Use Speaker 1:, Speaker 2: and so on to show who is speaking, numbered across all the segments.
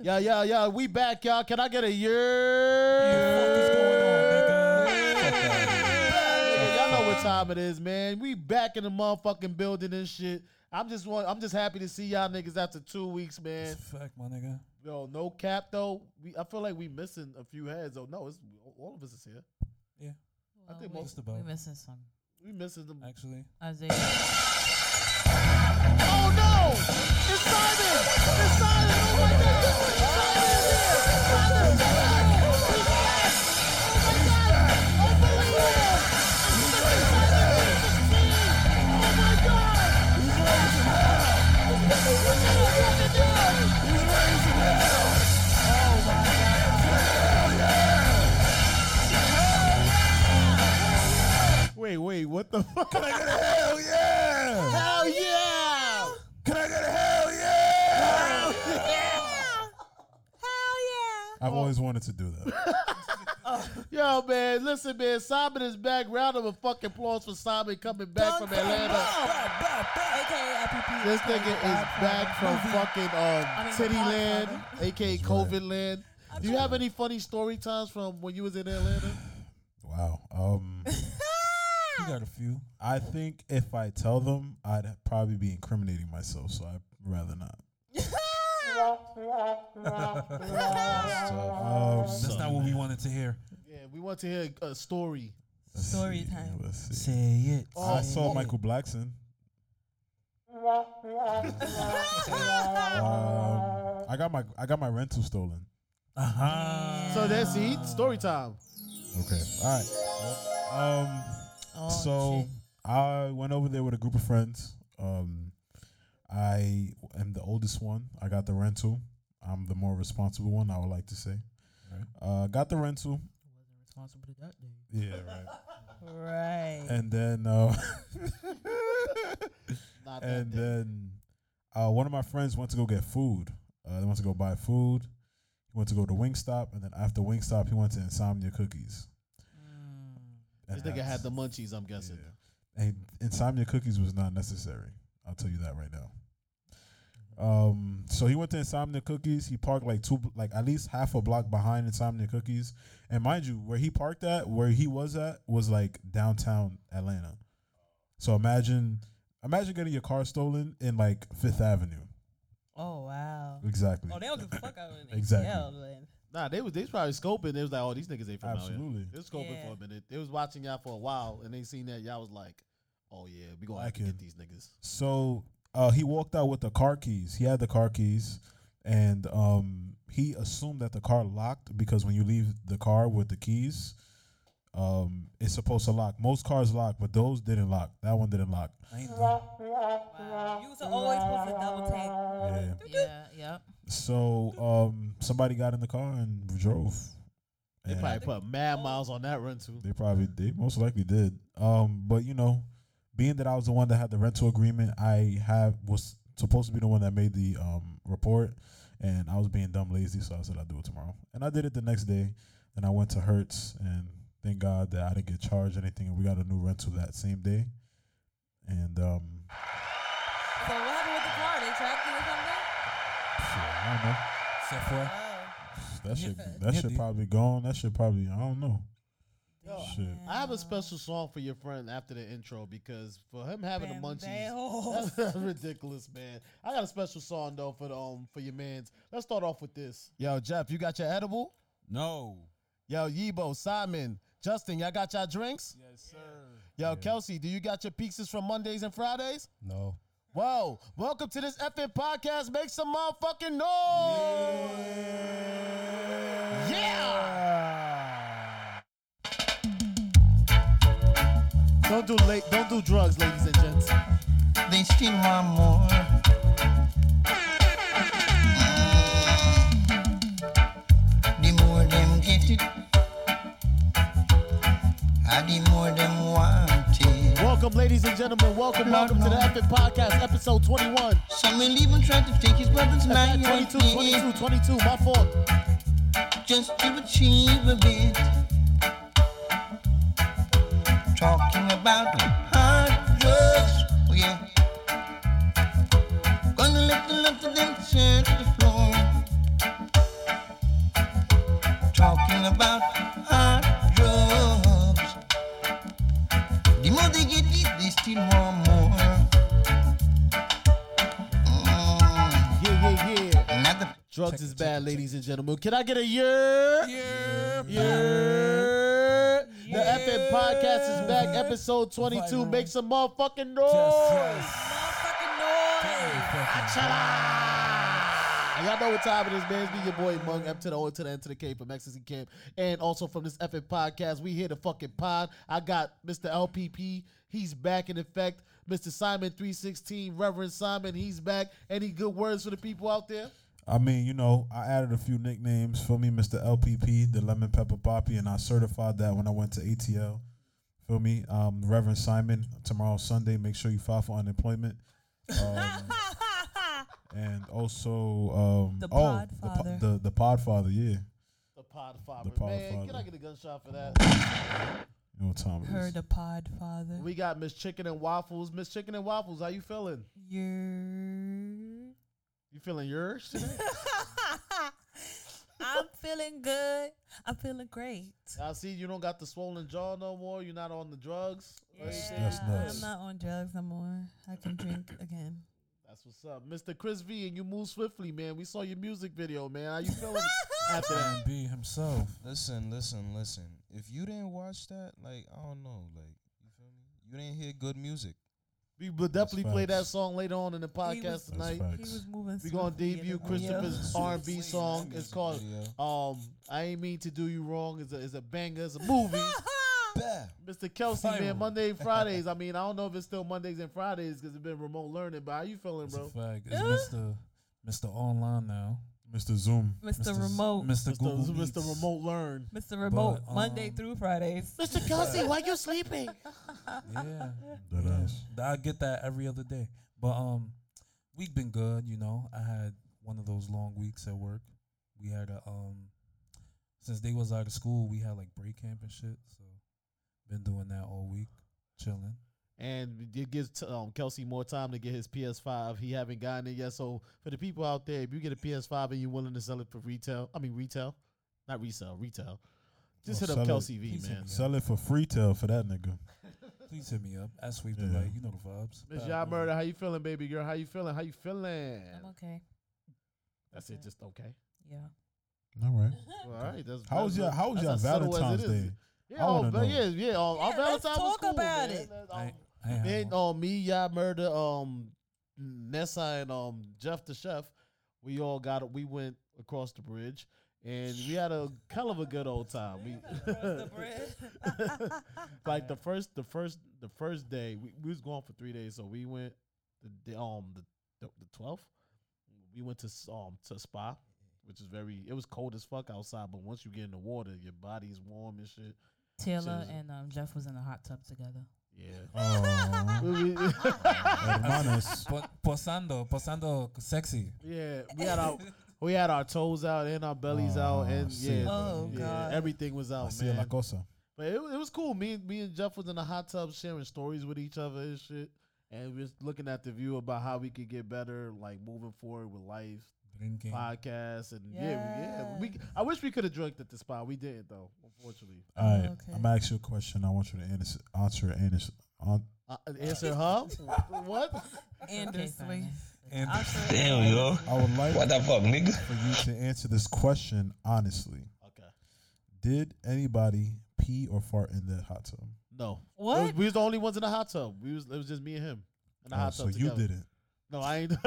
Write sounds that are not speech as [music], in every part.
Speaker 1: Yeah, yeah, yeah. We back, y'all. Can I get a year? Yeah, y'all know what time it is, man. We back in the motherfucking building and shit. I'm just want, I'm just happy to see y'all niggas after two weeks, man.
Speaker 2: Fuck my nigga.
Speaker 1: Yo, no cap though. We I feel like we missing a few heads. though. no, it's all of us is here.
Speaker 2: Yeah,
Speaker 1: I think
Speaker 3: we,
Speaker 1: most
Speaker 2: about.
Speaker 3: we missing some.
Speaker 1: We missing them.
Speaker 2: actually.
Speaker 3: Isaiah.
Speaker 1: Oh no! It's Simon! It's Simon! Oh my god! Simon is here! Simon is back! He's back! Oh my god! Unbelievable! It's Mr. Simon 316! Oh my god! He's raising hell! Look at him walking down! He's raising hell! Oh my god! Hell yeah! Wait, wait, what the fuck?
Speaker 2: Can I get a hell yeah?
Speaker 1: Hell yeah!
Speaker 2: Can I get a
Speaker 1: [laughs]
Speaker 2: hell yeah?
Speaker 4: I've always wanted to do that.
Speaker 1: Yo, man, listen, man. Simon is back. Round of a fucking applause for Simon coming back from Atlanta.
Speaker 3: AKA IPP.
Speaker 1: This nigga is back from fucking um,
Speaker 3: mean,
Speaker 1: Titty
Speaker 3: Godfather.
Speaker 1: Land, aka COVID Land. Do you have any funny story times from when you was in
Speaker 4: [laughs]
Speaker 1: Atlanta?
Speaker 4: Wow. Um,
Speaker 1: [laughs]
Speaker 2: You got a few.
Speaker 4: I think if I tell them, I'd probably be incriminating myself, so I'd rather not.
Speaker 1: Oh.
Speaker 4: Um,
Speaker 2: That's not what we wanted to hear.
Speaker 1: Yeah, we want to hear a story.
Speaker 3: Story time.
Speaker 4: let's see.
Speaker 2: Say it.
Speaker 4: I saw Michael Blackson. um, I got my I got my rental stolen.
Speaker 2: Uh huh.
Speaker 1: So that's it. Story time.
Speaker 4: Okay. All right. Well, um.
Speaker 3: Oh,
Speaker 4: so
Speaker 3: shit.
Speaker 4: I went over there with a group of friends. Um, I am the oldest one. I got the rental. I'm the more responsible one. I would like to say. Uh, got the rental.
Speaker 3: Wasn't responsible to that dude.
Speaker 4: Yeah. Right.
Speaker 3: Right.
Speaker 4: and then. Uh,
Speaker 1: [laughs] Not that
Speaker 4: and
Speaker 1: day.
Speaker 4: then uh, one of my friends went to go get food. Uh, they went to go buy food. He went to go to Wingstop, and then after Wingstop, he went to Insomnia Cookies.
Speaker 1: this
Speaker 4: And
Speaker 1: nigga
Speaker 4: that's-
Speaker 1: had the munchies. I'm guessing.
Speaker 4: yeah. And Insomnia Cookies was not necessary. I'll tell you that right now. Um, so he went to Insomnia Cookies. He parked like two, like at least half a block behind Insomnia Cookies. And mind you, where he parked at, where he was at, was like downtown Atlanta. So imagine, imagine getting your car stolen in like Fifth Avenue.
Speaker 3: Oh wow.
Speaker 4: Exactly.
Speaker 3: Oh, they don't give a fuck out of it.
Speaker 4: Exactly.
Speaker 3: Yeah, but
Speaker 1: Nah, they was they was probably scoping. They was like, oh, these niggas ain't from out here.
Speaker 4: Absolutely.
Speaker 1: They was scoping
Speaker 3: Yeah.
Speaker 1: for a minute. They was watching y'all for a while, and they seen that y'all was like, oh yeah, we gonna have to
Speaker 4: Lacking.
Speaker 1: get these niggas.
Speaker 4: So uh, he walked out with the car keys. He had the car keys, and um, he assumed that the car locked because when you leave the car with the keys, um, it's supposed to lock. Most cars lock, but those didn't lock. That one didn't lock.
Speaker 2: I ain't done.
Speaker 3: wow. You was always Oh, supposed to double tap.
Speaker 4: Yeah.
Speaker 3: Yeah. Yep.
Speaker 4: So um, somebody got in the car and drove.
Speaker 1: They
Speaker 4: And
Speaker 1: probably put
Speaker 3: Oh.
Speaker 1: mad miles on that run too.
Speaker 4: They probably they most likely did. Um, but you know, being that I was the one that had the rental agreement, I have was supposed to be the one that made the um report, and I was being dumb lazy, so I said I'll do it tomorrow, and I did it the next day. Then I went to Hertz, and thank God that I didn't get charged anything, and we got a new rental that same day. And um,
Speaker 3: So what happened with the
Speaker 2: Except
Speaker 3: car? They tracked you or something?
Speaker 4: shit, I
Speaker 2: for
Speaker 3: Oh.
Speaker 4: don't know. [sighs] That
Speaker 1: [laughs]
Speaker 4: shit,
Speaker 2: Yeah,
Speaker 4: that shit
Speaker 2: dude.
Speaker 4: probably gone. That shit probably I don't know.
Speaker 1: Yo,
Speaker 4: Shit.
Speaker 1: I have a special song for your friend after the intro because for him having the
Speaker 3: Bam,
Speaker 1: munchies,
Speaker 3: bam.
Speaker 1: [laughs] that's ridiculous, man. I got a special song though for the um for your man's. Let's start off with this. Yo, Jeff, you got your edible?
Speaker 2: no.
Speaker 1: Yo, Yibo, Simon, Justin, y'all got y'all drinks?
Speaker 2: Yes, sir.
Speaker 1: Yo, Kelsey, do you got your pizzas from Mondays and Fridays?
Speaker 4: No.
Speaker 1: Whoa, welcome to this effing podcast. Make some motherfucking noise. Yeah. Don't do late, don't do drugs, ladies and gents.
Speaker 5: They steal my more. Mm. The more them get it, ah, the more them want it.
Speaker 1: Welcome, ladies and gentlemen. Welcome, welcome to the effing podcast, episode 21.
Speaker 5: Some will even try to take his brother's man
Speaker 1: 22, 22, 22, my fault.
Speaker 5: just to achieve a bit. Talking about hard drugs, oh yeah. Gonna let the love of them set the floor.
Speaker 1: Drugs
Speaker 4: Check
Speaker 1: is
Speaker 4: it,
Speaker 1: bad,
Speaker 4: check it,
Speaker 1: ladies and gentlemen. Can I get a year?
Speaker 2: Yeah.
Speaker 1: Yeah. The
Speaker 2: Yeah.
Speaker 1: FN podcast is back, episode 22.
Speaker 2: Viral.
Speaker 1: Make some motherfucking
Speaker 2: Just,
Speaker 1: noise.
Speaker 2: just.
Speaker 3: Motherfucking
Speaker 2: Very
Speaker 3: noise.
Speaker 2: fucking-
Speaker 1: And y'all know what time it is, man. It's me, your boy Mung, up to the O to the N to the K from Ecstasy Camp. And also from this effing podcast, we here to fucking pod. I got Mr. LPP. He's back in effect. Mr. Simon316, Reverend Simon, he's back. Any good words for the people out there?
Speaker 4: I mean, you know, I added a few nicknames for me, Mr. LPP, the Lemon Pepper Poppy, and I certified that when I went to ATL. Feel me, um, Reverend Simon. Tomorrow Sunday, make sure you file for unemployment, Um,
Speaker 3: [laughs]
Speaker 4: and also um,
Speaker 3: The
Speaker 4: oh the, po-
Speaker 3: Podfather.
Speaker 4: the the Podfather, yeah,
Speaker 1: The pod
Speaker 4: The
Speaker 1: father.
Speaker 4: Pod
Speaker 1: man, can
Speaker 4: Father.
Speaker 1: I get a gunshot for that?
Speaker 4: you know what time it is.
Speaker 3: Her the pod father.
Speaker 1: We got Miss Chicken and Waffles. Miss Chicken and Waffles, how you feeling?
Speaker 3: You're.
Speaker 1: You feeling yours today?
Speaker 3: I'm feeling good. I'm feeling great.
Speaker 1: I see you don't got the swollen jaw no more. You're not on the drugs. or anything.
Speaker 4: that's nuts.
Speaker 3: I'm not on drugs no more. I can drink again.
Speaker 1: That's what's up, Mr. Chris V. And you move swiftly, man. We saw your music video, man. How
Speaker 3: [laughs]
Speaker 1: you feeling after that?
Speaker 2: B himself.
Speaker 6: Listen, listen, listen. If you didn't watch that, like I don't know, like you feel me? You didn't hear good music.
Speaker 1: We will definitely play that
Speaker 4: facts.
Speaker 1: song later on in the podcast
Speaker 3: was-
Speaker 1: tonight.
Speaker 4: facts.
Speaker 3: He was moving.
Speaker 1: We're gonna
Speaker 3: swiftly in
Speaker 1: debut
Speaker 3: the video.
Speaker 1: Christopher's
Speaker 6: Yeah. [laughs]
Speaker 1: R&B song. It's called
Speaker 6: Video.
Speaker 1: um, "I Ain't Mean to Do You Wrong." It's a, it's a banger. It's
Speaker 3: [laughs]
Speaker 1: a movie.
Speaker 6: Bam.
Speaker 1: Mr. Kelsey, man,
Speaker 2: Viral.
Speaker 1: Monday and Fridays. I mean, I don't know if it's still Mondays and Fridays because it's been remote learning. But how you feeling,
Speaker 2: That's a
Speaker 1: bro?
Speaker 2: fact. It's Mr. Mr. Online now.
Speaker 4: Mr. Zoom.
Speaker 3: Mr.
Speaker 2: Z-
Speaker 3: Remote.
Speaker 2: Mr. Google.
Speaker 1: Mr. Mr.
Speaker 2: Meets.
Speaker 1: Remote Learn.
Speaker 3: Mr. Remote,
Speaker 2: But,
Speaker 3: Monday
Speaker 2: um,
Speaker 3: through
Speaker 1: [laughs]
Speaker 3: Fridays.
Speaker 1: Mr. Kelsey, why you
Speaker 3: [laughs]
Speaker 1: sleeping?
Speaker 2: Yeah.
Speaker 4: That
Speaker 2: um, yeah.
Speaker 4: ass.
Speaker 2: I get that every other day. But um we've been good, you know. I had one of those long weeks at work. We had a um since they was out of school, we had like break camp and shit. So been doing that all week, chilling.
Speaker 1: and it gives t- um, Kelsey more time to get his PS5. He haven't gotten it yet. So for the people out there, if you get a PS5 and you're willing to sell it for retail, I mean retail, not resell, retail. Just
Speaker 4: Oh,
Speaker 1: hit
Speaker 4: sell
Speaker 1: up
Speaker 4: it.
Speaker 1: Kelsey V,
Speaker 2: He's
Speaker 1: man.
Speaker 2: in-
Speaker 4: Sell it for free tail for that nigga.
Speaker 3: [laughs]
Speaker 2: Please hit me up. I sweep the
Speaker 4: Yeah.
Speaker 2: light. You know the vibes.
Speaker 1: Miss
Speaker 2: Bad
Speaker 1: Y'all
Speaker 2: boy.
Speaker 1: Murder, how you feeling, baby girl? How you feeling? How you feeling?
Speaker 3: I'm okay.
Speaker 1: That's it, just okay.
Speaker 3: Yeah.
Speaker 4: All right.
Speaker 1: Well, all right, that's
Speaker 4: How was
Speaker 1: better.
Speaker 4: your How was your
Speaker 1: That's as subtle as
Speaker 4: Valentine's
Speaker 1: it is.
Speaker 4: Day?
Speaker 1: Yeah,
Speaker 4: I
Speaker 1: oh,
Speaker 4: wanna
Speaker 1: but
Speaker 4: know.
Speaker 1: yeah, yeah. Um, our
Speaker 3: Yeah, let's
Speaker 1: Valentine's was
Speaker 3: talk
Speaker 1: cool,
Speaker 3: about
Speaker 1: man.
Speaker 3: it.
Speaker 1: That-
Speaker 2: I,
Speaker 1: um,
Speaker 2: ain't- I ain't had
Speaker 1: Then
Speaker 2: one.
Speaker 1: on me, y'all murder, um, Nessa and um Jeff the chef. We all got we went across the bridge and we had a hell of a good old time.
Speaker 3: [laughs]
Speaker 1: We
Speaker 3: The bread.
Speaker 1: [laughs] like the first the first the first day we, we was gone for three days, so we went the, the um the the twelfth. We went to s- um to spa, which is very it was cold as fuck outside, but once you get in the water, your body's warm and shit.
Speaker 3: Taylor
Speaker 1: Says-
Speaker 3: and um, Jeff was in the hot tub together.
Speaker 1: Yeah.
Speaker 4: Oh,
Speaker 1: We- we-
Speaker 4: hermanos.
Speaker 2: Po- posando, posando sexy.
Speaker 1: Yeah, we had our we had our toes out and our bellies
Speaker 4: Oh,
Speaker 1: out and
Speaker 4: shit.
Speaker 1: yeah,
Speaker 3: Oh,
Speaker 1: yeah,
Speaker 3: God.
Speaker 1: everything was out,
Speaker 4: Así es
Speaker 1: man.
Speaker 4: la cosa.
Speaker 1: but it, it was cool. Me and me and Jeff was in the hot tub sharing stories with each other and shit, and we was looking at the view about how we could get better, like moving forward with life,
Speaker 2: Drinking.
Speaker 1: podcasts, and yeah, yeah. yeah.
Speaker 3: Yeah.
Speaker 1: We I wish we could have drank at the spot. We didn't though, unfortunately.
Speaker 4: All right.
Speaker 3: okay.
Speaker 4: I'm gonna ask you a question. I want you to answer answer it. Answer, an-
Speaker 1: Uh,
Speaker 3: [laughs]
Speaker 1: answer, huh? what?
Speaker 3: Anderson.
Speaker 2: And
Speaker 7: Damn, yo.
Speaker 4: I would like
Speaker 7: What the fuck, nigga?
Speaker 4: for you to answer this question honestly.
Speaker 1: Okay.
Speaker 4: Did anybody pee or fart in the hot tub?
Speaker 1: No. It was-
Speaker 3: What?
Speaker 1: we was the only ones in the hot tub. We was it was just me and him in the
Speaker 4: Oh,
Speaker 1: hot
Speaker 4: so
Speaker 1: tub.
Speaker 4: you
Speaker 1: together.
Speaker 4: didn't.
Speaker 1: No, I ain't. [laughs]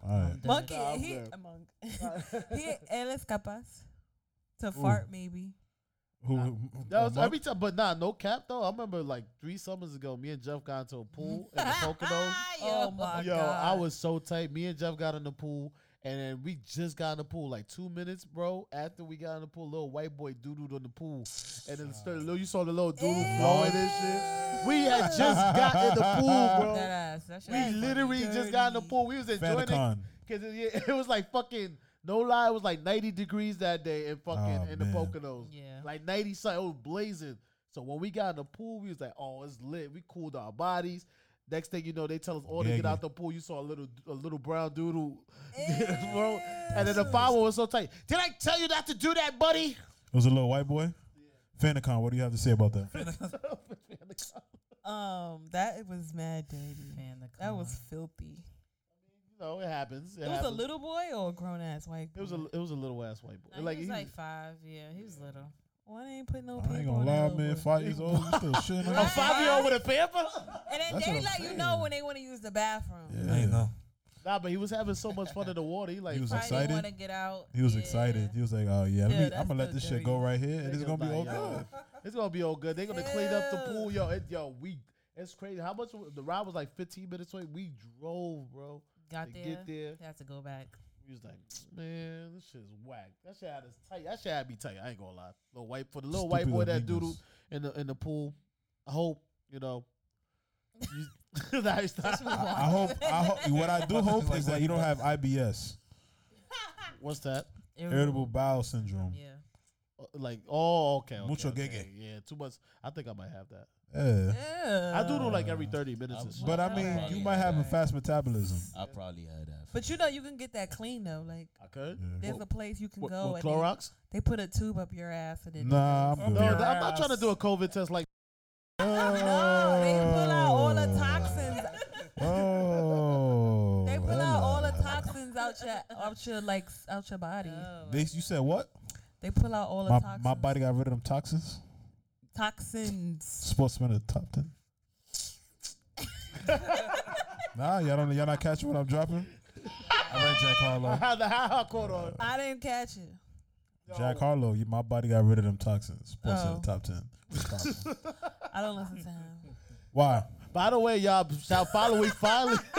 Speaker 4: All right.
Speaker 3: Monkey.
Speaker 1: Nah, I'm
Speaker 3: he,
Speaker 1: good.
Speaker 3: a monk.
Speaker 1: [laughs]
Speaker 3: [laughs] he, él es capaz to fart, maybe.
Speaker 4: Who? who-
Speaker 1: That was
Speaker 4: Mark?
Speaker 1: every time, but nah, no cap though. I remember like three summers ago, me and Jeff got into a pool
Speaker 3: [laughs]
Speaker 1: in the Poconos.
Speaker 3: Oh, my
Speaker 1: Yo,
Speaker 3: God.
Speaker 1: I was so tight. Me and Jeff got in the pool, and then we just got in the pool like two minutes, bro. After we got in the pool, little white boy doodled on the pool, and then started, little- you saw the little doodle flowing and shit. We had just got in the
Speaker 4: [laughs]
Speaker 1: pool, bro.
Speaker 3: That ass. That shit
Speaker 1: We
Speaker 3: was
Speaker 1: literally
Speaker 3: fucking
Speaker 1: just got in the
Speaker 3: dirty.
Speaker 1: pool. We was enjoying it
Speaker 4: Faticon.
Speaker 1: because it, yeah, [laughs] it was like fucking no lie, it was like ninety degrees that day in fucking
Speaker 4: Oh, man.
Speaker 1: in the Poconos.
Speaker 3: Yeah.
Speaker 1: like ninety something, it was blazing. So when we got in the pool, we was like, oh, it's lit. We cooled our bodies. Next thing you know, they tell us all to get
Speaker 4: Yeah,
Speaker 1: out the pool. You saw a little, a little brown doodle, [laughs] bro. And then the follower was so tight. Did I tell you not to do that, buddy?
Speaker 4: It was a little white boy. Fanacon, what do you have to say about that?
Speaker 3: Um, that was mad dirty. That was filthy.
Speaker 1: No, it happens. It,
Speaker 3: It was a
Speaker 1: happens.
Speaker 3: little boy or a grown ass white
Speaker 1: It
Speaker 3: boy?
Speaker 1: was a it was a little ass white boy.
Speaker 3: Nah, he was like five. Yeah, he was little. Well, I ain't putting no paper
Speaker 4: I ain't
Speaker 3: on
Speaker 4: gonna
Speaker 3: that
Speaker 4: lie,
Speaker 3: little
Speaker 4: man.
Speaker 3: boy.
Speaker 4: Five years old, you still shitting on
Speaker 1: a
Speaker 3: Right.
Speaker 4: us?
Speaker 1: five year old with a pamper.
Speaker 3: And then
Speaker 4: That's
Speaker 3: they
Speaker 4: what I'm
Speaker 3: let you know when they want to use the bathroom.
Speaker 4: Yeah.
Speaker 2: I ain't know.
Speaker 1: Nah, but he was having so much fun in the water. He like
Speaker 4: He was
Speaker 3: Probably
Speaker 4: excited.
Speaker 3: want to get out.
Speaker 4: He was
Speaker 3: Yeah.
Speaker 4: excited. He was like, "Oh yeah, I'm
Speaker 3: Yeah,
Speaker 4: gonna, be- I'm
Speaker 3: that's
Speaker 4: gonna let
Speaker 3: so
Speaker 4: this shit go
Speaker 3: dirty.
Speaker 4: right here, and it's
Speaker 1: Niggas
Speaker 4: gonna be all
Speaker 1: like, yo,
Speaker 4: good."
Speaker 1: It's gonna be all good. They're gonna clean up the
Speaker 3: Ew.
Speaker 1: pool, yo. It, yo, we it's crazy. How much the ride was like 15 minutes away. We drove, bro.
Speaker 3: Got
Speaker 1: to
Speaker 3: there.
Speaker 1: get there.
Speaker 3: They had
Speaker 7: [laughs]
Speaker 3: to go back.
Speaker 1: We was like, man, this shit is whack. That shit had us tight. That shit had me tight. I ain't gonna lie. Little white for the little white
Speaker 4: Stupid
Speaker 1: boy that
Speaker 4: amigos.
Speaker 1: doodle [laughs] in the in the pool. I hope
Speaker 3: [laughs]
Speaker 1: you know. You, Nah, it's not-
Speaker 3: Just move
Speaker 4: I
Speaker 3: on.
Speaker 4: hope. I hope. What
Speaker 1: [laughs]
Speaker 4: I do hope is that you don't have IBS,
Speaker 1: What's that?
Speaker 4: irritable bowel syndrome.
Speaker 3: Yeah.
Speaker 1: Uh, Like, oh, okay, okay,
Speaker 4: Mucho
Speaker 1: okay.
Speaker 4: gege.
Speaker 1: Yeah, too much. I think I might have that.
Speaker 4: Yeah.
Speaker 1: I doodle like every 30 minutes. or
Speaker 6: I-
Speaker 1: so.
Speaker 4: But I
Speaker 3: Well,
Speaker 4: mean,
Speaker 3: okay.
Speaker 4: you might have a
Speaker 3: Okay. [laughs]
Speaker 4: fast metabolism.
Speaker 6: I probably had that.
Speaker 3: But you know you can get that clean though. Like
Speaker 1: I could.
Speaker 4: Yeah.
Speaker 3: there's a place you can
Speaker 1: What,
Speaker 3: go. and
Speaker 1: what,
Speaker 3: they-
Speaker 1: Clorox?
Speaker 3: They put a tube up your ass and then
Speaker 4: Nah, I'm
Speaker 1: No,
Speaker 4: good.
Speaker 1: th- I'm not trying to do a COVID test like.
Speaker 3: No, they pull out all the
Speaker 4: Oh.
Speaker 3: toxins.
Speaker 1: [laughs]
Speaker 4: Oh,
Speaker 3: They pull out all the
Speaker 4: hello.
Speaker 3: toxins out your out your like s- out your body.
Speaker 4: They, you said what?
Speaker 3: They pull out all the
Speaker 4: My,
Speaker 3: toxins.
Speaker 4: my body got rid of them toxins.
Speaker 3: toxins.
Speaker 4: Sportsman of the top
Speaker 3: [laughs]
Speaker 4: ten. nah, y'all don't. Y'all not catching what I'm dropping.
Speaker 2: I read Jack Harlow.
Speaker 1: How the how [laughs] I caught on?
Speaker 3: I didn't catch
Speaker 1: [laughs]
Speaker 3: it.
Speaker 4: Jack Harlow. you- My body got rid of them toxins. Sportsman
Speaker 3: Oh.
Speaker 4: of the top ten. Toxins.
Speaker 3: I don't listen to him.
Speaker 4: Why?
Speaker 1: By the way, y'all shall follow. We finally, [laughs]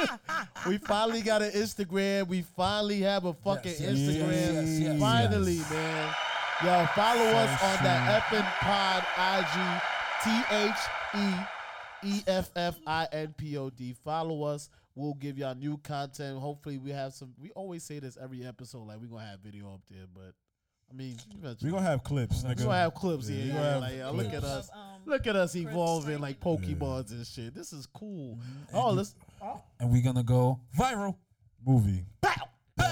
Speaker 1: we finally got an Instagram. We finally have a fucking
Speaker 2: Yes, yes,
Speaker 1: Instagram.
Speaker 2: yes, yes, yes.
Speaker 1: finally, man. Y'all follow us on that effing pod IG T H E E F F I N P O D. Follow us. We'll give y'all new content. Hopefully, we have some. We always say this every episode. Like we gonna have video up there, but I mean, you better-
Speaker 4: We gonna have clips, nigga.
Speaker 1: we gonna have clips
Speaker 4: Yeah,
Speaker 1: here.
Speaker 4: we
Speaker 1: Yeah,
Speaker 4: gonna have
Speaker 1: like, yeah, look at
Speaker 4: clips.
Speaker 1: us.
Speaker 3: Um,
Speaker 1: Look at us evolving
Speaker 3: Chris
Speaker 1: like
Speaker 4: Franklin. Yeah.
Speaker 1: Pokemons and shit. This is cool.
Speaker 3: Mm-hmm.
Speaker 1: Oh, let's.
Speaker 2: And we gonna go viral.
Speaker 4: movie.
Speaker 2: Bow.
Speaker 1: So,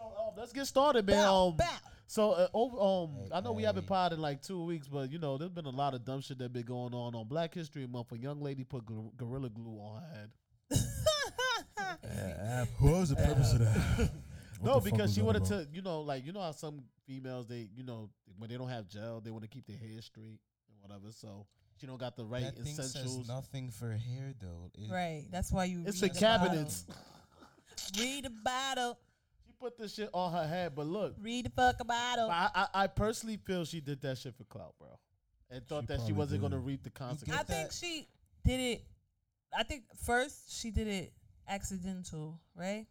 Speaker 1: um, let's get started, man.
Speaker 3: Bow,
Speaker 1: um,
Speaker 3: bow.
Speaker 1: So, uh, over, um, I know we haven't
Speaker 6: Hey.
Speaker 1: potted in like two weeks, but you know, there's been a lot of dumb shit that been going on on Black History Month. A young lady put gor- gorilla glue on her head.
Speaker 4: What was the purpose of that?
Speaker 1: [laughs]
Speaker 4: What
Speaker 1: no,
Speaker 4: the fuck
Speaker 1: because
Speaker 4: was
Speaker 1: she
Speaker 4: that
Speaker 1: wanted
Speaker 4: about?
Speaker 1: to, you know, like you know how some females they, you know, when they don't have gel, they want to keep their hair straight and whatever. So she don't got the right
Speaker 6: that thing says
Speaker 1: essentials.
Speaker 6: nothing for hair though. It-
Speaker 3: right. That's why you.
Speaker 1: It's the
Speaker 3: read bottle.
Speaker 1: cabinets.
Speaker 3: [laughs] Read the bottle.
Speaker 1: she put this shit on her head, but look,
Speaker 3: Read the fuck bottle.
Speaker 1: But I, I, I personally feel she did that shit for clout, bro, and thought
Speaker 4: She
Speaker 1: that she
Speaker 4: probably
Speaker 1: wasn't
Speaker 4: did.
Speaker 1: gonna reap the
Speaker 3: I
Speaker 1: consequences.
Speaker 6: get
Speaker 3: think
Speaker 6: that.
Speaker 3: she did it. I think first she did it accidental, right?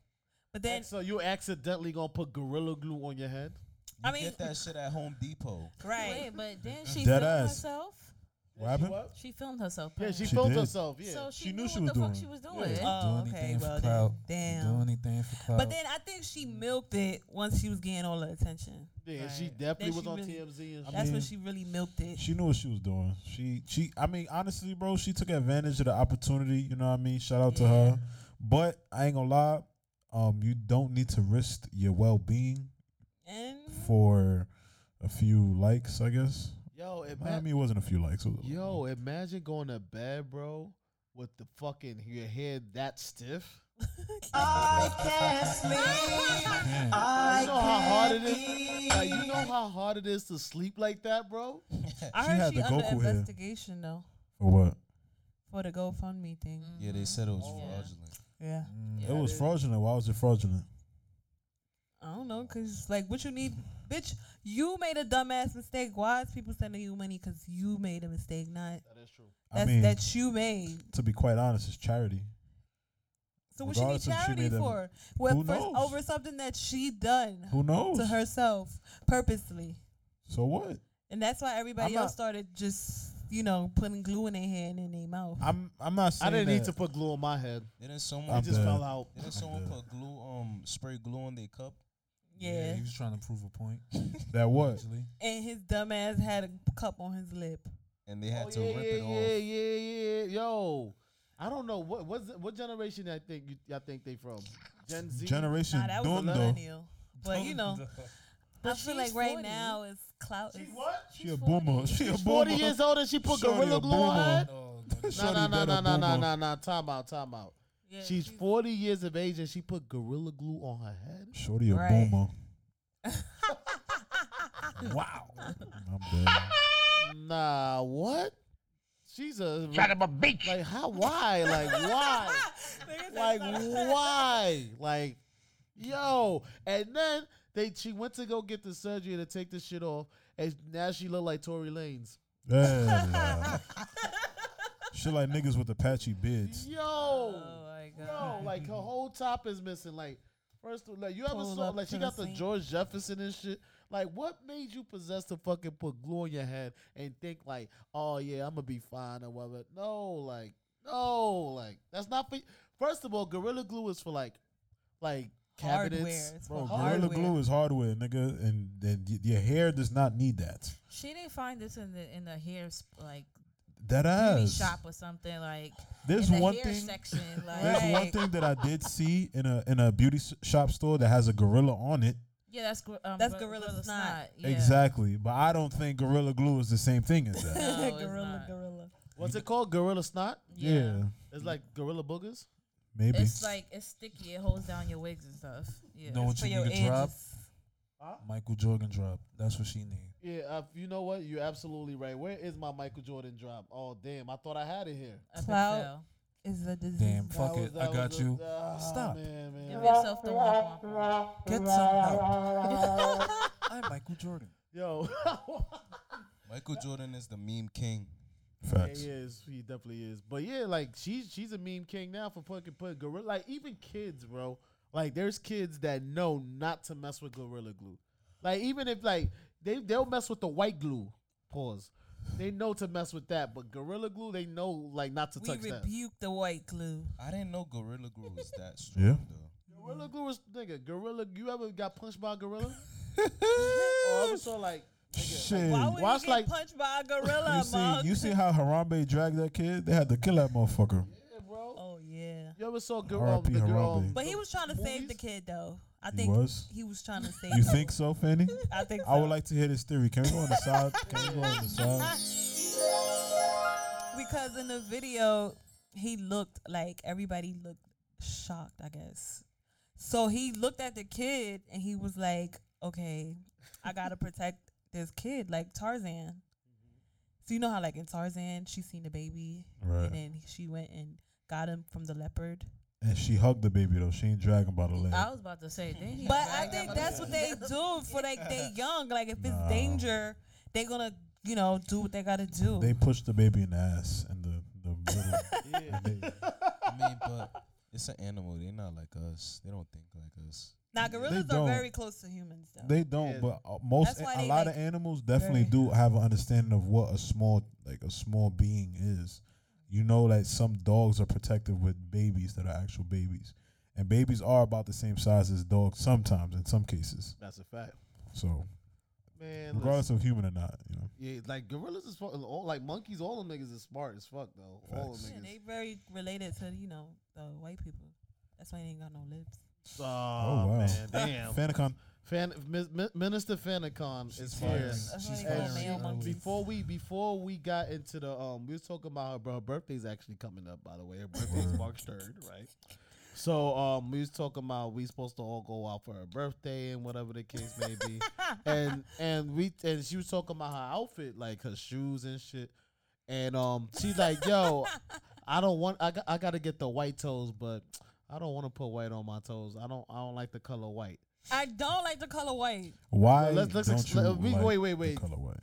Speaker 3: But then,
Speaker 1: so you accidentally gonna put gorilla glue on your head?
Speaker 3: I
Speaker 6: You
Speaker 3: mean,
Speaker 6: get that shit at Home
Speaker 3: [laughs]
Speaker 6: Depot.
Speaker 3: right?
Speaker 8: Wait, but then she
Speaker 4: Dead
Speaker 8: filmed
Speaker 4: ass.
Speaker 8: herself.
Speaker 4: What happened?
Speaker 8: She filmed herself.
Speaker 1: Yeah, she,
Speaker 8: playing.
Speaker 4: She
Speaker 1: filmed
Speaker 4: did.
Speaker 1: herself. Yeah,
Speaker 8: So
Speaker 4: She
Speaker 8: she,
Speaker 4: knew
Speaker 8: knew
Speaker 4: she
Speaker 8: what
Speaker 4: was
Speaker 8: the fuck
Speaker 4: doing
Speaker 8: she was doing.
Speaker 3: Yeah. Oh,
Speaker 2: do
Speaker 3: okay,
Speaker 2: anything
Speaker 3: well
Speaker 2: for
Speaker 3: then,
Speaker 2: clout.
Speaker 3: damn.
Speaker 2: Do anything for clout.
Speaker 3: But then I think she milked it once she was getting all the attention.
Speaker 1: yeah, she
Speaker 3: Right.
Speaker 1: definitely
Speaker 3: Then
Speaker 1: was
Speaker 3: she
Speaker 1: on
Speaker 3: really-
Speaker 1: TMZ and shit.
Speaker 3: That's when
Speaker 4: mean,
Speaker 3: she really milked it.
Speaker 4: She knew what she was doing. She she I mean honestly, bro, she took advantage of the opportunity, you know what I mean? Shout out to her. But I ain't gonna lie, um you don't need to risk your well being
Speaker 3: And
Speaker 4: for a few likes, I guess.
Speaker 1: Yo,
Speaker 4: I
Speaker 1: ima-
Speaker 4: mean it wasn't a few likes. it was-
Speaker 1: yo, imagine going to bed, bro, with the fucking your head that stiff.
Speaker 5: [laughs]
Speaker 3: [laughs]
Speaker 1: you know how hard it is. Like, you know how hard it is to sleep like that, bro.
Speaker 6: [laughs]
Speaker 3: I
Speaker 4: [laughs] She
Speaker 3: heard
Speaker 4: had
Speaker 3: she
Speaker 4: the
Speaker 3: under
Speaker 4: Goku hair.
Speaker 3: investigation though
Speaker 4: for what?
Speaker 3: for the GoFundMe thing.
Speaker 6: Yeah, they said it was
Speaker 1: Oh,
Speaker 8: Yeah.
Speaker 6: fraudulent.
Speaker 3: Yeah,
Speaker 9: Mm,
Speaker 4: it was
Speaker 3: [laughs]
Speaker 4: fraudulent. Why was it fraudulent?
Speaker 3: I don't know, cause like, what you need, bitch? You made a dumbass mistake. Why is people sending you money? Cause you made a mistake, not
Speaker 1: That is true.
Speaker 3: that's
Speaker 4: I mean
Speaker 3: that you made.
Speaker 4: to be quite honest, it's charity.
Speaker 3: So what she need
Speaker 4: Regardless if she
Speaker 3: charity
Speaker 4: made them-
Speaker 3: for? Well,
Speaker 4: Who
Speaker 3: for
Speaker 4: knows?
Speaker 3: over something that she done
Speaker 4: Who knows?
Speaker 3: to herself purposely,
Speaker 4: So what?
Speaker 3: and that's why everybody
Speaker 4: I'm
Speaker 3: else
Speaker 4: not-
Speaker 3: started just you know putting glue in their hand and in their mouth.
Speaker 4: I'm I'm not
Speaker 1: I
Speaker 4: saying
Speaker 1: didn't need
Speaker 4: that-
Speaker 1: to put glue on my head.
Speaker 6: Didn't
Speaker 1: It
Speaker 6: someone
Speaker 4: I'm
Speaker 1: just
Speaker 4: dead.
Speaker 1: fell out.
Speaker 6: didn't someone
Speaker 4: dead.
Speaker 6: put glue um spray glue on their cup?
Speaker 3: yeah.
Speaker 2: he was trying to prove a point.
Speaker 4: that what?
Speaker 2: Actually,
Speaker 3: and his dumbass had a cup on his lip.
Speaker 6: And they had
Speaker 1: Oh,
Speaker 6: to
Speaker 1: yeah,
Speaker 6: rip
Speaker 1: yeah,
Speaker 6: it off.
Speaker 1: yeah, yeah, yeah. Yo, I don't know what what's the- what generation I think you I think they from Gen Z.
Speaker 4: Generation
Speaker 3: Nah, that was a
Speaker 4: Dundo.
Speaker 3: millennial. But you [laughs] know, I
Speaker 8: But
Speaker 3: feel
Speaker 8: she's
Speaker 3: like right
Speaker 8: 40.
Speaker 3: now it's clout. is-
Speaker 1: what?
Speaker 4: She a boomer. She a
Speaker 1: She's
Speaker 4: boomer.
Speaker 1: forty years old and she put
Speaker 4: Shorty
Speaker 1: gorilla
Speaker 4: a
Speaker 1: glue on
Speaker 4: boomer. Oh,
Speaker 1: her.
Speaker 2: no,
Speaker 1: No,
Speaker 4: Shorty
Speaker 1: no, no,
Speaker 4: better
Speaker 1: no, no,
Speaker 4: boomer.
Speaker 1: no, no. Time out, time out.
Speaker 3: Yeah,
Speaker 1: She's 40 years of age and she put gorilla glue on her head.
Speaker 4: Shorty a
Speaker 3: Right. [laughs]
Speaker 4: boomer.
Speaker 2: Wow.
Speaker 4: I'm dead.
Speaker 1: Nah, what? She's a shut up a bitch. Like how? Why? Like why? like why? Like yo. And then they she went to go get the surgery to take this shit off, and now she look like Tory Lanez.
Speaker 3: [laughs]
Speaker 4: Yeah. Shit like niggas with Apache beards.
Speaker 1: Yo.
Speaker 3: Oh my god.
Speaker 1: No, like her whole top is missing. Like, first of all, like you ever
Speaker 3: Pull
Speaker 1: saw
Speaker 3: up
Speaker 1: like she
Speaker 3: to the
Speaker 1: got the
Speaker 3: sink.
Speaker 1: George Jefferson and shit. Like, what made you possess to fucking put glue on your head and think like, oh yeah, I'm gonna be fine or whatever? No, like, no, like that's not for. First of all, Gorilla Glue is for like, like cabinets.
Speaker 3: Hardware. It's for
Speaker 4: Bro, Gorilla
Speaker 3: hardware.
Speaker 4: Glue is hardware, nigga, and, and y- your hair does not need that.
Speaker 7: She didn't find this in the in the hair sp- like
Speaker 4: That
Speaker 7: beauty
Speaker 4: ass.
Speaker 7: shop or something like
Speaker 4: There's
Speaker 7: in the
Speaker 4: one
Speaker 7: hair
Speaker 4: thing.
Speaker 7: section. Like,
Speaker 4: [laughs] There's one thing that I did see in a in a beauty s- shop store that has a gorilla on it.
Speaker 7: Yeah, that's gor- um,
Speaker 3: That's
Speaker 7: gor-
Speaker 3: Gorilla
Speaker 7: Gorilla
Speaker 3: Snot.
Speaker 7: Snot. Yeah.
Speaker 4: Exactly, but I don't think gorilla glue is the same thing as
Speaker 3: [laughs]
Speaker 4: that.
Speaker 7: No, it's
Speaker 3: gorilla,
Speaker 7: not.
Speaker 3: gorilla.
Speaker 1: What's it called? Gorilla snot.
Speaker 7: Yeah.
Speaker 1: It's like gorilla boogers.
Speaker 4: maybe.
Speaker 7: It's like it's sticky. It holds down your wigs and stuff. Yeah.
Speaker 2: know what
Speaker 3: For
Speaker 2: you
Speaker 3: your
Speaker 2: need to drop?
Speaker 3: edges.
Speaker 2: Michael Jordan drop. That's what she need.
Speaker 1: Yeah, uh, you know what? You're absolutely right. Where is my Michael Jordan drop? Oh damn, I thought I had it here.
Speaker 7: Up and
Speaker 3: Clout.
Speaker 7: fell.
Speaker 3: Is a disease.
Speaker 2: Damn,
Speaker 1: That
Speaker 2: fuck
Speaker 1: was-
Speaker 2: it.
Speaker 1: that
Speaker 2: I
Speaker 1: was
Speaker 2: got
Speaker 1: a-
Speaker 2: you.
Speaker 1: ah,
Speaker 2: Stop.
Speaker 1: man, man.
Speaker 7: Give yourself the womp womp womp.
Speaker 2: Get some
Speaker 5: [laughs]
Speaker 1: [laughs]
Speaker 2: help. I'm Michael Jordan. [laughs]
Speaker 1: Yo,
Speaker 6: Michael Jordan is the meme king.
Speaker 1: yeah,
Speaker 4: Facts.
Speaker 1: he is. He definitely is. But yeah, like she's she's a meme king now for fucking putting gorilla. Like even kids, bro. Like there's kids that know not to mess with gorilla glue. Like even if like they they'll mess with the white glue. Pause. They know to mess with that, but gorilla glue they know like not to
Speaker 3: We
Speaker 1: touch that.
Speaker 3: rebuke the white glue.
Speaker 6: I didn't know Gorilla Glue was
Speaker 1: [laughs]
Speaker 6: that strong
Speaker 4: Yeah.
Speaker 6: though.
Speaker 1: Gorilla glue is nigga. Gorilla. You ever got punched by
Speaker 3: [laughs]
Speaker 1: a gorilla? or ever saw like
Speaker 4: Shit.
Speaker 3: Why would
Speaker 1: Watch
Speaker 3: you get [laughs]
Speaker 1: like-
Speaker 3: punched
Speaker 1: [laughs]
Speaker 3: by a
Speaker 4: You
Speaker 3: gorilla,
Speaker 4: see,
Speaker 3: mug? [laughs]
Speaker 4: you see how Harambe dragged that kid? They had to kill that motherfucker.
Speaker 1: yeah, bro.
Speaker 3: Oh yeah.
Speaker 1: You ever saw gor- um,
Speaker 4: R.I.P.
Speaker 1: the girl?
Speaker 4: Harambe.
Speaker 3: But he was trying to save the
Speaker 1: movies?
Speaker 3: kid though. I
Speaker 4: He
Speaker 3: think
Speaker 4: was?
Speaker 3: he was trying to save.
Speaker 4: You
Speaker 3: the
Speaker 4: think
Speaker 3: kid.
Speaker 4: so, Fanny?
Speaker 3: [laughs] I think. So.
Speaker 4: I would like to hear this theory. Can we go on the side? Can we go on
Speaker 3: [laughs]
Speaker 4: the side?
Speaker 3: because in the video he looked like everybody looked shocked. I guess. So he looked at the kid and he was like, "Okay, I gotta protect this kid like Tarzan." So you know how like in Tarzan she seen the baby
Speaker 4: Right.
Speaker 3: and then she went and got him from the leopard.
Speaker 4: And she hugged the baby though. She ain't dragging by the leg.
Speaker 7: I was about to say. Then he
Speaker 3: But I
Speaker 7: dragged
Speaker 3: think
Speaker 7: him.
Speaker 3: that's what they do for like
Speaker 7: [laughs]
Speaker 3: they young. Like if
Speaker 4: Nah.
Speaker 3: it's danger, they gonna you know do what they gotta do.
Speaker 4: They pushed the baby in the ass and the the
Speaker 1: [laughs]
Speaker 4: little.
Speaker 1: Yeah.
Speaker 4: and they-
Speaker 6: I mean, but it's an animal. They're not like us. They don't think like us.
Speaker 3: now gorillas
Speaker 4: don't.
Speaker 3: are very close to humans though.
Speaker 4: They don't,
Speaker 1: Yeah.
Speaker 4: but uh, most
Speaker 3: That's why
Speaker 4: a
Speaker 3: they,
Speaker 4: lot
Speaker 3: like,
Speaker 4: of animals definitely do have an understanding of what a small like a small being is. You know, like some dogs are protective with babies that are actual babies, and babies are about the same size as dogs sometimes in some cases.
Speaker 1: That's a fact,
Speaker 4: So
Speaker 1: man. listen.
Speaker 4: regardless of human or not, you know,
Speaker 1: Yeah, like gorillas is fu- all, like monkeys. All them niggas is smart as fuck though. All them
Speaker 4: Facts.
Speaker 3: yeah,
Speaker 1: niggas.
Speaker 3: they very related to you know the white people. That's why they ain't got no lips.
Speaker 1: oh,
Speaker 4: wow.
Speaker 1: man, damn.
Speaker 4: Fanicon,
Speaker 1: Fan, Mi- Mi- Minister Fanicon is here.
Speaker 3: That's
Speaker 2: She's
Speaker 3: why they call
Speaker 1: firing
Speaker 3: male
Speaker 2: early.
Speaker 3: monkeys.
Speaker 1: Before we before we got into the um, we was talking about her, bro. Her birthday's actually coming up, by the way. Her birthday's
Speaker 4: Word.
Speaker 1: March third, right? So um, we was talking about we supposed to all go out for her birthday and whatever the case may
Speaker 4: [laughs]
Speaker 1: be, and and we and she was talking about her outfit, like her shoes and shit, and um, she's like, yo, I don't want I got, I got to get the white toes, but I don't want to put white on my toes. I don't I don't like the color white.
Speaker 3: I don't like the color white.
Speaker 4: why
Speaker 1: Let's- let's
Speaker 4: don't
Speaker 1: ex-
Speaker 4: you
Speaker 1: let- we-
Speaker 4: like
Speaker 1: wait, wait,
Speaker 4: the
Speaker 1: wait.
Speaker 4: color white?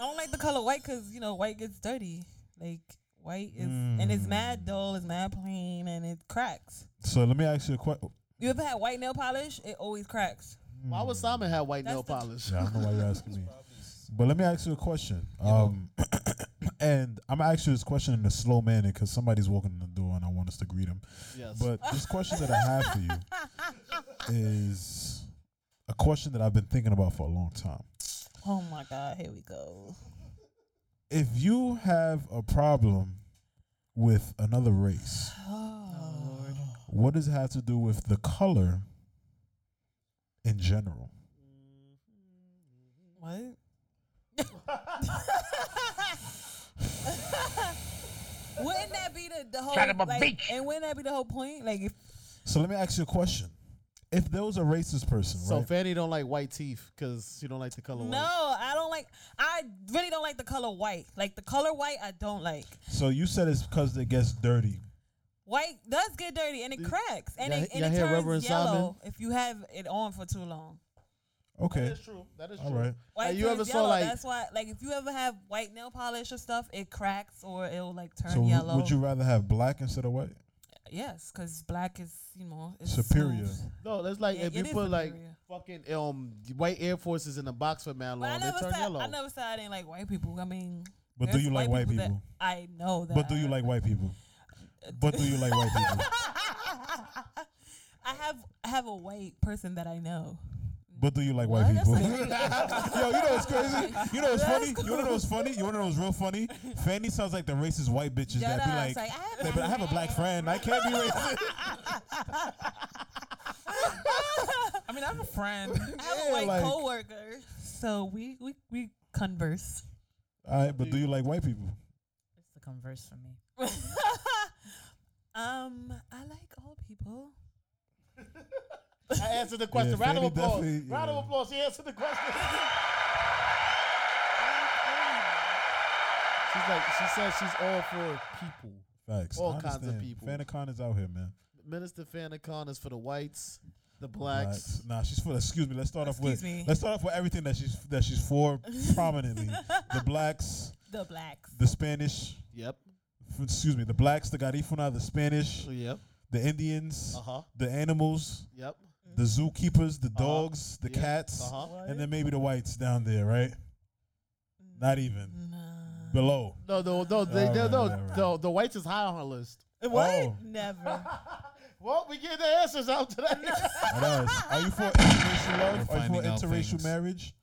Speaker 3: I don't like the color white because you know white gets dirty. Like white is and it's
Speaker 1: Mm.
Speaker 3: mad dull, it's mad plain, and it cracks.
Speaker 4: So let me ask you a question.
Speaker 3: You ever had white nail polish? It always cracks.
Speaker 1: Why
Speaker 3: Mm.
Speaker 1: would Simon have white
Speaker 3: That's
Speaker 1: nail
Speaker 3: the-
Speaker 1: polish?
Speaker 4: Yeah, I don't know why you're asking me. But let me ask you a question. Um, [coughs] and I'm gonna ask you this question in a slow manner because somebody's walking in the door and I want us to greet him.
Speaker 1: Yes.
Speaker 4: But this question that I have for you
Speaker 1: [laughs]
Speaker 4: is a question that I've been thinking about for a long time.
Speaker 3: [laughs] Oh my god, here we [laughs] go.
Speaker 4: If you have a problem with another race, what does it have to do with the color in general?
Speaker 3: What? Wouldn't that be the, the whole
Speaker 8: Son of a
Speaker 3: like,
Speaker 8: bitch.
Speaker 3: and wouldn't that be the whole point? Like if
Speaker 4: So let me ask you a question. If there was a racist person,
Speaker 1: So
Speaker 4: right?
Speaker 1: Fanny don't like white teeth because she don't like the color
Speaker 3: no,
Speaker 1: white.
Speaker 3: I don't like I really don't like the color white. Like the color white I don't like.
Speaker 4: So you said it's because it gets dirty.
Speaker 3: White does get dirty and it cracks and
Speaker 1: Y'all
Speaker 3: it, and
Speaker 1: he- y'all
Speaker 3: it
Speaker 1: hear
Speaker 3: turns
Speaker 1: Reverend Simon?
Speaker 3: yellow if you have it on for too long.
Speaker 4: Okay.
Speaker 1: true. That is
Speaker 4: All right.
Speaker 3: White
Speaker 1: Like, you
Speaker 3: turns
Speaker 1: ever saw,
Speaker 3: yellow.
Speaker 1: like-
Speaker 3: that's why like if you ever have white nail polish or stuff, it cracks or it'll like turn
Speaker 4: So w-
Speaker 3: yellow.
Speaker 4: would you rather have black instead of white?
Speaker 3: Yes, because black is you know it's
Speaker 4: Superior.
Speaker 3: smooth.
Speaker 1: No, that's like
Speaker 3: Yeah,
Speaker 1: if
Speaker 3: it
Speaker 1: you
Speaker 3: is
Speaker 1: put like
Speaker 3: superior.
Speaker 1: fucking um white Air Forces in a box for man
Speaker 3: But I
Speaker 1: long, Oh, they
Speaker 3: never
Speaker 1: turn
Speaker 3: said
Speaker 1: yellow.
Speaker 3: I never said I didn't like white people. I mean,
Speaker 4: But do
Speaker 3: there's
Speaker 4: you like white
Speaker 3: that
Speaker 4: people?
Speaker 3: I know Oh, that.
Speaker 4: But do
Speaker 3: I
Speaker 4: you like white people?
Speaker 3: [laughs]
Speaker 4: But do you like white people?
Speaker 3: I have I have a white person that I know.
Speaker 4: But do you like white people? [laughs] Yo, you know what's crazy? You know what's funny?
Speaker 3: That's
Speaker 4: You wanna know what's funny? You wanna know what's real funny? Fanny sounds like the racist white bitches
Speaker 3: Yeah,
Speaker 4: that be
Speaker 3: no,
Speaker 4: like,
Speaker 3: it's like, I have
Speaker 4: that be like, I have a black friend.
Speaker 3: [laughs]
Speaker 4: I can't be [laughs] racist.
Speaker 2: I mean, I have a friend.
Speaker 3: I have
Speaker 4: Yeah,
Speaker 3: a white
Speaker 4: like-
Speaker 3: coworker, so we we we
Speaker 2: [laughs]
Speaker 3: converse.
Speaker 4: All right, but do you like white people?
Speaker 7: It's the [laughs] converse for me.
Speaker 3: Um, I like all people.
Speaker 1: I answered the question.
Speaker 4: Yeah,
Speaker 1: Round of
Speaker 4: Fanny
Speaker 1: applause.
Speaker 4: definitely-
Speaker 1: Round
Speaker 4: yeah.
Speaker 1: of applause. She answered the
Speaker 3: [laughs]
Speaker 1: question. she's like she said she's all for people.
Speaker 4: Facts.
Speaker 1: All
Speaker 4: I
Speaker 1: kinds of
Speaker 4: understand.
Speaker 1: people.
Speaker 4: Fanacon is out here, man.
Speaker 1: Minister Fanacon is for the whites, the
Speaker 4: Blacks.
Speaker 1: blacks.
Speaker 4: Nah, she's for. Excuse me. Let's start off with.
Speaker 3: Excuse me.
Speaker 4: Let's start off with everything that she's that she's
Speaker 3: [laughs]
Speaker 4: for prominently. the blacks,
Speaker 3: The blacks.
Speaker 4: the Spanish.
Speaker 1: Yep. Oh,
Speaker 4: f- Excuse me. The blacks, the Garifuna, the Spanish,
Speaker 1: Yep.
Speaker 4: the Indians,
Speaker 1: Uh huh.
Speaker 4: the animals,
Speaker 1: Yep.
Speaker 4: the zookeepers, the
Speaker 1: Uh-huh.
Speaker 4: dogs, the
Speaker 1: Yeah.
Speaker 4: cats,
Speaker 1: Uh huh.
Speaker 4: and then maybe the whites down there, right?
Speaker 3: Mm,
Speaker 4: Not even below.
Speaker 1: No, no, no, they,
Speaker 4: All
Speaker 1: no,
Speaker 4: right,
Speaker 1: no,
Speaker 4: all Oh, right.
Speaker 1: no. The whites is high on her list.
Speaker 3: Eh, What?
Speaker 4: Oh.
Speaker 3: Never.
Speaker 1: [laughs] Well, we get the answers
Speaker 3: [laughs]
Speaker 1: out today.
Speaker 4: It is. Are you for interracial love?
Speaker 6: We're
Speaker 4: Are you for
Speaker 6: finding out
Speaker 4: interracial
Speaker 6: things.
Speaker 4: marriage?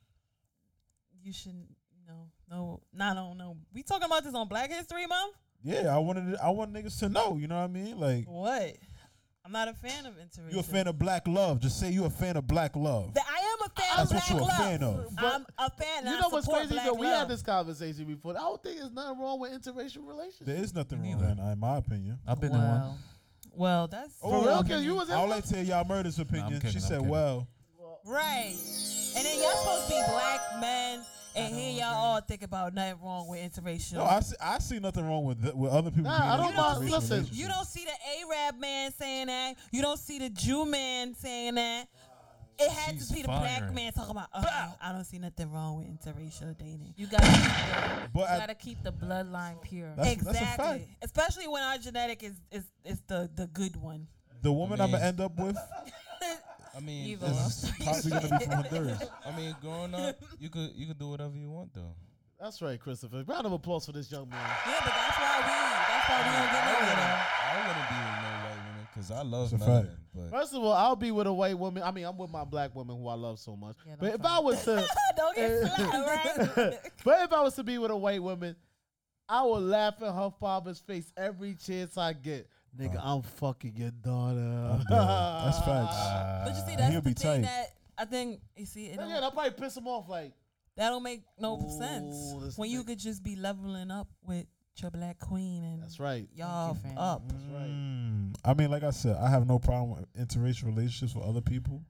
Speaker 3: You shouldn't. No, no, no, no, no. We talking about this on Black History Month?
Speaker 4: Yeah, I wanted. I want niggas to know. You know what I mean? Like.
Speaker 3: What? I'm not a fan of interracial.
Speaker 4: You a fan of black love? Just say you a fan of black love.
Speaker 3: That I am a fan
Speaker 4: That's
Speaker 3: of
Speaker 4: what
Speaker 3: black
Speaker 4: you a
Speaker 3: love.
Speaker 4: fan of.
Speaker 3: I'm a fan.
Speaker 1: you know what's crazy
Speaker 3: Black
Speaker 1: though? We had
Speaker 3: love.
Speaker 1: this conversation before. I don't think there's nothing wrong with interracial relationships.
Speaker 4: There is nothing
Speaker 2: Me
Speaker 4: wrong with
Speaker 2: neither.
Speaker 4: that, in my opinion. Oh,
Speaker 2: I've been in one.
Speaker 3: Well, that's
Speaker 1: For real, kid, you was in
Speaker 4: All
Speaker 1: one?
Speaker 4: I tell y'all murder's opinion. she
Speaker 2: kidding, I'm
Speaker 4: said,
Speaker 2: kidding.
Speaker 4: "Well,
Speaker 3: right. And then y'all supposed to be black men, and here y'all all think about nothing wrong with interracial.
Speaker 4: no, I see, I see nothing wrong with th- with other people."
Speaker 1: Nah,
Speaker 4: being
Speaker 1: I
Speaker 4: in
Speaker 1: don't mind-
Speaker 4: interracial
Speaker 1: listen,
Speaker 4: relationships.
Speaker 3: you don't see the Arab man saying that. You don't see the Jew man saying that. It had
Speaker 2: She's
Speaker 3: to be the black
Speaker 2: firing.
Speaker 3: man talking about. Uh, I don't see nothing wrong with interracial dating.
Speaker 7: You gotta, keep the,
Speaker 4: But
Speaker 7: you
Speaker 4: I-
Speaker 7: gotta keep the bloodline pure.
Speaker 4: That's- that's a
Speaker 3: exactly,
Speaker 4: fact.
Speaker 3: especially when our genetic is is is the the good one.
Speaker 4: The woman I
Speaker 6: I
Speaker 4: am gonna
Speaker 6: mean-
Speaker 4: end up
Speaker 3: [laughs]
Speaker 4: with
Speaker 6: I mean,
Speaker 7: Evil.
Speaker 4: is
Speaker 7: [laughs]
Speaker 4: probably gonna be from
Speaker 3: [laughs]
Speaker 4: Honduras.
Speaker 6: I mean, growing up, you could you could do whatever you
Speaker 3: [laughs]
Speaker 6: want though.
Speaker 1: That's right, Christopher. Round of applause for this young man.
Speaker 3: Yeah, but that's why we that's why we don't
Speaker 6: I
Speaker 3: get nowhere.
Speaker 6: wouldn't,
Speaker 3: though.
Speaker 6: I wouldn't be with no white woman because I love
Speaker 4: It's a
Speaker 6: melanin.
Speaker 4: fact.
Speaker 6: But
Speaker 1: First of all, I'll be with a white woman. I mean, I'm with my black woman who I love so much.
Speaker 7: Yeah,
Speaker 1: but
Speaker 7: don't
Speaker 1: if
Speaker 7: try.
Speaker 1: I was to,
Speaker 3: [laughs] Don't get
Speaker 1: [laughs]
Speaker 3: slapped, right?
Speaker 1: but if I was to be with a white woman, I would laugh in her father's face every chance I get. Nigga, I'm fucking your daughter.
Speaker 4: I'm dead.
Speaker 1: [laughs]
Speaker 4: That's facts.
Speaker 3: But you see,
Speaker 4: Uh,
Speaker 3: that's
Speaker 4: he'll
Speaker 3: the
Speaker 4: be
Speaker 3: thing
Speaker 4: tight.
Speaker 3: that I think you see. It
Speaker 1: Yeah,
Speaker 3: don't,
Speaker 1: that probably piss him off. Like,
Speaker 3: that don't make no
Speaker 1: Ooh,
Speaker 3: sense
Speaker 1: this
Speaker 3: when you
Speaker 1: nigga.
Speaker 3: could just be leveling up with your black queen and
Speaker 1: that's right.
Speaker 3: y'all
Speaker 7: Thank you, Fanny.
Speaker 3: up.
Speaker 1: That's right.
Speaker 4: Mm, I mean, like I said, I have no problem with interracial relationships with other people.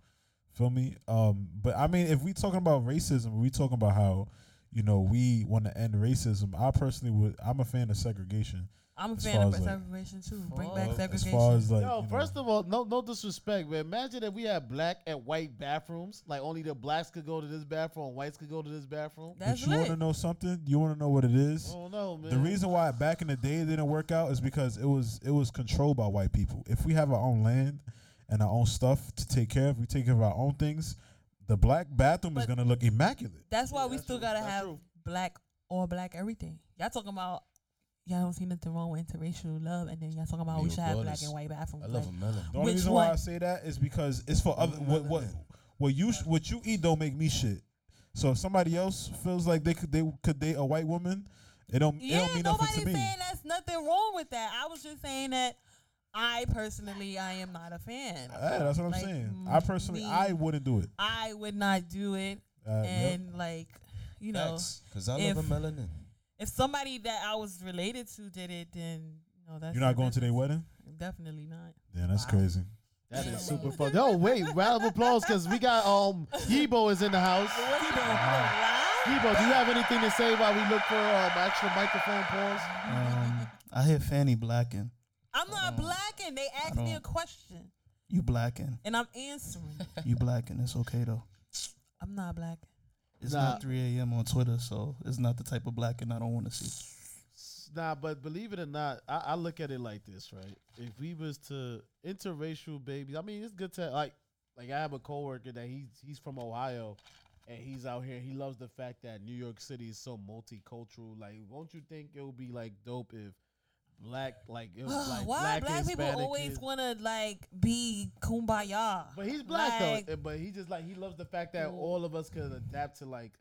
Speaker 4: Feel me? Um, but I mean, if we talking about racism, we talking about how you know we want to end racism. I personally would. I'm a fan of segregation.
Speaker 3: I'm a
Speaker 4: As
Speaker 3: fan
Speaker 4: far
Speaker 3: of
Speaker 4: as, like,
Speaker 3: segregation too. Bring back
Speaker 7: Well,
Speaker 4: As
Speaker 3: segregation.
Speaker 4: far as like,
Speaker 1: Yo,
Speaker 4: you know,
Speaker 1: first of all, no, no disrespect, but imagine if we had black and white bathrooms. Like, only the blacks could go to this bathroom, and whites could go to this bathroom.
Speaker 4: but
Speaker 3: that's
Speaker 4: you want
Speaker 3: lit.
Speaker 4: to know something? You want to know what it is?
Speaker 1: I don't know, man.
Speaker 4: The reason why back in the day it didn't work out is because it was it was controlled by white people. If we have our own land and our own stuff to take care of, we take care of our own things. The black bathroom is
Speaker 3: But-
Speaker 4: gonna look immaculate.
Speaker 3: That's why
Speaker 1: Yeah,
Speaker 3: we
Speaker 1: that's
Speaker 3: still
Speaker 1: true.
Speaker 3: gotta
Speaker 1: That's
Speaker 3: have
Speaker 1: true.
Speaker 3: black or black everything. Y'all talking about y'all don't see nothing wrong with interracial love, and then y'all talking about we
Speaker 6: Yo,
Speaker 3: should have
Speaker 6: God
Speaker 3: black
Speaker 6: is-
Speaker 3: and white bathrooms.
Speaker 6: I love a
Speaker 3: like,
Speaker 4: The
Speaker 6: melanin.
Speaker 4: only
Speaker 3: Which
Speaker 4: reason why I
Speaker 3: one?
Speaker 4: say that is because it's for other what what what you sh- what you eat don't make me shit. So if somebody else feels like they could they could date a white woman, it don't it
Speaker 3: Yeah,
Speaker 4: don't mean
Speaker 3: nobody's
Speaker 4: nothing to
Speaker 3: saying
Speaker 4: me.
Speaker 3: that's nothing wrong with that. I was just saying that I personally I am not a fan.
Speaker 4: Yeah, that's what I'm
Speaker 3: Like,
Speaker 4: saying.
Speaker 3: mm,
Speaker 4: I personally
Speaker 3: me-
Speaker 4: I wouldn't do it.
Speaker 3: I would not do it,
Speaker 4: Uh, yep.
Speaker 3: and like you know,
Speaker 6: Because I
Speaker 3: if-
Speaker 6: love a melanin.
Speaker 3: If somebody that I was related to did it, then no, that's
Speaker 4: You're not going to their wedding?
Speaker 3: Definitely not.
Speaker 4: Yeah, that's crazy.
Speaker 1: That is super fun. No, wait, round of applause because we got um Yibo is in the house. Yibo, do you have anything to say while we look for um actual microphone pause?
Speaker 9: Um, I hear Fanny blacking.
Speaker 3: I'm not blacking. They asked me a question
Speaker 9: You blacking.
Speaker 3: and I'm answering. it.
Speaker 9: You blacking. It's okay though.
Speaker 3: I'm not blacking.
Speaker 9: It's
Speaker 1: Nah.
Speaker 9: not 3 a.m. on Twitter, so it's not the type of blacking I don't want to see.
Speaker 1: Nah, but believe it or not, I, I look at it like this, right? If we was to interracial babies, I mean, it's good to like, like I have a coworker that he's he's from Ohio, and he's out here. He loves the fact that New York City is so multicultural. Like, won't you think it would be like dope if black, like,
Speaker 3: [gasps]
Speaker 1: it was like
Speaker 3: Why
Speaker 1: black,
Speaker 3: black people
Speaker 1: Hispanic
Speaker 3: always
Speaker 1: is-
Speaker 3: want to like be kumbaya?
Speaker 1: But he's black
Speaker 3: Like-
Speaker 1: though. and- But he just like he loves the
Speaker 3: Mm.
Speaker 1: fact that all of us could adapt to like,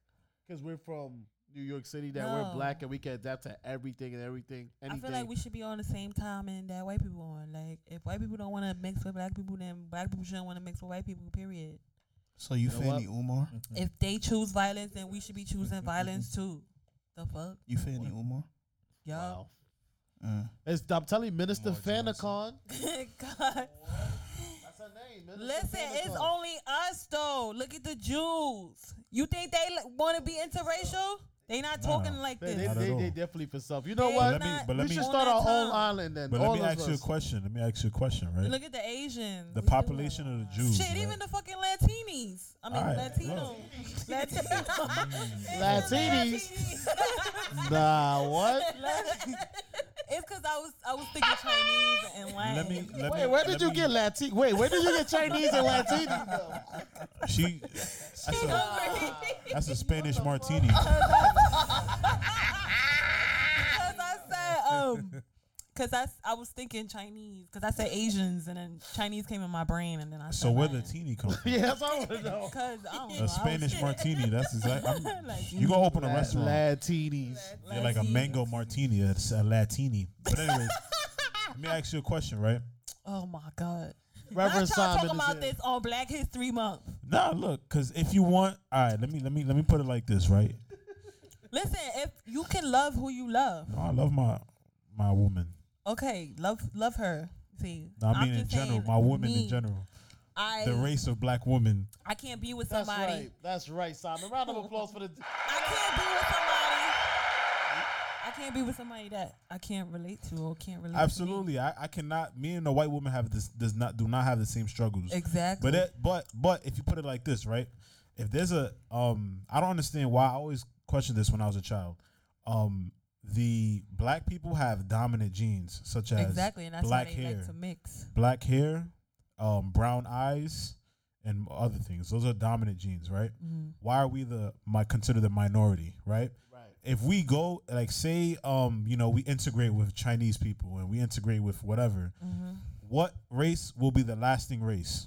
Speaker 1: because we're from New York City, that we're
Speaker 3: No.
Speaker 1: black and we can adapt to everything and everything. Anything.
Speaker 3: I feel like we should be on the same time and that white people on. Like, if white people don't want to mix with black people, then black people shouldn't want to mix with white people. Period.
Speaker 9: So you,
Speaker 1: know what? Mm-hmm.
Speaker 9: Fanny Umar?
Speaker 3: If they choose violence, then we should be choosing
Speaker 1: [laughs]
Speaker 3: violence too. The fuck,
Speaker 9: You Fanny Umar?
Speaker 3: yo,
Speaker 1: Wow.
Speaker 9: Mm.
Speaker 1: It's, I'm telling you, Minister
Speaker 6: Marginalized.
Speaker 1: Fanacon.
Speaker 3: [laughs] God.
Speaker 1: That's her name.
Speaker 3: Listen, it's only us though. Look at the Jews. You think they li- want to be interracial? They not talking like
Speaker 1: They,
Speaker 3: this.
Speaker 1: they,
Speaker 4: Not at
Speaker 1: they,
Speaker 4: all.
Speaker 1: they definitely for self. You
Speaker 3: They
Speaker 1: know
Speaker 4: But
Speaker 1: what?
Speaker 4: let me-
Speaker 3: not
Speaker 4: but let
Speaker 1: we
Speaker 4: me-
Speaker 1: should
Speaker 3: on
Speaker 1: start
Speaker 3: that
Speaker 1: our own
Speaker 3: time.
Speaker 1: island then.
Speaker 4: But
Speaker 1: all
Speaker 4: let me
Speaker 1: of
Speaker 4: ask you a
Speaker 1: us.
Speaker 4: question. Let me ask you a question, right?
Speaker 3: Look at the Asians. We do
Speaker 4: the
Speaker 3: that.
Speaker 4: population of the Jews.
Speaker 3: Shit,
Speaker 4: right?
Speaker 3: even the fucking Latinis. I mean,
Speaker 4: All right,
Speaker 3: Latino. Latinos.
Speaker 1: [laughs] Latinis. Nah, what?
Speaker 3: It's because I was I was thinking Chinese and Latin.
Speaker 4: Let [laughs] me. Let
Speaker 1: Wait,
Speaker 4: me,
Speaker 1: where did
Speaker 4: let
Speaker 1: you
Speaker 4: me-
Speaker 1: get Latin? Wait, where did you get Chinese and Latino?
Speaker 3: [laughs]
Speaker 4: She. That's a, that's a Spanish martini.
Speaker 3: Because I said um, because I, s- I was thinking Chinese because I said Asians and then Chinese came in my brain and then I
Speaker 4: So
Speaker 3: said
Speaker 4: where the teeny
Speaker 1: [laughs]
Speaker 4: come from?
Speaker 1: Yeah, that's all I want to know.
Speaker 3: Because I don't know.
Speaker 4: A [laughs] Spanish martini. That's exactly.
Speaker 3: [laughs]
Speaker 4: You gonna open a restaurant?
Speaker 1: Latinis.
Speaker 4: They're like a mango martini. It's a latini. But anyways, let me ask you a question, right?
Speaker 3: Oh my god.
Speaker 1: Reverend
Speaker 3: Not y'all
Speaker 1: Simon.
Speaker 3: talking
Speaker 1: is
Speaker 3: about
Speaker 1: here.
Speaker 3: this on Black History Month.
Speaker 4: Nah, look, cause if you want, all right. Let me let me let me put it like this, right?
Speaker 3: Listen, if you can love who you love,
Speaker 4: No, I love my my woman.
Speaker 3: okay, love love her. See,
Speaker 4: No, I mean
Speaker 3: I'm
Speaker 4: in
Speaker 3: just
Speaker 4: general,
Speaker 3: saying,
Speaker 4: my woman
Speaker 3: me,
Speaker 4: in general,
Speaker 3: I
Speaker 4: the race of black women.
Speaker 3: I can't be with
Speaker 1: That's
Speaker 3: somebody.
Speaker 1: right. That's right, Simon. Round of
Speaker 3: [laughs]
Speaker 1: applause for
Speaker 3: I
Speaker 1: the.
Speaker 3: can't be with somebody. I can't be with somebody that I can't relate to or can't relate.
Speaker 4: Absolutely, I, I cannot. Me and a white woman have this does not do not have the same struggles.
Speaker 3: To me. Exactly.
Speaker 4: But it, but but if you put it like this, right? If there's a um, I don't understand why I always questioned this when I was a child. Um, the black people have dominant genes such as
Speaker 3: exactly, and that's
Speaker 4: black
Speaker 3: why they
Speaker 4: hair,
Speaker 3: like to mix.
Speaker 4: black hair, um, brown eyes, and other things. Those are dominant genes, right?
Speaker 3: Mm-hmm.
Speaker 4: Why are we the my considered the minority, right? Right. If we go like say um, you know, we integrate with Chinese people and we integrate with whatever,
Speaker 3: Mm-hmm.
Speaker 4: what race will be the lasting race?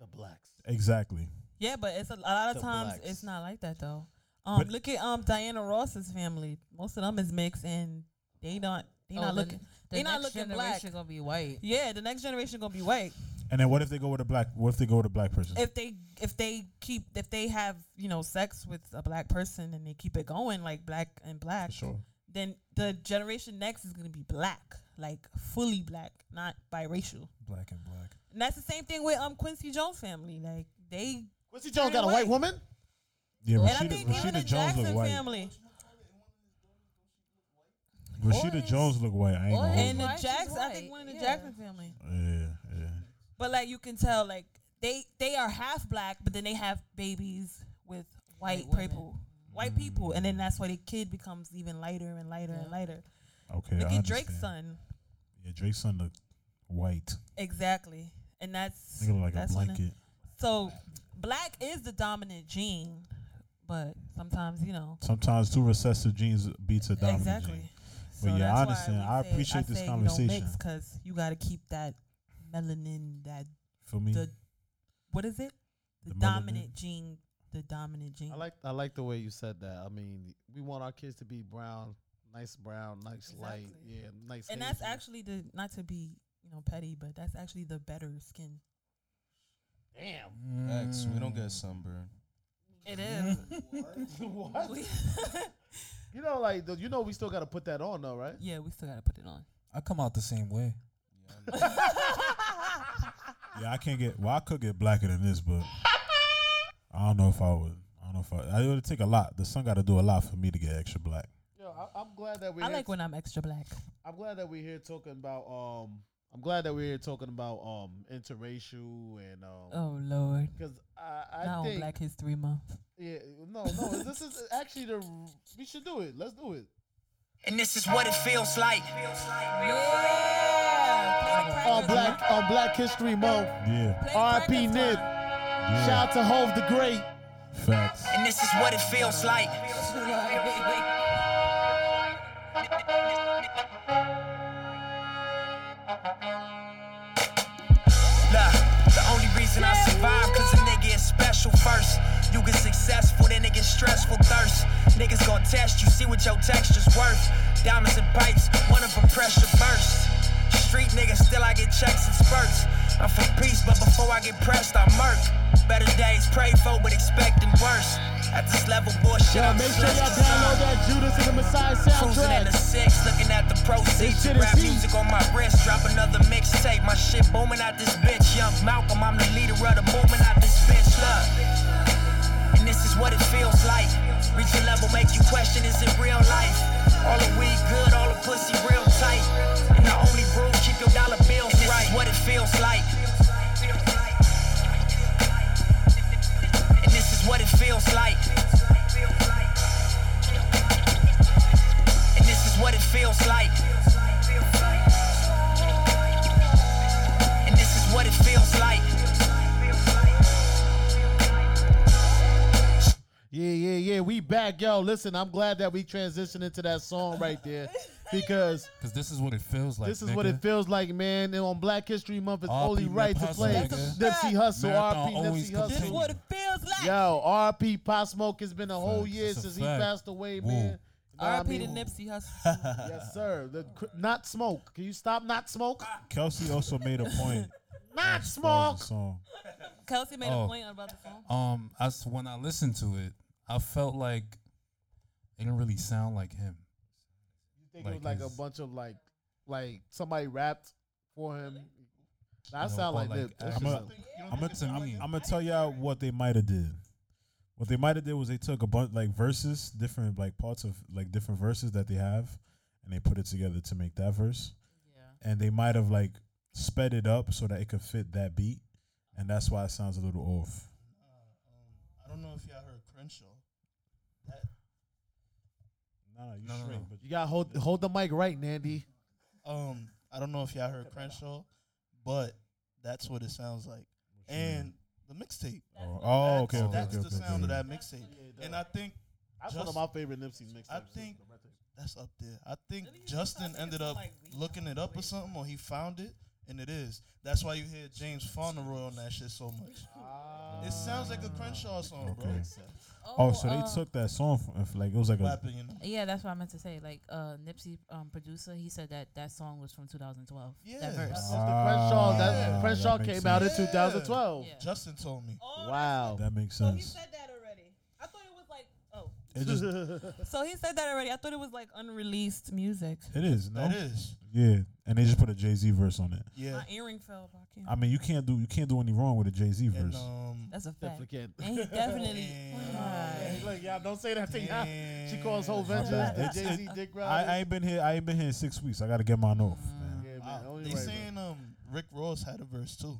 Speaker 1: The blacks.
Speaker 4: Exactly.
Speaker 3: Yeah, but it's a, a lot of
Speaker 1: The
Speaker 3: times
Speaker 1: blacks.
Speaker 3: it's not like that though. Um,
Speaker 4: But-
Speaker 3: look at um Diana Ross's family. Most of them is mixed, and they don't they
Speaker 7: Oh,
Speaker 3: not
Speaker 7: the-
Speaker 3: looking
Speaker 7: the
Speaker 3: they not
Speaker 7: next
Speaker 3: looking black.
Speaker 7: generation gonna be white.
Speaker 3: Yeah, the next generation gonna be white
Speaker 4: And then what if they go with a black? What if they go with a black person?
Speaker 3: if they if they keep if they have you know sex with a black person and they keep it going like black and black.
Speaker 4: For sure.
Speaker 3: Then the generation next is gonna be black, like fully black, not biracial.
Speaker 2: Black and black.
Speaker 3: And that's the same thing with um Quincy Jones family. Like they
Speaker 1: Quincy Jones got a white woman.
Speaker 4: Yeah,
Speaker 3: and I
Speaker 4: Rashida,
Speaker 3: think even the
Speaker 4: Rashida Jones
Speaker 3: Jackson
Speaker 4: look white.
Speaker 3: family
Speaker 4: Rashida Jones look white. I ain't gonna
Speaker 7: Orange.
Speaker 3: and
Speaker 4: hold you.
Speaker 3: the
Speaker 7: Why she's
Speaker 3: Jackson. I think
Speaker 7: white,
Speaker 3: one of the
Speaker 7: yeah.
Speaker 3: Jackson family.
Speaker 4: Yeah, yeah.
Speaker 3: But like you can tell, like they they are half black, but then they have babies with white,
Speaker 7: White women.
Speaker 3: people, white people, and then that's why the kid becomes even lighter and lighter and lighter.
Speaker 4: Okay.
Speaker 3: Look
Speaker 4: I
Speaker 3: at Drake's
Speaker 4: understand.
Speaker 3: son,
Speaker 4: Yeah, Drake's son look white.
Speaker 3: exactly, and that's
Speaker 4: He look like
Speaker 3: that's
Speaker 4: a
Speaker 3: when it-
Speaker 4: blanket.
Speaker 3: so black is the dominant gene, but sometimes you know
Speaker 4: Sometimes two recessive genes beats a dominant
Speaker 3: exactly.
Speaker 4: gene.
Speaker 3: So
Speaker 4: But yeah, I
Speaker 3: that's why
Speaker 4: understand.
Speaker 3: we
Speaker 4: I
Speaker 3: say-
Speaker 4: appreciate this
Speaker 3: say You
Speaker 4: conversation.
Speaker 3: don't because you got to keep that melanin, that
Speaker 4: For me,
Speaker 3: the what is it? The,
Speaker 4: The melanin?
Speaker 3: dominant gene. The dominant gene.
Speaker 1: I like I like the way you said that. I mean, we want our kids to be brown, nice brown, nice light,
Speaker 3: Exactly.
Speaker 1: yeah, nice.
Speaker 3: and that's
Speaker 1: hazel.
Speaker 3: actually the not to be you know petty, but that's actually the better skin. [laughs] Mm.
Speaker 6: X, we don't get sunburn.
Speaker 3: It is.
Speaker 1: what? [laughs]
Speaker 3: We-
Speaker 1: You know, like the, you know, we still got to put that on though, right?
Speaker 3: Yeah, we still gotta put it on.
Speaker 2: I come out the same way.
Speaker 4: Yeah, I can't get. Well, I could get blacker than this, but I don't know if I would. I don't know if I. I it would take a lot. The sun got to do a lot for me to get extra black.
Speaker 1: Yo, I, I'm glad that we.
Speaker 3: I like when I'm extra black.
Speaker 1: I'm glad that we're here talking about. Um, I'm glad that we're here talking about um interracial and um
Speaker 3: Oh Lord.
Speaker 1: because I I
Speaker 3: Now on
Speaker 1: think
Speaker 3: Black History Month.
Speaker 1: yeah no no this is actually the we should do it. Let's do it.
Speaker 10: And this is what it feels like.
Speaker 1: On black on Black History Month,
Speaker 4: Yeah,
Speaker 1: R.P. Nip,
Speaker 4: yeah.
Speaker 1: shout out to Hove the Great.
Speaker 4: Facts.
Speaker 10: And this is what it feels like. Look, the only reason I survive, cause a nigga is special first. You get successful, then it get stressful thirst. Niggas gon' test you, see what your texture's worth. Diamonds and pipes, one of them pressure burst. Street niggas, still I get checks and spurts. I'm for peace, but before I get pressed, I murk. Better days prayed for, but expecting worse. At this level, bullshit,
Speaker 1: Y'all
Speaker 10: I'm
Speaker 1: make sure y'all
Speaker 10: stressed as
Speaker 1: download
Speaker 10: hell.
Speaker 1: that Judas and the Messiah
Speaker 10: Cruising in the
Speaker 1: soundtrack.
Speaker 10: six, looking at the
Speaker 1: This
Speaker 10: proceeds.
Speaker 1: shit is
Speaker 10: Rap
Speaker 1: heat.
Speaker 10: music on my wrist, drop another mixtape. My shit booming out this bitch. Young Malcolm, I'm the leader of the movement out this bitch. Look, and this is what it feels like. Reach a level, make you question, is it real life? All the weed good, all the pussy real tight. And the only rule, keep your dollar bills right. This is what it feels like. And this is what it feels like. And this is what it feels like. And this is what it feels like.
Speaker 1: Yeah, yeah, yeah. We back, yo. Listen, I'm glad that we transitioned into that song right there
Speaker 3: [laughs]
Speaker 1: because
Speaker 2: Cause this is what it feels like.
Speaker 1: this is what it
Speaker 2: nigga.
Speaker 1: feels like, man. And on Black History Month, it's
Speaker 2: R.P.
Speaker 1: only right
Speaker 2: Nip
Speaker 1: to
Speaker 2: Hustle,
Speaker 1: play
Speaker 2: nigga.
Speaker 1: Nipsey Hustle,
Speaker 2: Marathon
Speaker 1: R.P.
Speaker 2: always
Speaker 1: Nipsey
Speaker 3: This
Speaker 1: Hustle.
Speaker 2: continues.
Speaker 3: what it feels like.
Speaker 1: Yo, R.P. Pop Smoke. It's been a whole
Speaker 2: Fact.
Speaker 1: year
Speaker 2: That's a
Speaker 1: since he
Speaker 2: fact.
Speaker 1: passed away,
Speaker 2: Woo.
Speaker 1: man. Know what I
Speaker 3: R.P. to
Speaker 1: mean?
Speaker 3: Nipsey Hussle.
Speaker 1: [laughs] Yes, sir. The, cr- not smoke. Can you stop? Not smoke.
Speaker 3: Ah.
Speaker 4: Kelsey also made a point.
Speaker 2: [laughs]
Speaker 1: Not
Speaker 4: as far as
Speaker 1: smoke.
Speaker 4: the song.
Speaker 3: Kelsey made a
Speaker 2: Oh.
Speaker 3: point about the song.
Speaker 2: Um, I s- when I listened to it, I felt like it didn't really sound like him.
Speaker 1: You think it
Speaker 2: Like
Speaker 1: was like a
Speaker 2: his-
Speaker 1: bunch of like, like somebody rapped for him? Nah, I
Speaker 2: No,
Speaker 1: sound
Speaker 2: or
Speaker 1: like,
Speaker 2: like
Speaker 1: Nip. That's
Speaker 2: I'm
Speaker 4: a-
Speaker 1: just a-
Speaker 4: I'm gonna
Speaker 2: to me.
Speaker 4: I'm gonna tell y'all what they might have did. What they might have did was they took a bunch like verses, different like parts of like different verses that they have, and they put it together to make that verse. And they might have like sped it up so that it could fit that beat, and that's why it sounds a little off.
Speaker 9: I don't know if y'all heard Crenshaw.
Speaker 4: No, no, you
Speaker 2: No, no,
Speaker 4: straight,
Speaker 2: no.
Speaker 4: but
Speaker 1: You gotta hold hold the mic right, Nandy.
Speaker 9: Um, I don't know if y'all heard Crenshaw, but that's what it sounds like. And the mixtape.
Speaker 4: Oh, oh, okay,
Speaker 9: That's-
Speaker 4: okay,
Speaker 9: That's
Speaker 4: okay,
Speaker 9: the
Speaker 4: okay,
Speaker 9: sound of
Speaker 4: okay.
Speaker 9: that mixtape. And I think
Speaker 1: That's
Speaker 9: Just-
Speaker 1: one of my favorite Nipsey mixtapes.
Speaker 9: I think that's up there. I think Justin ended up looking it up or something, or he found it, and it is. That's why you hear James Fauntleroy on that shit so much. It sounds like a Crenshaw song, bro.
Speaker 4: Okay. Oh, so
Speaker 1: uh,
Speaker 4: they took that song from if, like it was like a
Speaker 9: Rapping, you know.
Speaker 7: um, Yeah, that's what I meant to say. Like uh, Nipsey um, producer, he said that that song was from 2012.
Speaker 9: Yeah. Ah,
Speaker 7: That verse.
Speaker 1: That's the Crenshaw.
Speaker 9: Yeah.
Speaker 1: That Crenshaw
Speaker 4: Ah, That
Speaker 1: came
Speaker 4: makes
Speaker 1: out in
Speaker 9: sense.
Speaker 1: 2012.
Speaker 7: Yeah.
Speaker 9: Justin told
Speaker 4: Oh.
Speaker 9: me.
Speaker 1: Wow.
Speaker 4: that makes sense.
Speaker 3: that already. I thought it was like oh.
Speaker 4: It [laughs] just it
Speaker 3: So he said that already. I thought it was like unreleased music.
Speaker 4: is no
Speaker 9: That is.
Speaker 4: yeah, and they just put a Jay Z verse on it.
Speaker 9: Yeah.
Speaker 3: My earring fell off. I can't-
Speaker 4: I mean, you can't do you can't do any wrong with a Jay Z verse.
Speaker 9: And um
Speaker 7: That's a fact.
Speaker 1: Definitely can't.
Speaker 3: And he
Speaker 9: [laughs]
Speaker 3: definitely.
Speaker 1: Hey, look, y'all don't say that to y'all. She calls whole
Speaker 4: My
Speaker 1: ventures
Speaker 4: bad.
Speaker 1: the
Speaker 4: It's-
Speaker 1: Jay Z
Speaker 4: it-
Speaker 1: Dick
Speaker 4: I,
Speaker 1: Riders.
Speaker 4: I ain't been here. I ain't been here in six weeks. I gotta get mine off, man.
Speaker 1: yeah, man,
Speaker 9: wow.
Speaker 1: only
Speaker 9: Ah, they
Speaker 1: right, bro.
Speaker 9: saying um Rick Ross had a verse too.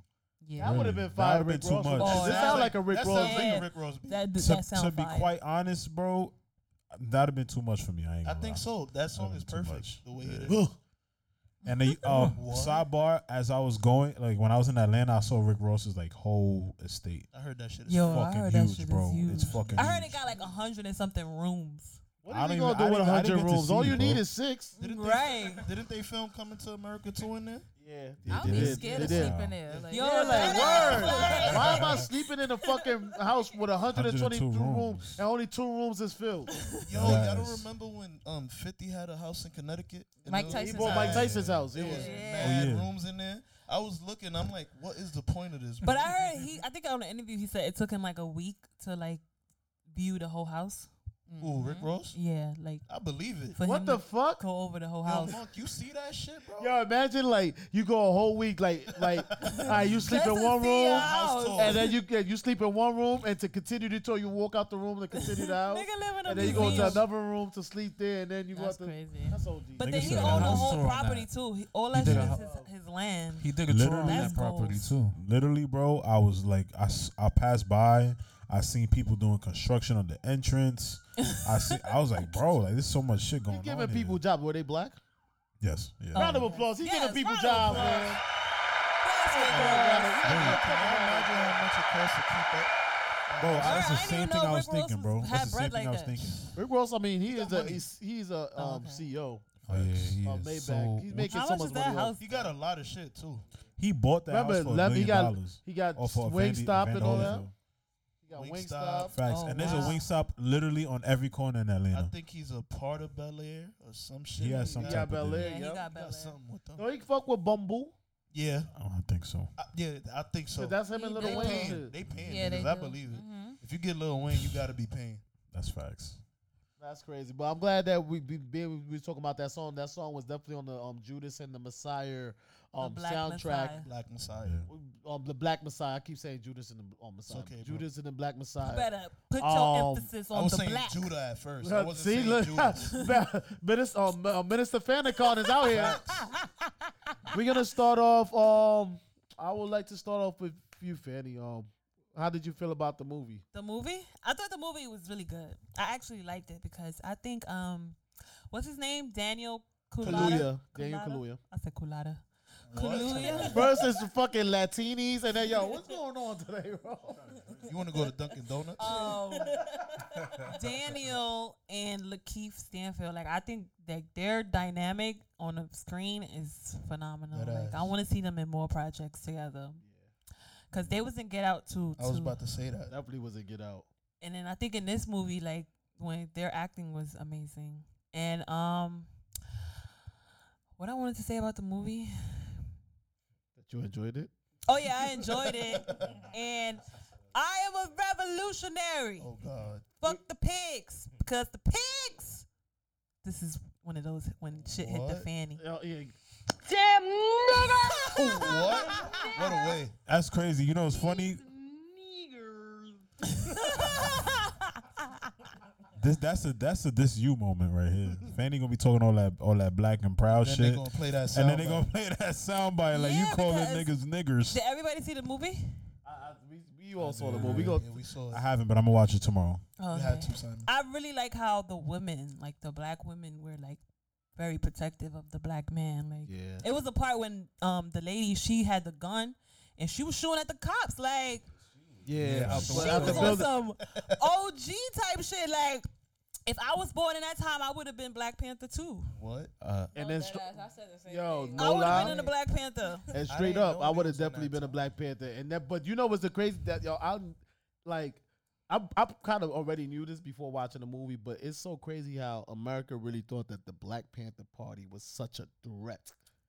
Speaker 7: Yeah.
Speaker 1: that would have
Speaker 4: Really?
Speaker 1: been
Speaker 4: That
Speaker 1: fire.
Speaker 4: would've been
Speaker 1: Rick
Speaker 4: too
Speaker 1: Ross.
Speaker 4: much.
Speaker 1: Oh, this
Speaker 9: That
Speaker 1: sounds
Speaker 9: sounds
Speaker 1: like a Rick
Speaker 9: that
Speaker 1: Ross.
Speaker 9: sounds like
Speaker 3: Yeah.
Speaker 9: a Rick Ross beat.
Speaker 7: That,
Speaker 4: To,
Speaker 7: that sound
Speaker 4: to be
Speaker 7: fire.
Speaker 4: quite honest, bro, that'd have been too much for me. I ain't.
Speaker 9: I
Speaker 4: gonna
Speaker 9: think
Speaker 4: lie.
Speaker 9: so. That song
Speaker 4: That was
Speaker 9: is
Speaker 4: too much.
Speaker 9: perfect. The way it is.
Speaker 4: Ugh. And
Speaker 9: [laughs]
Speaker 4: the uh,
Speaker 9: What?
Speaker 4: sidebar, as I was going, like when I was in Atlanta, I saw Rick Ross's like whole estate.
Speaker 9: I heard that shit. is-
Speaker 3: Yo, I
Speaker 4: fucking
Speaker 3: heard that
Speaker 4: huge,
Speaker 3: shit
Speaker 4: bro.
Speaker 3: is huge.
Speaker 4: It's fucking.
Speaker 3: I heard
Speaker 4: huge.
Speaker 3: it got like a hundred and something rooms.
Speaker 1: What
Speaker 4: I
Speaker 1: are
Speaker 4: don't
Speaker 1: you
Speaker 4: even-
Speaker 1: gonna do
Speaker 4: I
Speaker 1: with
Speaker 4: didn't- I
Speaker 1: 100
Speaker 4: didn't get to
Speaker 1: rooms?
Speaker 4: see
Speaker 1: All
Speaker 4: it,
Speaker 1: you
Speaker 4: bro.
Speaker 1: need is six.
Speaker 9: Didn't
Speaker 3: Right.
Speaker 9: They, didn't they film Coming to America too in there?
Speaker 1: Yeah.
Speaker 7: I'll
Speaker 4: They
Speaker 7: be
Speaker 4: did.
Speaker 7: scared
Speaker 4: They
Speaker 7: of
Speaker 4: did.
Speaker 7: sleeping there. Like,
Speaker 3: Yo,
Speaker 1: Yeah, like
Speaker 7: [laughs]
Speaker 3: that
Speaker 1: word.
Speaker 3: is-
Speaker 1: Why am I sleeping in a fucking house with
Speaker 4: 122
Speaker 1: 122 rooms
Speaker 4: rooms.
Speaker 1: and only two rooms is filled?
Speaker 9: [laughs] Yo, y'all don't
Speaker 4: Yes.
Speaker 9: remember when um Fifty had a house in Connecticut? And
Speaker 7: Mike
Speaker 9: it was
Speaker 1: He
Speaker 7: Tyson's
Speaker 1: bought Mike
Speaker 7: house.
Speaker 1: Tyson's house. It
Speaker 9: It
Speaker 1: was
Speaker 9: was mad
Speaker 4: Oh, yeah.
Speaker 9: rooms in there. I was looking. I'm like, what is the point of this?
Speaker 3: But
Speaker 9: bro?
Speaker 3: I heard he. I think on the interview he said it took him like a week to like view the whole house. Mm-hmm.
Speaker 9: Ooh, Rick Ross?
Speaker 3: Yeah, like
Speaker 9: I believe it.
Speaker 3: for
Speaker 1: What
Speaker 3: him
Speaker 1: the
Speaker 3: to
Speaker 1: fuck?
Speaker 3: go over the whole
Speaker 9: [laughs] Yo,
Speaker 3: house.
Speaker 9: Monk, you see that shit, bro?
Speaker 1: Yo, imagine like you go a whole week like
Speaker 3: [laughs]
Speaker 1: like all right, you sleep
Speaker 3: Just
Speaker 1: in
Speaker 3: to
Speaker 1: one
Speaker 3: see
Speaker 1: room
Speaker 3: your house.
Speaker 9: tour.
Speaker 1: and then you get you sleep in one room and to continue the tour you walk out the room to
Speaker 3: [laughs]
Speaker 1: continue the house
Speaker 3: Nigga live in a
Speaker 1: and then you go into
Speaker 3: museum.
Speaker 1: another room to sleep there and then you go out
Speaker 7: That's
Speaker 1: the
Speaker 7: crazy.
Speaker 1: That's OD.
Speaker 3: But
Speaker 2: Nigga
Speaker 3: then he
Speaker 2: said a
Speaker 3: owned the
Speaker 2: house
Speaker 3: whole
Speaker 2: tour on that.
Speaker 3: property too. He,
Speaker 2: He
Speaker 3: all that
Speaker 2: did
Speaker 3: shit
Speaker 2: a
Speaker 3: is
Speaker 2: hou-
Speaker 3: his, his land.
Speaker 2: He did a tour on
Speaker 4: Literally.
Speaker 2: that
Speaker 3: That's
Speaker 2: property
Speaker 3: goals.
Speaker 2: too.
Speaker 4: Literally, bro, I was like, I, s- I passed by. I seen people doing construction on the entrance. I see. I was like, bro, like there's so much shit going
Speaker 1: He
Speaker 4: on.
Speaker 1: giving
Speaker 4: here.
Speaker 1: people jobs. Were they black?
Speaker 4: Yes. Yeah.
Speaker 1: Round of applause. He
Speaker 3: Yes,
Speaker 1: giving people
Speaker 3: round of
Speaker 1: jobs,
Speaker 3: applause.
Speaker 1: man.
Speaker 3: That's what goals.
Speaker 1: Round of-
Speaker 9: Can you imagine how much it costs to keep up?
Speaker 4: Bro, that's
Speaker 3: Bro,
Speaker 4: the
Speaker 3: I didn't
Speaker 4: same
Speaker 3: even
Speaker 4: thing
Speaker 3: know
Speaker 4: I was
Speaker 3: Rick Ross
Speaker 4: thinking, bro.
Speaker 3: was-
Speaker 4: That's
Speaker 3: had
Speaker 4: the same
Speaker 3: bread
Speaker 4: thing
Speaker 3: like
Speaker 4: I was
Speaker 3: that.
Speaker 4: thinking.
Speaker 1: Rick Ross, I mean, he is a
Speaker 9: money.
Speaker 1: he's, he's a um,
Speaker 3: okay.
Speaker 1: CEO
Speaker 2: Oh yeah, he is
Speaker 1: of Maybach.
Speaker 2: so.
Speaker 1: he's making
Speaker 3: How
Speaker 1: so
Speaker 3: much
Speaker 1: much
Speaker 3: is that
Speaker 1: money. off-
Speaker 3: house?
Speaker 9: He got a lot of shit too.
Speaker 4: He bought that
Speaker 1: Remember,
Speaker 4: house for a
Speaker 1: Lem- he
Speaker 4: billion
Speaker 1: got-
Speaker 4: dollars.
Speaker 1: he got
Speaker 4: off of
Speaker 1: Wingstop
Speaker 4: Evander-
Speaker 1: and all
Speaker 4: Evander
Speaker 1: that.
Speaker 4: Holyfield.
Speaker 1: He got
Speaker 9: Wingstop.
Speaker 1: Wingstop.
Speaker 4: Facts.
Speaker 3: Oh,
Speaker 4: and there's
Speaker 3: wow.
Speaker 4: a Wingstop literally on every corner in
Speaker 9: I
Speaker 4: Atlanta.
Speaker 9: think he's a part of Bel Air or some shit.
Speaker 4: He has some
Speaker 1: He
Speaker 4: type
Speaker 1: got
Speaker 4: of
Speaker 1: Bel
Speaker 4: deal.
Speaker 1: Air.
Speaker 3: Yeah, he
Speaker 1: yo.
Speaker 3: got Bel
Speaker 9: Got
Speaker 3: Air.
Speaker 9: something with them.
Speaker 1: No, he fuck with Bumble.
Speaker 9: Yeah,
Speaker 4: Oh, I don't think so.
Speaker 9: I, yeah, I think so.
Speaker 1: That's him and
Speaker 7: He did.
Speaker 1: Little
Speaker 9: they
Speaker 1: Wayne.
Speaker 9: paying.
Speaker 1: too.
Speaker 9: They paying.
Speaker 7: Yeah, they
Speaker 9: niggas. I
Speaker 7: do.
Speaker 9: believe it.
Speaker 7: Mhm.
Speaker 9: If you get Lil Wayne, you gotta be paying.
Speaker 4: That's facts.
Speaker 1: That's crazy, but I'm glad that we we, we we was talking about that song. That song was definitely on the um Judas and the Messiah um
Speaker 3: Black
Speaker 1: soundtrack.
Speaker 3: Messiah.
Speaker 9: Black Messiah.
Speaker 4: Yeah.
Speaker 1: Um, the Black Messiah. I keep saying Judas and the um, Messiah.
Speaker 9: okay, bro.
Speaker 1: Judas and the Black Messiah.
Speaker 3: You better put
Speaker 1: Um,
Speaker 3: your emphasis
Speaker 9: I
Speaker 3: on
Speaker 9: was
Speaker 3: the
Speaker 9: saying
Speaker 3: black.
Speaker 9: Judah at first. I
Speaker 1: [laughs] Look,
Speaker 9: wasn't
Speaker 1: See,
Speaker 9: saying
Speaker 1: look,
Speaker 9: Judah.
Speaker 1: Minister, um, uh, Minister Fanicon is
Speaker 3: [laughs]
Speaker 1: out here. We're gonna start off. Um, I would like to start off with you, Fanny. Um, how did you feel about the movie?
Speaker 3: The movie? I thought the movie was really good. I actually liked it because I think um, what's his name? Daniel Kulata.
Speaker 1: Kaluuya, Daniel Kaluuya.
Speaker 3: I said Kulata.
Speaker 9: What?
Speaker 3: Kaluuya.
Speaker 1: [laughs] First is the fucking Latinis, and then yo, what's going on today, bro?
Speaker 9: You want to go to Dunkin' Donuts?
Speaker 3: um, Daniel and Lakeith Stanfield. Like I think that their dynamic on the screen is phenomenal.
Speaker 9: That
Speaker 3: like I
Speaker 9: ass.
Speaker 3: want to see them in more projects together. Cause they was in Get Out too.
Speaker 9: I was
Speaker 3: too.
Speaker 9: about to say that.
Speaker 1: Definitely was a Get Out.
Speaker 3: and then I think in this movie, like when their acting was amazing, and um, what I wanted to say about the movie,
Speaker 1: That you enjoyed it.
Speaker 3: oh yeah, I enjoyed it, and I am a revolutionary.
Speaker 9: Oh God.
Speaker 3: Fuck the pigs, because the pigs. This is one of those when shit hit the
Speaker 9: What?
Speaker 3: fanny.
Speaker 1: Yo, Oh, yeah,
Speaker 8: Damn nigga!
Speaker 9: what? What a way.
Speaker 4: That's crazy. You know what's funny? This that's a that's a this you moment right here. Fanny gonna be talking all that all that black and proud
Speaker 9: Then they
Speaker 4: shit,
Speaker 9: gonna play that
Speaker 4: and
Speaker 9: sound.
Speaker 4: then they gonna play that soundbite like
Speaker 3: Yeah,
Speaker 4: you calling
Speaker 3: because-
Speaker 4: niggas
Speaker 3: [laughs]
Speaker 4: niggers.
Speaker 3: Did everybody see the movie?
Speaker 1: I, I, we, we all saw the movie. We go.
Speaker 9: Yeah, we saw it.
Speaker 4: I haven't, but I'm gonna watch it tomorrow.
Speaker 3: Oh,
Speaker 9: We had two Simon.
Speaker 3: I really like how the women, like the black women, were like very protective of the black man. Like
Speaker 1: Yeah. [laughs]
Speaker 3: it was a part when um the lady she had the gun and she was shooting at the cops. Like
Speaker 1: Yeah,
Speaker 4: out
Speaker 1: but
Speaker 4: the
Speaker 3: she
Speaker 1: out the
Speaker 3: was on
Speaker 1: building-
Speaker 3: some OG type shit. Like if I was born in that time, I would have been Black Panther too.
Speaker 9: What?
Speaker 1: Uh, and then str-
Speaker 7: I said the same
Speaker 1: Yo,
Speaker 7: thing.
Speaker 1: no
Speaker 3: I would have
Speaker 1: lie.
Speaker 3: been in the Black Panther.
Speaker 1: And straight
Speaker 9: didn't
Speaker 1: up,
Speaker 9: know
Speaker 1: I
Speaker 9: they
Speaker 1: would
Speaker 9: was
Speaker 1: have
Speaker 9: on
Speaker 1: definitely
Speaker 9: that
Speaker 1: been a
Speaker 9: time.
Speaker 1: Black Panther. And that, but you know what's the crazy that yo, I'm like, I'm, I'm kind of already knew this before watching the movie, but it's so crazy how America really thought that the Black Panther Party was such a threat.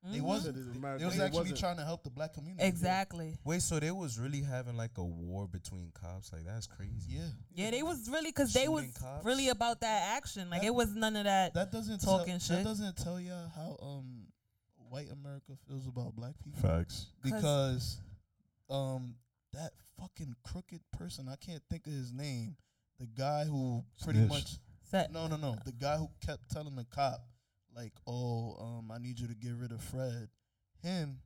Speaker 9: They
Speaker 7: Mm-hmm.
Speaker 9: wasn't.
Speaker 1: It is
Speaker 9: They,
Speaker 1: America.
Speaker 9: was
Speaker 1: It
Speaker 9: actually
Speaker 1: wasn't.
Speaker 9: trying to help the black community.
Speaker 3: Exactly.
Speaker 6: Wait, so they was really having like a war between cops? Like that's crazy.
Speaker 9: Yeah.
Speaker 3: Yeah, they was really because they was
Speaker 6: Shooting cops.
Speaker 3: really about that action. Like it was none of that.
Speaker 9: That doesn't
Speaker 3: Talking
Speaker 9: tell,
Speaker 3: shit.
Speaker 9: That doesn't tell y'all how um white America feels about black people
Speaker 4: Facts.
Speaker 9: because um that fucking crooked person I can't think of his name. The guy who pretty
Speaker 4: Snitch.
Speaker 9: much
Speaker 3: That-
Speaker 9: no no no the guy who kept telling the cop like oh um I need you to get rid of Fred. Him.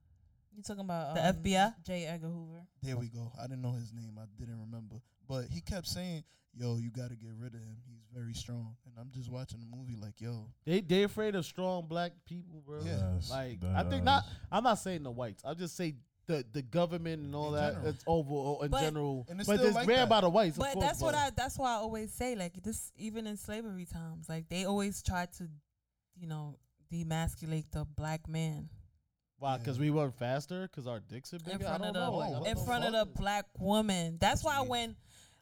Speaker 7: You talking about
Speaker 3: The
Speaker 7: um,
Speaker 3: FBI?
Speaker 7: J. Edgar Hoover.
Speaker 9: There we go. I didn't know his name. I didn't remember. But he kept saying, "Yo, you got to get rid of him. He's very strong." And I'm just watching the movie like, "Yo,
Speaker 1: They they afraid of strong black people, bro.
Speaker 9: Yeah.
Speaker 4: That's-
Speaker 1: Like
Speaker 4: that
Speaker 1: I think
Speaker 4: is-
Speaker 1: not. I'm not saying the whites. I just say the the government and all
Speaker 9: In
Speaker 1: that.
Speaker 9: general.
Speaker 1: It's overall in
Speaker 3: But-
Speaker 1: general.
Speaker 9: And it's
Speaker 1: but
Speaker 9: still
Speaker 1: it's
Speaker 9: like
Speaker 1: rare
Speaker 9: that.
Speaker 1: by the whites, of
Speaker 3: But
Speaker 1: course,
Speaker 3: that's what I that's why I always say like this even in slavery times like they always tried to you know demasculate the black man
Speaker 1: why because we weren't faster because our dicks are bigger. I
Speaker 3: front
Speaker 1: don't
Speaker 3: of the-
Speaker 1: know. like, I
Speaker 9: What
Speaker 3: in
Speaker 1: don't
Speaker 9: the
Speaker 3: front of the
Speaker 9: fuck?
Speaker 3: black woman. That's why when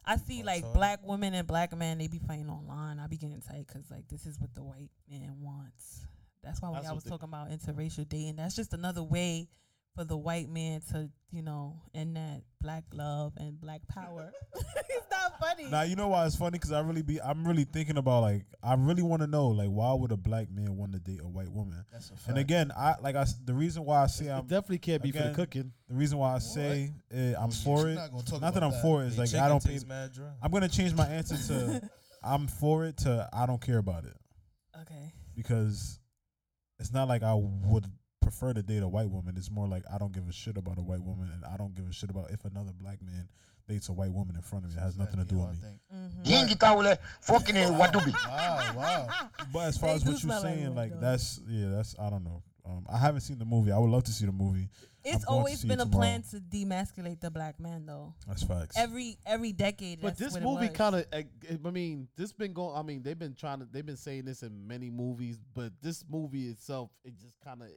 Speaker 3: I see like
Speaker 6: sorry.
Speaker 3: black women and black men they be fighting online I be getting tight cuz like this is what the white man wants. That's why when
Speaker 1: That's
Speaker 3: I
Speaker 1: what
Speaker 3: was
Speaker 1: they-
Speaker 3: talking about interracial dating that's just another way for the white man to, you know, end that black love and black
Speaker 4: [laughs]
Speaker 3: power. [laughs] it's not funny.
Speaker 4: Now you know why it's funny because I really be I'm really thinking about like I really want to know like why would a black man want to date a white woman?
Speaker 9: That's a
Speaker 4: And again, I like I s- the reason why I say
Speaker 1: It
Speaker 4: I'm
Speaker 1: definitely can't be for the
Speaker 4: again,
Speaker 1: cooking.
Speaker 4: the reason why I say uh, I'm for it.
Speaker 9: not gonna talk
Speaker 4: Not that
Speaker 9: about
Speaker 4: I'm
Speaker 9: that.
Speaker 4: for it is
Speaker 6: Hey,
Speaker 4: like I
Speaker 6: chicken
Speaker 4: don't pay.
Speaker 6: tastes mad dry.
Speaker 4: I'm gonna change my answer
Speaker 9: [laughs]
Speaker 4: to I'm for it to I don't care about it
Speaker 3: Okay.
Speaker 4: because it's not like I would prefer to date a white woman. It's more like I don't give a shit about a white woman and I don't give a shit about if another black man dates a white woman in front of me. It has nothing to do with me.
Speaker 3: Mm-hmm.
Speaker 1: [laughs]
Speaker 9: Wow, wow.
Speaker 4: But as far
Speaker 3: They
Speaker 4: as
Speaker 3: do
Speaker 4: what you're
Speaker 3: smell like
Speaker 4: saying,
Speaker 3: wood,
Speaker 4: like
Speaker 3: though.
Speaker 4: that's yeah, that's I don't know. Um, I haven't seen the movie. I would love to see the movie. going
Speaker 3: It's
Speaker 4: to
Speaker 3: always
Speaker 4: see it
Speaker 3: been a
Speaker 4: tomorrow.
Speaker 3: plan to demasculate the black man, though.
Speaker 4: That's facts.
Speaker 3: Every every decade.
Speaker 1: But
Speaker 3: that's
Speaker 1: this
Speaker 3: what it
Speaker 1: movie
Speaker 3: was.
Speaker 1: kind of, I mean, this been going. I mean, they've been trying to, they've been saying this in many movies, but this movie itself, it just kind of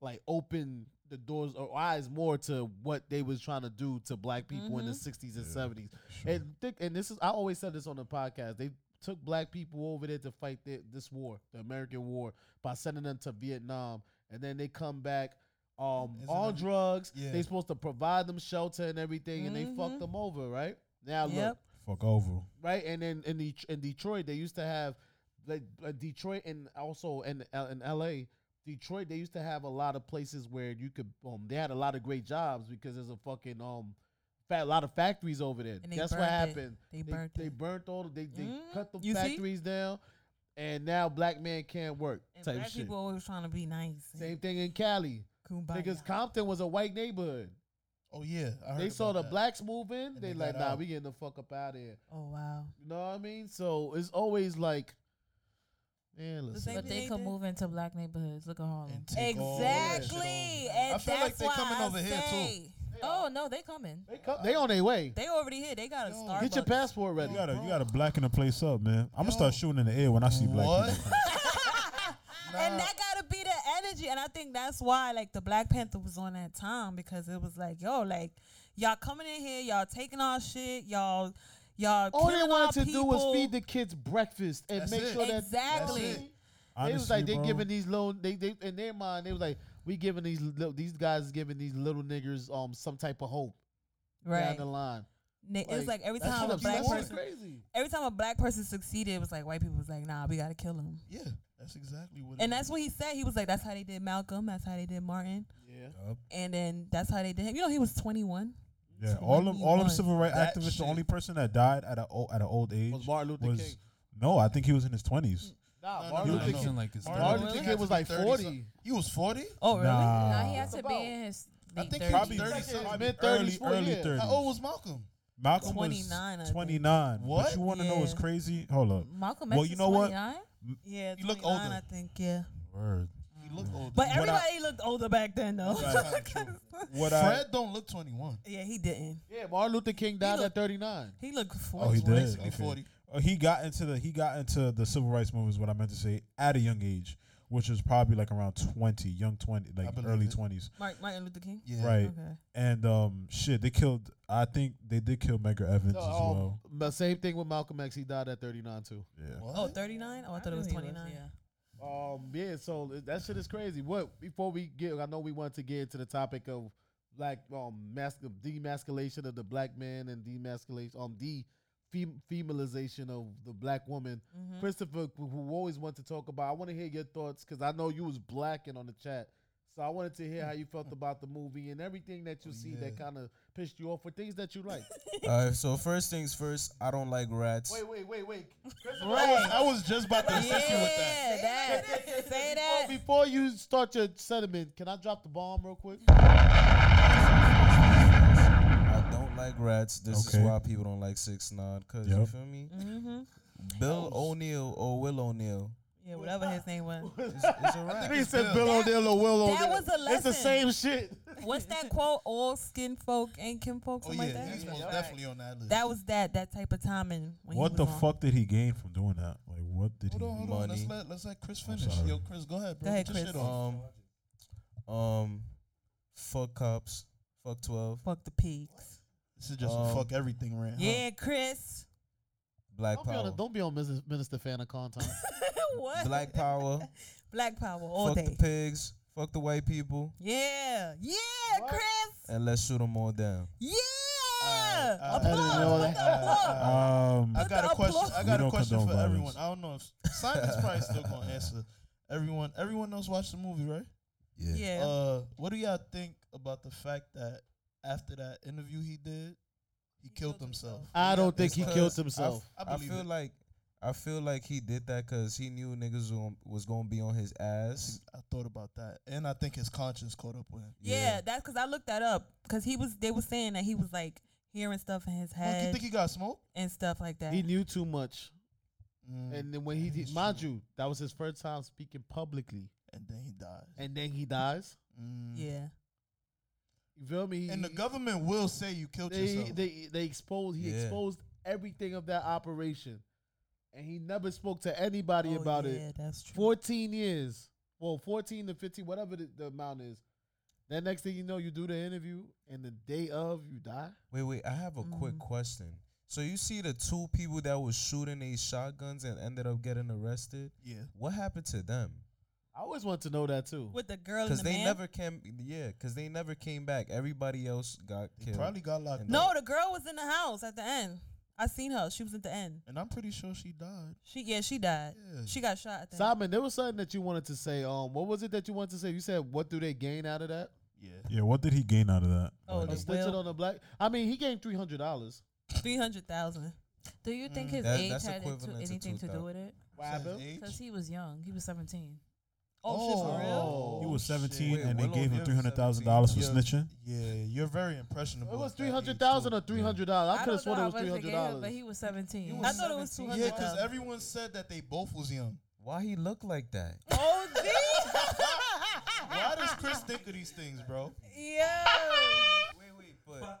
Speaker 1: like opened the doors or eyes more to what they was trying to do to black people in
Speaker 3: Mm-hmm.
Speaker 1: the '60s and '70s. And think, and this is, I always said this on the podcast. They took black people over there to fight the, this war, the American War, by sending them to Vietnam, and then they come back. Um,
Speaker 9: Isn't
Speaker 1: all
Speaker 9: it-
Speaker 1: drugs.
Speaker 9: Yeah.
Speaker 1: They supposed to provide them shelter and everything, and they fucked them over, right? Now look,
Speaker 3: Mm-hmm. Yep.
Speaker 4: Fuck over.
Speaker 1: right? And then in Det- in Detroit, they used to have like uh, Detroit and also in L- in L.A. Detroit, they used to have a lot of places where you could. Um, they had a lot of great jobs because there's a fucking um, fat, lot of factories over there.
Speaker 3: And they
Speaker 1: Guess what
Speaker 3: burnt it.
Speaker 1: happened?
Speaker 3: They burnt
Speaker 1: They
Speaker 3: it.
Speaker 1: burnt all. They they
Speaker 3: Mm,
Speaker 1: cut the
Speaker 3: you see?
Speaker 1: factories down, and now black man can't work.
Speaker 3: And
Speaker 1: type
Speaker 3: black
Speaker 1: shit.
Speaker 3: people always trying to be nice. and
Speaker 1: Same thing in Cali.
Speaker 3: Kumbaya.
Speaker 1: Because Compton was a white neighborhood.
Speaker 9: Oh yeah, I heard
Speaker 1: They saw
Speaker 9: about
Speaker 1: the
Speaker 9: that.
Speaker 1: blacks move in. They
Speaker 9: they
Speaker 1: like,
Speaker 9: got
Speaker 1: nah,
Speaker 9: out.
Speaker 1: we getting the fuck up out of here.
Speaker 3: oh wow.
Speaker 1: You know what I mean? So it's always like, man, listen.
Speaker 3: same
Speaker 7: But they
Speaker 3: They
Speaker 7: could
Speaker 3: did.
Speaker 7: move into black neighborhoods. Look at Harlem.
Speaker 9: And take all that shit
Speaker 3: Exactly.
Speaker 9: over.
Speaker 3: And
Speaker 9: I feel
Speaker 3: that's
Speaker 9: like they're
Speaker 3: why
Speaker 9: coming
Speaker 3: I
Speaker 9: over here too.
Speaker 3: say,
Speaker 7: Oh no, they coming.
Speaker 1: They, come, they on their way.
Speaker 3: They already here. They got a
Speaker 9: Yo.
Speaker 3: Starbucks.
Speaker 1: Get your passport ready.
Speaker 4: You gotta you gotta blacken the place up, man. I'm gonna start
Speaker 9: Yo.
Speaker 4: shooting in the air when I see black
Speaker 9: What?
Speaker 4: people.
Speaker 3: And that gotta be the energy. And I think that's why like the Black Panther was on that time because it was like, yo, like y'all coming in here, y'all taking our shit, y'all y'all
Speaker 1: All they
Speaker 3: killing
Speaker 1: wanted
Speaker 3: our
Speaker 1: to do was
Speaker 3: people.
Speaker 1: feed the kids breakfast and
Speaker 9: That's
Speaker 1: make
Speaker 9: it.
Speaker 1: sure that
Speaker 3: Exactly.
Speaker 1: That's It was
Speaker 4: Honestly,
Speaker 1: like they
Speaker 4: bro,
Speaker 1: giving these little they they in their mind they was like we giving these little these guys giving these little niggers um some type of hope down
Speaker 3: Right.
Speaker 1: the line.
Speaker 3: Ni- it was like every
Speaker 1: that's
Speaker 3: time
Speaker 1: what
Speaker 3: a
Speaker 1: I'm-
Speaker 3: black
Speaker 1: that's what's
Speaker 3: person
Speaker 1: crazy.
Speaker 3: every time a black person succeeded, it was like white people was like, nah, we gotta kill him.
Speaker 9: Yeah, that's exactly what.
Speaker 3: And
Speaker 9: it
Speaker 3: that's what he said. He was like, that's how they did Malcolm, that's how they did Martin.
Speaker 1: Yeah.
Speaker 3: And then that's how they did him. You know, he was twenty one. [laughs]
Speaker 4: yeah, all them all them
Speaker 3: 21.
Speaker 4: civil rights
Speaker 9: That
Speaker 4: activists. The
Speaker 9: shit.
Speaker 4: only person that died at a o- at an old age
Speaker 1: Was Martin Luther
Speaker 4: was-
Speaker 1: King.
Speaker 4: no, I think he was in his twenties.
Speaker 1: Nah,
Speaker 9: no,
Speaker 1: Martin
Speaker 9: no, no.
Speaker 1: Luther King.
Speaker 2: Looking like it's
Speaker 9: Martin
Speaker 2: done.
Speaker 1: Martin Luther
Speaker 9: Luther
Speaker 1: King
Speaker 9: had
Speaker 1: was
Speaker 9: to be
Speaker 1: like
Speaker 9: 30
Speaker 1: forty.
Speaker 9: something. He was forty.
Speaker 3: Oh really?
Speaker 7: Nah, he
Speaker 4: Nah,
Speaker 7: had to be
Speaker 1: about-
Speaker 7: in his
Speaker 9: Ah. I
Speaker 7: late
Speaker 9: think
Speaker 7: thirties.
Speaker 4: probably
Speaker 9: he was
Speaker 1: 30s,
Speaker 9: 30 something.
Speaker 1: mid
Speaker 4: early
Speaker 1: 30s,
Speaker 4: early
Speaker 1: 40s.
Speaker 4: thirties.
Speaker 9: How old was Malcolm?
Speaker 4: Malcolm
Speaker 3: 29, I
Speaker 4: was
Speaker 3: think.
Speaker 4: twenty nine. What
Speaker 9: What?
Speaker 4: you want to know what's
Speaker 3: Yeah.
Speaker 4: crazy? Hold up.
Speaker 7: Malcolm X
Speaker 4: Well,
Speaker 7: is
Speaker 4: you know what?
Speaker 7: 29?
Speaker 3: Yeah,
Speaker 9: You look
Speaker 3: 29,
Speaker 9: older.
Speaker 3: I think, yeah.
Speaker 4: Word.
Speaker 9: He looked older.
Speaker 3: But
Speaker 4: What I-
Speaker 3: everybody looked older back then, though. [laughs]
Speaker 4: What I
Speaker 9: Fred don't look twenty one.
Speaker 3: yeah, he didn't.
Speaker 1: Yeah, Martin Luther King died
Speaker 3: looked-
Speaker 1: at thirty nine.
Speaker 3: He looked
Speaker 4: Oh, he
Speaker 3: forty.
Speaker 4: did.
Speaker 9: Basically
Speaker 4: Okay.
Speaker 9: 40.
Speaker 4: Uh, he got into the he got into the civil rights movement is what I meant to say at a young age, which was probably like around twenty, young twenty, like
Speaker 9: believe
Speaker 4: early
Speaker 9: it.
Speaker 4: twenties,
Speaker 3: Mark, Martin Luther King.
Speaker 9: Yeah.
Speaker 4: right?
Speaker 3: Okay.
Speaker 4: And um, shit, they killed. I think they did kill Megar Evans
Speaker 1: No,
Speaker 4: as
Speaker 1: um,
Speaker 4: well.
Speaker 1: the same thing with Malcolm X. He died at thirty nine too.
Speaker 4: Yeah.
Speaker 3: Oh, 39? Oh, I thought it was 29.
Speaker 1: Um, yeah, so it- that shit is crazy. What before we get, I know we want to get into the topic of black um mask demasculation of the black man and demasculation um de fem- femalization of the black woman. Christopher, who- who always want to talk about, I want to hear your thoughts because I know you was blacking on the chat. So I wanted to hear how you felt about the movie and everything that you see that kind of pissed you off, or things that you like.
Speaker 6: Oh, [laughs] All right, so first things first, I don't like rats.
Speaker 1: wait, wait, wait, wait. Christopher,
Speaker 9: I was, I was just about to
Speaker 3: Yeah,
Speaker 9: assist you with that.
Speaker 3: that.
Speaker 9: [laughs]
Speaker 3: Say
Speaker 1: Before,
Speaker 3: that.
Speaker 1: before you start your sentiment, can I drop the bomb real quick?
Speaker 6: I don't like rats. This
Speaker 4: Okay.
Speaker 6: is why people don't like Six Nine. Cause you
Speaker 4: Yep.
Speaker 6: feel me?
Speaker 3: Mm-hmm.
Speaker 6: Bill O'Neill or Will O'Neill.
Speaker 3: Yeah, whatever his name was.
Speaker 6: [laughs] It's, it's a rat.
Speaker 1: He said Bill O'Neill or Will
Speaker 3: that
Speaker 1: O'Neill.
Speaker 3: was a
Speaker 1: It's the
Speaker 3: lesson.
Speaker 1: same shit.
Speaker 3: What's that quote? All skin folk ain't kin folk,
Speaker 9: Oh
Speaker 3: something
Speaker 9: yeah,
Speaker 3: like
Speaker 9: he's
Speaker 3: that?
Speaker 9: most definitely on that list.
Speaker 3: That was that, that type of timing. When
Speaker 4: What
Speaker 3: he
Speaker 4: the
Speaker 3: was on.
Speaker 4: fuck did he gain from doing that? Like, what did
Speaker 9: hold
Speaker 4: he?
Speaker 9: on, hold on. Let's
Speaker 6: Money.
Speaker 9: let let's let Chris finish.
Speaker 4: sorry.
Speaker 9: Yo, Chris, go ahead, bro.
Speaker 3: Go ahead,
Speaker 9: Get your
Speaker 3: Chris.
Speaker 9: shit off.
Speaker 6: um, um, fuck cops. Fuck twelve.
Speaker 3: Fuck the pigs.
Speaker 9: This is just a
Speaker 6: um,
Speaker 9: fuck everything rant. huh?
Speaker 3: Yeah, Chris. [laughs]
Speaker 6: Black
Speaker 1: Don't be, on
Speaker 6: power.
Speaker 1: a, don't be on Mrs. Minister Fan of Content.
Speaker 3: what?
Speaker 6: Black power.
Speaker 3: Black power all
Speaker 6: fuck
Speaker 3: day.
Speaker 6: the pigs. Fuck the white people
Speaker 3: Yeah. Yeah, Chris.
Speaker 6: and let's shoot them all down.
Speaker 3: Yeah.
Speaker 9: I didn't
Speaker 3: applause.
Speaker 9: know
Speaker 3: Put the
Speaker 9: that.
Speaker 3: applause.
Speaker 4: Um,
Speaker 9: I got a
Speaker 3: the
Speaker 9: question.
Speaker 3: applause.
Speaker 9: I
Speaker 4: We
Speaker 9: got
Speaker 4: don't
Speaker 9: a question
Speaker 4: condone
Speaker 9: for everyone.
Speaker 4: violence.
Speaker 9: I don't know if Simon's probably still gonna answer. Everyone, everyone else watched the movie, right?
Speaker 6: Yeah.
Speaker 3: yeah.
Speaker 9: Uh, what do y'all think about the fact that after that interview he did, he, killed, himself?
Speaker 1: I don't think
Speaker 6: It's
Speaker 1: he
Speaker 6: because
Speaker 1: killed
Speaker 6: I f-
Speaker 1: himself.
Speaker 9: I
Speaker 6: I,
Speaker 9: believe
Speaker 6: feel
Speaker 9: it.
Speaker 6: like I feel like he did that because he knew niggas wa- was gonna be on his ass.
Speaker 9: I thought about that, and I think his conscience caught up with him.
Speaker 3: yeah. that's because I looked that up because he was. They were saying that he was like hearing stuff in his
Speaker 9: Monk, you
Speaker 3: head
Speaker 9: think he got smoked?
Speaker 3: and stuff like that.
Speaker 1: He knew too much.
Speaker 9: Mm,
Speaker 1: And then when he,
Speaker 9: that's
Speaker 1: did, mind
Speaker 9: true.
Speaker 1: you, that was his first time speaking publicly.
Speaker 9: and then he died.
Speaker 1: And then he dies.
Speaker 9: Mm.
Speaker 3: yeah.
Speaker 1: You feel me? He-
Speaker 9: And the government will say you killed
Speaker 1: they,
Speaker 9: yourself.
Speaker 1: they they exposed he
Speaker 6: Yeah.
Speaker 1: exposed everything of that operation, and he never spoke to anybody
Speaker 3: Oh,
Speaker 1: about
Speaker 3: yeah,
Speaker 1: it.
Speaker 3: that's true.
Speaker 1: Fourteen years, well, fourteen to fifteen, whatever the, the amount is. Then next thing you know, you do the interview, and the day of you die.
Speaker 6: Wait, wait. I have a quick
Speaker 3: Mm-hmm.
Speaker 6: question. So you see the two people that was shooting these shotguns and ended up getting arrested.
Speaker 9: yeah.
Speaker 6: What happened to them?
Speaker 1: I always want to know that too.
Speaker 3: With the girl and
Speaker 6: Cause
Speaker 3: the
Speaker 6: they
Speaker 3: man.
Speaker 6: never came. Yeah, cause they never came back. Everybody else got
Speaker 9: They
Speaker 6: killed.
Speaker 9: probably got locked
Speaker 6: And
Speaker 9: up.
Speaker 3: no, the girl was in the house at the end. I seen her. She was at the end.
Speaker 9: And I'm pretty sure she died.
Speaker 3: She yeah, she died.
Speaker 9: Yeah.
Speaker 3: She got shot. I think.
Speaker 1: Simon, there was something that you wanted to say. Um, what was it that you wanted to say? You said, "What do they gain out of that?"
Speaker 9: Yeah.
Speaker 4: yeah, what did he gain out of that?
Speaker 3: Oh,
Speaker 1: A
Speaker 3: the
Speaker 1: stitch it
Speaker 3: will.
Speaker 1: on the black. I mean, he gained three hundred dollars.
Speaker 3: Three hundred thousand.
Speaker 7: Do you think
Speaker 9: Mm.
Speaker 7: his
Speaker 6: That-
Speaker 7: age
Speaker 6: that's
Speaker 7: had it to,
Speaker 6: equivalent to
Speaker 7: anything to, do
Speaker 6: 2000.
Speaker 7: with it?
Speaker 9: Says age?
Speaker 7: Because he was young. He was 17.
Speaker 3: Oh, shit, for real?
Speaker 4: He was
Speaker 9: shit. oh,
Speaker 4: 17
Speaker 6: Wait,
Speaker 4: and they
Speaker 6: Willow
Speaker 4: gave him
Speaker 6: Gibbs
Speaker 4: $300,000 for
Speaker 6: 17.
Speaker 4: snitching.
Speaker 9: Yeah, you're very impressionable.
Speaker 1: It was
Speaker 9: at that
Speaker 1: three
Speaker 9: age,
Speaker 1: hundred thousand
Speaker 9: too.
Speaker 1: or three hundred dollars. I
Speaker 7: I
Speaker 1: could have
Speaker 7: don't know
Speaker 1: sworn it
Speaker 7: how
Speaker 1: was
Speaker 7: much
Speaker 1: three
Speaker 7: they gave
Speaker 1: hundred
Speaker 7: him,
Speaker 1: dollars.
Speaker 7: but he was 17.
Speaker 3: I thought it was two
Speaker 6: 17.
Speaker 9: Yeah,
Speaker 3: hundred
Speaker 9: because
Speaker 3: thousand.
Speaker 9: everyone said that they both was young.
Speaker 6: Why he look like that?
Speaker 1: Uh,
Speaker 3: Oh, gee.
Speaker 9: [laughs]
Speaker 1: [laughs]
Speaker 9: Why
Speaker 3: [laughs]
Speaker 9: does Chris think of these things, bro?
Speaker 3: yeah.
Speaker 6: Wait, wait, but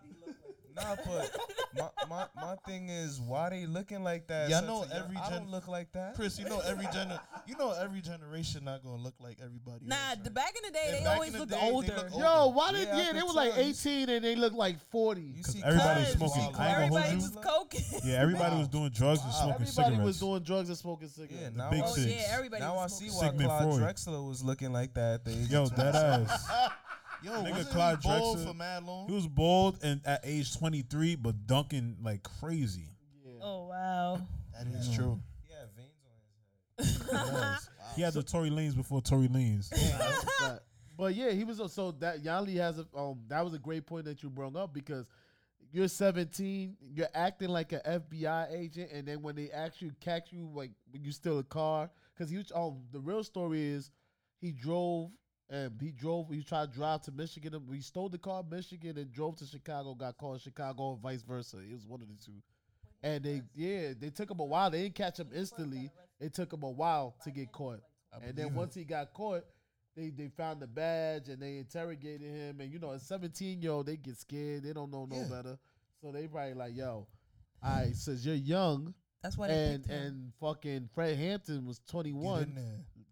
Speaker 6: nah, but my, my my thing is why they looking like that?
Speaker 9: Y'all
Speaker 6: such
Speaker 9: know
Speaker 6: a young-
Speaker 9: every
Speaker 6: I
Speaker 9: gen-
Speaker 6: don't look like that.
Speaker 9: Chris, you know
Speaker 6: [laughs]
Speaker 9: every gener- you know every generation not gonna look like everybody.
Speaker 3: Nah,
Speaker 9: else,
Speaker 3: the
Speaker 9: right?
Speaker 3: back in the
Speaker 9: Yeah,
Speaker 3: day, they
Speaker 9: back
Speaker 3: always
Speaker 9: in the
Speaker 3: looked
Speaker 9: day, they
Speaker 3: older.
Speaker 9: looked older.
Speaker 1: Yo, why did
Speaker 6: Yeah, I
Speaker 1: yeah? They
Speaker 6: could
Speaker 1: were like
Speaker 6: tell. You-
Speaker 1: eighteen and they looked like forty.
Speaker 6: You
Speaker 4: 'Cause
Speaker 6: see
Speaker 4: everybody
Speaker 6: cuz-
Speaker 4: smoking.
Speaker 6: you see
Speaker 4: I ain't gonna hold
Speaker 3: Everybody
Speaker 4: you.
Speaker 3: was coking.
Speaker 4: Yeah, everybody was doing drugs and smoking
Speaker 1: Everybody
Speaker 4: cigarettes.
Speaker 1: was doing drugs and smoking
Speaker 6: cuz-
Speaker 1: cigarettes.
Speaker 6: Yeah, now
Speaker 4: Big
Speaker 6: I,
Speaker 3: oh
Speaker 4: Six.
Speaker 3: yeah, everybody.
Speaker 6: now I
Speaker 3: was
Speaker 6: see
Speaker 3: smoking.
Speaker 6: why
Speaker 4: Sigmund
Speaker 6: Clyde
Speaker 4: Freud.
Speaker 6: Drexler was looking like that. At the age
Speaker 4: Yo,
Speaker 6: of
Speaker 4: that
Speaker 6: 20.
Speaker 4: ass.
Speaker 9: [laughs] Yo,
Speaker 4: Nigga
Speaker 9: wasn't
Speaker 4: Clyde
Speaker 9: he bald
Speaker 4: Drexler.
Speaker 9: for mad long?
Speaker 4: He was bold and at age 23, but dunking like crazy.
Speaker 3: Oh wow.
Speaker 9: that is true.
Speaker 6: He had veins on his
Speaker 3: [laughs]
Speaker 4: [laughs] He had the Tory Lanes before Tory
Speaker 9: [laughs]
Speaker 4: Lanes.
Speaker 1: but, but yeah, he was so that Yanli has a um that was a great point that you brought up because you're 17, you're acting like an FBI agent, and then when they actually catch you, like when you steal a car, because he was um the real story is he drove and he drove he tried to drive to Michigan, and he stole the car in Michigan and drove to Chicago, got caught in Chicago, and vice versa. It was one of the two. And they yeah, they took him a while. They didn't catch him instantly. It took him a while to get caught. And then once he got caught, they, they found the badge and they interrogated him. And you know, a 17 year old, they get scared. They don't know no
Speaker 9: Yeah.
Speaker 1: better. So they probably like, yo, all right, since you're young
Speaker 3: That's why they
Speaker 1: and
Speaker 3: picked him.
Speaker 1: and fucking Fred Hampton was
Speaker 9: Get
Speaker 1: 21,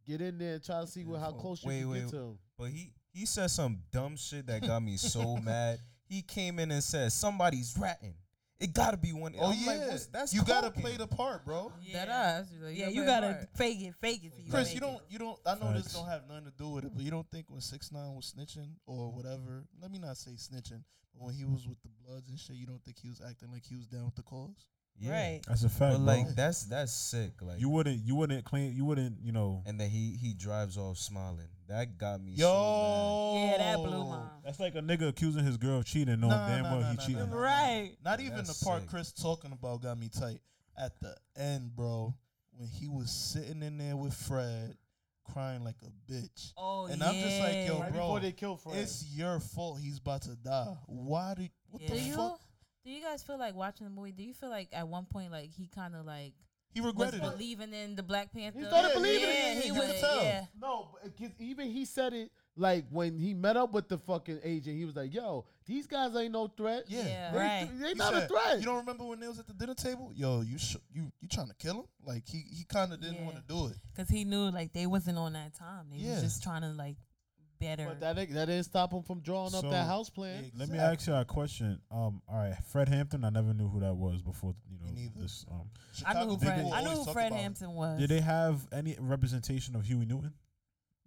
Speaker 1: get
Speaker 9: in
Speaker 1: in,
Speaker 9: there.
Speaker 1: there and try to see what, how
Speaker 6: Oh,
Speaker 1: close you
Speaker 6: wait,
Speaker 1: can
Speaker 6: wait,
Speaker 1: get to him.
Speaker 6: But he he said some dumb shit that got me
Speaker 9: [laughs]
Speaker 6: so mad. He came in and said somebody's ratting. It gotta be one.
Speaker 9: Oh
Speaker 6: I'm
Speaker 9: yeah,
Speaker 6: like, what's- that's
Speaker 9: you gotta
Speaker 6: cocaine.
Speaker 9: play the part, bro.
Speaker 3: yeah.
Speaker 7: ass.
Speaker 3: Yeah, you gotta fake it, fake it. till you
Speaker 9: Chris,
Speaker 3: make
Speaker 9: you
Speaker 3: it.
Speaker 9: don't, you don't. I know this
Speaker 4: Facts.
Speaker 9: don't have nothing to do with it, but you don't think when Six Nine was snitching or whatever, let me not say snitching, but when he was with the Bloods and shit, you don't think he was acting like he was down with the cause?
Speaker 6: Yeah.
Speaker 3: Right.
Speaker 4: That's a fact,
Speaker 6: But like
Speaker 4: bro.
Speaker 6: that's that's sick. Like
Speaker 4: You wouldn't, you wouldn't claim, you wouldn't, you know.
Speaker 6: and then he he drives off smiling. That got me. so
Speaker 9: Yo,
Speaker 3: Yeah, that blew my.
Speaker 4: That's like a nigga accusing his girl of cheating, knowing
Speaker 9: Nah,
Speaker 4: damn
Speaker 9: nah,
Speaker 4: well
Speaker 9: nah,
Speaker 4: he
Speaker 9: nah,
Speaker 4: cheating.
Speaker 9: nah, nah.
Speaker 3: Right.
Speaker 9: Not even
Speaker 6: That's
Speaker 9: the part
Speaker 6: sick.
Speaker 9: Chris talking about got me tight. At the end, bro, when he was sitting in there with Fred, crying like a bitch,
Speaker 3: Oh
Speaker 9: and
Speaker 3: yeah.
Speaker 9: I'm just like, yo,
Speaker 1: Right
Speaker 9: bro,
Speaker 1: before they killed Fred.
Speaker 9: it's your fault. He's about to die. Why do? What
Speaker 7: Do
Speaker 9: the
Speaker 7: you?
Speaker 9: fuck?
Speaker 7: Do you guys feel like watching the movie? Do you feel like at one point, like he kind of like
Speaker 9: He
Speaker 7: was
Speaker 9: regretted it.
Speaker 7: believing in the Black Panther?
Speaker 1: started believing it.
Speaker 7: yeah,
Speaker 9: Yeah,
Speaker 7: He
Speaker 9: you
Speaker 7: was.
Speaker 9: could tell.
Speaker 7: Yeah.
Speaker 1: No, but 'cause even he said it like when he met up with the fucking agent, he was like, yo, these guys ain't no threat.
Speaker 9: Yeah.
Speaker 7: Yeah.
Speaker 1: They,
Speaker 3: Right.
Speaker 1: they
Speaker 9: He
Speaker 1: not a
Speaker 9: said,
Speaker 1: threat.
Speaker 9: You don't remember when they was at the dinner table? Yo, you sh- you you trying to kill him? Like he he kind of didn't
Speaker 3: Yeah.
Speaker 9: want to do it.
Speaker 3: Cause he knew like they wasn't on that time. They
Speaker 9: Yeah.
Speaker 3: was just trying to like better.
Speaker 1: but that, ain't- that didn't stop him from drawing up
Speaker 4: So-
Speaker 1: that house plan.
Speaker 4: Let me ask you a question. Um, all right, Fred Hampton. I never knew who that was before. You know
Speaker 9: neither.
Speaker 4: this. Um,
Speaker 3: I knew who
Speaker 9: people
Speaker 3: Fred. I knew
Speaker 9: always
Speaker 3: who
Speaker 9: talk
Speaker 3: Fred
Speaker 9: about him.
Speaker 3: Hampton was.
Speaker 4: did they have any representation of Huey Newton?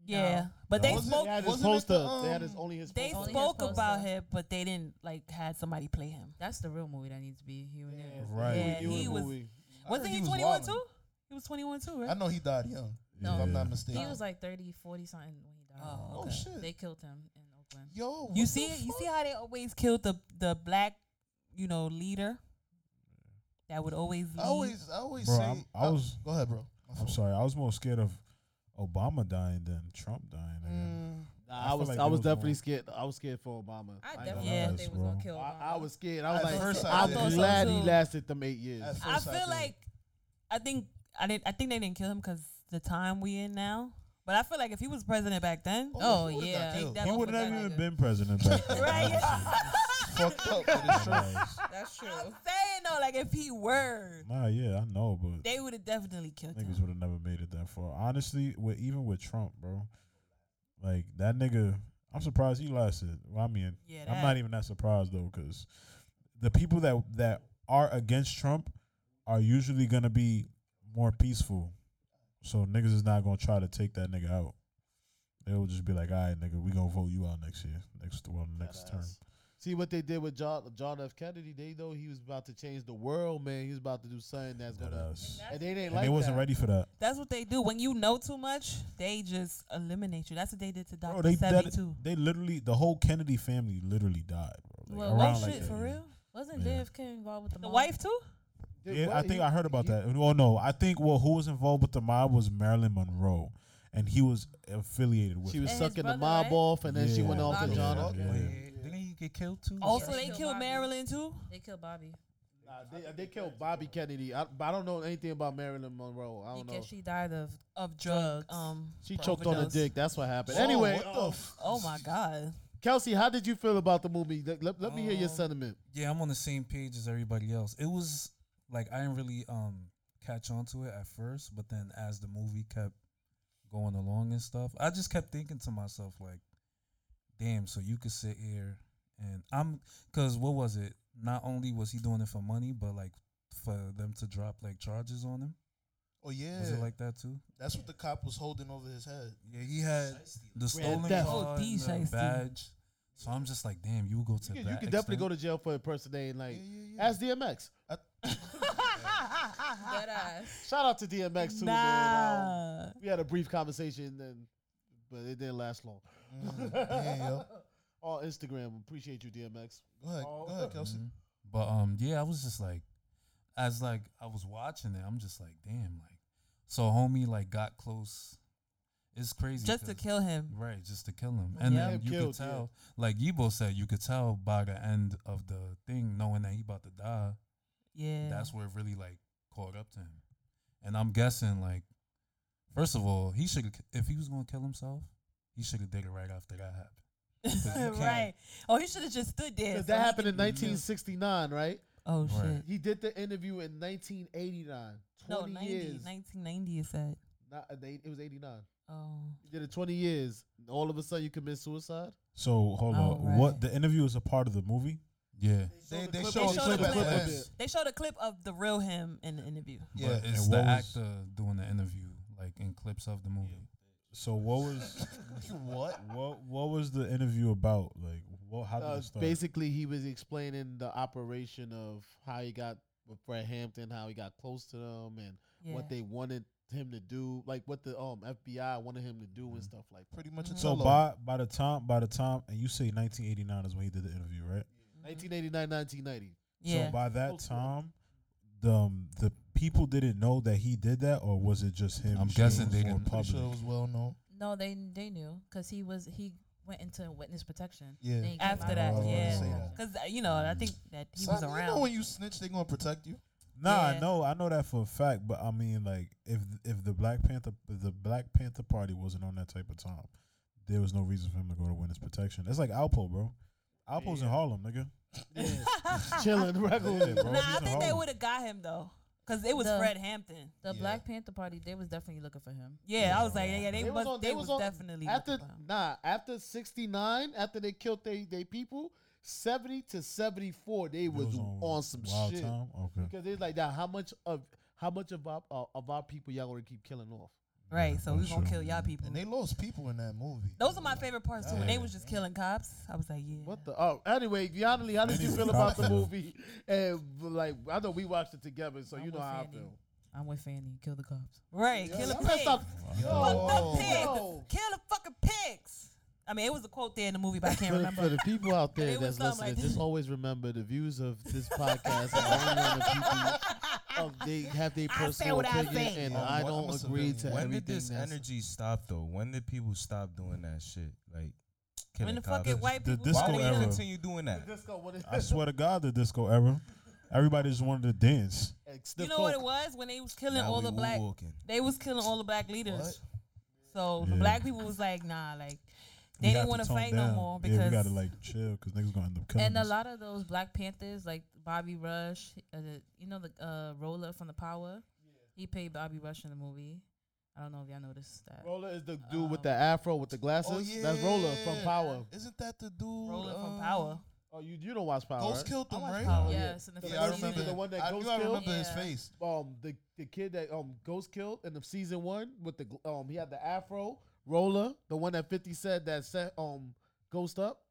Speaker 3: Yeah, but they
Speaker 1: Wasn't-
Speaker 3: spoke.
Speaker 1: They had his
Speaker 9: wasn't it
Speaker 1: poster.
Speaker 9: the,
Speaker 1: they had his,
Speaker 9: um,
Speaker 1: only his
Speaker 3: They
Speaker 1: poster.
Speaker 7: Only his
Speaker 3: spoke
Speaker 7: poster.
Speaker 3: about him, but they didn't like had somebody play him.
Speaker 7: That's the real movie that needs to be here and there.
Speaker 4: Right.
Speaker 3: Yeah,
Speaker 1: You in
Speaker 3: he
Speaker 1: the
Speaker 3: was.
Speaker 1: movie.
Speaker 9: I
Speaker 3: Wasn't
Speaker 9: heard
Speaker 3: he
Speaker 9: was
Speaker 3: twenty one
Speaker 9: wildin'.
Speaker 3: too? He was twenty one too, right?
Speaker 9: I know he died young,
Speaker 4: Yeah.
Speaker 9: if I'm not
Speaker 7: He
Speaker 9: mistaken.
Speaker 7: was like 30, 40 something when he died.
Speaker 3: Oh,
Speaker 9: oh
Speaker 3: okay.
Speaker 9: shit!
Speaker 7: They killed him in Oakland.
Speaker 9: Yo,
Speaker 3: You
Speaker 9: what
Speaker 3: see,
Speaker 9: the
Speaker 3: you see
Speaker 9: fuck?
Speaker 3: how they always killed the the black, you know, leader. That would always lead.
Speaker 9: I always, I always
Speaker 4: Bro,
Speaker 9: say,
Speaker 4: I'm- I
Speaker 9: uh,
Speaker 4: was-
Speaker 9: Go ahead, bro. My
Speaker 4: I'm
Speaker 9: fault.
Speaker 4: sorry. I was more scared of Obama dying than Trump dying. again.
Speaker 9: Mm,
Speaker 1: Nah,
Speaker 4: I
Speaker 1: I,
Speaker 4: feel
Speaker 1: was
Speaker 4: like
Speaker 1: I
Speaker 4: there
Speaker 1: was
Speaker 4: was
Speaker 1: definitely
Speaker 4: one.
Speaker 1: scared. I was scared for Obama.
Speaker 7: I
Speaker 1: ain't
Speaker 7: definitely
Speaker 4: know
Speaker 7: thought
Speaker 4: this,
Speaker 7: they was gonna
Speaker 4: bro.
Speaker 7: kill him.
Speaker 1: I, I was scared. I was
Speaker 9: At
Speaker 1: like,
Speaker 9: first I
Speaker 1: I'm
Speaker 9: did. I thought so
Speaker 1: glad he
Speaker 3: too.
Speaker 1: lasted them eight years.
Speaker 9: at
Speaker 3: I
Speaker 9: first
Speaker 3: feel
Speaker 9: did.
Speaker 3: like, I think I didn't. I think they didn't kill him because the time we in now. But I feel like if he was president back then,
Speaker 7: Oh,
Speaker 9: he would've got
Speaker 7: yeah.
Speaker 9: killed.
Speaker 7: That
Speaker 4: He
Speaker 7: was
Speaker 4: would
Speaker 7: what
Speaker 4: have
Speaker 7: that
Speaker 4: never even
Speaker 7: nigga-
Speaker 4: been president. Back then.
Speaker 3: Right,
Speaker 9: fucked up. But
Speaker 3: [laughs]
Speaker 9: it's true.
Speaker 4: Nice.
Speaker 7: That's true.
Speaker 3: I'm saying though, like if he were,
Speaker 4: Nah, yeah, I know, but
Speaker 3: they would have definitely killed
Speaker 4: niggas
Speaker 3: him.
Speaker 4: would have never made it that far. Honestly, with even with Trump, bro, like that nigga, I'm surprised he lasted. Well, I mean,
Speaker 3: Yeah,
Speaker 4: I'm
Speaker 3: that-
Speaker 4: not even that surprised though, because the people that that are against Trump are usually gonna be more peaceful. So niggas is not gonna try to take that nigga out. They'll just be like, "All right, nigga, we gonna vote you out next year, next well, next term."
Speaker 1: Badass. See what they did with John, John F. Kennedy. They know he was about to change the world, man. He was about to do something that's
Speaker 4: That
Speaker 1: gonna.
Speaker 4: ass.
Speaker 1: And they didn't
Speaker 4: And
Speaker 1: like
Speaker 4: they wasn't
Speaker 1: that.
Speaker 4: ready for that.
Speaker 3: That's what they do. When you know too much, they just eliminate you. That's what they did to
Speaker 4: Bro,
Speaker 3: Doctor
Speaker 4: they
Speaker 3: Sebi
Speaker 4: that,
Speaker 3: too.
Speaker 4: they literally the whole Kennedy family literally died, bro. Like,
Speaker 7: Well,
Speaker 4: around
Speaker 3: Oh
Speaker 4: like
Speaker 3: shit,
Speaker 4: that
Speaker 3: for
Speaker 4: year.
Speaker 3: real.
Speaker 7: Wasn't
Speaker 4: Yeah.
Speaker 7: JFK involved with the,
Speaker 3: The
Speaker 7: mob?
Speaker 3: wife too.
Speaker 1: They-
Speaker 4: Yeah,
Speaker 1: what?
Speaker 4: I think
Speaker 1: He-
Speaker 4: I heard about
Speaker 1: he-
Speaker 4: that. Well, no, I think well, who was involved with the mob was Marilyn Monroe, and he was affiliated with.
Speaker 1: She was
Speaker 7: And his
Speaker 1: sucking
Speaker 7: brother,
Speaker 1: the mob
Speaker 7: right?
Speaker 1: off, and then she
Speaker 4: Yeah.
Speaker 1: went off to
Speaker 7: Bobby
Speaker 1: John.
Speaker 7: Brown.
Speaker 1: F.
Speaker 4: Yeah.
Speaker 1: Kennedy.
Speaker 2: Wait, Didn't he get killed too?
Speaker 3: Also,
Speaker 7: Yeah.
Speaker 3: they
Speaker 7: Killed
Speaker 3: killed
Speaker 7: Bobby.
Speaker 3: Marilyn too.
Speaker 7: They killed Bobby
Speaker 1: Nah, they, they killed Bobby Kennedy. I, but I don't know anything about Marilyn Monroe. I don't know.
Speaker 7: because she died of
Speaker 3: Of drugs.
Speaker 7: Drugs.
Speaker 3: Um.
Speaker 1: She choked on a
Speaker 3: overdose.
Speaker 1: dick. That's what happened.
Speaker 9: Oh,
Speaker 1: anyway,
Speaker 9: what the
Speaker 1: uh,
Speaker 9: f-
Speaker 3: Oh my god.
Speaker 1: Kelsey, how did you feel about the movie? Let, let, let me hear your
Speaker 2: Um,
Speaker 1: sentiment.
Speaker 2: Yeah, I'm on the same page as everybody else. It was like I didn't really um catch on to it at first, but then as the movie kept going along and stuff, I just kept thinking to myself like, "Damn!" So you could sit here and I'm because what was it? Not only was he doing it for money, but like for them to drop like charges on him.
Speaker 9: Oh yeah,
Speaker 2: Was it like that too?
Speaker 9: that's what the cop was holding over his head.
Speaker 2: Yeah, he had the stolen
Speaker 1: theft.
Speaker 2: car,
Speaker 3: Oh,
Speaker 2: and
Speaker 3: these
Speaker 2: the
Speaker 3: shiesty.
Speaker 2: badge. So I'm just like, "Damn, you go Oh, to that."
Speaker 1: You, can- you could definitely go to jail for impersonating, like,
Speaker 9: Yeah, yeah, yeah.
Speaker 1: as DMX.
Speaker 5: Ah,
Speaker 7: dead ass.
Speaker 1: Shout out to DMX, too, man. Um,
Speaker 3: Nah.
Speaker 1: we had a brief conversation then, but it didn't last long.
Speaker 9: Mm, yeah, yo.
Speaker 1: [laughs] On Instagram, appreciate you, DMX.
Speaker 9: Go ahead, go ahead, Kelsey.
Speaker 2: Mhm. But um, yeah, I was just like, as like I was watching it, I'm just like, damn, like, so homie like got close. It's crazy.
Speaker 3: Just to
Speaker 2: 'cause-
Speaker 3: kill him.
Speaker 2: Right, just to kill him, and
Speaker 3: Yeah.
Speaker 2: then
Speaker 1: Yeah,
Speaker 2: you
Speaker 1: killed,
Speaker 2: could
Speaker 1: yeah.
Speaker 2: tell, like Yibo said, you could tell by the end of the thing, knowing that he about to die.
Speaker 3: [laughs] Yeah.
Speaker 2: That's where it really like caught up to him, and I'm guessing like, first of all, he should if he was gonna kill himself, he should have did it right after that
Speaker 3: [laughs]
Speaker 2: happened. 'Cause you can't-
Speaker 3: right. Oh, he should have just stood there.
Speaker 1: 'Cause
Speaker 3: so
Speaker 1: that
Speaker 3: he
Speaker 1: happened
Speaker 3: could-
Speaker 1: in 1969, right?
Speaker 3: Oh shit.
Speaker 2: Right.
Speaker 1: He did the interview in 1989.
Speaker 3: No,
Speaker 1: 20
Speaker 3: 90,
Speaker 1: years.
Speaker 3: 1990 is that.
Speaker 1: Not, uh, they- it was 89.
Speaker 3: Oh.
Speaker 1: He did it 20 years. All of a sudden, you commit suicide?
Speaker 4: So hold
Speaker 3: Oh,
Speaker 4: on,
Speaker 3: right.
Speaker 4: what the interview is a part of the movie?
Speaker 2: Yeah.
Speaker 9: They they
Speaker 3: They
Speaker 9: show a
Speaker 3: showed
Speaker 9: clip
Speaker 3: the
Speaker 9: at
Speaker 3: clip
Speaker 9: the
Speaker 3: of
Speaker 9: end.
Speaker 1: it.
Speaker 3: They showed a clip of the real him in the interview.
Speaker 9: Yeah,
Speaker 2: But it's
Speaker 4: and
Speaker 2: the
Speaker 4: what was-
Speaker 2: actor doing the interview, like in clips of the movie.
Speaker 4: So what was
Speaker 9: what?
Speaker 4: what what was the interview about? Like, what how did
Speaker 1: Uh,
Speaker 4: it start?
Speaker 1: basically, he was explaining the operation of how he got with Fred Hampton, how he got close to them, and
Speaker 3: Yeah.
Speaker 1: what they wanted him to do, like what the um FBI wanted him to do
Speaker 4: Mm-hmm.
Speaker 1: and stuff like that.
Speaker 9: Pretty much a
Speaker 4: so
Speaker 9: solo.
Speaker 4: by by the time by the time, and you say 1989 is when he did the interview, right?
Speaker 1: 1989, 1990.
Speaker 3: Mm-hmm. yeah.
Speaker 4: So by that
Speaker 1: Close to it.
Speaker 4: time, the um, the people didn't know that he did that, or was it just him?
Speaker 2: I'm
Speaker 4: showing
Speaker 2: guessing they
Speaker 4: for
Speaker 2: didn't.
Speaker 9: Pretty
Speaker 4: public?
Speaker 9: sure it was well known.
Speaker 7: No, they they knew because he was he went into witness protection.
Speaker 9: Yeah.
Speaker 7: Then he came
Speaker 3: After
Speaker 7: out.
Speaker 3: that,
Speaker 9: I was about to
Speaker 3: yeah.
Speaker 9: say that.
Speaker 3: Cause uh, you know, I think that he was
Speaker 9: Son,
Speaker 3: around.
Speaker 9: You know when you snitch, they gonna protect you.
Speaker 4: Nah,
Speaker 3: Yeah.
Speaker 4: I know, I know that for a fact. But I mean, like, if if the Black Panther, if the Black Panther Party wasn't on that type of time, there was no reason for him to go to witness protection. That's like Alpo, bro. Alpo's in Harlem, nigga.
Speaker 3: [laughs]
Speaker 1: Chilling regularly.
Speaker 4: bro.
Speaker 3: nah,
Speaker 4: He's
Speaker 3: I
Speaker 4: in
Speaker 3: think they
Speaker 4: Harlem.
Speaker 3: would have got him though, cause it was
Speaker 7: The-
Speaker 3: Fred Hampton.
Speaker 7: The
Speaker 9: Yeah.
Speaker 7: Black Panther Party, they was definitely looking for him.
Speaker 3: Yeah, I was like, yeah, yeah, they, was,
Speaker 1: on-
Speaker 3: they, was,
Speaker 1: on-
Speaker 3: definitely
Speaker 1: after
Speaker 3: looking for him.
Speaker 1: nah after 69 after they killed they they people 70 to 74 they
Speaker 4: It
Speaker 1: was, on, some
Speaker 4: Wild
Speaker 1: shit
Speaker 4: Time? Okay.
Speaker 1: because it's like that how much of how much of our uh, of our people y'all gonna keep killing off
Speaker 3: Right. so we
Speaker 4: that's
Speaker 3: gonna
Speaker 4: true.
Speaker 3: kill y'all people.
Speaker 9: And they lost people in that movie.
Speaker 3: Those are my favorite parts too. When they was just killing cops, I was like, yeah.
Speaker 1: What the? Oh, anyway, Yanni, how did you feel about the
Speaker 4: Anyway.
Speaker 1: movie? And like, I know we watched it together, so you know how I feel.
Speaker 7: I'm with Fanny. Kill the cops.
Speaker 3: Right. kill a
Speaker 1: I'm gonna
Speaker 3: pig.
Speaker 1: stop-
Speaker 3: Fuck the pigs.
Speaker 1: Yo.
Speaker 3: Kill the fucking pigs. I mean, it was a quote there in the movie, but I
Speaker 1: [laughs]
Speaker 3: can't
Speaker 1: For the, for
Speaker 3: remember.
Speaker 1: the people out there
Speaker 3: It was
Speaker 1: that's
Speaker 3: something
Speaker 1: listening,
Speaker 3: like
Speaker 1: just always remember the views of this podcast
Speaker 3: [laughs]
Speaker 1: are only on the people of they have their personal
Speaker 3: what I
Speaker 1: opinion,
Speaker 3: say.
Speaker 1: and
Speaker 6: Um,
Speaker 1: I
Speaker 6: what- I'm
Speaker 1: don't
Speaker 6: a
Speaker 1: agree
Speaker 6: civilian.
Speaker 1: to
Speaker 6: When did
Speaker 1: everything
Speaker 6: this
Speaker 1: that's
Speaker 6: energy stop though? When did people stop doing that shit? Like,
Speaker 3: When
Speaker 6: killing
Speaker 3: the
Speaker 6: cops?
Speaker 3: fucking white
Speaker 4: The
Speaker 3: people
Speaker 6: Why
Speaker 4: disco
Speaker 3: started
Speaker 6: would
Speaker 4: era.
Speaker 6: you
Speaker 3: killing-
Speaker 6: continue doing that?
Speaker 1: Disco, what is
Speaker 4: I swear to God, the disco era. Everybody just wanted to dance.
Speaker 3: You know what it was when they was killing
Speaker 6: Now
Speaker 3: all
Speaker 6: we
Speaker 3: the black.
Speaker 6: moonwalking.
Speaker 3: They was killing all the black leaders.
Speaker 6: What?
Speaker 3: So the
Speaker 4: Yeah.
Speaker 3: black people was like, nah, like
Speaker 4: We
Speaker 3: they
Speaker 4: got
Speaker 3: didn't want to
Speaker 4: tone
Speaker 3: fight
Speaker 4: down.
Speaker 3: no more
Speaker 4: yeah, we
Speaker 3: because
Speaker 4: gotta like chill because niggas gonna end up killing
Speaker 7: And a
Speaker 4: us.
Speaker 7: lot of those Black Panthers, like Bobby Rush, uh, the- you know the uh, roller from The Power. He played Bobby Rush in the movie. I don't know if y'all noticed that.
Speaker 1: Roller is the dude
Speaker 3: Um,
Speaker 1: with the afro with the glasses.
Speaker 9: Oh, yeah.
Speaker 1: That's Roller from Power.
Speaker 9: Isn't that the dude?
Speaker 3: Roller from
Speaker 9: um,
Speaker 3: Power.
Speaker 1: Oh, you you don't watch Power?
Speaker 9: Ghost
Speaker 1: right?
Speaker 9: killed them, right?
Speaker 7: Power. Yes, in the
Speaker 9: Yeah,
Speaker 7: first
Speaker 9: I
Speaker 1: season,
Speaker 9: remember
Speaker 1: the one that
Speaker 9: I
Speaker 1: Ghost
Speaker 9: do. I
Speaker 1: killed?
Speaker 9: remember his
Speaker 7: Yeah.
Speaker 9: face.
Speaker 1: um the the kid that um Ghost killed in the season one with the gl- um he had the afro roller, the one that Fifty said that set um Ghost up.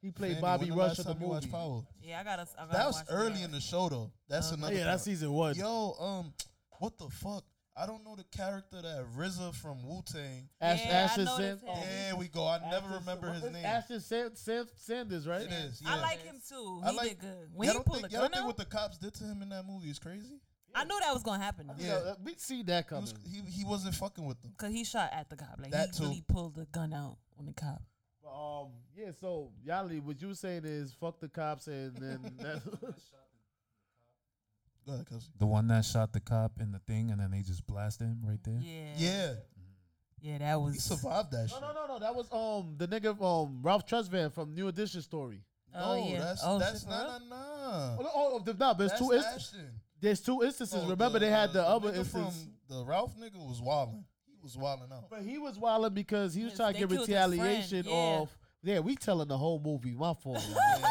Speaker 1: He played
Speaker 9: Fanny,
Speaker 1: Bobby
Speaker 9: when the
Speaker 1: Rush
Speaker 9: last
Speaker 1: in the
Speaker 9: time you watched
Speaker 1: movie.
Speaker 9: Power?
Speaker 3: Yeah, I gotta. I gotta
Speaker 9: That was
Speaker 3: watch Uh-huh. it
Speaker 9: early
Speaker 3: again.
Speaker 9: in the show though.
Speaker 3: Uh,
Speaker 9: That's another.
Speaker 1: Yeah, that's
Speaker 9: part.
Speaker 1: season one.
Speaker 9: Yo, um, what the fuck? I don't know the character that RZA from Wu Tang.
Speaker 1: Ash,
Speaker 3: Yeah, I
Speaker 1: Ashton
Speaker 3: know
Speaker 1: Sand-
Speaker 3: this
Speaker 1: um,
Speaker 3: head.
Speaker 9: There we go. I never
Speaker 1: Ashton-
Speaker 9: remember
Speaker 1: what
Speaker 9: his
Speaker 1: is-
Speaker 9: name.
Speaker 1: Ashton Sand, Sand, Sanders, right?
Speaker 9: It is.
Speaker 3: I
Speaker 9: yeah.
Speaker 3: like him too.
Speaker 9: I
Speaker 3: He
Speaker 9: like-
Speaker 3: did good.
Speaker 9: Y'all
Speaker 3: When he
Speaker 9: don't
Speaker 3: pulled
Speaker 9: think,
Speaker 3: a
Speaker 9: y'all
Speaker 3: gun
Speaker 9: don't think
Speaker 3: out,
Speaker 9: what the cops did to him in that movie is crazy?
Speaker 3: I knew that was gonna happen
Speaker 9: Yeah.
Speaker 1: Yeah, uh, we see that
Speaker 9: He,
Speaker 1: coming.
Speaker 9: was- he, he wasn't fucking with them.
Speaker 3: because he shot at the cop. Like
Speaker 9: That
Speaker 3: he
Speaker 9: too.
Speaker 3: really pulled the gun out on the cop.
Speaker 1: But, um, yeah. So Yali, what you saying is fuck the cops and then that's
Speaker 9: Go ahead, Kelsey.
Speaker 2: The one that shot the cop in the thing, and then they just blasted him right there.
Speaker 3: Yeah.
Speaker 9: Yeah,
Speaker 3: Yeah, that
Speaker 9: he
Speaker 3: was.
Speaker 9: survived that
Speaker 1: no,
Speaker 9: shit.
Speaker 1: no, no, no. That was um the nigga um Ralph Tresvant from New Edition story.
Speaker 3: Oh,
Speaker 9: No,
Speaker 3: yeah.
Speaker 9: that's
Speaker 3: Oh,
Speaker 9: that's
Speaker 3: shit,
Speaker 9: nah, nah,
Speaker 1: Oh,
Speaker 9: nah.
Speaker 1: no, oh, the- no, there's
Speaker 9: That's
Speaker 1: two. inst-
Speaker 9: Ashton.
Speaker 1: There's two instances.
Speaker 9: No,
Speaker 1: Remember, they had the, other
Speaker 9: nigga
Speaker 1: instance.
Speaker 9: From Oh, the Ralph nigga was wilding. He was wilding out.
Speaker 1: But he was wilding because he was
Speaker 3: Yes,
Speaker 1: trying to
Speaker 3: they
Speaker 1: get
Speaker 3: killed his friend,
Speaker 1: retaliation
Speaker 3: yeah.
Speaker 1: off. Yeah, we telling the whole movie. My fault.
Speaker 3: [laughs]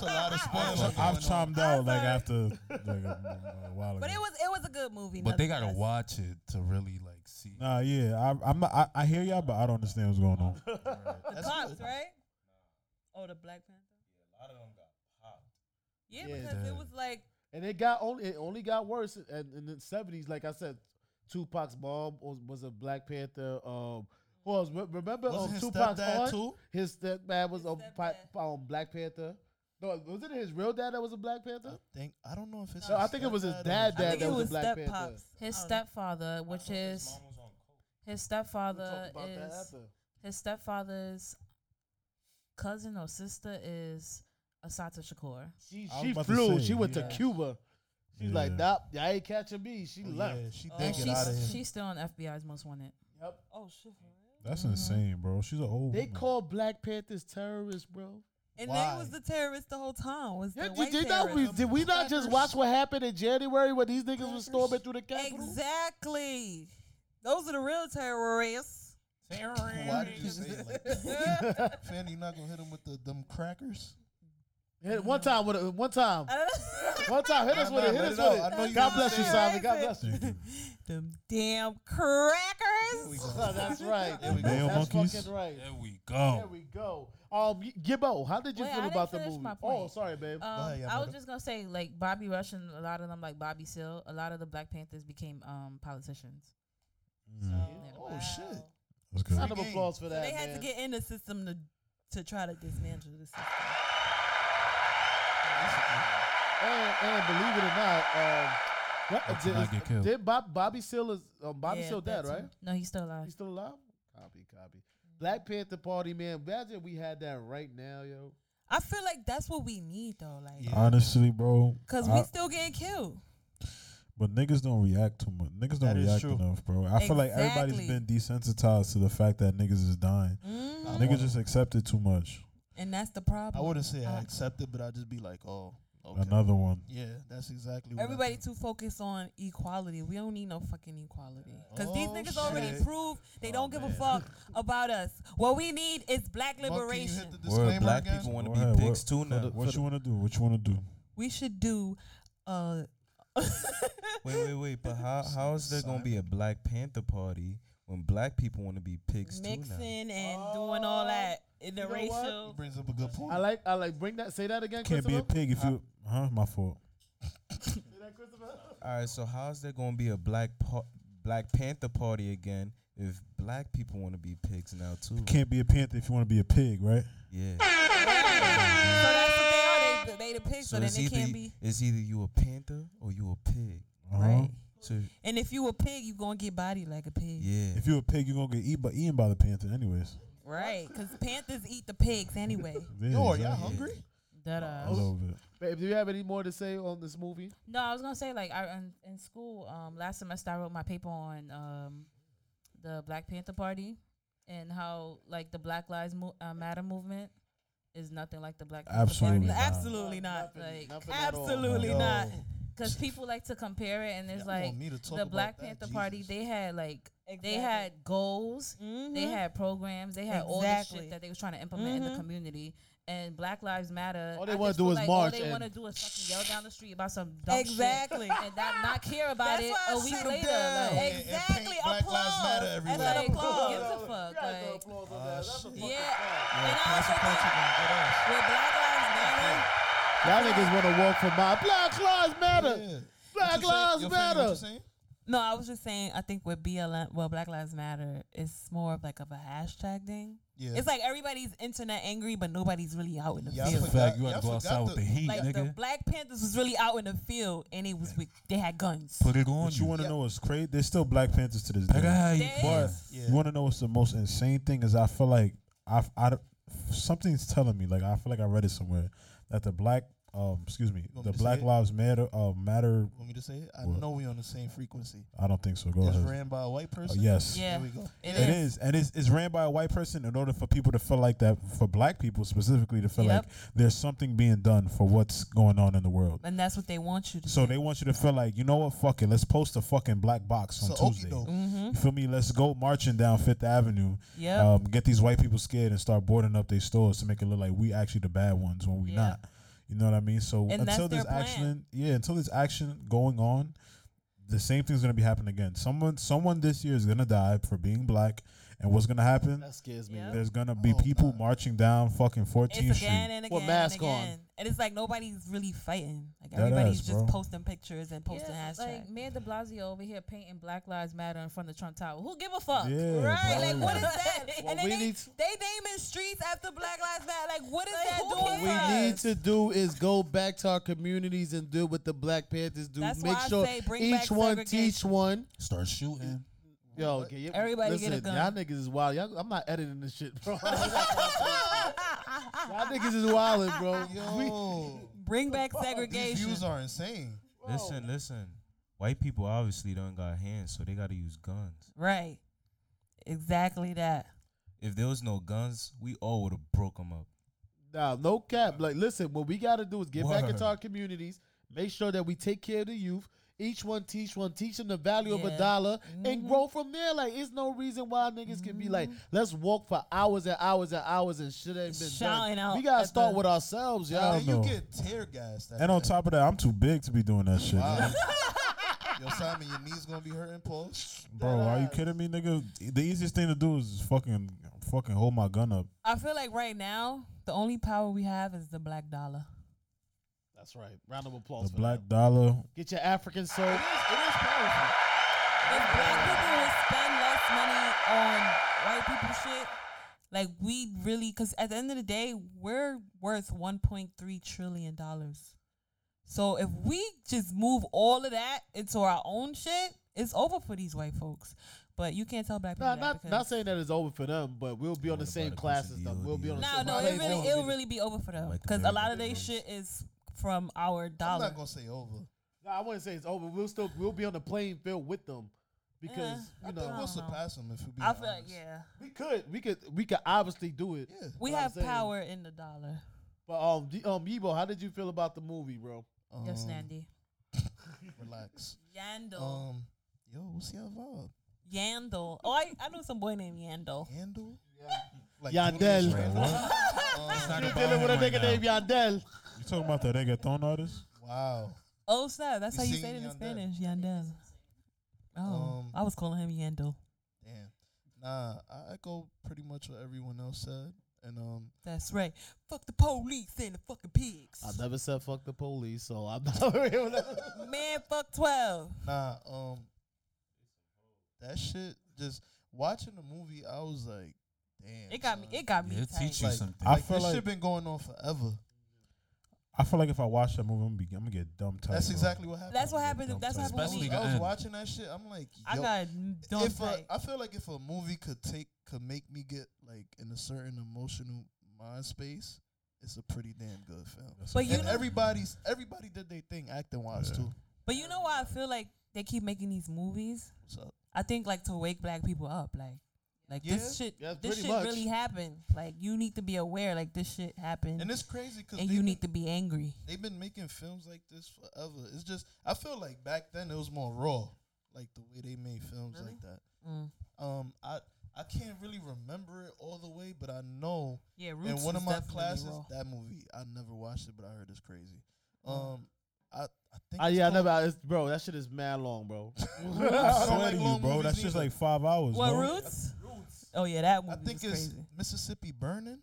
Speaker 9: Yeah. That's a lot of spoilers.
Speaker 4: I've, I've
Speaker 9: going on.
Speaker 4: chimed out like after like a, a while ago.
Speaker 3: But it was it was a good movie.
Speaker 2: But they gotta
Speaker 3: nonetheless.
Speaker 2: watch it to really like see.
Speaker 4: Nah, yeah, I, I'm not, I, I hear y'all, but I don't understand what's going on.
Speaker 3: The
Speaker 9: That's
Speaker 3: cops,
Speaker 9: good.
Speaker 3: right? Oh, the Black Panther. Yeah,
Speaker 1: Yeah.
Speaker 3: because it was like
Speaker 1: and it got only it only got worse in, in the seventies. Like I said, Tupac's mom was, was a Black Panther. Um, who else? Re- remember
Speaker 9: Wasn't
Speaker 1: um,
Speaker 9: his
Speaker 1: Tupac's
Speaker 9: stepdad
Speaker 1: aunt?
Speaker 9: too?
Speaker 1: His stepdad was
Speaker 3: His
Speaker 1: a pi-
Speaker 3: stepdad.
Speaker 1: um, Black Panther. No, was it his real dad that was a Black
Speaker 9: I
Speaker 1: Panther?
Speaker 9: think I don't know if it's.
Speaker 1: No,
Speaker 9: his
Speaker 1: I think it was his
Speaker 9: stepdad or
Speaker 1: dad
Speaker 3: I
Speaker 1: that
Speaker 3: think
Speaker 1: was
Speaker 3: it
Speaker 1: a
Speaker 3: was
Speaker 1: Black
Speaker 3: step
Speaker 1: Panther.
Speaker 3: pops. Oh.
Speaker 7: His
Speaker 3: I don't know.
Speaker 7: stepfather, which is his
Speaker 1: We'll
Speaker 7: stepfather
Speaker 1: talk about that
Speaker 7: is
Speaker 1: after.
Speaker 7: his stepfather's cousin or sister is Asata Shakur.
Speaker 1: She,
Speaker 4: I was
Speaker 1: she
Speaker 4: about to
Speaker 1: flew.
Speaker 4: say,
Speaker 1: she went
Speaker 7: yeah.
Speaker 1: to Cuba. She's like,
Speaker 4: Yeah.
Speaker 1: nah, y'all ain't catching me. She
Speaker 9: Oh,
Speaker 1: left.
Speaker 9: Yeah, she
Speaker 3: Oh,
Speaker 9: did
Speaker 7: And
Speaker 9: get out of
Speaker 7: she's
Speaker 9: here.
Speaker 7: she's still on FBI's most wanted.
Speaker 1: Yep.
Speaker 3: Oh shit. for real?
Speaker 4: That's insane, bro. She's an old.
Speaker 1: They
Speaker 4: woman.
Speaker 1: call Black Panthers terrorists, bro.
Speaker 3: And
Speaker 9: Why?
Speaker 3: they was the terrorists the whole time. Was the
Speaker 1: Yeah,
Speaker 3: white
Speaker 1: did, did, not we,
Speaker 3: terrorists.
Speaker 1: did we not just watch what happened in January when these niggas were storming through the Capitol?
Speaker 3: Exactly. Those are the real terrorists.
Speaker 9: Why did you say it like
Speaker 3: [laughs]
Speaker 9: that? Fanny, you not gonna hit him with the them crackers?
Speaker 1: Hit- one time, with a, one time,
Speaker 7: Uh,
Speaker 3: Uh,
Speaker 1: one time, hit us
Speaker 9: Nah,
Speaker 1: with it,
Speaker 9: nah,
Speaker 1: hit
Speaker 9: let
Speaker 1: us
Speaker 9: it out.
Speaker 1: with
Speaker 9: I know
Speaker 1: it.
Speaker 9: you
Speaker 1: God
Speaker 9: know
Speaker 1: bless you,
Speaker 3: that.
Speaker 1: Simon. God bless you.
Speaker 4: Thank you.
Speaker 3: Them damn crackers.
Speaker 1: Oh, [laughs] that's right.
Speaker 9: There we go.
Speaker 4: Damn
Speaker 1: That's
Speaker 4: monkeys.
Speaker 1: fucking right.
Speaker 2: There we
Speaker 1: There
Speaker 2: go.
Speaker 1: we go. Um, Y- Gibbo, how did you
Speaker 7: Wait, I
Speaker 1: feel
Speaker 7: didn't
Speaker 1: about the
Speaker 7: finish
Speaker 1: movie?
Speaker 7: my
Speaker 1: Oh,
Speaker 7: point.
Speaker 1: sorry, babe.
Speaker 7: Um,
Speaker 9: ahead,
Speaker 7: I was
Speaker 9: Yamada.
Speaker 7: just gonna say like Bobby Rush and a lot of them like Bobby Seale, a lot of the Black Panthers became um politicians.
Speaker 2: Mm-hmm.
Speaker 9: Oh, shit.
Speaker 4: That's good.
Speaker 1: Round of
Speaker 9: Free game.
Speaker 1: applause for that.
Speaker 3: They had
Speaker 1: man.
Speaker 3: to get in the system to to try to dismantle the system.
Speaker 1: And, and believe it or not, um, what,
Speaker 2: That's
Speaker 1: did,
Speaker 2: how I get killed.
Speaker 1: did Bob, Bobby Seale is um, Bobby
Speaker 3: Yeah,
Speaker 1: Seale dead,
Speaker 3: that's
Speaker 1: right?
Speaker 3: him.
Speaker 7: No, he's still
Speaker 1: He's
Speaker 7: alive.
Speaker 1: still alive. Copy, copy. Black Panther Party, man. Imagine we had that right now, yo.
Speaker 3: I feel like that's what we need though, like,
Speaker 4: Honestly, bro.
Speaker 3: cause
Speaker 4: I-
Speaker 3: we still getting killed.
Speaker 4: But niggas don't react too much. Niggas
Speaker 9: That
Speaker 4: don't
Speaker 9: is
Speaker 4: react
Speaker 9: true.
Speaker 4: enough, bro. I feel like everybody's
Speaker 3: Exactly.
Speaker 4: been desensitized to the fact that niggas is dying.
Speaker 3: Mm-hmm.
Speaker 4: Niggas just accept it too much.
Speaker 3: And that's the
Speaker 9: I
Speaker 3: problem. Uh,
Speaker 9: wouldn't say I accept it, but I'd just be like, oh, okay.
Speaker 4: Another one.
Speaker 9: Yeah, that's exactly what I
Speaker 3: Everybody
Speaker 9: do.
Speaker 3: too focused on equality. We don't need no fucking equality. Cause these
Speaker 9: Oh,
Speaker 3: niggas already
Speaker 9: shit. Oh,
Speaker 3: proved they don't give a fuck about us. What we need is black
Speaker 9: Monk, can you
Speaker 3: liberation.
Speaker 9: hit the
Speaker 6: Where
Speaker 9: disclaimer
Speaker 6: black
Speaker 9: again?
Speaker 6: people want
Speaker 4: Go
Speaker 6: to
Speaker 4: ahead,
Speaker 6: be dicks
Speaker 4: what-
Speaker 6: too
Speaker 4: for the-
Speaker 6: now.
Speaker 4: What you want to do? What you want to do?
Speaker 9: [laughs]
Speaker 3: we should do uh [laughs]
Speaker 6: Wait, wait, wait. But how how is there gonna be a Black Panther party when black people want to be pigs too now?
Speaker 3: Mixing and doing all that in the
Speaker 1: Oh. You know what?
Speaker 3: racial.
Speaker 9: Brings up a good point.
Speaker 1: I like, I like. Bring that. Say that again,
Speaker 4: Can't be a
Speaker 1: Christopher.
Speaker 4: pig if you. Huh? My fault.
Speaker 6: All right, so how is there gonna be a black pa- Black Panther party again if black people want to be pigs now too?
Speaker 4: Can't be a panther if you want to be a pig, right?
Speaker 6: Yeah.
Speaker 3: So that's what they are. They, they the pigs, so,
Speaker 6: So
Speaker 3: then
Speaker 6: it's
Speaker 3: they
Speaker 6: either
Speaker 3: can't
Speaker 6: y-
Speaker 3: be
Speaker 6: it's either you a panther or you a pig.
Speaker 4: Uh-huh.
Speaker 3: right.
Speaker 6: So
Speaker 3: And if you a pig, you gonna get bodied like a pig,
Speaker 6: yeah.
Speaker 4: If you're a pig, you're gonna get eat by, eaten by the panther, anyways.
Speaker 3: right? Because panthers eat the pigs
Speaker 9: [laughs]
Speaker 3: anyway.
Speaker 4: Yeah,
Speaker 9: Yo, are y'all
Speaker 4: exactly.
Speaker 9: hungry?
Speaker 7: That
Speaker 4: A
Speaker 7: uh,
Speaker 4: little bit.
Speaker 1: Babe, do you have any more to say on this movie?
Speaker 7: No, I was gonna say like I in, in school um, last semester I wrote my paper on um, the Black Panther Party and how like the Black Lives Mo- uh, Matter movement is nothing like the Black Panther Party.
Speaker 4: Absolutely not.
Speaker 3: Absolutely not.
Speaker 7: Like,
Speaker 1: Nothing at all.
Speaker 3: Absolutely
Speaker 4: No.
Speaker 3: not.
Speaker 7: Cause people like to compare it, and it's
Speaker 9: Y'all want
Speaker 7: like
Speaker 9: me to talk
Speaker 7: the
Speaker 9: about
Speaker 7: Black
Speaker 9: that?
Speaker 7: Panther Party.
Speaker 9: Jesus.
Speaker 7: They had like
Speaker 3: Exactly.
Speaker 7: they had goals,
Speaker 1: Mm-hmm.
Speaker 7: they
Speaker 3: Mhm.
Speaker 7: had programs, they had all this
Speaker 3: Exactly.
Speaker 7: shit that they was trying to implement
Speaker 1: Mm-hmm.
Speaker 7: in the community. And Black Lives Matter.
Speaker 1: All they
Speaker 7: I
Speaker 1: wanna
Speaker 7: just
Speaker 1: do
Speaker 7: feel
Speaker 1: is
Speaker 7: like
Speaker 1: march
Speaker 7: All they
Speaker 1: and-
Speaker 7: want to do is fucking yell down the street about some dumb
Speaker 3: Exactly.
Speaker 7: shit [laughs] and not, not care about
Speaker 3: That's
Speaker 7: it
Speaker 3: why I
Speaker 7: a week
Speaker 3: said
Speaker 7: later.
Speaker 9: down.
Speaker 7: Like,
Speaker 9: and paint
Speaker 3: Exactly.
Speaker 9: Black Lives Matter
Speaker 3: Applause.
Speaker 9: everywhere.
Speaker 3: That's
Speaker 7: like,
Speaker 3: an
Speaker 7: who
Speaker 3: applause.
Speaker 7: gives a fuck? Like, yeah.
Speaker 6: Yeah,
Speaker 3: uh, And I also
Speaker 6: consequences
Speaker 3: think
Speaker 6: gonna get us.
Speaker 3: with Black Lives Matter,
Speaker 1: Y'all niggas want to walk for my Black Lives Matter.
Speaker 9: Yeah. What you
Speaker 1: Black
Speaker 9: say-
Speaker 1: Lives
Speaker 9: yo, Fanny, What
Speaker 1: Matter.
Speaker 9: you saying?
Speaker 3: no, I was just saying. I think with BLM, well, Black Lives Matter is more of like of a hashtag thing.
Speaker 9: Yeah.
Speaker 3: It's like everybody's internet angry, but nobody's really out in the
Speaker 9: Yeah, I
Speaker 2: It's
Speaker 3: field.
Speaker 2: a
Speaker 9: forgot-
Speaker 2: fact. You had
Speaker 9: y'all
Speaker 2: to go
Speaker 9: forgot
Speaker 2: outside with
Speaker 9: the-
Speaker 2: the heat,
Speaker 3: Like the
Speaker 2: nigga.
Speaker 3: Black Panthers was really out in the field, and it was with they had guns.
Speaker 2: Put it on
Speaker 4: But you
Speaker 2: you.
Speaker 4: want to know what's crazy? There's still Black Panthers to this day.
Speaker 2: Nigga, how you
Speaker 3: Damn.
Speaker 2: but
Speaker 9: Yeah.
Speaker 4: You want to know what's the most insane thing is? I feel like I, I something's telling me. Like I feel like I read it somewhere that the black, um, excuse me,
Speaker 9: want
Speaker 4: the
Speaker 9: me to
Speaker 4: Black
Speaker 9: say it?
Speaker 4: Lives Matter, uh, matter.
Speaker 9: Want me to say it? I
Speaker 4: What?
Speaker 9: know we on the same frequency.
Speaker 4: I don't think so. Go
Speaker 9: it's
Speaker 4: ahead.
Speaker 9: ran by a white
Speaker 4: Uh,
Speaker 9: person.
Speaker 4: yes.
Speaker 9: There
Speaker 3: Yeah,
Speaker 9: we go.
Speaker 3: it
Speaker 4: It
Speaker 3: is.
Speaker 4: is, and it's, it's ran by a white person in order for people to feel like that, for black people specifically to feel
Speaker 3: Yep.
Speaker 4: like there's something being done for what's going on in the world.
Speaker 3: and that's what they want you to.
Speaker 4: So they want you to feel like, you know what, fuck it, let's post a fucking black box on
Speaker 9: So, okie
Speaker 4: Tuesday.
Speaker 9: doke.
Speaker 3: Mm-hmm.
Speaker 4: You feel me? Let's go marching down Fifth Avenue,
Speaker 3: Yep.
Speaker 4: um, get these white people scared and start boarding up their stores to make it look like we actually the bad ones when we
Speaker 3: Yeah.
Speaker 4: not. You know what I mean? So
Speaker 3: And that's
Speaker 4: until
Speaker 3: their
Speaker 4: there's action, yeah, until there's action going on, the same thing's gonna be happening again. Someone, someone this year is gonna die for being black, and what's gonna happen?
Speaker 1: That scares me.
Speaker 3: Yeah.
Speaker 4: There's gonna be
Speaker 9: Oh,
Speaker 4: people
Speaker 9: God.
Speaker 4: marching down fucking 14th
Speaker 3: it's again
Speaker 4: Street.
Speaker 3: and again
Speaker 1: With mask
Speaker 3: and
Speaker 1: on.
Speaker 3: again. And it's like nobody's really fighting. Like
Speaker 4: That
Speaker 3: everybody's
Speaker 4: ass,
Speaker 3: just
Speaker 4: bro.
Speaker 3: posting pictures and posting
Speaker 7: Yeah,
Speaker 3: hashtags.
Speaker 7: like Mayor De Blasio over here painting Black Lives Matter in front of Trump Tower. Who give a fuck?
Speaker 4: Yeah,
Speaker 3: Right,
Speaker 4: bro.
Speaker 3: like what is that?
Speaker 1: What
Speaker 3: [laughs] and then
Speaker 1: we
Speaker 3: they,
Speaker 1: need-
Speaker 3: they naming streets after Black Lives Matter. Like what is
Speaker 7: Like,
Speaker 3: that
Speaker 7: who
Speaker 3: doing?
Speaker 7: cares?
Speaker 3: for us?
Speaker 1: We need to do is go back to our communities and do what the Black Panthers do.
Speaker 3: That's
Speaker 1: Make
Speaker 3: why I
Speaker 1: sure
Speaker 3: say bring
Speaker 1: each
Speaker 3: back
Speaker 1: one
Speaker 3: segregation.
Speaker 1: teach one.
Speaker 2: start shooting.
Speaker 1: Yo, okay, yeah,
Speaker 3: Everybody
Speaker 1: listen,
Speaker 3: get a gun.
Speaker 1: Y'all niggas is wild. Y'all, I'm not editing this shit,
Speaker 3: [laughs]
Speaker 1: bro. y'all niggas is wilding, bro.
Speaker 9: Yo,
Speaker 3: bring back
Speaker 9: these
Speaker 3: segregation.
Speaker 9: views are insane.
Speaker 6: Listen, listen. White people obviously don't got hands, so they got to use guns.
Speaker 3: Right. Exactly that.
Speaker 6: If there was no guns, we all would have broke them up.
Speaker 1: Nah, no cap. Like, listen, what we gotta do is get back into
Speaker 6: Word.
Speaker 1: our communities, make sure that we take care of the youth. Each one teach one, teach them the value of a
Speaker 3: Yeah.
Speaker 1: dollar and grow from there. Like, it's no reason why niggas can be like, let's walk for hours and hours and hours and shit ain't been
Speaker 3: Shouting
Speaker 1: done.
Speaker 3: out
Speaker 1: we gotta
Speaker 3: at
Speaker 1: start
Speaker 3: the-
Speaker 1: with ourselves, y'all.
Speaker 9: And you
Speaker 4: know.
Speaker 9: get tear gassed. after
Speaker 4: And on
Speaker 9: that.
Speaker 4: top of that, I'm too big to be doing that shit.
Speaker 9: Wow. Yo, Simon, your knees gonna be hurting, Paul.
Speaker 4: Bro, are you kidding me, nigga? The easiest thing to do is fucking fucking hold my gun up.
Speaker 3: I feel like right now the only power we have is the black dollar.
Speaker 1: That's right. Round of applause.
Speaker 4: The
Speaker 1: for
Speaker 4: black
Speaker 1: that.
Speaker 4: dollar.
Speaker 1: Get your African soul.
Speaker 3: If black people would spend less money on white people shit, like we really, because at the end of the day, we're worth one point three trillion dollars. So if we just move all of that into our own shit, it's over for these white folks. But you can't tell black people
Speaker 1: Nah,
Speaker 3: that
Speaker 1: not
Speaker 3: because
Speaker 1: not saying that it's over for them, but we'll be on the
Speaker 6: What
Speaker 1: same
Speaker 6: about a
Speaker 1: class
Speaker 6: piece
Speaker 1: as
Speaker 6: of
Speaker 1: them.
Speaker 6: deal,
Speaker 1: We'll be on the
Speaker 6: deal?
Speaker 3: no,
Speaker 1: same
Speaker 3: no,
Speaker 1: class.
Speaker 3: it really it'll really be over for them
Speaker 6: Like the
Speaker 3: because a
Speaker 6: very
Speaker 3: lot of their
Speaker 6: beginnings.
Speaker 3: shit is from our
Speaker 9: I'm
Speaker 1: [laughs]
Speaker 3: dollar.
Speaker 9: not gonna say over.
Speaker 1: Nah, I wouldn't say it's over. We'll still we'll be on the playing field with them because
Speaker 9: I
Speaker 1: you
Speaker 9: think
Speaker 1: know
Speaker 9: we'll surpass them if we be.
Speaker 3: I feel like
Speaker 9: honest.
Speaker 3: yeah,
Speaker 1: we could we could we could obviously do it.
Speaker 9: Yeah.
Speaker 3: we
Speaker 1: But I'm
Speaker 3: have
Speaker 1: saying-
Speaker 3: power in the dollar.
Speaker 1: But um, D- um, Yibo, how did you feel about the movie, bro?
Speaker 7: Yes,
Speaker 9: Um,
Speaker 7: Nandy.
Speaker 9: [laughs] Relax.
Speaker 3: Yandel,
Speaker 9: Um, yo, what's your vibe?
Speaker 3: Yandel. Oh, I, I know some boy named Yandel.
Speaker 9: Yandel? Like
Speaker 1: Yandel.
Speaker 9: Julius
Speaker 1: [laughs]
Speaker 9: Randle? Um,
Speaker 1: Uh, You dealing with a nigga named Yandel?
Speaker 4: You talking about that nigga thrown artist?
Speaker 9: wow.
Speaker 3: Oh snap! That's
Speaker 9: You
Speaker 3: how you
Speaker 9: sing
Speaker 3: say it in
Speaker 9: Yandel.
Speaker 3: Spanish. Yandel. Oh,
Speaker 9: Um,
Speaker 3: I was calling him Yandel.
Speaker 9: Damn. Nah, I echo pretty much what everyone else said. And um,
Speaker 3: That's right. Fuck the police and the fucking pigs.
Speaker 1: I never said fuck the police, so I'm not real.
Speaker 3: Man, fuck twelve.
Speaker 9: nah, um, that shit just watching the movie, I was like, damn.
Speaker 3: It got me.
Speaker 9: son.
Speaker 3: It got me.
Speaker 2: Yeah, it
Speaker 3: tight.
Speaker 2: teach you
Speaker 9: Like-
Speaker 2: something.
Speaker 4: I
Speaker 9: Like,
Speaker 4: feel
Speaker 9: this
Speaker 4: like
Speaker 9: shit been going on forever.
Speaker 4: I feel like if I watch that movie, I'm gonna, be, I'm gonna get dumb tired.
Speaker 9: That's
Speaker 4: bro.
Speaker 9: exactly what happened.
Speaker 3: That's what
Speaker 4: Yeah,
Speaker 3: happened.
Speaker 4: dumb
Speaker 3: That's what
Speaker 4: tight.
Speaker 3: happened. When
Speaker 2: Especially
Speaker 3: we,
Speaker 9: I was, I was
Speaker 2: end.
Speaker 9: watching that shit. I'm like,
Speaker 3: I
Speaker 9: yo,
Speaker 3: got dumped.
Speaker 9: if a,
Speaker 3: tight.
Speaker 9: I feel like if a movie could take could make me get like in a certain emotional mind space, it's a pretty damn good film.
Speaker 4: That's
Speaker 3: But
Speaker 4: what-
Speaker 3: You
Speaker 9: and
Speaker 3: know-
Speaker 9: everybody's everybody did their thing acting wise
Speaker 4: Yeah.
Speaker 9: too.
Speaker 3: but you know why I feel like they keep making these movies?
Speaker 9: What's up?
Speaker 3: I think like to wake black people up. Like, like this shit.
Speaker 1: Yeah,
Speaker 3: this
Speaker 1: pretty
Speaker 3: shit
Speaker 1: much.
Speaker 3: really happened. Like you need to be aware. Like this shit happened,
Speaker 9: And
Speaker 3: and,
Speaker 9: it's crazy because
Speaker 3: you need to be angry.
Speaker 9: They've been making films like this forever. It's just I feel like back then it was more raw, like the way they made films like that.
Speaker 3: Mm.
Speaker 9: Um, I I can't really remember it all the way, but I know
Speaker 3: Yeah,
Speaker 9: in one of my classes that movie I never watched it, but I heard it's crazy.
Speaker 3: Mm.
Speaker 9: Um, I I think
Speaker 1: I,
Speaker 9: it's
Speaker 1: Ah, yeah, I
Speaker 9: called-
Speaker 1: never. It's, bro, that shit is mad long, bro.
Speaker 9: [laughs]
Speaker 4: I
Speaker 9: don't
Speaker 4: swear
Speaker 9: like
Speaker 4: to you,
Speaker 9: long
Speaker 4: bro.
Speaker 9: movies
Speaker 4: That's just
Speaker 9: either.
Speaker 4: like five hours.
Speaker 3: What
Speaker 4: bro.
Speaker 3: roots? Oh yeah, that
Speaker 9: I
Speaker 3: movie
Speaker 9: think
Speaker 3: was
Speaker 9: it's
Speaker 3: crazy.
Speaker 9: Mississippi Burning.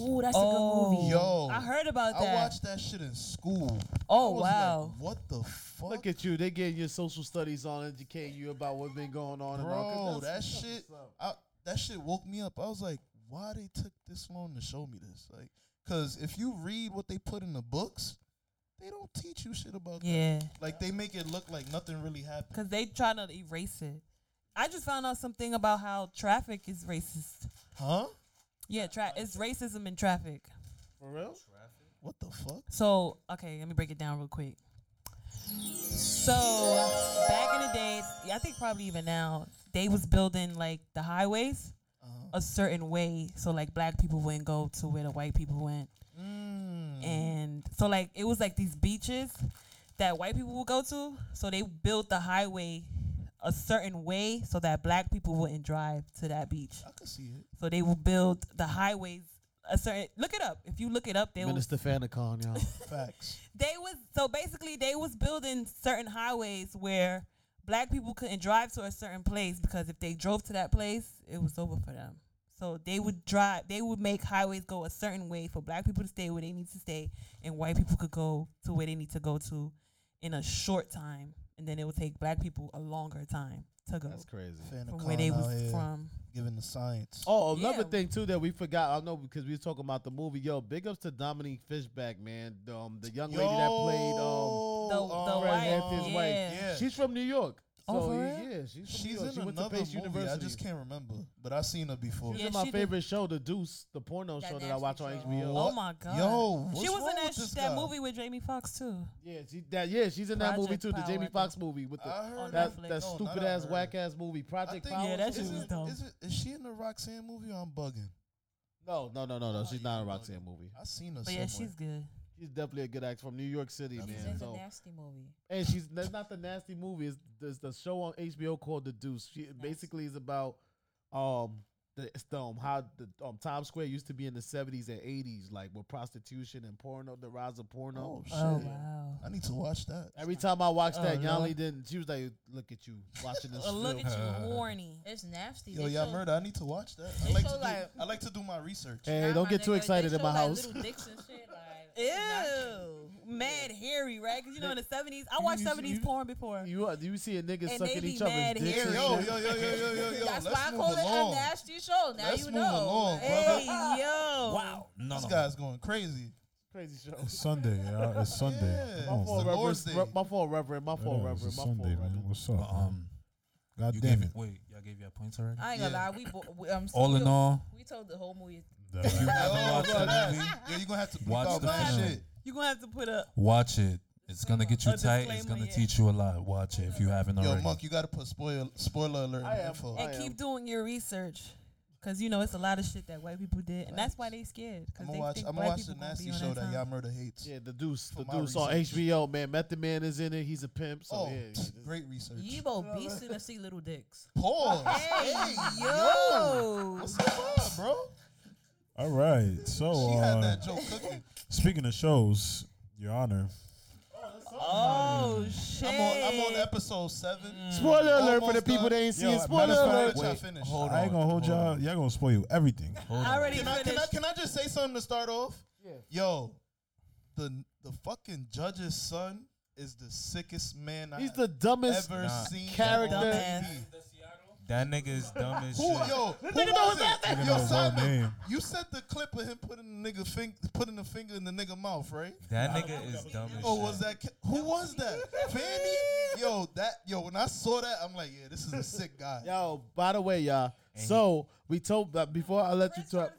Speaker 7: Ooh, that's a good movie.
Speaker 9: Yo,
Speaker 3: I heard about
Speaker 9: I
Speaker 3: that.
Speaker 9: watched that shit in school. I
Speaker 3: oh
Speaker 9: was like,
Speaker 3: wow.
Speaker 9: what the fuck?
Speaker 1: Look at you. They getting your social studies on, educating you about what's been going on. and all,
Speaker 9: Bro,
Speaker 1: 'cause
Speaker 9: that
Speaker 1: that's-
Speaker 9: shit, I, that shit woke me up. I was like, why they took this long to show me this? Like, cause if you read what they put in the books, they don't teach you shit about. that.
Speaker 3: yeah,
Speaker 9: Like they make it look like nothing really happened.
Speaker 3: because they trying to erase it. I just found out something about how traffic is racist.
Speaker 9: Huh?
Speaker 3: Yeah, tra- it's racism in traffic.
Speaker 1: For real?
Speaker 9: What the fuck?
Speaker 3: So, okay, let me break it down real quick. So, back in the day, I think probably even now, they was building like the highways
Speaker 9: Uh-huh.
Speaker 3: a certain way so like black people wouldn't go to where the white people went.
Speaker 9: Mm.
Speaker 3: And so like it was like these beaches that white people would go to, so they built the highway a certain way so that black people wouldn't drive to that beach.
Speaker 9: I could see it.
Speaker 3: So they will build the highways a certain look it up. If you look it up, they will
Speaker 1: Minister Fanicon, y'all.
Speaker 3: [laughs]
Speaker 9: Facts.
Speaker 3: they was so basically they was building certain highways where black people couldn't drive to a certain place because if they drove to that place it was over for them so they would drive they would make highways go a certain way for black people to stay where they need to stay and white people could go to where they need to go to in a short time and then it would take black people a longer time to go
Speaker 1: That's crazy.
Speaker 9: Fan
Speaker 3: from where they was from
Speaker 9: giving the science.
Speaker 1: Oh, another
Speaker 3: Yeah.
Speaker 1: thing too that we forgot. I know because we was talking about the movie. Yo, big ups to Dominique Fishback, man. The, um, the young lady that played um,
Speaker 3: the, the
Speaker 9: um,
Speaker 3: white
Speaker 1: Fred Hampton's
Speaker 3: yeah.
Speaker 1: wife.
Speaker 9: Yeah.
Speaker 1: she's from New York. So
Speaker 3: Oh, for
Speaker 1: yeah,
Speaker 3: real?
Speaker 1: yeah, she's from New
Speaker 9: She's
Speaker 1: York.
Speaker 9: in
Speaker 1: She went to
Speaker 9: another
Speaker 1: Pace
Speaker 9: movie.
Speaker 1: University.
Speaker 9: I just can't remember, but I seen her before.
Speaker 1: She's
Speaker 3: Yeah,
Speaker 1: in my
Speaker 3: she did.
Speaker 1: favorite show, The Deuce, the porno
Speaker 3: That
Speaker 1: show that I watch on
Speaker 3: nasty
Speaker 1: HBO.
Speaker 3: oh
Speaker 9: What?
Speaker 3: my god
Speaker 9: Yo, what's
Speaker 3: she was
Speaker 9: wrong
Speaker 3: in that,
Speaker 9: with this
Speaker 3: sh- that
Speaker 9: guy?
Speaker 3: movie with jamie foxx too
Speaker 1: Yeah, she, that yeah, she's in that
Speaker 3: Project
Speaker 1: movie too. The
Speaker 3: Power,
Speaker 1: Jamie
Speaker 3: I
Speaker 1: Foxx movie with the
Speaker 9: I heard Oh,
Speaker 3: on
Speaker 1: that,
Speaker 3: Netflix.
Speaker 1: that
Speaker 9: No, not
Speaker 1: stupid
Speaker 9: I
Speaker 1: ass
Speaker 9: heard.
Speaker 1: whack ass movie,
Speaker 9: I
Speaker 1: Project
Speaker 9: think-
Speaker 1: Power.
Speaker 3: Yeah, that shit
Speaker 9: isn't-
Speaker 3: was dope.
Speaker 9: Is, it, is she in the Roxanne movie? Or I'm bugging.
Speaker 1: No, no, no, no, no. She's not a
Speaker 9: I'm
Speaker 1: Roxanne
Speaker 9: bugging.
Speaker 1: movie.
Speaker 9: I seen her.
Speaker 3: But yeah,
Speaker 9: somewhere.
Speaker 3: she's good.
Speaker 1: She's definitely a good actor from New York City,
Speaker 9: She's
Speaker 1: man.
Speaker 9: in
Speaker 1: So
Speaker 7: nasty movie.
Speaker 1: And she's that's not the nasty movie. It's, there's the show on HBO called The Deuce. She it basically is about um the, it's the um, how the um Times Square used to be in the 70s and 80s, like with prostitution and porno, the rise of porno.
Speaker 9: Oh, shit.
Speaker 3: Oh wow.
Speaker 9: I need to watch that.
Speaker 1: Every time I watched that,
Speaker 3: Oh,
Speaker 1: Yanli
Speaker 3: Lord.
Speaker 1: didn't. She was like, "Look at you
Speaker 3: [laughs]
Speaker 1: watching this."
Speaker 3: Oh, look
Speaker 1: film."
Speaker 3: at you, horny.
Speaker 7: It's nasty.
Speaker 9: Yo,
Speaker 7: They
Speaker 9: yeah,
Speaker 7: show-
Speaker 9: murder.
Speaker 7: [laughs]
Speaker 9: I need to watch that. I
Speaker 7: They
Speaker 9: like
Speaker 7: show
Speaker 9: to
Speaker 7: like-
Speaker 9: do, I like to do my research.
Speaker 1: Hey,
Speaker 7: Nah,
Speaker 1: don't
Speaker 7: my
Speaker 1: get too
Speaker 7: nigga, they
Speaker 1: excited in
Speaker 7: show,
Speaker 1: my
Speaker 7: like,
Speaker 1: house.
Speaker 7: Little dicks and shit. Like,
Speaker 3: Ew,
Speaker 7: it's
Speaker 3: mad hairy, right? Cause you know in the seventies, I
Speaker 1: You-
Speaker 3: watched
Speaker 1: you-
Speaker 3: seventies
Speaker 1: you-
Speaker 3: porn before.
Speaker 1: You are- do you see a
Speaker 3: And
Speaker 1: nigga
Speaker 3: they
Speaker 1: sucking
Speaker 3: be
Speaker 1: each
Speaker 3: mad
Speaker 1: other's dick?
Speaker 3: here.
Speaker 1: and
Speaker 9: yo,
Speaker 1: shit?
Speaker 9: yo, yo, yo, yo, yo, yo.
Speaker 7: That's
Speaker 9: Let's
Speaker 7: why I
Speaker 9: move
Speaker 7: call
Speaker 9: along.
Speaker 7: it a nasty show. Now
Speaker 9: Let's
Speaker 7: you
Speaker 9: move
Speaker 7: know.
Speaker 9: along, brother.
Speaker 3: Hey yo.
Speaker 2: Wow. No,
Speaker 9: This
Speaker 2: no.
Speaker 9: guy's going crazy.
Speaker 1: Crazy show.
Speaker 4: It's Sunday. y'all. It's Sunday.
Speaker 9: Yeah.
Speaker 4: Come
Speaker 1: My
Speaker 4: on,
Speaker 1: fault,
Speaker 9: the Lord's
Speaker 1: Reverend.
Speaker 9: Day.
Speaker 1: Re- My fault, Reverend. My fault,
Speaker 4: Yeah, it's a
Speaker 1: Reverend. My fault,
Speaker 4: Sunday, man.
Speaker 1: Reverend.
Speaker 4: What's
Speaker 2: But,
Speaker 4: up?
Speaker 9: Uh-uh.
Speaker 2: um,
Speaker 4: God
Speaker 2: you
Speaker 4: damn
Speaker 2: gave
Speaker 4: it.
Speaker 2: it. Wait, y'all gave your points already.
Speaker 7: I ain't gonna
Speaker 9: Yeah.
Speaker 7: lie. [laughs] We, bo- we um,
Speaker 2: All
Speaker 7: we,
Speaker 2: in all,
Speaker 7: we told the whole movie.
Speaker 2: if you haven't
Speaker 3: [laughs]
Speaker 9: Oh,
Speaker 2: watched
Speaker 9: look at
Speaker 2: the
Speaker 9: that.
Speaker 2: movie,
Speaker 9: Yo, you're gonna have to bleep
Speaker 2: Watch
Speaker 9: out
Speaker 2: the
Speaker 9: that
Speaker 2: film.
Speaker 9: shit.
Speaker 3: You gonna have to put a
Speaker 2: watch it. It's gonna get you
Speaker 3: A
Speaker 2: tight. It's
Speaker 3: disclaimer,
Speaker 2: gonna
Speaker 3: yeah.
Speaker 2: teach you a lot. Watch it if you haven't
Speaker 9: Yo,
Speaker 2: already.
Speaker 9: Monk, you gotta put spoiler spoiler alert
Speaker 1: I
Speaker 9: in the
Speaker 1: am.
Speaker 9: info.
Speaker 1: I
Speaker 3: and keep doing your research. Cause you know it's a lot of shit that white people did, and that's why they scared. Cause
Speaker 9: I'm gonna
Speaker 3: they
Speaker 9: watch.
Speaker 3: think
Speaker 9: I'm
Speaker 3: black
Speaker 9: gonna watch the
Speaker 3: people gonna be
Speaker 9: nasty
Speaker 3: on
Speaker 9: show that
Speaker 3: time.
Speaker 9: y'all murder hates.
Speaker 1: Yeah, the Deuce, the
Speaker 9: For my
Speaker 1: Deuce on
Speaker 9: research.
Speaker 1: HBO, man. Method Man is in it. He's a pimp. So
Speaker 9: Oh,
Speaker 1: yeah, yeah, this-
Speaker 9: great research.
Speaker 7: Yibo beasting to see little dicks.
Speaker 9: Pause.
Speaker 3: Hey yo.
Speaker 9: What's up, bro?
Speaker 4: All right. So
Speaker 9: She had
Speaker 4: uh,
Speaker 9: that joke cooking.
Speaker 4: speaking of shows, Your Honor,
Speaker 3: Oh shit! Mm.
Speaker 9: I'm on, I'm on episode seven.
Speaker 1: Spoiler alert for the
Speaker 9: Almost
Speaker 1: people
Speaker 9: done.
Speaker 1: that ain't
Speaker 4: Yo,
Speaker 1: seen.
Speaker 4: matter
Speaker 1: Spoiler
Speaker 4: of
Speaker 1: alert.
Speaker 4: fact-
Speaker 9: Let y'all
Speaker 4: Wait,
Speaker 9: finish.
Speaker 6: Hold
Speaker 4: I
Speaker 6: on.
Speaker 4: ain't gonna hold
Speaker 6: hold
Speaker 4: y'all.
Speaker 6: on.
Speaker 4: Y'all gonna spoil everything.
Speaker 6: Hold
Speaker 3: I
Speaker 6: on.
Speaker 3: already
Speaker 9: Can I, can, I,
Speaker 3: finished.
Speaker 9: can I just say something to start off?
Speaker 1: Yeah.
Speaker 9: Yo, the the fucking judge's son is the sickest man
Speaker 1: He's
Speaker 9: I
Speaker 1: the dumbest
Speaker 9: ever
Speaker 6: Nah.
Speaker 9: seen.
Speaker 1: character.
Speaker 9: on
Speaker 3: Dumbass.
Speaker 9: TV.
Speaker 6: That nigga is
Speaker 9: [laughs]
Speaker 6: dumb as
Speaker 9: Who
Speaker 6: shit.
Speaker 9: yo? Who
Speaker 1: nigga knows
Speaker 9: was it?
Speaker 4: Nigga
Speaker 9: Yo,
Speaker 4: knows his own
Speaker 9: Simon,
Speaker 4: name.
Speaker 9: you sent the clip of him putting the nigga fing- putting the finger in the nigga mouth, right?
Speaker 6: That nigga is dumb as
Speaker 9: Oh,
Speaker 6: shit.
Speaker 9: was that? Ke- Who was that? Fanny? Yo, that yo. When I saw that, I'm like, yeah, this is a sick guy.
Speaker 1: [laughs] Yo, by the way, y'all. So we told that before I let you talk.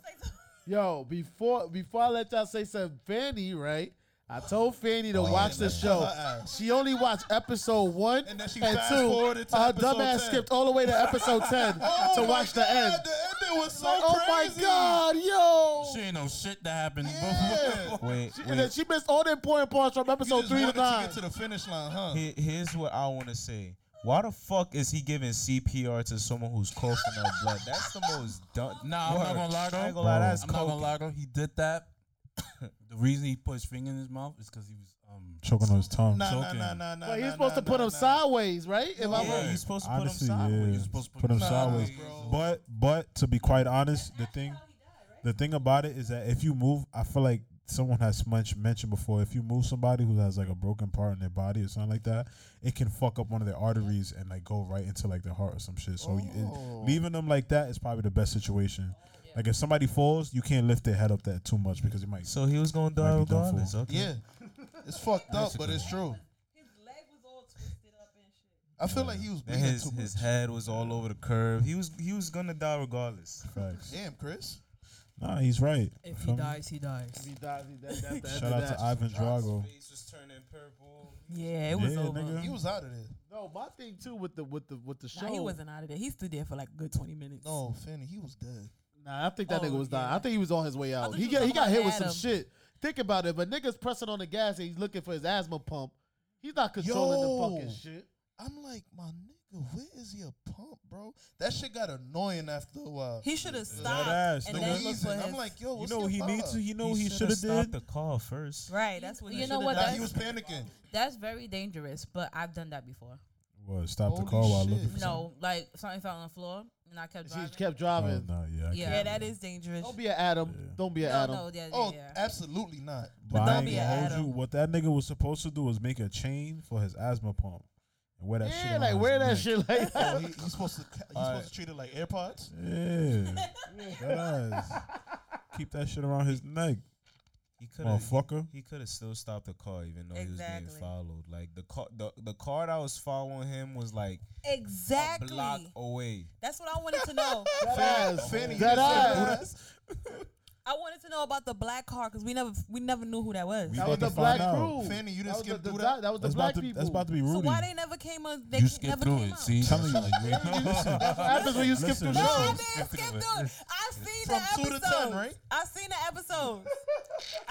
Speaker 1: Yo, before before I let y'all say something, Fanny, right? I told Fanny
Speaker 6: Oh,
Speaker 1: to watch the
Speaker 9: man.
Speaker 1: show.
Speaker 9: Shut her ass.
Speaker 1: She only watched episode one and,
Speaker 9: Uh-uh. And then she
Speaker 1: two.
Speaker 9: fast-forwarded to
Speaker 1: Her
Speaker 9: episode
Speaker 1: dumbass
Speaker 9: 10.
Speaker 1: skipped all the way to
Speaker 9: [laughs]
Speaker 1: episode ten
Speaker 9: Oh
Speaker 1: to
Speaker 9: my
Speaker 1: watch the
Speaker 9: God,
Speaker 1: end.
Speaker 9: The ending was so
Speaker 1: oh
Speaker 9: crazy.
Speaker 1: my god, yo!
Speaker 2: She ain't no shit that happened.
Speaker 6: [laughs]
Speaker 9: Yeah.
Speaker 6: Wait,
Speaker 1: And then
Speaker 6: wait.
Speaker 1: she missed all the important parts from
Speaker 9: You
Speaker 1: episode
Speaker 9: just
Speaker 1: Oh, three to
Speaker 9: wanted
Speaker 1: nine.
Speaker 9: get to the finish line, huh?
Speaker 6: Here- here's what I want to say. Why the fuck is he giving CPR to someone who's coughing up blood? That's the most dumb.
Speaker 2: Nah, I'm not gonna lie though.
Speaker 6: I ain't gonna lie, that's
Speaker 2: I'm not gonna
Speaker 6: coke.
Speaker 2: lie though. He did that. [coughs] the reason he put his finger in his mouth is because he was um.
Speaker 4: Choking on his tongue.
Speaker 9: Nah, nah,
Speaker 2: Joking.
Speaker 9: nah, nah, nah.
Speaker 1: But he's
Speaker 9: nah,
Speaker 1: supposed
Speaker 9: nah,
Speaker 1: to put
Speaker 9: nah,
Speaker 1: him
Speaker 9: nah.
Speaker 1: sideways, right? If I'm
Speaker 6: Yeah, you're supposed to put him
Speaker 4: Honestly,
Speaker 6: sideways.
Speaker 4: yeah.
Speaker 2: You're supposed to
Speaker 4: Put him
Speaker 9: Nah,
Speaker 4: sideways.
Speaker 9: bro.
Speaker 4: But but to be quite honest, the thing the thing about it is that if you move, I feel like someone has much mentioned before. If you move somebody who has like a broken part in their body or something like that, it can fuck up one of their arteries and like go right into like their heart or some shit. So you,
Speaker 9: Oh.
Speaker 4: it, leaving them like that is probably the best situation. Like if somebody falls, you can't lift their head up that too much because it might.
Speaker 6: So he was gonna
Speaker 4: Might
Speaker 6: die
Speaker 4: be done for.
Speaker 6: regardless. Okay.
Speaker 9: Yeah, it's fucked up, but it's true. I feel like he was
Speaker 6: And
Speaker 9: breathing
Speaker 6: his
Speaker 9: too much.
Speaker 6: his head was all over the curb. He was he was gonna die regardless.
Speaker 4: Facts.
Speaker 9: Damn, Chris.
Speaker 4: Nah, he's right.
Speaker 3: If
Speaker 4: Feel
Speaker 3: he
Speaker 4: me?
Speaker 3: dies, he dies.
Speaker 4: Shout out to Ivan Drago.
Speaker 3: Yeah, it was
Speaker 4: Yeah,
Speaker 3: over.
Speaker 4: nigga.
Speaker 9: He was out of there.
Speaker 1: No, my thing too with the with the with the show.
Speaker 3: Nah, he wasn't out of there. He stood there for like a good twenty minutes.
Speaker 9: No, Fanny, he was dead.
Speaker 1: Nah, I think that
Speaker 3: Oh,
Speaker 1: nigga was dying.
Speaker 3: yeah.
Speaker 1: I think he was on his way out.
Speaker 3: thought
Speaker 1: He
Speaker 3: you
Speaker 1: got
Speaker 3: was
Speaker 1: he got
Speaker 3: talking
Speaker 1: hit
Speaker 3: about
Speaker 1: with some
Speaker 3: Adam.
Speaker 1: shit. Think about it, but niggas pressing on the gas and he's looking for his asthma pump. He's not controlling the
Speaker 9: Yo.
Speaker 1: fucking shit.
Speaker 9: I'm like, my nigga, where is your pump, bro? That shit got annoying after a while.
Speaker 3: He should have
Speaker 4: ass,
Speaker 3: stopped and
Speaker 9: the
Speaker 4: nigga.
Speaker 3: then looked
Speaker 9: reason.
Speaker 3: for his.
Speaker 9: I'm like, yo,
Speaker 4: You
Speaker 9: what's
Speaker 4: know what he
Speaker 9: your
Speaker 4: needs to.
Speaker 9: vibe?
Speaker 4: You know what he should have
Speaker 6: stopped
Speaker 4: did.
Speaker 6: the car first.
Speaker 3: right, that's what
Speaker 7: You
Speaker 3: he
Speaker 7: know
Speaker 3: should've
Speaker 7: what?
Speaker 9: Nah,
Speaker 3: done.
Speaker 9: he
Speaker 7: That's-
Speaker 9: was panicking.
Speaker 7: That's very dangerous, but I've done that before.
Speaker 4: What? Stop the
Speaker 9: Holy
Speaker 4: car while
Speaker 9: shit.
Speaker 4: looking for something?
Speaker 7: No, like something fell on the floor and I kept driving.
Speaker 1: He kept
Speaker 4: Oh,
Speaker 1: driving.
Speaker 4: nah, yeah. I
Speaker 7: Yeah.
Speaker 3: yeah,
Speaker 4: can't.
Speaker 3: that is dangerous.
Speaker 1: Don't be an Adam. Don't be an
Speaker 7: no,
Speaker 1: Adam.
Speaker 7: no, yeah, yeah,
Speaker 9: Oh,
Speaker 7: yeah.
Speaker 9: absolutely not.
Speaker 4: But I
Speaker 3: Don't
Speaker 4: ain't
Speaker 3: be
Speaker 4: gonna
Speaker 3: an
Speaker 4: hold
Speaker 3: Adam.
Speaker 4: you. What that nigga was supposed to do was make a chain for his asthma pump and wear that shit.
Speaker 1: Yeah,
Speaker 4: on
Speaker 1: like
Speaker 4: his
Speaker 1: wear
Speaker 4: neck.
Speaker 1: that shit like
Speaker 9: Oh,
Speaker 1: that.
Speaker 9: he, he's supposed to. ca- He's supposed to treat it like AirPods.
Speaker 4: [laughs] Yeah,
Speaker 9: [laughs]
Speaker 4: that ass. Keep that shit around his neck,
Speaker 6: He could have
Speaker 4: motherfucker.
Speaker 6: he could have still stopped the car even though he was
Speaker 3: Exactly.
Speaker 6: being followed. Like the car the, the car that was following him was like a
Speaker 3: exactly.
Speaker 6: block away.
Speaker 3: That's what I wanted to
Speaker 4: [laughs]
Speaker 3: know.
Speaker 1: That ass.
Speaker 9: Fanny, you
Speaker 1: That
Speaker 9: just said
Speaker 1: ass.
Speaker 3: I wanted to know about the black car because we never we never knew who that was.
Speaker 4: We
Speaker 1: That
Speaker 4: about
Speaker 1: was
Speaker 4: to
Speaker 1: the
Speaker 4: find
Speaker 1: black
Speaker 4: out.
Speaker 1: crew.
Speaker 9: Fanny, you
Speaker 1: That
Speaker 9: didn't
Speaker 1: was the-
Speaker 9: skip
Speaker 1: the
Speaker 9: through
Speaker 1: di-
Speaker 9: that.
Speaker 1: That was the
Speaker 4: That's about
Speaker 1: black
Speaker 4: to
Speaker 1: people.
Speaker 4: that's about to be
Speaker 3: so
Speaker 4: Rudy.
Speaker 3: why they never came on? They
Speaker 2: You
Speaker 3: ca-
Speaker 2: skipped
Speaker 3: never
Speaker 2: through
Speaker 3: came
Speaker 2: it.
Speaker 3: out.
Speaker 2: See,
Speaker 4: Telling you, like, you ain't-
Speaker 1: That happens when you skip
Speaker 4: Listen,
Speaker 1: through
Speaker 3: No, I
Speaker 4: listen.
Speaker 1: shows.
Speaker 3: didn't skip through. it. I seen
Speaker 9: From
Speaker 3: the
Speaker 9: two to
Speaker 3: episode.
Speaker 9: ten, right?
Speaker 3: I seen the episode.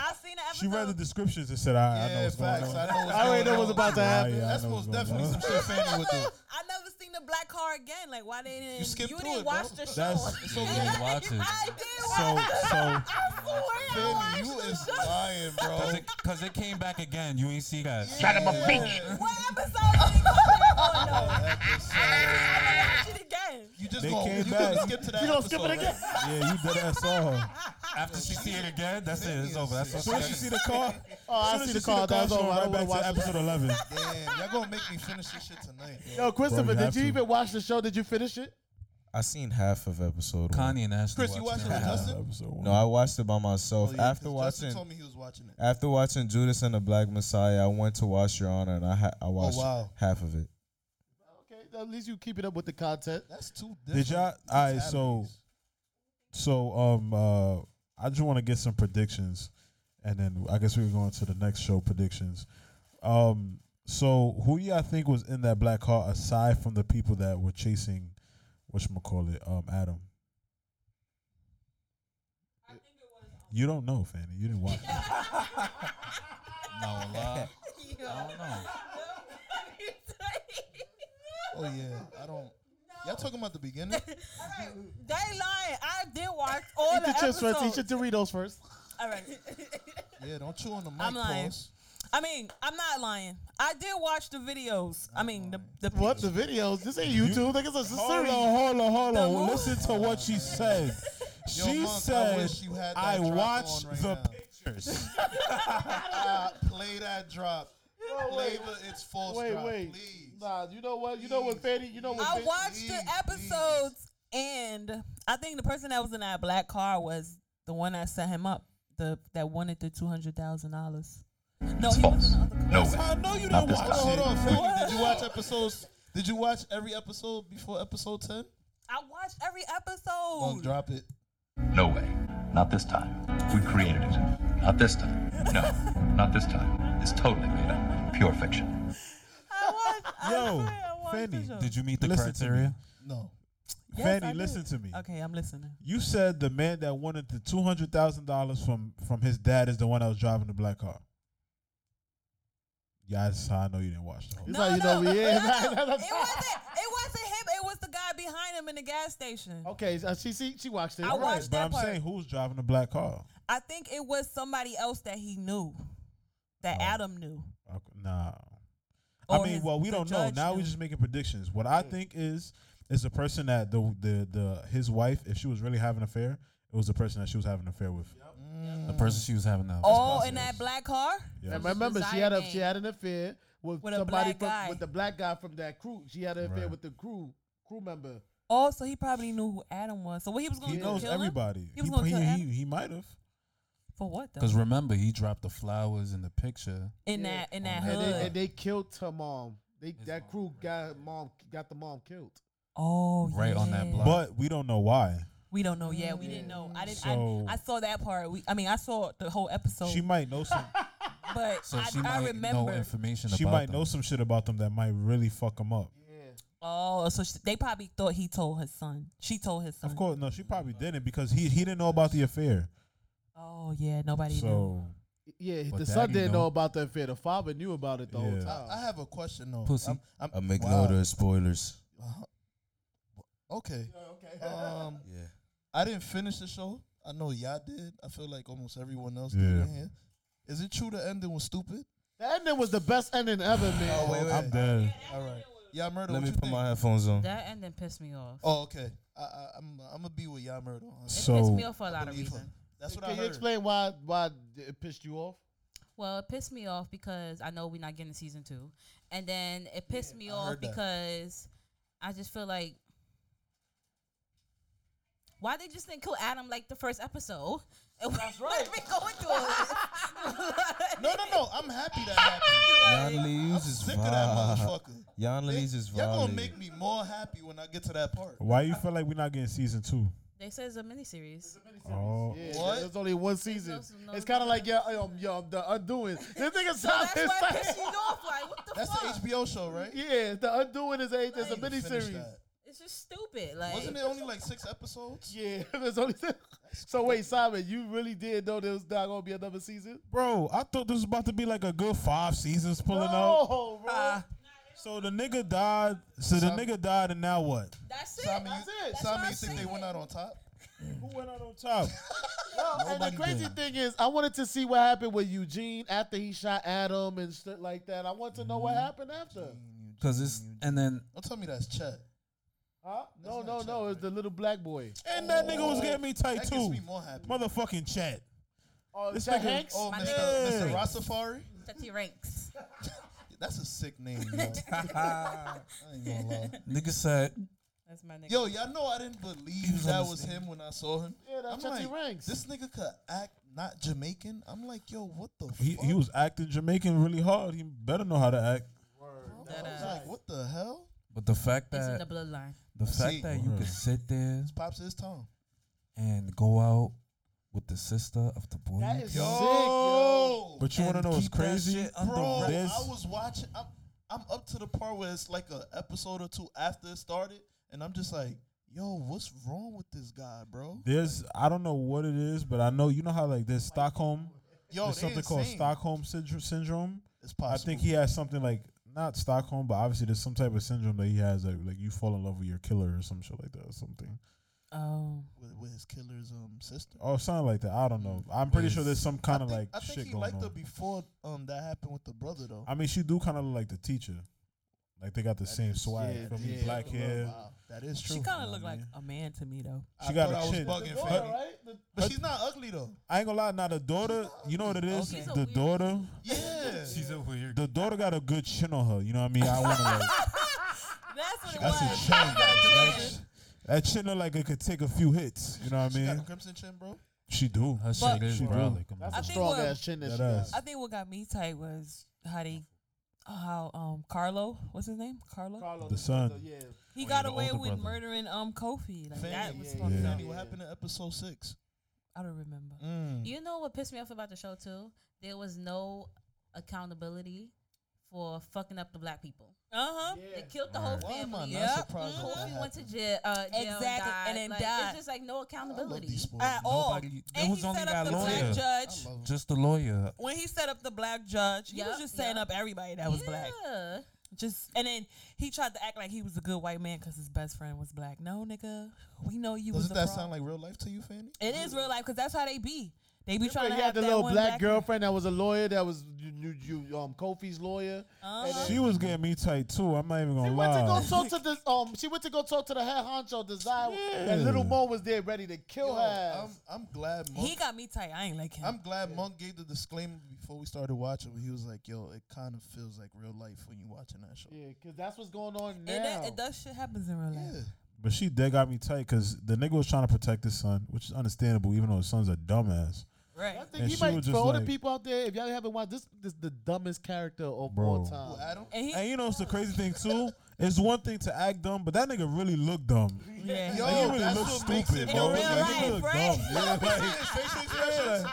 Speaker 3: I seen [laughs] the episode.
Speaker 4: She read the descriptions and said, "I, I know
Speaker 9: Yeah,
Speaker 4: what's going
Speaker 9: facts. I
Speaker 4: on."
Speaker 9: know what's
Speaker 1: I
Speaker 9: going
Speaker 1: already know what's
Speaker 9: on.
Speaker 1: about to
Speaker 4: Yeah,
Speaker 1: happen.
Speaker 4: yeah, I
Speaker 9: That's
Speaker 4: know
Speaker 9: most
Speaker 4: what's going
Speaker 9: definitely
Speaker 4: on.
Speaker 9: some
Speaker 3: [laughs]
Speaker 9: shit Fanny would do.
Speaker 3: I never seen the black car again. Like why they didn't?
Speaker 9: You skipped
Speaker 3: you didn't
Speaker 9: through it,
Speaker 3: watch the
Speaker 9: bro.
Speaker 3: show.
Speaker 4: That's-
Speaker 2: It's okay. You watch it.
Speaker 3: [laughs] I did
Speaker 4: So
Speaker 3: watch.
Speaker 4: so
Speaker 3: I swear I
Speaker 9: Fanny,
Speaker 3: watched
Speaker 9: you is
Speaker 3: the show.
Speaker 9: lying, bro.
Speaker 2: Cause it, Cause it came back again. You ain't see that.
Speaker 3: What episode did it come back on though? [laughs]
Speaker 9: Episode.
Speaker 3: I watched it again.
Speaker 9: You [laughs] just
Speaker 4: They
Speaker 9: gonna,
Speaker 4: came
Speaker 9: you gonna
Speaker 4: back.
Speaker 9: skip to that.
Speaker 1: You gonna skip it
Speaker 9: episode,
Speaker 1: again?
Speaker 9: right?
Speaker 4: yeah, you dead ass saw her.
Speaker 2: After she see it again, that's it. It's over. That's
Speaker 4: As soon
Speaker 2: all
Speaker 4: as
Speaker 2: she
Speaker 4: you
Speaker 2: see.
Speaker 4: see the
Speaker 9: [laughs]
Speaker 4: car,
Speaker 1: Oh, I
Speaker 4: as soon
Speaker 1: see
Speaker 4: as
Speaker 1: the
Speaker 4: you see the
Speaker 1: car.
Speaker 4: car,
Speaker 1: That's
Speaker 4: she
Speaker 1: over.
Speaker 4: going
Speaker 1: I
Speaker 4: right
Speaker 1: don't want
Speaker 4: back
Speaker 1: to watch
Speaker 4: to episode eleven.
Speaker 9: Damn, y'all gonna make me finish this shit tonight. bro.
Speaker 1: Yo, Christopher,
Speaker 4: you
Speaker 1: did
Speaker 4: have
Speaker 1: you
Speaker 4: to.
Speaker 1: even watch the show? Did you finish it?
Speaker 6: I seen half of episode one.
Speaker 2: Connie and Ashley.
Speaker 9: Chris, you
Speaker 2: watched
Speaker 9: watching with
Speaker 2: that.
Speaker 9: Justin?
Speaker 4: Episode one.
Speaker 6: No, I watched it by myself.
Speaker 9: Oh, yeah, 'cause
Speaker 6: after
Speaker 9: Justin
Speaker 6: watching
Speaker 9: told me he was watching it.
Speaker 6: after watching Judas and the Black Messiah, I went to watch Your Honor and I ha- I watched
Speaker 9: wow.
Speaker 6: half of it.
Speaker 1: Okay, at least you keep it up with the content.
Speaker 9: That's too different.
Speaker 4: Did y'all? All right, so, so um, uh, I just want to get some predictions, and then I guess we can go into the next show predictions. Um, so who y'all think was in that black car aside from the people that were chasing, what call it, um, Adam? You don't know, Fanny. You didn't watch. it.
Speaker 5: [laughs]
Speaker 2: No, a lie. I don't know.
Speaker 9: Oh yeah, I don't. Y'all talking about the beginning?
Speaker 3: [laughs] They lying. I did watch all
Speaker 1: Eat
Speaker 3: the
Speaker 1: your chips first. Eat
Speaker 3: episodes.
Speaker 1: your Doritos first.
Speaker 3: All right.
Speaker 9: Yeah, don't chew on the
Speaker 3: [laughs]
Speaker 9: mic.
Speaker 3: I'm lying.
Speaker 9: Pauls.
Speaker 3: I mean, I'm not lying. I did watch the videos. I mean, the the
Speaker 1: What the videos? This ain't YouTube. Niggas, it's a
Speaker 4: Hold on,
Speaker 1: series.
Speaker 4: hold on, hold
Speaker 3: The
Speaker 4: on.
Speaker 3: movie-
Speaker 4: Listen to what
Speaker 3: [laughs]
Speaker 4: she said.
Speaker 6: Yo,
Speaker 4: She
Speaker 6: Monk, I
Speaker 4: said,
Speaker 6: wish you had that
Speaker 4: "I,
Speaker 6: drop
Speaker 4: watched
Speaker 6: on right
Speaker 4: the
Speaker 6: now."
Speaker 4: pictures."
Speaker 9: Ah, play that drop.
Speaker 1: wait.
Speaker 9: Flavor, it's false
Speaker 1: Wait,
Speaker 9: drop.
Speaker 1: wait.
Speaker 9: Please.
Speaker 1: Nah, you know what? You know what, Fanny? You know what?
Speaker 3: I
Speaker 1: Fanny-
Speaker 3: watched the episodes, and I think the person that was in that black car was the one that set him up. The that wanted the two hundred thousand dollars. No, he was in the other car.
Speaker 4: That's how I know you didn't watch.
Speaker 9: Hold on,
Speaker 4: it.
Speaker 9: Fanny. Did you
Speaker 3: [laughs]
Speaker 9: watch [laughs] episodes? Did you watch every episode before episode ten?
Speaker 3: I watched every
Speaker 9: Don't
Speaker 3: episode.
Speaker 9: drop
Speaker 1: [laughs]
Speaker 9: it.
Speaker 11: No way. Not this time. We created it. Not this time. No, not this time. It's totally made up. Pure fiction.
Speaker 3: [laughs] [laughs] I watched. I
Speaker 4: Yo,
Speaker 3: swear I watched the
Speaker 4: Fanny,
Speaker 3: show.
Speaker 2: Did you meet the
Speaker 4: Listen to me.
Speaker 2: criteria?
Speaker 9: No.
Speaker 3: Yes, I
Speaker 4: Fanny,
Speaker 3: did.
Speaker 4: listen to me.
Speaker 3: Okay, I'm listening.
Speaker 4: You said the man that wanted the two hundred thousand dollars from from his dad is the one that was driving the black car. Yeah, that's how I know you didn't watch the whole.
Speaker 1: That's how you know we in.
Speaker 3: it wasn't. It wasn't him. It was the guy behind him in the gas station.
Speaker 1: Okay, uh, she see she watched it.
Speaker 3: I
Speaker 1: All right.
Speaker 3: watched
Speaker 4: But
Speaker 3: that
Speaker 4: I'm
Speaker 3: part.
Speaker 4: saying, who's driving the black car?
Speaker 3: I think it was somebody else that he knew, that Adam knew.
Speaker 4: Okay, Nah. I
Speaker 3: Or
Speaker 4: mean,
Speaker 3: his-
Speaker 4: well, we
Speaker 3: the
Speaker 4: don't know.
Speaker 3: judge
Speaker 4: Now we're
Speaker 3: knew.
Speaker 4: just making predictions. What I think is, is the person that the the the his wife, if she was really having an affair, it was the person that she was having an affair with.
Speaker 2: The person she was having now.
Speaker 3: Mm. Oh, in that black car.
Speaker 4: Yeah.
Speaker 1: And remember, she
Speaker 7: Desire
Speaker 1: had a
Speaker 7: Man.
Speaker 1: she had an affair with,
Speaker 3: With a
Speaker 1: somebody
Speaker 3: black
Speaker 1: from,
Speaker 3: guy.
Speaker 1: with the black guy from that crew. She had an affair
Speaker 4: Right.
Speaker 1: with the crew crew member.
Speaker 3: Oh, so he probably knew who Adam was. So what he was gonna
Speaker 4: He
Speaker 3: do?
Speaker 4: knows
Speaker 3: kill him?
Speaker 4: everybody.
Speaker 3: He was gonna
Speaker 4: he,
Speaker 3: kill
Speaker 4: he,
Speaker 3: Adam?
Speaker 4: he might have.
Speaker 3: For what though?
Speaker 2: Because remember, he dropped the flowers in the picture.
Speaker 3: In
Speaker 1: Yeah.
Speaker 3: that in that
Speaker 1: And
Speaker 3: hood.
Speaker 1: [laughs] they, and they killed her mom. They
Speaker 2: His
Speaker 1: that
Speaker 2: mom,
Speaker 1: crew
Speaker 2: right.
Speaker 1: got mom got the mom killed.
Speaker 3: oh,
Speaker 2: Right on that
Speaker 3: yeah.
Speaker 2: block.
Speaker 4: But we don't know why.
Speaker 3: We don't know. Yeah, we didn't know. I didn't.
Speaker 4: So-
Speaker 3: I, I saw that part. We, I mean, I saw the whole episode.
Speaker 4: she might know some.
Speaker 3: [laughs] but
Speaker 2: So
Speaker 3: I,
Speaker 2: she might
Speaker 3: I
Speaker 2: know
Speaker 3: remember.
Speaker 2: information
Speaker 4: she
Speaker 2: about
Speaker 4: might
Speaker 2: them.
Speaker 4: know some shit about them that might really fuck them up.
Speaker 3: oh, so she, they probably thought he told his son. She told his son.
Speaker 4: Of course, no, she probably didn't because he he didn't know about the affair.
Speaker 3: Oh yeah, nobody knew.
Speaker 4: So
Speaker 1: Yeah,
Speaker 2: But
Speaker 1: the
Speaker 2: that
Speaker 1: son
Speaker 2: you
Speaker 1: didn't know.
Speaker 2: know.
Speaker 1: about the affair. The father knew about it the whole
Speaker 4: Yeah.
Speaker 1: time.
Speaker 9: I have a question
Speaker 6: Oh,
Speaker 9: though.
Speaker 2: Pussy.
Speaker 9: I'm, I'm,
Speaker 6: I make
Speaker 9: Wow.
Speaker 6: loader of spoilers.
Speaker 9: Okay.
Speaker 1: Oh,
Speaker 9: [laughs]
Speaker 1: okay.
Speaker 9: Um,
Speaker 6: [laughs] Yeah.
Speaker 9: I didn't finish the show. I know y'all did. I feel like almost everyone else
Speaker 4: Yeah.
Speaker 9: did in here. Is it true the ending was stupid?
Speaker 1: the ending was the best ending ever, man.
Speaker 9: wait, wait.
Speaker 4: I'm dead.
Speaker 9: All right. Y'all murder.
Speaker 6: Let
Speaker 9: what
Speaker 6: me
Speaker 9: you
Speaker 6: put
Speaker 9: think?
Speaker 6: my headphones on.
Speaker 7: That ending pissed me off.
Speaker 9: Oh, okay. I, I, I'm I'm gonna be with y'all murder. on
Speaker 7: It
Speaker 9: this.
Speaker 7: pissed
Speaker 4: So
Speaker 7: me off for a lot of
Speaker 9: Believe her.
Speaker 7: reasons.
Speaker 9: That's what I
Speaker 1: Can you
Speaker 9: heard.
Speaker 1: explain why why it pissed you off?
Speaker 7: Well, it pissed me off because I know we're not getting season two, and then it pissed me
Speaker 9: I
Speaker 7: off
Speaker 9: heard that.
Speaker 7: because I just feel like why they just didn't kill Adam like the first episode. [laughs] That's right. we going through all this?
Speaker 9: [laughs] No, no, no. I'm happy that happened.
Speaker 6: Yan Lee's is
Speaker 9: Sick of that
Speaker 6: violent.
Speaker 9: motherfucker.
Speaker 6: Yan
Speaker 9: They-
Speaker 6: Lee's is
Speaker 9: Y'all gonna
Speaker 6: violent.
Speaker 9: make me more happy when I get to that part.
Speaker 4: why you feel like we're not getting season two?
Speaker 7: They said it's a miniseries.
Speaker 4: Oh,
Speaker 1: Yeah,
Speaker 9: What?
Speaker 1: there's only one season.
Speaker 7: There's no- no-
Speaker 1: it's kind of like yeah, um, yeah, um,
Speaker 7: [laughs]
Speaker 1: the undoing. This nigga
Speaker 7: That's
Speaker 1: sounded
Speaker 7: why it
Speaker 1: like
Speaker 7: pissed you off. Like what the
Speaker 9: That's
Speaker 7: fuck?
Speaker 9: the HBO show, right?
Speaker 1: yeah, the undoing is a is a
Speaker 9: They finished
Speaker 1: miniseries.
Speaker 9: that.
Speaker 7: it's just stupid. Like
Speaker 9: Wasn't it only like six episodes?
Speaker 1: Yeah, [laughs] there's only. so wait, Simon, you really did know there was not gonna be another season?
Speaker 4: bro, I thought this was about to be like a good five seasons pulling out.
Speaker 1: No, bro.
Speaker 7: Ah.
Speaker 4: So the nigga died. So the nigga died, and now what?
Speaker 7: that's it.
Speaker 9: Simon,
Speaker 1: That's
Speaker 9: you,
Speaker 1: it. That's
Speaker 9: Simon,
Speaker 7: what
Speaker 9: you
Speaker 7: I'm
Speaker 9: think they
Speaker 7: saying.
Speaker 9: went out on top? Mm.
Speaker 4: Who went out on
Speaker 1: [laughs]
Speaker 4: top?
Speaker 1: No, and the
Speaker 9: Nobody
Speaker 1: crazy
Speaker 9: did.
Speaker 1: thing is, I wanted to see what happened with Eugene after he shot Adam and shit like that. I want to know
Speaker 4: Mm-hmm.
Speaker 1: what happened after.
Speaker 2: Because it's and then
Speaker 9: Don't tell me that's Chet.
Speaker 1: Huh? No,
Speaker 9: That's
Speaker 1: no,
Speaker 9: not
Speaker 1: no.
Speaker 9: Chad,
Speaker 1: It's the little black boy.
Speaker 4: And that nigga was getting me tight
Speaker 9: That
Speaker 4: too.
Speaker 9: gets me more happy.
Speaker 4: Motherfucking chat.
Speaker 1: Oh,
Speaker 4: This
Speaker 1: Chad
Speaker 4: nigga-
Speaker 1: Hanks.
Speaker 9: Oh,
Speaker 7: My
Speaker 9: Mr.
Speaker 4: nigga.
Speaker 9: Mr. Rastafari?
Speaker 7: That's your ranks.
Speaker 9: [laughs] That's a sick name,
Speaker 7: [laughs]
Speaker 9: yo. [laughs] I ain't gonna lie.
Speaker 2: [laughs] nigga said,
Speaker 7: That's my nigga.
Speaker 9: Yo, y'all know I didn't believe
Speaker 2: was on
Speaker 9: that
Speaker 2: the
Speaker 9: was
Speaker 2: stage.
Speaker 9: him when I saw him.
Speaker 1: Yeah, that's
Speaker 9: I'm
Speaker 1: Chetty
Speaker 9: like,
Speaker 1: Ranks.
Speaker 9: this nigga could act not Jamaican. I'm like, yo, what the
Speaker 4: He
Speaker 9: fuck?
Speaker 4: he was acting Jamaican really hard. He better know how to act.
Speaker 9: Oh, I
Speaker 2: uh,
Speaker 9: was like, what the hell?
Speaker 2: but the fact
Speaker 7: it's in the
Speaker 2: that
Speaker 7: bloodline.
Speaker 2: the
Speaker 9: See.
Speaker 2: fact that you could sit there
Speaker 9: Pops his tongue.
Speaker 2: and go out with the sister of the boy.
Speaker 1: That is
Speaker 9: Yo!
Speaker 1: sick, yo.
Speaker 4: But you want to
Speaker 2: And
Speaker 4: know what's
Speaker 2: keep that
Speaker 4: crazy?
Speaker 2: shit under
Speaker 9: Bro,
Speaker 4: There's-
Speaker 9: I was watching. I'm, I'm up to the part where it's like a episode or two after it started, and I'm just like, yo, what's wrong with this guy, bro?
Speaker 4: There's I don't know what it is, but I know you know how like there's Stockholm.
Speaker 9: Yo,
Speaker 4: there's
Speaker 9: they
Speaker 4: something called
Speaker 9: insane.
Speaker 4: Stockholm syndrome. Syndrome.
Speaker 9: It's
Speaker 4: I
Speaker 9: possible.
Speaker 4: think he has something like not Stockholm, but obviously there's some type of syndrome that he has that like you fall in love with your killer or some shit like that or something.
Speaker 7: Oh.
Speaker 9: with, with his killer's um sister.
Speaker 4: or something like that. I don't know. I'm pretty sure there's some kind of
Speaker 9: I
Speaker 4: like
Speaker 9: think, I think
Speaker 4: shit
Speaker 9: he
Speaker 4: going
Speaker 9: liked
Speaker 4: on.
Speaker 9: her before um that happened with the brother though.
Speaker 4: I mean, she do kind of look like the teacher. Like they got the same swag.
Speaker 9: yeah,
Speaker 4: for me,
Speaker 9: yeah.
Speaker 4: black hair.
Speaker 9: Wow, that is true.
Speaker 3: She kind of looked
Speaker 4: what I
Speaker 3: like a man to me though.
Speaker 4: She
Speaker 9: I
Speaker 4: got
Speaker 9: thought
Speaker 4: a
Speaker 9: I was
Speaker 4: chin.
Speaker 9: bugging,
Speaker 4: Her-
Speaker 9: Fetty. But she's not ugly though.
Speaker 4: I ain't gonna lie. Now the daughter, you know what
Speaker 1: Oh,
Speaker 4: it is?
Speaker 7: She's a
Speaker 4: The
Speaker 7: weird-
Speaker 4: daughter,
Speaker 9: [laughs] Yeah.
Speaker 2: She's over here.
Speaker 4: the daughter got a good chin on her. You know what I mean? I
Speaker 1: [laughs]
Speaker 4: wanna like
Speaker 3: That's what it
Speaker 4: that's a
Speaker 3: was.
Speaker 4: chin.
Speaker 3: [laughs]
Speaker 4: That, that chin look like it could take a few hits. You know what I
Speaker 9: She got a
Speaker 4: mean?
Speaker 9: crimson chin, bro.
Speaker 4: She do.
Speaker 2: Her shit is
Speaker 4: she
Speaker 2: brolic. I'm like,
Speaker 1: That's a
Speaker 3: think
Speaker 1: strong
Speaker 3: what-
Speaker 1: ass chin that
Speaker 4: That
Speaker 1: she got.
Speaker 4: ass.
Speaker 3: I think what got me tight was how they, how um Carlo, what's his name? Carlo.
Speaker 1: Carlos,
Speaker 4: The son.
Speaker 1: Yeah.
Speaker 3: He
Speaker 2: Oh,
Speaker 3: got
Speaker 2: yeah, the
Speaker 3: away
Speaker 2: older
Speaker 3: with
Speaker 2: brother.
Speaker 3: murdering um Kofi. Like that
Speaker 9: Fanny,
Speaker 3: was
Speaker 1: yeah,
Speaker 3: fucked
Speaker 4: yeah.
Speaker 3: up.
Speaker 9: Fanny, what happened in episode six?
Speaker 3: I don't remember.
Speaker 9: Mm.
Speaker 7: [laughs] You know what pissed me off about the show too? There was no accountability for fucking up the black people.
Speaker 3: Uh huh.
Speaker 9: Uh-huh.
Speaker 7: They killed the whole
Speaker 9: Why am I
Speaker 7: family.
Speaker 9: not
Speaker 3: Yep.
Speaker 9: surprised? that that
Speaker 7: Kofi went to
Speaker 9: happened?
Speaker 7: jail, uh, jail
Speaker 3: Exactly, and
Speaker 7: died.
Speaker 3: then
Speaker 7: like,
Speaker 3: died.
Speaker 7: It's just like no
Speaker 9: I love
Speaker 7: accountability.
Speaker 9: these boys.
Speaker 3: Mm-hmm. At all.
Speaker 2: Nobody- there
Speaker 3: and
Speaker 2: was
Speaker 3: he
Speaker 2: only
Speaker 3: set
Speaker 2: that
Speaker 3: up the black
Speaker 2: lawyer.
Speaker 3: judge.
Speaker 2: just the lawyer.
Speaker 3: When he set up the black judge, he
Speaker 7: Yup,
Speaker 3: was just setting
Speaker 7: yup.
Speaker 3: up everybody that was black.
Speaker 7: Yeah.
Speaker 3: Just and then he tried to act like he was a good white man because his best friend was black. No, nigga, we know you was.
Speaker 9: Doesn't
Speaker 3: a
Speaker 9: that
Speaker 3: fraud.
Speaker 9: sound like real life to you, Fanny?
Speaker 3: It is real life because that's how they be. They be trying to
Speaker 1: Remember he
Speaker 3: have
Speaker 1: had the
Speaker 3: that
Speaker 1: little
Speaker 3: one
Speaker 1: black girlfriend that was a lawyer that was you, you, you um Kofi's lawyer. And
Speaker 3: Uh-huh.
Speaker 1: then-
Speaker 4: She was getting me tight too. I'm not even gonna
Speaker 1: She went to
Speaker 4: lie.
Speaker 1: go talk to this. Um, she went to go talk to the head honcho, Desire, and Little Mo was there ready to kill
Speaker 9: Yo,
Speaker 1: her.
Speaker 9: I'm,
Speaker 1: ass.
Speaker 9: I'm glad Monk,
Speaker 3: He got me tight. I ain't like him.
Speaker 9: I'm glad Monk gave the disclaimer before we started watching. Where he was like, "Yo, it kind of feels like real life when you're watching that show."
Speaker 1: yeah, because that's what's going
Speaker 2: [laughs]
Speaker 1: on now.
Speaker 3: and that, it does shit happens in real life.
Speaker 9: Yeah.
Speaker 4: But she dead got me tight because the nigga was trying to protect his son, which is understandable, even though his son's a dumbass.
Speaker 3: Right.
Speaker 1: I think
Speaker 4: And
Speaker 1: he
Speaker 4: she
Speaker 1: might
Speaker 4: was
Speaker 1: for
Speaker 4: just
Speaker 1: all the
Speaker 4: like-
Speaker 1: people out there. If y'all haven't watched this, this the dumbest character of
Speaker 4: Bro.
Speaker 1: all
Speaker 9: Well,
Speaker 1: time.
Speaker 9: Adam,
Speaker 3: And he,
Speaker 4: And you know, it's the crazy thing too. It's one thing to act dumb, but that nigga really looked dumb.
Speaker 3: yeah.
Speaker 9: Yo,
Speaker 4: Like, he really
Speaker 9: that's
Speaker 4: looked
Speaker 9: what makes
Speaker 4: stupid,
Speaker 9: it
Speaker 4: bro.
Speaker 3: In real
Speaker 4: Like, he
Speaker 3: life, [laughs]
Speaker 4: looked
Speaker 3: right?
Speaker 4: dumb. Yeah, like,
Speaker 9: his facial expressions.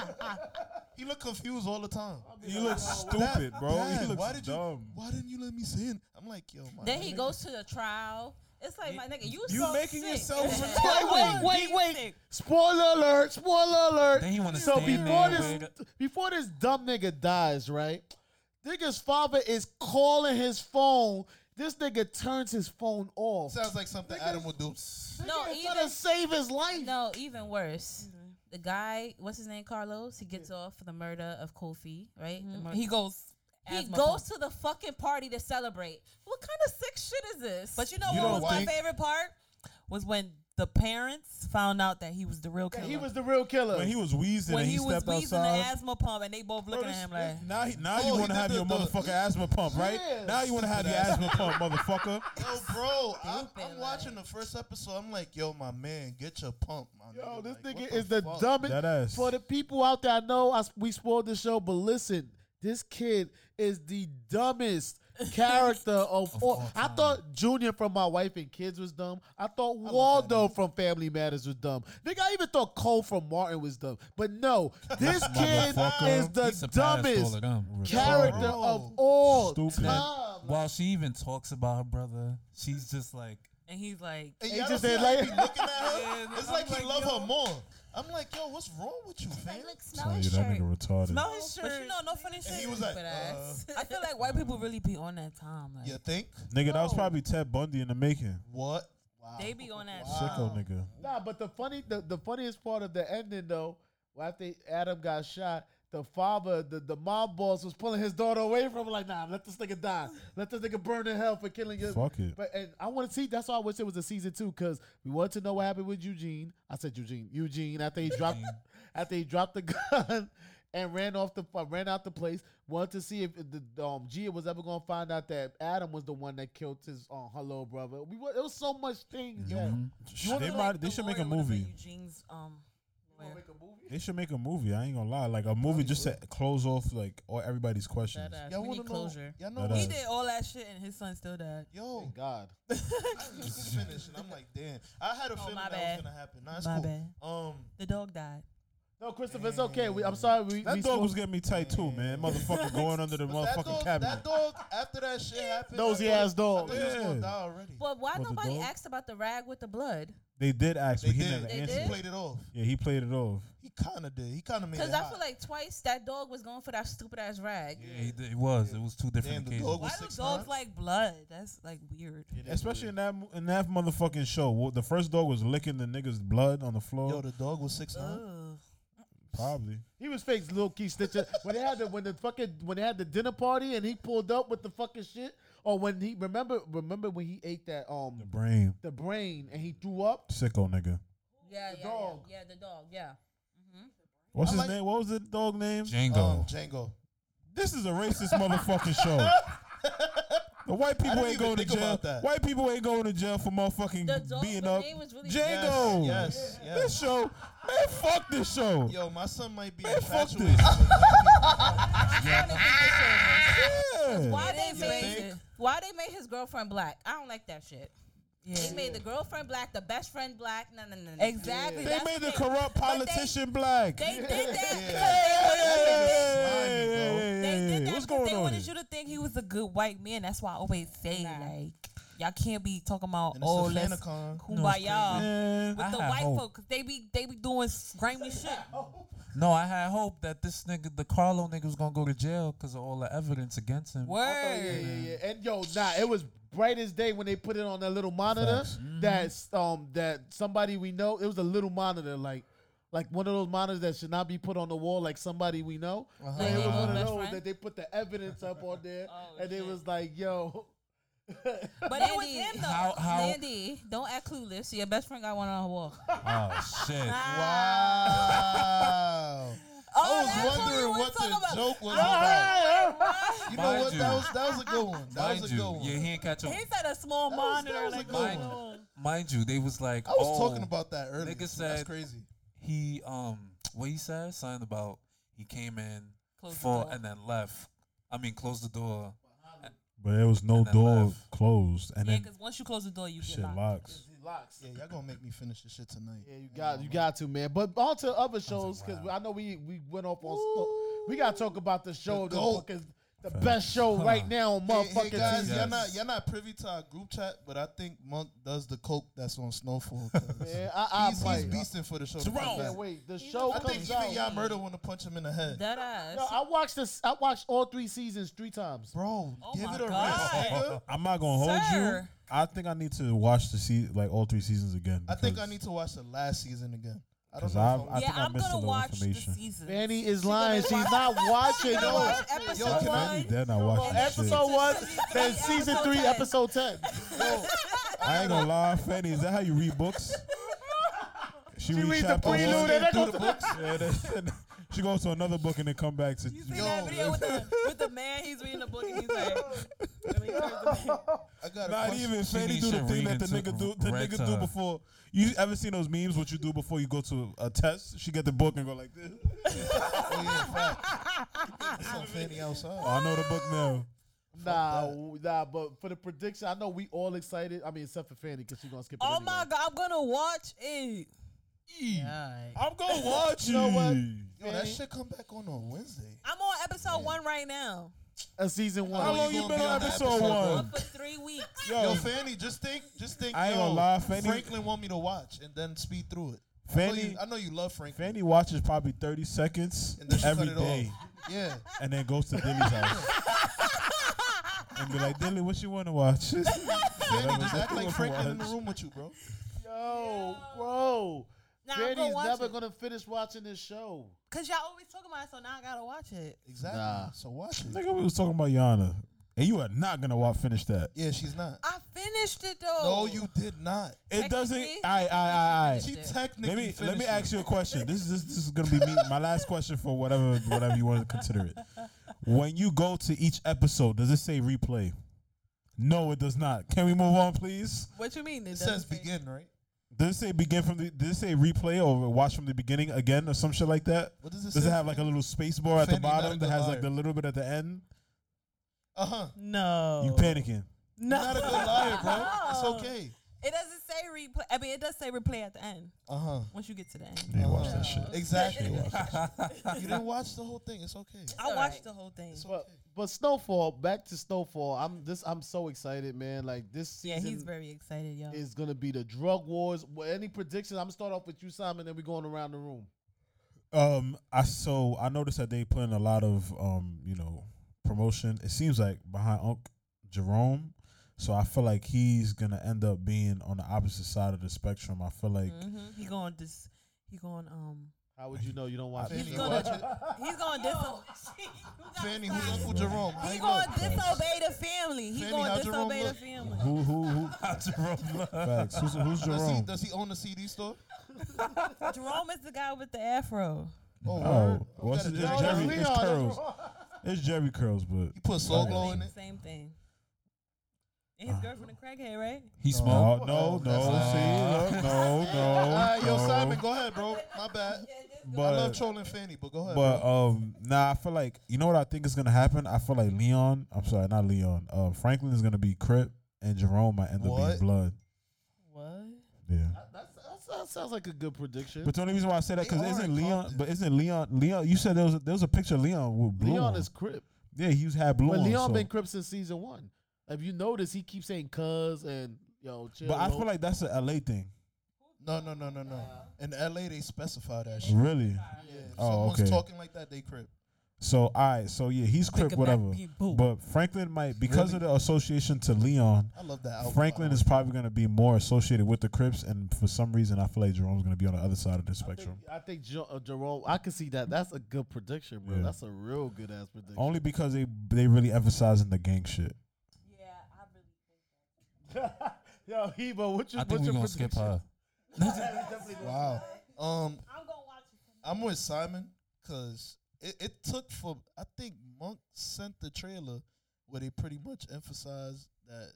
Speaker 9: He looked confused all the time.
Speaker 4: he looked stupid, bro.
Speaker 9: Dad,
Speaker 4: He looked
Speaker 9: why did
Speaker 4: dumb.
Speaker 9: you? Why didn't you let me sin? I'm like, yo, my
Speaker 7: Then he
Speaker 9: nigga.
Speaker 7: goes to the trial. It's like my nigga, you
Speaker 4: You
Speaker 7: so
Speaker 4: making
Speaker 7: sick. [laughs]
Speaker 4: yourself
Speaker 1: Wait, wait, wait, wait! Spoiler alert! Spoiler alert!
Speaker 2: Then he wanna
Speaker 1: so
Speaker 2: stand
Speaker 1: before
Speaker 2: there
Speaker 1: this,
Speaker 2: with-
Speaker 1: before this dumb nigga dies, right? Nigga's father is calling his phone. This nigga turns his phone off.
Speaker 9: Sounds like something Adam would do.
Speaker 7: No,
Speaker 1: Nigga is trying
Speaker 7: even-
Speaker 1: to save his life.
Speaker 7: No, even worse.
Speaker 9: Mm-hmm.
Speaker 7: The guy, what's his name, Carlos? He gets off for the murder of Kofi, right?
Speaker 9: Mm-hmm.
Speaker 7: The mur-
Speaker 3: He goes.
Speaker 7: He
Speaker 3: asthma
Speaker 7: goes
Speaker 3: pump.
Speaker 7: to the fucking party to celebrate. What kind of sick shit is this?
Speaker 3: But you know
Speaker 9: You
Speaker 3: what was
Speaker 9: don't
Speaker 3: my
Speaker 9: think-
Speaker 3: favorite part was when the parents found out that he was the real killer.
Speaker 1: He was the real killer.
Speaker 4: When he was wheezing
Speaker 3: when
Speaker 4: and he,
Speaker 3: he was
Speaker 4: stepped
Speaker 3: wheezing the
Speaker 4: outside.
Speaker 3: asthma pump, and they both
Speaker 4: Bro,
Speaker 3: looking at him
Speaker 4: this-
Speaker 3: like,
Speaker 4: now, he, now
Speaker 9: Oh,
Speaker 4: you
Speaker 9: he
Speaker 4: want to
Speaker 9: did
Speaker 4: have
Speaker 9: the-
Speaker 4: your
Speaker 9: the-
Speaker 4: motherfucking asthma pump, right?
Speaker 1: Yeah.
Speaker 4: Now you want to have your
Speaker 9: Stupid
Speaker 4: asthma pump, motherfucker.
Speaker 9: Yo, bro, I'm,
Speaker 7: Stupid,
Speaker 9: I'm
Speaker 7: like-
Speaker 9: watching the first episode. I'm like, yo, my man, get your pump, my
Speaker 1: Yo,
Speaker 9: nigga.
Speaker 1: this
Speaker 9: Like,
Speaker 1: nigga
Speaker 9: what
Speaker 1: is the
Speaker 9: fuck?
Speaker 1: dumbest.
Speaker 4: That ass.
Speaker 1: For the people out there, I know I, s- we spoiled the show, but listen, this kid is the
Speaker 9: [laughs]
Speaker 1: dumbest character of, all.
Speaker 2: all
Speaker 1: I
Speaker 2: time.
Speaker 1: thought Junior from My Wife and Kids was dumb. I thought Waldo from Family Matters was dumb. Nigga, I even thought Cole from Martin was dumb.
Speaker 9: [laughs]
Speaker 1: But no, this kid
Speaker 4: motherfucker,
Speaker 1: is
Speaker 2: he
Speaker 1: the
Speaker 2: surpassed all
Speaker 1: dumbest
Speaker 2: of them.
Speaker 1: character
Speaker 9: Bro.
Speaker 1: of all
Speaker 4: Stupid.
Speaker 1: time.
Speaker 2: While she even talks about her brother, she's just like,
Speaker 3: and he's like,
Speaker 9: And
Speaker 1: He
Speaker 9: y'all
Speaker 1: just
Speaker 9: don't see
Speaker 1: said
Speaker 9: how he
Speaker 1: like-
Speaker 9: be looking
Speaker 3: [laughs]
Speaker 9: at her.
Speaker 2: Yeah,
Speaker 9: it's
Speaker 2: I'm
Speaker 9: like,
Speaker 2: like,
Speaker 9: he love
Speaker 2: yo.
Speaker 9: her more. I'm like, yo, what's wrong with you, man?
Speaker 7: like, look, smell
Speaker 4: Tell you
Speaker 7: his
Speaker 4: that
Speaker 7: shirt.
Speaker 4: nigga retarded.
Speaker 3: no, his
Speaker 7: But
Speaker 3: shirt.
Speaker 7: you know,
Speaker 3: no funny shit.
Speaker 9: he was like,
Speaker 7: Stupid
Speaker 9: uh,
Speaker 7: ass.
Speaker 3: I feel like white people really be on that time. Like,
Speaker 9: you think
Speaker 4: Nigga, that was probably Ted Bundy in the making.
Speaker 9: what? Wow.
Speaker 3: they be on that.
Speaker 4: Sicko nigga.
Speaker 1: Nah, but the funny, the, the funniest part of the ending though, well, after Adam got shot, the father, the, the mob boss was pulling his daughter away from him, like, nah, let this nigga die, let this nigga burn in hell for killing you.
Speaker 4: Fuck it.
Speaker 1: But and I want to see. That's why I wish it was a season two, cause we want to know what happened with Eugene. I said Eugene, Eugene. After he dropped, [laughs] after he dropped the [laughs] gun. And ran off the uh, ran out the place. Wanted to see if the um Gia was ever gonna find out that Adam was the one that killed his uh, hello brother. We were, it was so much things. that-
Speaker 4: They, might, they should make a movie.
Speaker 3: Eugene's, um, lawyer.
Speaker 4: They should make a movie. I ain't gonna lie, like a movie just to close off like all everybody's questions.
Speaker 7: That ass.
Speaker 9: Y'all
Speaker 7: we
Speaker 9: wanna
Speaker 7: need closure.
Speaker 9: Know, y'all know
Speaker 4: That
Speaker 9: what?
Speaker 3: he did all that shit, and his son still died.
Speaker 9: Yo,
Speaker 3: [laughs]
Speaker 1: Thank God.
Speaker 9: just finished, and I'm like, damn. I had a feeling
Speaker 3: Oh, my
Speaker 9: that
Speaker 3: bad.
Speaker 9: was gonna happen. Nah, it's
Speaker 3: My
Speaker 9: cool.
Speaker 3: bad.
Speaker 9: Um,
Speaker 3: The dog died.
Speaker 1: No, Christopher, it's okay. We, I'm sorry. We,
Speaker 4: That
Speaker 1: we
Speaker 4: dog
Speaker 1: spoke-
Speaker 4: was getting me tight too, man. Motherfucker going under the
Speaker 9: Was [laughs] that
Speaker 4: motherfucking
Speaker 9: dog-
Speaker 4: cabinet.
Speaker 9: That dog, after that shit happened,
Speaker 1: Nosy
Speaker 9: I thought-
Speaker 1: ass dog.
Speaker 9: I thought he was gonna
Speaker 4: Yeah.
Speaker 9: die already.
Speaker 7: But why
Speaker 4: Was it
Speaker 7: nobody
Speaker 4: dog?
Speaker 7: asked about the rag with the blood?
Speaker 4: They did ask,
Speaker 9: They
Speaker 4: but he
Speaker 9: did.
Speaker 4: never
Speaker 9: They
Speaker 4: answered.
Speaker 9: played it off.
Speaker 4: Yeah, he played it off.
Speaker 9: He kind of did. He kind of made
Speaker 7: Because
Speaker 9: it
Speaker 7: I
Speaker 9: hot.
Speaker 7: feel like twice that dog was going for that stupid ass rag.
Speaker 2: Yeah, he did- it was. It was two different
Speaker 9: Damn,
Speaker 2: occasions.
Speaker 9: the dog
Speaker 3: Why
Speaker 9: was
Speaker 3: do
Speaker 9: six
Speaker 3: dogs
Speaker 9: nine.
Speaker 3: like blood? That's like
Speaker 7: [laughs]
Speaker 3: weird.
Speaker 4: Especially in that mo- in that motherfucking show, Wha- the first dog was licking the nigga's blood on the floor.
Speaker 9: Yo, the dog was six nine.
Speaker 3: Ugh.
Speaker 4: Probably.
Speaker 1: He was fake low key snitching when they had the when the fucking when they had the dinner party and he pulled up with the fucking shit. Or when he remember remember when he ate that um
Speaker 4: The brain,
Speaker 1: the brain and he threw up.
Speaker 4: sicko nigga.
Speaker 7: Yeah, yeah,
Speaker 1: dog.
Speaker 7: yeah, yeah, the dog, yeah.
Speaker 4: What's
Speaker 9: I
Speaker 4: his
Speaker 9: like-
Speaker 4: name? What was the dog name? Oh,
Speaker 2: Django.
Speaker 9: Um, Django.
Speaker 4: This is a racist motherfucking
Speaker 9: [laughs]
Speaker 4: show. The white people
Speaker 9: didn't
Speaker 4: ain't
Speaker 9: even
Speaker 4: going to
Speaker 9: think
Speaker 4: jail.
Speaker 9: about that.
Speaker 4: White people ain't going to jail for motherfucking
Speaker 7: The dog,
Speaker 4: being
Speaker 7: the
Speaker 4: up.
Speaker 7: name was really
Speaker 4: Django.
Speaker 9: Yes, yes, yes.
Speaker 4: This show, man, fuck this show.
Speaker 9: Yo, my son might be
Speaker 4: Man, fuck
Speaker 9: infatuated. [laughs]
Speaker 4: this.
Speaker 9: with black people.
Speaker 4: Yeah.
Speaker 7: Why they
Speaker 3: is
Speaker 7: made
Speaker 9: racist.
Speaker 7: why they made his girlfriend black? I don't like that shit.
Speaker 3: Yeah.
Speaker 7: They made the girlfriend black, the best friend black. No, no, no, no.
Speaker 3: Exactly.
Speaker 4: They
Speaker 3: That's
Speaker 4: made the
Speaker 3: thing.
Speaker 7: But
Speaker 4: corrupt
Speaker 7: they-
Speaker 4: politician black.
Speaker 3: They did that.
Speaker 4: Hey,
Speaker 9: Slimy, bro.
Speaker 4: hey,
Speaker 3: They
Speaker 4: hey,
Speaker 3: did
Speaker 4: hey,
Speaker 3: that because
Speaker 4: What's going
Speaker 3: they
Speaker 4: on?
Speaker 3: wanted
Speaker 4: here?
Speaker 3: you to think he was a good white man. That's why I always say
Speaker 7: Nah.
Speaker 3: like, y'all can't be talking about
Speaker 9: And it's
Speaker 3: oh
Speaker 9: the
Speaker 3: let's
Speaker 9: Fanicon.
Speaker 3: kumbaya
Speaker 4: Man.
Speaker 3: with
Speaker 2: I
Speaker 3: the
Speaker 2: had
Speaker 3: white
Speaker 2: hope.
Speaker 3: folk. 'cause They be they be doing
Speaker 4: [laughs]
Speaker 3: grimy shit.
Speaker 4: Oh,
Speaker 2: No, I had hope that this nigga, the Carlo nigga, was gonna go to jail because of all the evidence against him.
Speaker 3: Word.
Speaker 1: Oh, yeah, yeah, yeah. And yo, nah, it was bright as day when they put it on that little monitor. That's um that somebody we know. It was a little monitor, like like one of those monitors that should not be put on the wall, like somebody we know. But
Speaker 7: Like
Speaker 1: it was
Speaker 7: your
Speaker 1: one of
Speaker 7: best
Speaker 1: those
Speaker 7: friend?
Speaker 1: that they put the evidence up on [laughs] there,
Speaker 7: Oh,
Speaker 1: and it
Speaker 7: shit.
Speaker 1: was like, [laughs] yo,
Speaker 7: But
Speaker 3: it was him, though.
Speaker 2: How- how-
Speaker 7: Landy, don't act clueless. Your best friend got one on her wall.
Speaker 2: Oh shit!
Speaker 9: Wow.
Speaker 3: Oh,
Speaker 9: I was wondering what the joke was about. You know
Speaker 2: Mind
Speaker 9: what?
Speaker 2: you.
Speaker 9: That was that was a good one. That
Speaker 2: Mind
Speaker 9: was a
Speaker 2: you,
Speaker 9: good one.
Speaker 2: yeah, he ain't catch him.
Speaker 3: He said a small
Speaker 9: was-
Speaker 3: monitor.
Speaker 9: that was a
Speaker 3: like,
Speaker 9: good
Speaker 3: going
Speaker 9: one.
Speaker 3: on.
Speaker 2: Mind you, they was like,
Speaker 9: I was
Speaker 2: oh,
Speaker 9: talking about that earlier.
Speaker 2: Nigga
Speaker 9: so that's
Speaker 2: said-
Speaker 9: crazy.
Speaker 2: he um what he said something about he came in
Speaker 3: Closed the
Speaker 2: for
Speaker 3: door.
Speaker 2: and then left. I mean, closed the door.
Speaker 4: But there was no
Speaker 2: And then
Speaker 4: door
Speaker 2: left.
Speaker 4: closed, and
Speaker 3: Yeah,
Speaker 4: then
Speaker 3: because once you close the door, you
Speaker 4: shit
Speaker 3: get locked.
Speaker 4: locks.
Speaker 1: locks.
Speaker 9: Yeah, y'all gonna make me finish this shit tonight.
Speaker 1: Yeah, you got you got to man. But on to other shows because I know we we went off on. Sto- we gotta talk about the show, the,
Speaker 9: GOAT.
Speaker 1: fucking, the best show right now on
Speaker 9: Hey,
Speaker 1: motherfucking
Speaker 9: hey guys,
Speaker 1: TV.
Speaker 9: y'all not y'all not privy to our group chat, but I think Monk does the coke that's on Snowfall. 'cause
Speaker 1: [laughs] Man, I, I
Speaker 9: he's,
Speaker 1: might.
Speaker 9: he's beasting for the show. to come
Speaker 1: I
Speaker 9: back.
Speaker 1: can't wait. The show
Speaker 9: I think
Speaker 1: comes
Speaker 9: even y'all
Speaker 1: out.
Speaker 9: murder want to punch him in the head.
Speaker 7: That ass.
Speaker 1: No, I watched this. I watched all three seasons three times.
Speaker 9: Bro,
Speaker 3: Oh
Speaker 9: give
Speaker 3: my
Speaker 9: it a
Speaker 3: God.
Speaker 9: rest. nigga.
Speaker 4: [laughs] I'm not gonna hold you.
Speaker 3: Sir.
Speaker 4: I think I need to watch the se- like all three seasons again.
Speaker 9: I think I
Speaker 4: because-
Speaker 9: need to watch the last season again. I don't
Speaker 4: 'Cause
Speaker 9: know.
Speaker 4: I've-
Speaker 9: if
Speaker 4: I
Speaker 9: I'm-
Speaker 3: yeah,
Speaker 4: think I
Speaker 3: I'm
Speaker 4: missed a
Speaker 3: gonna
Speaker 4: little
Speaker 3: watch the
Speaker 4: information.
Speaker 3: season.
Speaker 1: Fanny is lying. She's
Speaker 3: [laughs]
Speaker 1: not watching.
Speaker 3: Yo,
Speaker 1: No.
Speaker 3: watch episode
Speaker 9: Yo, can I-
Speaker 4: I
Speaker 3: one.
Speaker 4: need that. I watch this
Speaker 3: [laughs]
Speaker 4: shit.
Speaker 1: Episode one and
Speaker 3: Episode
Speaker 1: season three,
Speaker 3: 10.
Speaker 1: episode ten.
Speaker 4: I ain't gonna lie, Fanny. Is that how you read
Speaker 3: [laughs]
Speaker 4: books? She,
Speaker 1: She reads the
Speaker 4: chapter
Speaker 1: prelude
Speaker 4: one,
Speaker 1: and then
Speaker 4: through
Speaker 1: goes
Speaker 4: the
Speaker 9: [laughs]
Speaker 1: to-
Speaker 4: books. Yeah, then- she goes to another book and then come back to.
Speaker 3: You see that video with the, with the man? He's reading the book and he's like,
Speaker 9: [laughs] I got a
Speaker 4: Not
Speaker 9: question.
Speaker 4: even
Speaker 2: She
Speaker 4: Fanny
Speaker 2: needs
Speaker 4: do the
Speaker 2: to
Speaker 4: thing that
Speaker 2: read
Speaker 4: the
Speaker 2: into
Speaker 4: nigga do. The
Speaker 2: red
Speaker 4: nigga do
Speaker 2: tub.
Speaker 4: before. You ever seen those memes? What you do before you go to a test? She get the book and go like this.
Speaker 9: [laughs] Oh, yeah,
Speaker 3: [laughs]
Speaker 9: fact. It's on Fanny outside.
Speaker 4: Oh, I know the book now.
Speaker 1: [laughs] Nah, w- nah. But for the prediction, I know we all excited. I mean, except for Fanny because she's gonna skip it.
Speaker 3: "Oh
Speaker 1: anyway.
Speaker 3: my god, I'm gonna watch it."
Speaker 4: I'm gonna watch you.
Speaker 1: know what?
Speaker 9: Yo, that shit come back on on Wednesday.
Speaker 3: I'm on episode one right now.
Speaker 1: Uh, season one.
Speaker 4: How long
Speaker 9: you
Speaker 4: you
Speaker 9: gonna
Speaker 4: been
Speaker 9: be
Speaker 4: on
Speaker 9: on the
Speaker 4: episode
Speaker 9: episode
Speaker 4: one?
Speaker 3: Up for three weeks.
Speaker 4: Yo,
Speaker 9: Yo, Fanny, just think, just think.
Speaker 4: I ain't
Speaker 9: yo,
Speaker 4: gonna lie, Fanny-
Speaker 9: Franklin want me to watch and then speed through it. I know
Speaker 4: Fanny,
Speaker 9: you, I know you love Franklin.
Speaker 4: Fanny watches probably 30 seconds
Speaker 9: and then she
Speaker 4: every
Speaker 9: cut it
Speaker 4: day,
Speaker 9: off. Yeah,
Speaker 4: [laughs] and then goes to Dilly's house and be like, Dilly, what you want to watch? [laughs]
Speaker 9: Fanny
Speaker 4: Whatever.
Speaker 9: just act
Speaker 4: What
Speaker 9: like
Speaker 4: you
Speaker 9: Franklin in the
Speaker 4: watch.
Speaker 9: room with you, bro.
Speaker 1: Yo, bro.
Speaker 3: Nah, I'm
Speaker 1: Fanny's
Speaker 3: gonna watch
Speaker 1: never
Speaker 3: it.
Speaker 1: gonna finish watching this show.
Speaker 3: Cause y'all always talking about it, so now I gotta watch it.
Speaker 9: Exactly.
Speaker 1: Nah.
Speaker 9: So watch it.
Speaker 4: Nigga, we was talking about Yana, and you are not gonna watch finish that.
Speaker 9: Yeah, she's not.
Speaker 3: I finished it though.
Speaker 9: No, you did not.
Speaker 4: It doesn't.
Speaker 3: Technically,
Speaker 4: I, I, I,
Speaker 9: She
Speaker 4: I.
Speaker 9: technically.
Speaker 4: Let me let me
Speaker 9: finished
Speaker 4: ask
Speaker 9: it.
Speaker 4: you a question. This is this, this is gonna be me, my last question for whatever whatever you want to consider it. When you go to each episode, does it say replay? No, it does not. Can we move on, please?
Speaker 3: What you mean?
Speaker 9: It
Speaker 3: It
Speaker 9: says begin, right?
Speaker 4: Does it say begin from the? Does it say replay or watch from the beginning again or some shit like that?
Speaker 9: What does it
Speaker 4: Does
Speaker 9: say?
Speaker 4: it have like a little space bar at the
Speaker 9: Fanny, not a
Speaker 4: bottom that
Speaker 9: good
Speaker 4: has like
Speaker 9: liar.
Speaker 4: the little bit at the end?
Speaker 9: Uh huh.
Speaker 3: No.
Speaker 4: You panicking?
Speaker 3: No. [laughs]
Speaker 9: Not a good liar, bro. It's okay.
Speaker 3: It doesn't say replay. I mean, it does say replay at the end.
Speaker 9: Uh huh.
Speaker 3: Once you get to the end.
Speaker 9: You didn't watch that
Speaker 4: shit.
Speaker 9: Uh-huh. Exactly.
Speaker 4: You didn't
Speaker 9: you
Speaker 3: [laughs]
Speaker 9: didn't watch the whole thing. It's okay.
Speaker 3: I watched the whole thing.
Speaker 1: But, but Snowfall, back to Snowfall. I'm this. I'm so excited, man. Like this
Speaker 3: Yeah,
Speaker 1: season
Speaker 3: he's very excited, yo.
Speaker 1: is gonna be the drug wars. Well, Any predictions? I'm gonna start off with you, Simon. Then we going around the room.
Speaker 4: Um, I so I noticed that they put in a lot of um, you know, promotion. It seems like behind Unc Jerome, so I feel like he's gonna end up being on the opposite side of the spectrum. I feel like
Speaker 3: Mhm. He going to dis- he going um
Speaker 1: How would you know you don't watch?
Speaker 9: Fanny,
Speaker 1: it?
Speaker 9: you
Speaker 3: gonna-
Speaker 9: watch it.
Speaker 3: [laughs] he's going to [laughs]
Speaker 9: Fanny, who's Uncle Jerome? How
Speaker 3: He's
Speaker 9: you
Speaker 3: going
Speaker 9: know?
Speaker 3: to disobey the family. He's
Speaker 9: Fanny,
Speaker 3: going
Speaker 9: how
Speaker 3: to
Speaker 9: Jerome
Speaker 3: disobey the
Speaker 9: look?
Speaker 3: family.
Speaker 4: who who
Speaker 2: [laughs]
Speaker 4: who facts. Who's, who's
Speaker 9: Does he,
Speaker 4: Jerome?
Speaker 9: does he own a CD store?
Speaker 3: [laughs] Jerome is the guy with the afro.
Speaker 9: Oh, word.
Speaker 4: Oh, what's
Speaker 9: Is
Speaker 4: it? It's
Speaker 9: that a
Speaker 1: Oh, that's
Speaker 4: Jerry.
Speaker 1: Leon,
Speaker 4: It's
Speaker 1: that's
Speaker 4: curls.
Speaker 1: wrong.
Speaker 4: It's Jerry curls, but
Speaker 9: He put slow glow in it.
Speaker 3: Same thing. And his girlfriend a crackhead, right?
Speaker 2: He
Speaker 4: no,
Speaker 2: smoked.
Speaker 4: no, no.
Speaker 9: Oh, that's- [laughs]
Speaker 4: see, look, no, no.
Speaker 9: All right, yo,
Speaker 4: no.
Speaker 9: Simon, go ahead, bro. My bad. I love
Speaker 4: But
Speaker 9: trolling Fanny, but go ahead.
Speaker 4: But
Speaker 9: bro.
Speaker 4: um, nah, I feel like you know what I think is gonna happen. I feel like Leon. I'm sorry, not Leon. Uh, Franklin is gonna be Crip, and Jerome might end up being
Speaker 9: What?
Speaker 4: Blood.
Speaker 3: What?
Speaker 4: Yeah.
Speaker 1: That's, that's, that sounds like a good prediction.
Speaker 4: But the only reason why I say that because
Speaker 9: They are
Speaker 4: isn't
Speaker 9: in
Speaker 4: Leon?
Speaker 9: Compton.
Speaker 4: But isn't Leon? Leon, you said there was a, there was a picture of Leon with blue.
Speaker 1: Leon
Speaker 4: on.
Speaker 1: is crip.
Speaker 4: yeah, he was had blue.
Speaker 1: But
Speaker 4: on,
Speaker 1: Leon
Speaker 4: so-
Speaker 1: been crip since season one. If you notice, he keeps saying "cuz" and yo. Chill,
Speaker 4: but I
Speaker 1: bro.
Speaker 4: feel like that's a LA thing.
Speaker 9: no, no, no, no, no. In LA, they specify that shit.
Speaker 4: uh, Really.
Speaker 9: Yeah, if
Speaker 4: Oh,
Speaker 9: someone's
Speaker 4: okay.
Speaker 9: talking like that, they crip.
Speaker 4: So I so yeah, he's Crip,
Speaker 3: about
Speaker 4: whatever.
Speaker 3: being boo.
Speaker 4: But Franklin might because of the association to Leon.
Speaker 9: I love that album.
Speaker 4: Franklin
Speaker 9: by
Speaker 4: is
Speaker 9: the way.
Speaker 4: probably going to be more associated with the Crips, and for some reason, I feel like Jerome's going to be on the other side of the
Speaker 1: I think,
Speaker 4: spectrum.
Speaker 1: I think Jo- uh, Jerome. I can see that. That's a good prediction, bro.
Speaker 4: Yeah.
Speaker 1: That's a real good ass prediction.
Speaker 9: Oh.
Speaker 4: Only because they they really emphasizing the gang shit.
Speaker 3: Yeah, I really
Speaker 1: [laughs] yo, Hebo, what you?
Speaker 2: I think
Speaker 1: what's
Speaker 2: we're
Speaker 1: your
Speaker 2: gonna
Speaker 1: prediction?
Speaker 2: skip her.
Speaker 9: wow.
Speaker 3: I'm
Speaker 9: Um,
Speaker 3: going to watch it.
Speaker 9: I'm with Simon because it, it took for I think Monk sent the trailer where they pretty much emphasized that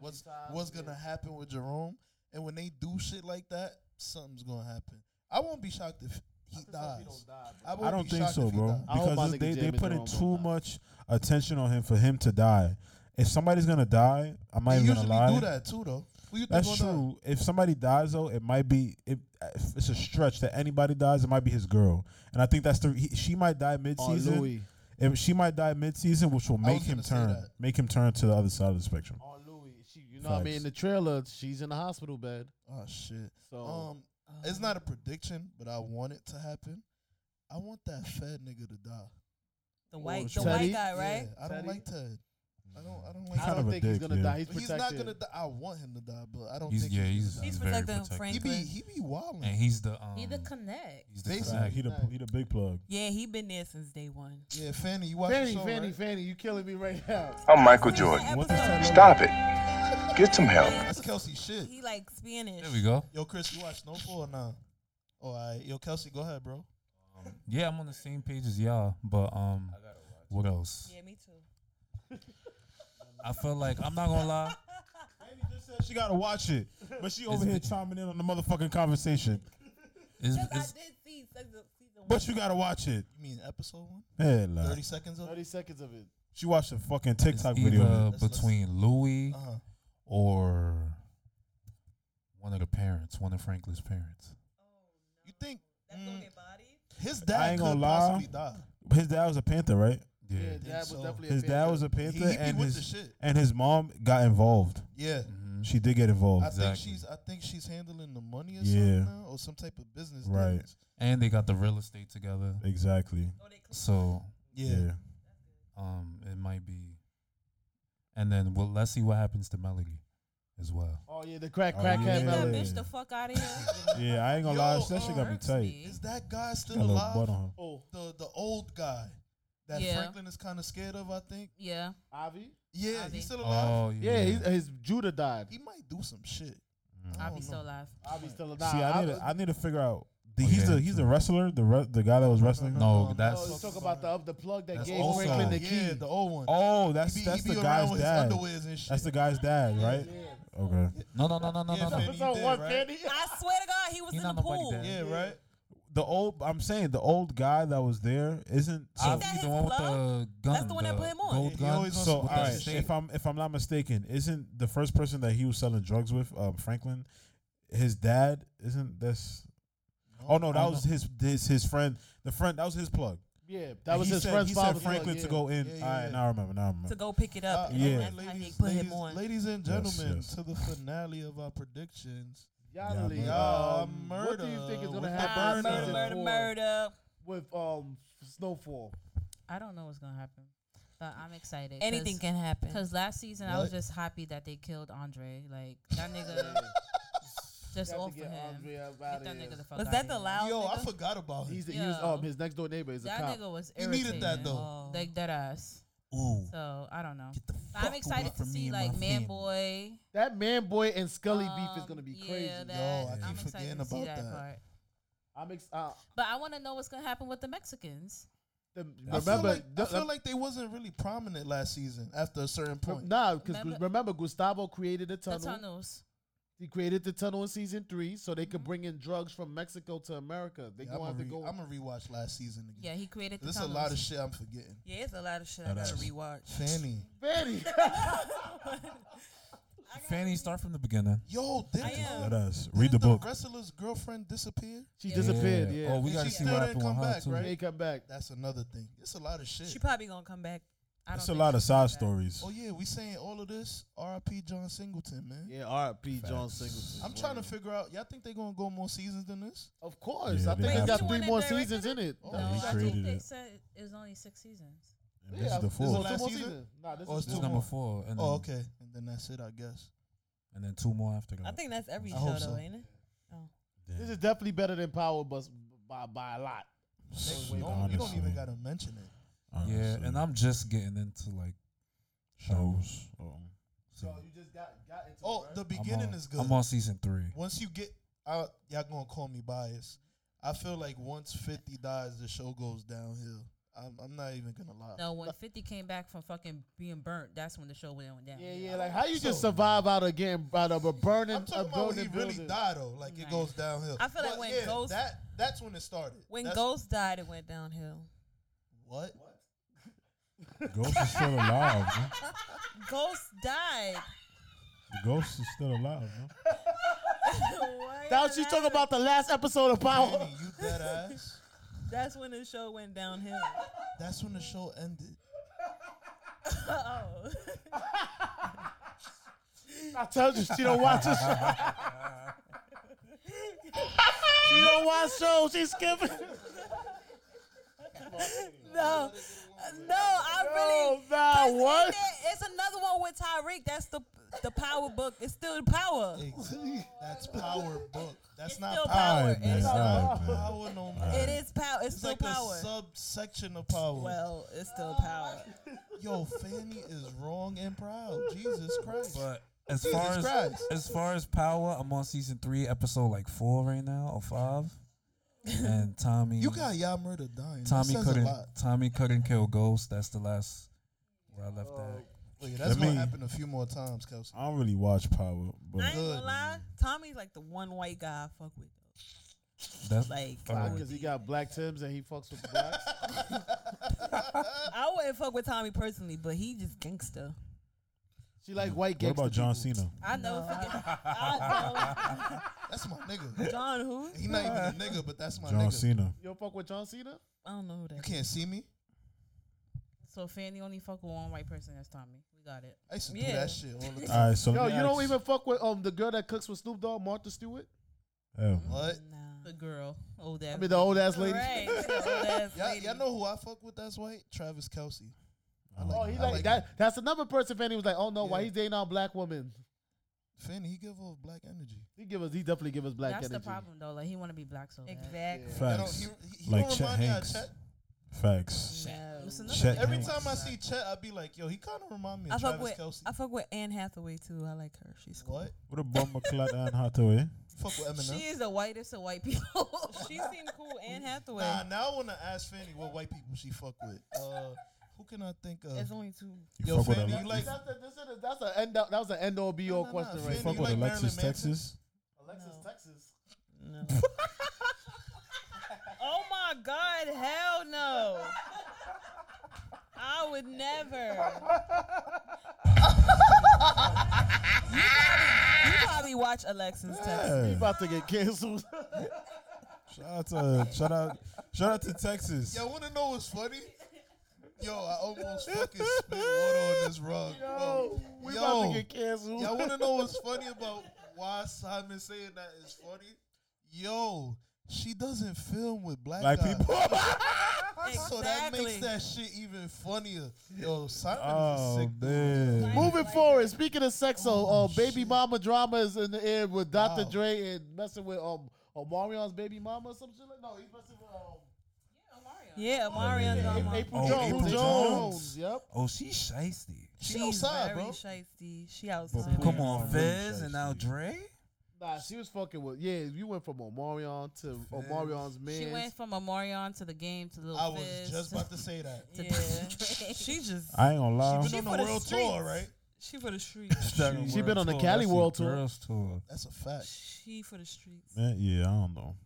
Speaker 9: what's what's gonna happen with Jerome, and when they do shit like that, something's gonna happen. I won't be shocked if he dies. I, won't
Speaker 4: I don't
Speaker 9: be
Speaker 4: think
Speaker 9: shocked
Speaker 4: so,
Speaker 9: if he
Speaker 4: bro.
Speaker 9: dies.
Speaker 1: I hope my
Speaker 4: Because
Speaker 1: nigga
Speaker 4: they, they
Speaker 1: James
Speaker 4: putting
Speaker 1: Jerome don't
Speaker 4: too
Speaker 1: die.
Speaker 4: much attention on him for him to die. If somebody's gonna die, I'm not
Speaker 9: They
Speaker 4: even gonna
Speaker 9: usually
Speaker 4: lie.
Speaker 9: do that too, though. Who you think
Speaker 4: That's
Speaker 9: gonna die?
Speaker 4: true. If somebody dies though, it might be it, if it's a stretch that anybody dies. It might be his girl, and I think that's the he, she might die mid
Speaker 1: Oh,
Speaker 4: season.
Speaker 1: Louis.
Speaker 4: If she might die mid season, which will make
Speaker 9: was
Speaker 4: him
Speaker 9: gonna say
Speaker 4: turn,
Speaker 9: that.
Speaker 4: make him turn to the other side of the spectrum.
Speaker 1: Oh, Louis. She, [laughs] you know, what I mean,
Speaker 4: Facts.
Speaker 1: in the trailer, she's in the hospital bed.
Speaker 9: Oh shit.
Speaker 1: So
Speaker 9: Um, it's not a prediction, but I want it to happen. I want that Fed nigga to die.
Speaker 3: The white, the
Speaker 1: Teddy?
Speaker 3: white guy, right?
Speaker 9: Yeah, I don't
Speaker 1: Teddy?
Speaker 9: like Ted. I don't. I don't like.
Speaker 1: I
Speaker 4: kind
Speaker 1: don't
Speaker 4: of a
Speaker 1: think he's
Speaker 4: dick,
Speaker 1: gonna
Speaker 4: yeah.
Speaker 1: die. He's
Speaker 9: He's,
Speaker 1: protected.
Speaker 9: not gonna die. I want him to die, but I don't
Speaker 2: He's
Speaker 9: think
Speaker 2: yeah,
Speaker 9: he's,
Speaker 2: he's he's,
Speaker 9: gonna
Speaker 3: He's
Speaker 2: very
Speaker 3: protecting
Speaker 2: protective.
Speaker 9: die. He
Speaker 3: Franklin.
Speaker 9: be he be wilding.
Speaker 2: And he's the um.
Speaker 7: He the connect.
Speaker 2: he's the
Speaker 9: Basically.
Speaker 4: Nah,
Speaker 2: connect.
Speaker 4: he the he the big plug.
Speaker 3: Yeah, he been there since day one.
Speaker 9: yeah, Fanny, you watch the
Speaker 1: Fanny,
Speaker 9: show,
Speaker 1: Fanny,
Speaker 9: right?
Speaker 1: Fanny, you killing me right now.
Speaker 11: I'm Michael
Speaker 3: He's in that
Speaker 11: Jordan.
Speaker 4: What the
Speaker 3: episode,
Speaker 11: Stop it. Get some help.
Speaker 9: That's Kelsey shit.
Speaker 3: He like Spanish.
Speaker 2: There we go.
Speaker 9: Yo, Chris, you watch Snowfall or nah? Oh, all right. Yo, Kelsey, go ahead, bro.
Speaker 2: Yeah, I'm on the same page as y'all, but um, what else?
Speaker 3: Yeah,
Speaker 9: [laughs]
Speaker 3: me too.
Speaker 2: I feel like I'm not gonna
Speaker 4: [laughs]
Speaker 2: lie.
Speaker 4: She gotta
Speaker 2: [laughs]
Speaker 4: watch it, but she over here chiming in on the motherfucking conversation.
Speaker 2: It's,
Speaker 3: Because I
Speaker 2: it's,
Speaker 3: did see season season one.
Speaker 4: But you gotta watch it.
Speaker 9: You mean episode one?
Speaker 4: Yeah,
Speaker 9: Thirty seconds of. it?
Speaker 1: Thirty seconds of it.
Speaker 4: she watched a fucking
Speaker 2: it's
Speaker 4: TikTok video.
Speaker 2: either
Speaker 9: Let's- let's-
Speaker 2: between Louis
Speaker 9: Uh-huh.
Speaker 2: or one of the parents, one of Franklin's parents.
Speaker 9: You think
Speaker 3: That's
Speaker 9: mm,
Speaker 3: gonna get body.
Speaker 9: his dad
Speaker 4: ain't
Speaker 9: could
Speaker 4: gonna lie.
Speaker 9: possibly die?
Speaker 4: His dad was a Panther, right?
Speaker 2: Yeah.
Speaker 1: Yeah,
Speaker 9: think
Speaker 1: dad was
Speaker 9: so.
Speaker 1: definitely.
Speaker 4: His
Speaker 1: a
Speaker 4: dad
Speaker 1: fan.
Speaker 4: was a
Speaker 9: He,
Speaker 4: Panther,
Speaker 9: he be
Speaker 4: and
Speaker 9: with the
Speaker 4: his
Speaker 9: shit.
Speaker 4: and his mom got involved.
Speaker 9: Yeah.
Speaker 2: Mhm.
Speaker 4: She did get
Speaker 9: I
Speaker 4: involved.
Speaker 9: think
Speaker 2: Exactly.
Speaker 9: she's I think she's handling the money or
Speaker 4: Yeah.
Speaker 9: something now, or some type of business.
Speaker 4: Right.
Speaker 9: dealings.
Speaker 2: And they got the real estate together,
Speaker 4: Exactly.
Speaker 3: Oh,
Speaker 2: so
Speaker 9: Yeah.
Speaker 2: um, it might be. And then well, let's see what happens to Melody, as well.
Speaker 1: Oh yeah, the crack
Speaker 4: Oh,
Speaker 1: crackhead
Speaker 4: yeah.
Speaker 3: Get that
Speaker 1: melody.
Speaker 3: bitch the fuck out of here.
Speaker 9: [laughs]
Speaker 4: Yeah, yeah I ain't gonna lie.
Speaker 9: Yo,
Speaker 4: That shit got me
Speaker 3: Irks
Speaker 4: tight.
Speaker 3: me.
Speaker 9: Is that guy still
Speaker 4: Got a little
Speaker 9: alive?
Speaker 4: butt on him.
Speaker 1: Oh,
Speaker 9: The the old guy that
Speaker 7: Yeah.
Speaker 9: Franklin is kind of scared of, I think.
Speaker 7: Yeah.
Speaker 1: Avi.
Speaker 9: Yeah,
Speaker 7: Ivy.
Speaker 9: he's still alive.
Speaker 2: Oh
Speaker 1: Yeah,
Speaker 2: yeah.
Speaker 1: he's, his Judah died.
Speaker 9: He might do some shit.
Speaker 7: I'll
Speaker 9: don't
Speaker 7: be
Speaker 9: know.
Speaker 7: so live.
Speaker 1: Avi's still alive.
Speaker 4: See, I
Speaker 1: Avi-
Speaker 4: need to, I need to figure out. The,
Speaker 2: Oh,
Speaker 4: he's
Speaker 2: yeah,
Speaker 4: the he's the wrestler, the re- the guy that was wrestling.
Speaker 2: No, that's-
Speaker 1: Oh, you talk about the the plug that
Speaker 2: That's
Speaker 1: gave
Speaker 2: also-
Speaker 1: Franklin the key.
Speaker 9: yeah, the old one.
Speaker 4: Oh, that's
Speaker 9: he be,
Speaker 4: that's
Speaker 9: he be
Speaker 4: the
Speaker 9: around
Speaker 4: guy's
Speaker 9: with
Speaker 4: dad.
Speaker 9: his underwears and shit.
Speaker 4: That's the guy's dad, right? Okay.
Speaker 2: No, no, no, no, no,
Speaker 9: yeah,
Speaker 2: no, no.
Speaker 9: Fanny, you
Speaker 1: Episode
Speaker 9: did,
Speaker 1: one,
Speaker 9: right?
Speaker 1: Fanny.
Speaker 3: I swear to God, he was
Speaker 2: He
Speaker 3: in the
Speaker 2: not nobody
Speaker 3: pool.
Speaker 2: dead.
Speaker 9: Yeah, right.
Speaker 4: the old. I'm saying the old guy that was there isn't.
Speaker 2: Is that his plug? That's the one that put him on. Yeah, he always on
Speaker 4: So
Speaker 2: some
Speaker 4: all
Speaker 2: with that
Speaker 4: right,
Speaker 2: shit.
Speaker 4: if I'm if I'm not mistaken, isn't the first person that he was selling drugs with, um, Franklin, his dad? Isn't this? Oh no, that
Speaker 1: don't
Speaker 4: was his his his friend. The friend that was his plug.
Speaker 1: Yeah, that
Speaker 4: And
Speaker 1: was
Speaker 4: he
Speaker 1: his
Speaker 4: said-
Speaker 1: friend's
Speaker 4: He said
Speaker 1: father's plug,
Speaker 4: Franklin to
Speaker 1: yeah.
Speaker 4: go in.
Speaker 1: Yeah,
Speaker 4: All
Speaker 1: yeah,
Speaker 4: right,
Speaker 1: yeah.
Speaker 4: now I remember. Now I remember.
Speaker 3: to go pick it up.
Speaker 9: Uh,
Speaker 3: and
Speaker 4: yeah.
Speaker 3: that's how he put him on.
Speaker 9: ladies and
Speaker 4: Yes,
Speaker 9: gentlemen,
Speaker 4: yes.
Speaker 9: to the finale of our predictions.
Speaker 1: Y'all,
Speaker 4: murder.
Speaker 9: Y'all
Speaker 1: um,
Speaker 9: murder.
Speaker 1: What do you think is gonna
Speaker 9: with the
Speaker 1: happen?
Speaker 9: burner.
Speaker 1: season
Speaker 3: Murder,
Speaker 1: four
Speaker 3: murder.
Speaker 1: with um Snowfall.
Speaker 7: I don't know what's gonna happen, but I'm excited.
Speaker 3: Anything can happen.
Speaker 7: Because last season I was
Speaker 9: What?
Speaker 7: just happy that they killed Andre. Like that
Speaker 1: [laughs]
Speaker 7: nigga, just
Speaker 1: Got to
Speaker 7: all for
Speaker 1: get
Speaker 7: him.
Speaker 1: Andre up
Speaker 7: Get
Speaker 1: outta
Speaker 7: that
Speaker 1: here.
Speaker 7: nigga the fuck
Speaker 3: Was
Speaker 7: outta
Speaker 3: that the
Speaker 7: here.
Speaker 3: loud?
Speaker 9: Yo, I
Speaker 3: nigga?
Speaker 9: forgot about him.
Speaker 1: He's, he was,
Speaker 7: Yo.
Speaker 1: um his next door neighbor is a
Speaker 7: That
Speaker 1: cop.
Speaker 7: nigga was
Speaker 9: He
Speaker 7: irritating.
Speaker 9: needed that though.
Speaker 3: Oh.
Speaker 7: Like dead ass.
Speaker 2: Ooh,
Speaker 7: So I don't know.
Speaker 2: get the
Speaker 7: But
Speaker 2: fuck
Speaker 7: I'm
Speaker 2: away
Speaker 7: excited to
Speaker 2: from me
Speaker 7: see
Speaker 2: and
Speaker 7: like
Speaker 2: my
Speaker 7: Man
Speaker 2: family.
Speaker 7: Boy.
Speaker 1: That man boy and Scully beef is
Speaker 7: um,
Speaker 1: gonna be
Speaker 7: yeah,
Speaker 1: crazy.
Speaker 7: That,
Speaker 9: Yo, I keep
Speaker 7: I'm
Speaker 9: forgetting
Speaker 7: excited to see
Speaker 9: about
Speaker 7: that,
Speaker 9: that.
Speaker 7: part.
Speaker 1: I'm ex- uh,
Speaker 7: But I want to know what's gonna happen with the Mexicans.
Speaker 1: the,
Speaker 9: I feel
Speaker 1: remember,
Speaker 9: like- I
Speaker 1: the-
Speaker 9: feel like they wasn't really prominent last season after a certain point.
Speaker 1: Nah, because remember,
Speaker 7: Remember-
Speaker 1: Gustavo created a tunnel.
Speaker 7: The tunnels.
Speaker 1: He created the tunnel in season three, so they could
Speaker 7: Mm-hmm.
Speaker 1: bring in drugs from Mexico to America. They
Speaker 9: I'm
Speaker 1: gonna have to
Speaker 9: gonna
Speaker 1: go.
Speaker 9: re- rewatch last season again.
Speaker 7: Yeah, he created the
Speaker 9: There's a
Speaker 7: tunnels.
Speaker 9: lot of shit I'm forgetting.
Speaker 3: yeah, it's a lot of shit
Speaker 2: Now
Speaker 3: I gotta
Speaker 2: that's-
Speaker 3: rewatch.
Speaker 9: Fanny.
Speaker 1: Fanny.
Speaker 2: Fanny, start from the beginning.
Speaker 9: Yo, did,
Speaker 4: That
Speaker 9: um,
Speaker 4: us read the
Speaker 9: did
Speaker 4: book.
Speaker 9: the wrestler's girlfriend disappear?
Speaker 1: she disappeared. Yeah.
Speaker 2: Oh, we
Speaker 9: And
Speaker 2: gotta
Speaker 9: she
Speaker 2: see
Speaker 9: still
Speaker 2: what
Speaker 9: didn't
Speaker 2: happened with
Speaker 9: come
Speaker 2: her
Speaker 9: back,
Speaker 2: too.
Speaker 9: right?
Speaker 1: They come back.
Speaker 9: That's another thing. It's a lot of shit.
Speaker 3: She probably gonna come back.
Speaker 7: I don't
Speaker 4: It's a
Speaker 7: think
Speaker 4: lot of
Speaker 7: it's
Speaker 4: side
Speaker 7: that.
Speaker 4: stories.
Speaker 9: oh yeah, we saying all of this. R.I.P. John Singleton, man.
Speaker 1: Yeah, R.P. John Singleton.
Speaker 9: I'm trying to figure out. Y'all think they gonna go more seasons than this?
Speaker 1: Of course,
Speaker 4: Yeah,
Speaker 1: I
Speaker 4: they
Speaker 1: think
Speaker 4: have
Speaker 1: it got
Speaker 4: to.
Speaker 1: three
Speaker 7: You
Speaker 1: more
Speaker 7: wanna direct
Speaker 1: seasons in it.
Speaker 9: Oh,
Speaker 7: No,
Speaker 4: he
Speaker 7: I
Speaker 4: created
Speaker 7: think they
Speaker 4: it.
Speaker 7: said it was only six seasons.
Speaker 4: And this is the
Speaker 1: this is
Speaker 9: the
Speaker 4: fourth.
Speaker 9: last
Speaker 1: two more
Speaker 9: season?
Speaker 1: seasons. Nah, this
Speaker 9: Oh,
Speaker 1: is
Speaker 9: it's
Speaker 2: This
Speaker 9: two
Speaker 2: is
Speaker 9: more.
Speaker 2: number four, and then,
Speaker 9: Oh, okay. And then that's it, I guess.
Speaker 2: and then two more after that.
Speaker 3: I think that's every
Speaker 9: I
Speaker 3: show
Speaker 9: hope
Speaker 3: though,
Speaker 9: so.
Speaker 3: ain't it?
Speaker 1: This is definitely better than Power Bus by by a lot.
Speaker 9: Next
Speaker 4: Honestly.
Speaker 9: week, don't- you don't even gotta mention it.
Speaker 2: yeah,
Speaker 4: Honestly.
Speaker 2: and I'm just getting into like
Speaker 4: shows. Um,
Speaker 2: so
Speaker 1: you just got got into.
Speaker 9: Oh, the
Speaker 2: I'm
Speaker 9: beginning
Speaker 2: on-
Speaker 9: is good.
Speaker 2: I'm on season three.
Speaker 9: Once you get out, y'all gonna call me biased. I feel like once 50 dies, the show goes downhill. I'm, I'm not even gonna lie.
Speaker 7: No, when Fifty came back from fucking being burnt, that's when the show went down.
Speaker 1: Yeah, yeah. Like how you just survive out of getting out of a burning,
Speaker 9: I'm
Speaker 1: a
Speaker 9: talking about when he
Speaker 1: building.
Speaker 9: really
Speaker 1: building.
Speaker 9: died though. Like it
Speaker 7: Nah.
Speaker 9: goes downhill.
Speaker 3: I feel like
Speaker 9: But
Speaker 3: when
Speaker 9: yeah,
Speaker 3: Ghost-
Speaker 9: that that's when it started.
Speaker 3: When
Speaker 9: That's-
Speaker 3: Ghost died, it went downhill.
Speaker 4: [laughs]
Speaker 9: what?
Speaker 4: Ghost is still alive. man.
Speaker 3: Ghost
Speaker 9: [laughs]
Speaker 3: died.
Speaker 4: The ghost is still alive. Man.
Speaker 3: Why
Speaker 1: Now
Speaker 3: you
Speaker 1: she's
Speaker 3: laughing?
Speaker 1: talking about the last episode of Power.
Speaker 9: Manny, you dead ass.
Speaker 3: That's when the show went downhill. [laughs]
Speaker 9: That's when the show ended.
Speaker 3: oh, [laughs]
Speaker 1: I told you she don't
Speaker 7: [laughs]
Speaker 1: watch a show. she
Speaker 3: [laughs]
Speaker 1: don't watch shows.
Speaker 4: [laughs]
Speaker 1: She's skipping.
Speaker 3: no, no, I really.
Speaker 1: Oh, nah,
Speaker 3: 'cause ain't
Speaker 1: what?
Speaker 3: there- it's another one with Tyreek. That's the the power book. It's still power.
Speaker 9: Exactly. That's power book. That's
Speaker 3: It's
Speaker 9: not
Speaker 3: still
Speaker 9: power.
Speaker 3: power.
Speaker 4: man,
Speaker 3: It's
Speaker 9: That's
Speaker 4: all
Speaker 3: still,
Speaker 9: not
Speaker 4: right, man.
Speaker 9: power no more.
Speaker 3: it is power. It's,
Speaker 9: It's
Speaker 3: still
Speaker 9: like
Speaker 3: power.
Speaker 9: a subsection of power.
Speaker 3: well, it's still power.
Speaker 9: [laughs] Yo, Fanny is wrong and proud. Jesus Christ.
Speaker 2: But as
Speaker 9: Jesus
Speaker 2: far as
Speaker 9: Christ.
Speaker 2: as far as power, I'm on season three, episode like four right now or five.
Speaker 9: [laughs]
Speaker 2: And Tommy,
Speaker 9: You got y'all murder dying. Tommy
Speaker 2: Tommy
Speaker 9: that says a
Speaker 2: couldn't
Speaker 9: lot.
Speaker 2: Tommy couldn't kill Ghost. That's the last where I left that.
Speaker 9: Wait, that's
Speaker 4: Let
Speaker 9: gonna
Speaker 4: me-
Speaker 9: happen a few more times, Kelsey.
Speaker 4: I don't [laughs] really watch Power,
Speaker 3: I
Speaker 4: but
Speaker 3: ain't gonna
Speaker 9: Good.
Speaker 3: lie. Tommy's like the one white guy I fuck with.
Speaker 2: That's
Speaker 3: Like,
Speaker 2: Alright.
Speaker 1: Because he got black Tims and he fucks with blacks.
Speaker 3: I wouldn't fuck with Tommy personally, but he just gangster.
Speaker 1: She like white
Speaker 4: what
Speaker 1: gangster
Speaker 4: about John
Speaker 1: people.
Speaker 4: Cena?
Speaker 3: I know. forget- I
Speaker 9: That's my nigga.
Speaker 3: know. John who?
Speaker 9: He not even a nigga, but that's my
Speaker 4: John
Speaker 9: nigga.
Speaker 4: Cena.
Speaker 1: You don't fuck with John Cena?
Speaker 3: I don't know who that
Speaker 9: You
Speaker 3: is.
Speaker 9: can't see me.
Speaker 7: So Fanny only fuck with one white person. That's Tommy. We got it.
Speaker 9: I used to do
Speaker 3: Yeah.
Speaker 9: that shit
Speaker 7: [laughs]
Speaker 9: all the
Speaker 4: [laughs]
Speaker 9: time.
Speaker 4: All right, so
Speaker 1: Yo,
Speaker 4: let me
Speaker 1: you don't
Speaker 4: ask-
Speaker 1: even fuck with um the girl that cooks with Snoop Dogg, Martha Stewart.
Speaker 4: Oh,
Speaker 9: What?
Speaker 3: Nah.
Speaker 7: The girl. Oh,
Speaker 1: I
Speaker 7: that.
Speaker 1: mean the old ass lady.
Speaker 3: Right. old ass
Speaker 9: [laughs] Y'all,
Speaker 3: lady.
Speaker 9: y'all know who I fuck with that's white? Travis Kelsey.
Speaker 1: Oh, he
Speaker 9: I
Speaker 1: like,
Speaker 9: like
Speaker 1: that. That's another person. Fanny was like, oh no, why
Speaker 9: Yeah.
Speaker 1: he's dating our black woman?
Speaker 9: Fanny, he give off black energy.
Speaker 1: He give us. He definitely give us black
Speaker 7: That's
Speaker 1: energy.
Speaker 7: the problem though. Like he want to be black so bad.
Speaker 3: Exactly.
Speaker 9: Y'all don't-
Speaker 4: facts,
Speaker 9: he, he, he
Speaker 4: Like
Speaker 9: don't
Speaker 4: Chet
Speaker 9: remind me of
Speaker 4: Hanks.
Speaker 9: Chet.
Speaker 4: facts.
Speaker 3: No.
Speaker 7: It's another
Speaker 4: Chet
Speaker 7: thing.
Speaker 9: Every
Speaker 4: Hanks.
Speaker 9: time I see Chet, I be like, yo, he kind of remind me of
Speaker 3: I fuck
Speaker 9: Travis
Speaker 3: with
Speaker 9: Kelsey.
Speaker 3: I fuck with Anne Hathaway too. I like her. She's cool.
Speaker 9: what?
Speaker 4: What a bummer, Clyde and Hathaway.
Speaker 9: Fuck with Eminem.
Speaker 7: She is the whitest of white people.
Speaker 3: [laughs] She seemed cool. Anne Hathaway.
Speaker 9: Nah, now I want to ask Fanny what white people she fuck with. Uh, who can I think of?
Speaker 3: It's only two.
Speaker 4: You
Speaker 9: Yo,
Speaker 4: fuck with
Speaker 9: Fanny,
Speaker 4: Alexis.
Speaker 9: you like
Speaker 1: That's, a, this is- that's a end. Up, that was an end all be all
Speaker 9: No, no, no,
Speaker 1: question
Speaker 9: Fanny,
Speaker 1: right
Speaker 4: you
Speaker 9: you
Speaker 4: fuck with
Speaker 9: like
Speaker 4: Alexis
Speaker 9: Marilyn Manson?
Speaker 4: Texas.
Speaker 9: [laughs]
Speaker 1: Alexis, Texas.
Speaker 3: No. Oh my God, hell no. I would
Speaker 9: [laughs]
Speaker 3: never. you, probably, you probably watch Alexis text.
Speaker 4: Yeah.
Speaker 1: We about to get canceled.
Speaker 4: Shout out to shout out shout out to Texas.
Speaker 9: Y'all want to know
Speaker 3: [laughs]
Speaker 9: what's funny? Yo, I almost fucking spit water on this rug. Yo,
Speaker 1: we about to get canceled.
Speaker 9: Y'all want to know what's
Speaker 1: [laughs]
Speaker 9: [laughs] funny about why Simon saying that is funny? Yo, she doesn't film with black,
Speaker 4: Black
Speaker 9: guys.
Speaker 4: people.
Speaker 9: [laughs] So that makes
Speaker 3: Exactly.
Speaker 9: that shit even funnier. Yo, Simon is a
Speaker 4: Oh
Speaker 9: sick
Speaker 4: man. Oh,
Speaker 1: Moving forward, speaking of sex, so uh, baby mama drama is in the air with Dr.
Speaker 9: Wow.
Speaker 1: Dre and messing with um Omarion's baby mama or some shit like No, he's messing with um,
Speaker 3: Yeah, Marion's
Speaker 1: A-
Speaker 3: on my.
Speaker 1: April
Speaker 2: Oh,
Speaker 1: Jones.
Speaker 2: April
Speaker 1: April
Speaker 2: Jones.
Speaker 1: Jones. Yep.
Speaker 2: Oh, she's shiesty.
Speaker 9: She outside,
Speaker 3: very
Speaker 9: bro.
Speaker 3: shifty. She outside.
Speaker 4: But
Speaker 2: Come on,
Speaker 4: really
Speaker 2: Fizz and now Dre.
Speaker 1: Nah, she was fucking with. Yeah, you went from Omarion to Omarion's man.
Speaker 7: She went from Amorion to the game to Lil
Speaker 9: I was
Speaker 7: Fizz
Speaker 9: just
Speaker 7: to,
Speaker 9: about to say that.
Speaker 7: to
Speaker 3: Yeah. she just.
Speaker 4: I ain't gonna lie.
Speaker 9: She been
Speaker 3: for
Speaker 9: on
Speaker 3: the
Speaker 9: the world
Speaker 3: streets.
Speaker 9: tour, right?
Speaker 3: She for the streets.
Speaker 2: That
Speaker 1: she been on the
Speaker 2: world
Speaker 1: Cali
Speaker 2: that's a
Speaker 1: world tour.
Speaker 2: Girls tour.
Speaker 9: That's a fact.
Speaker 3: she for the streets.
Speaker 4: Eh, yeah, I don't know.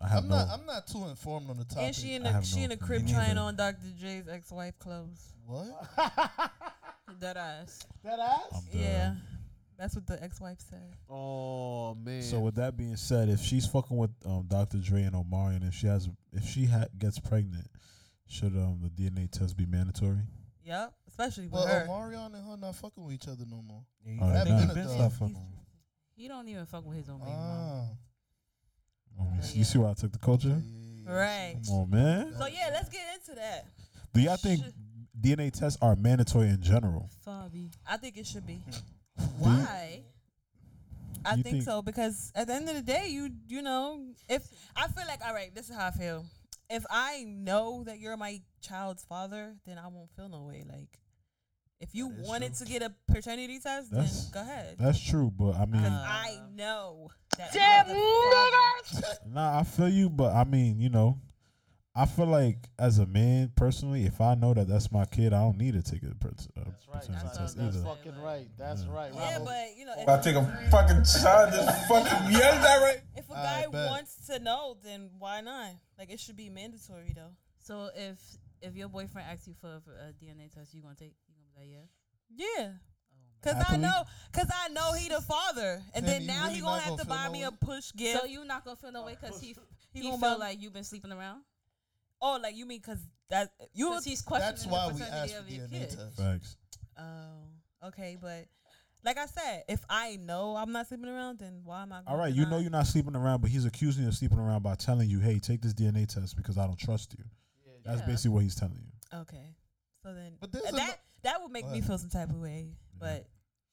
Speaker 4: I have
Speaker 9: I'm
Speaker 4: no.
Speaker 9: not. I'm not too informed on the topic.
Speaker 3: And she in
Speaker 4: I
Speaker 3: the
Speaker 4: have
Speaker 3: she
Speaker 4: no
Speaker 3: in the crib
Speaker 4: opinion
Speaker 3: trying
Speaker 4: either.
Speaker 3: on Dr. J's ex-wife clothes.
Speaker 1: [laughs]
Speaker 9: what?
Speaker 3: That ass.
Speaker 1: that ass.
Speaker 4: I'm done.
Speaker 3: Yeah, that's what the ex-wife said.
Speaker 1: Oh man.
Speaker 4: So with that being said, if she's fucking with um, Dr. Dre and Omarion, if she has, if she ha- gets pregnant, should um the DNA test be mandatory?
Speaker 3: Yep, especially with
Speaker 9: Well,
Speaker 3: her.
Speaker 9: Omarion and her not fucking with each other no more.
Speaker 2: Yeah, you
Speaker 4: Oh,
Speaker 2: gotta
Speaker 9: they
Speaker 2: be
Speaker 9: done.
Speaker 2: been
Speaker 9: He's-
Speaker 2: stuff
Speaker 3: he's-
Speaker 2: fucking.
Speaker 7: [laughs] He don't even fuck with his own baby mama.
Speaker 9: Ah,
Speaker 4: Oh, you see- You see where I took the culture?
Speaker 3: Right.
Speaker 4: Come on, man.
Speaker 3: So yeah, let's get into that.
Speaker 4: Do y'all think DNA tests are mandatory in general?
Speaker 7: Fabi.
Speaker 3: I think it should be.
Speaker 4: Do you-
Speaker 3: Why? I
Speaker 4: You
Speaker 3: think,
Speaker 4: think-
Speaker 3: so because at the end of the day, you you know, if I feel like all right, this is how I feel. If I know that you're my child's father, then I won't feel no way. Like, if you
Speaker 9: That is
Speaker 3: wanted
Speaker 9: true.
Speaker 3: to get a paternity test,
Speaker 4: That's-
Speaker 3: then go ahead.
Speaker 4: That's true, Uh, but I mean,
Speaker 3: Because
Speaker 7: Uh,
Speaker 3: I know that. you're the
Speaker 4: Nah, I feel you, but I mean, you know, I feel like as a man personally, if I know that that's my kid, I don't need to take a per- uh, paternity
Speaker 1: That's,
Speaker 4: test
Speaker 1: Oh, that's
Speaker 4: either.
Speaker 1: fucking right. That's right.
Speaker 3: father. Yeah,
Speaker 1: Robbo.
Speaker 3: but you know, if,
Speaker 8: I take a fucking shot. Just fucking yell that right.
Speaker 3: if a
Speaker 9: I
Speaker 3: guy
Speaker 9: bet.
Speaker 3: wants to know, then why not? Like, it should be mandatory though.
Speaker 7: So if if your boyfriend asks you for, for a DNA test, you gonna take? You gonna be like, yeah.
Speaker 3: Yeah. Cause
Speaker 4: Happily?
Speaker 3: I know, cause I know he the father, and
Speaker 9: Fam,
Speaker 3: then
Speaker 9: you
Speaker 3: now
Speaker 9: really
Speaker 3: he gonna
Speaker 9: not
Speaker 3: have
Speaker 9: gonna
Speaker 3: to
Speaker 9: feel
Speaker 3: buy
Speaker 9: no
Speaker 3: me
Speaker 9: way?
Speaker 3: a push gift.
Speaker 7: So you not gonna feel no way because he
Speaker 3: He
Speaker 7: he,
Speaker 3: gonna buy-
Speaker 7: feel like you've been sleeping around.
Speaker 3: oh, like you mean cause that you?
Speaker 7: Because
Speaker 3: would-
Speaker 7: he's questioning
Speaker 9: that's why
Speaker 7: the
Speaker 9: we
Speaker 7: paternity
Speaker 9: asked for
Speaker 7: of your
Speaker 9: DNA
Speaker 7: kid.
Speaker 9: test.
Speaker 4: Facts.
Speaker 3: Oh, okay, but like I said, if I know I'm not sleeping around, then why am I?
Speaker 4: All
Speaker 3: gonna
Speaker 4: right, you know
Speaker 3: deny?
Speaker 4: you're not sleeping around, but he's accusing you of sleeping around by telling you, "Hey, take this DNA test because I don't trust you." That's
Speaker 7: Yeah.
Speaker 4: basically what he's telling you.
Speaker 3: Okay, so then
Speaker 9: But there's
Speaker 3: uh,
Speaker 9: a
Speaker 3: that that would make me
Speaker 9: What?
Speaker 3: feel some type of way. But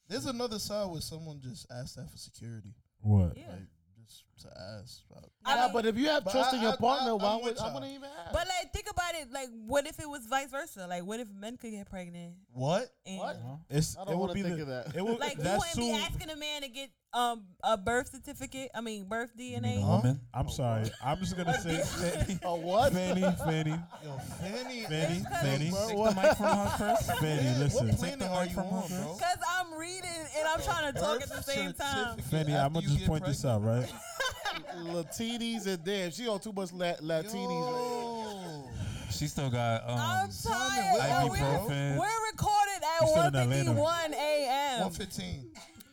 Speaker 9: There's another side where someone just asked that for security,
Speaker 4: What?
Speaker 3: yeah,
Speaker 9: like just to ask. About.
Speaker 3: I
Speaker 1: Nah,
Speaker 3: mean-
Speaker 1: but if you have
Speaker 9: But
Speaker 1: trust
Speaker 9: I-
Speaker 1: in your
Speaker 9: I- I-
Speaker 1: partner,
Speaker 9: I'm
Speaker 1: why
Speaker 9: with
Speaker 1: would I
Speaker 9: y'all.
Speaker 1: wouldn't even ask?
Speaker 3: but like think about it. Like, what if it was vice versa? Like, what if men could get pregnant?
Speaker 9: What?
Speaker 3: And
Speaker 1: What?
Speaker 4: It's.
Speaker 1: I
Speaker 4: it
Speaker 1: don't
Speaker 4: would
Speaker 1: want
Speaker 4: be
Speaker 1: to think
Speaker 4: the,
Speaker 1: of that.
Speaker 4: It would,
Speaker 3: Like, you
Speaker 4: that's
Speaker 3: wouldn't be
Speaker 4: too-
Speaker 3: asking a man to get um a birth certificate. I mean, birth
Speaker 2: You mean
Speaker 3: DNA.
Speaker 2: a woman?
Speaker 4: I'm sorry. I'm just
Speaker 9: [laughs]
Speaker 4: gonna say, Fanny,
Speaker 1: Oh, what?
Speaker 4: Fanny, Fanny,
Speaker 9: Yo, Fanny.
Speaker 4: Fanny, Fanny,
Speaker 9: Bro,
Speaker 2: Take
Speaker 9: what?
Speaker 2: the mic from her first.
Speaker 4: Fanny.
Speaker 9: What
Speaker 4: Listen,
Speaker 9: planet are you on, bro?
Speaker 3: Cause I'm reading and I'm trying to talk at the
Speaker 9: Birth
Speaker 3: same time.
Speaker 9: certificate
Speaker 4: Fanny. I'm
Speaker 9: after
Speaker 4: gonna
Speaker 9: you
Speaker 4: just
Speaker 9: get
Speaker 4: point this out, right?
Speaker 1: [laughs] Latinis and damn, she on too much la-
Speaker 9: pregnant?
Speaker 1: Latinis.
Speaker 9: Yo.
Speaker 2: She still got um.
Speaker 3: I'm tired.
Speaker 9: Simon,
Speaker 3: yo.
Speaker 9: what up,
Speaker 3: we're,
Speaker 2: bro?
Speaker 3: we're recorded at
Speaker 4: You're still in Atlanta.
Speaker 3: 1:51 a.m.
Speaker 9: 115.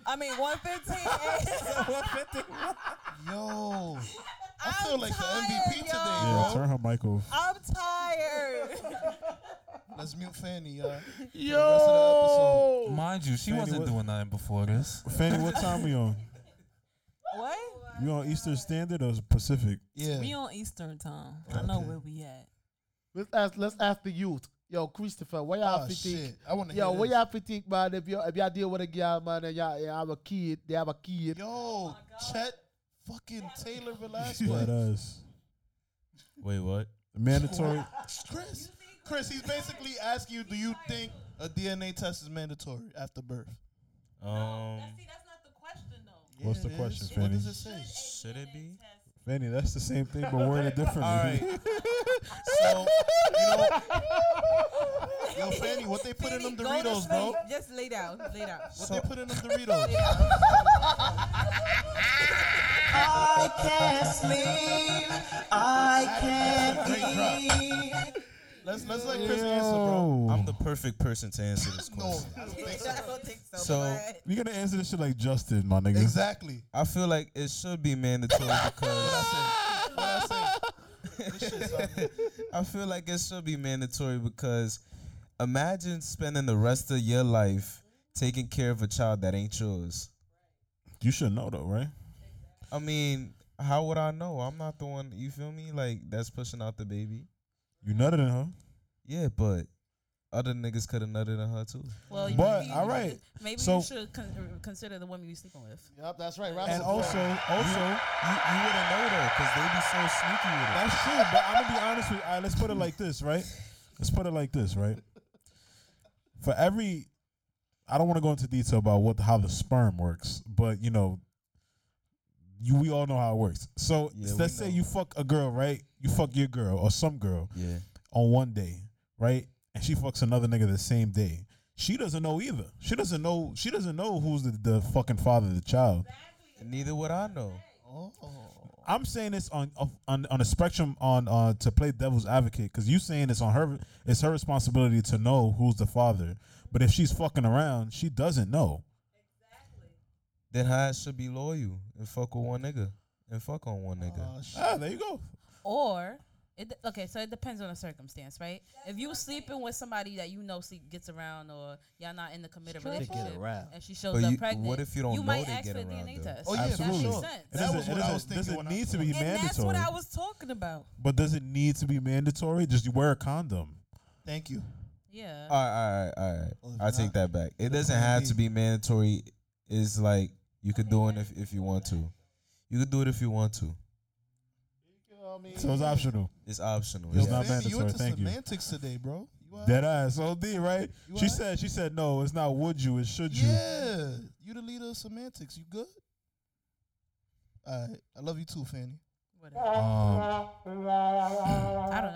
Speaker 3: I mean 1:15 a.m.
Speaker 9: [laughs]
Speaker 3: [laughs]
Speaker 9: Yo.
Speaker 3: I'm
Speaker 9: I feel like the
Speaker 3: tired,
Speaker 9: MVP today,
Speaker 3: yo.
Speaker 4: Yeah,
Speaker 9: bro.
Speaker 4: turn her mic off.
Speaker 3: I'm tired.
Speaker 9: [laughs] Let's mute Fanny, y'all.
Speaker 1: Yo.
Speaker 2: Mind you, she
Speaker 4: Fanny,
Speaker 2: wasn't
Speaker 4: what-
Speaker 2: doing nothing before this.
Speaker 4: Fanny, what time
Speaker 2: [laughs]
Speaker 4: we on?
Speaker 3: what?
Speaker 4: You on Eastern Standard or Pacific?
Speaker 9: Yeah.
Speaker 3: We on Eastern time. I know
Speaker 9: Okay.
Speaker 3: where we at.
Speaker 1: Let's ask, let's ask the youth. Yo, Christopher, what y'all
Speaker 9: Oh,
Speaker 1: think?
Speaker 9: shit. I want to hear
Speaker 1: Yo, what
Speaker 9: this.
Speaker 1: y'all think, man? If y'all, if y'all deal with a girl, man, and y'all, y'all have a kid, they have a kid.
Speaker 3: Oh
Speaker 9: Yo, Chet fucking Taylor
Speaker 4: Let
Speaker 9: Velasquez.
Speaker 4: us.
Speaker 12: Wait, what?
Speaker 4: Mandatory.
Speaker 9: Chris. Chris, he's basically asking you, do you think a DNA test is mandatory after birth?
Speaker 12: Um,
Speaker 3: that's not the question though.
Speaker 4: What's
Speaker 9: Yeah,
Speaker 4: the
Speaker 9: it
Speaker 4: question,
Speaker 9: is. What
Speaker 4: Fanny?
Speaker 9: does it say?
Speaker 12: should it be?
Speaker 4: Fanny, that's the same thing, but worded differently.
Speaker 12: All [laughs] right.
Speaker 9: So, you know,
Speaker 4: [laughs]
Speaker 9: yo, Fanny, what they put in them Doritos, bro? What
Speaker 3: Just lay down. Lay down.
Speaker 1: [laughs]
Speaker 9: they put in them Doritos?
Speaker 3: Oh
Speaker 8: can't sleep. I can't eat.
Speaker 9: Let's let's let Chris answer, bro.
Speaker 12: I'm the perfect person to answer this question.
Speaker 6: So
Speaker 4: you're gonna answer this shit like Justin, my nigga.
Speaker 9: Exactly.
Speaker 6: I feel like it should be mandatory because [laughs] I feel like it should be mandatory because imagine spending the rest of your life taking care of a child that ain't yours.
Speaker 4: You should know though, right?
Speaker 6: I mean, how would I know? I'm not the one. You feel me? Like that's pushing out the baby.
Speaker 4: You nutted in her.
Speaker 6: Yeah, but other niggas could have nutted in her too.
Speaker 7: Well, you-
Speaker 4: But,
Speaker 7: maybe you-
Speaker 4: alright,
Speaker 7: Maybe
Speaker 4: so-
Speaker 7: you should con- consider the woman you sleeping with.
Speaker 1: Yep, that's right.
Speaker 4: And also, also,
Speaker 6: you, you wouldn't know though, cause they be so sneaky with it.
Speaker 4: That's true, but I'm gonna be honest with you. All right, let's put it like this, right? Let's put it like this, right? For every, I don't want to go into detail about what how the sperm works, but you know, you we all know how it works. So
Speaker 6: Yeah,
Speaker 4: let's
Speaker 6: we
Speaker 4: say you fuck a girl, right? You fuck your girl or some girl
Speaker 6: Yeah.
Speaker 4: on one day, right? And she fucks another nigga the same day. She doesn't know either. She doesn't know. She doesn't know who's the, the fucking father of the child.
Speaker 6: Neither would I know.
Speaker 9: Oh.
Speaker 4: I'm saying this on on on a spectrum on uh to play devil's advocate because you saying it's on her it's her responsibility to know who's the father, but if she's fucking around, she doesn't know.
Speaker 6: Then how it should be loyal and fuck with one nigga and fuck on one nigga.
Speaker 9: Oh,
Speaker 4: Ah, there you go.
Speaker 7: Or it de- okay, so it depends on the circumstance, right? if you sleeping with somebody that you know sleep gets around, or y'all not in the committed
Speaker 8: Stripper? They get
Speaker 7: relationship,
Speaker 8: around.
Speaker 7: and she shows
Speaker 6: But
Speaker 7: up
Speaker 6: you-
Speaker 7: pregnant,
Speaker 6: what if you don't know
Speaker 7: might
Speaker 6: they
Speaker 7: ask
Speaker 6: get
Speaker 7: for a
Speaker 6: around,
Speaker 7: DNA
Speaker 6: though?
Speaker 7: test.
Speaker 9: Oh, yeah, that
Speaker 7: that
Speaker 9: sure.
Speaker 7: makes sense.
Speaker 4: It
Speaker 9: That
Speaker 4: doesn't-
Speaker 9: was
Speaker 4: it
Speaker 9: what I
Speaker 4: doesn't-
Speaker 9: was thinking
Speaker 4: Does it
Speaker 9: when I
Speaker 4: need to
Speaker 9: saw
Speaker 4: be
Speaker 7: And
Speaker 9: it.
Speaker 7: that's what
Speaker 4: mandatory?
Speaker 7: I was talking about.
Speaker 4: But does it need to be mandatory? Just you wear a condom.
Speaker 9: Thank you.
Speaker 7: Yeah.
Speaker 6: All right, all right, all
Speaker 9: Well,
Speaker 6: right.
Speaker 9: if
Speaker 6: I take
Speaker 9: Oh, not,
Speaker 6: that back. It
Speaker 9: the
Speaker 6: doesn't
Speaker 9: plan
Speaker 6: have
Speaker 9: B.
Speaker 6: to be mandatory. It's like you could do it if, if you want to. You could do it if you want to.
Speaker 4: So it's optional.
Speaker 6: It's optional.
Speaker 4: It's
Speaker 6: Yeah.
Speaker 4: not
Speaker 9: Fancy, You
Speaker 4: mandatory,
Speaker 9: into
Speaker 4: thank you.
Speaker 9: semantics today, bro. You all
Speaker 4: Dead ass. Od right? She
Speaker 9: You alright?
Speaker 4: said. She said no. It's not. Would you? It's should you?
Speaker 9: Yeah, you the leader of semantics. You good? All right, I love you too, Fanny.
Speaker 7: Whatever.
Speaker 4: Um,
Speaker 7: I don't know.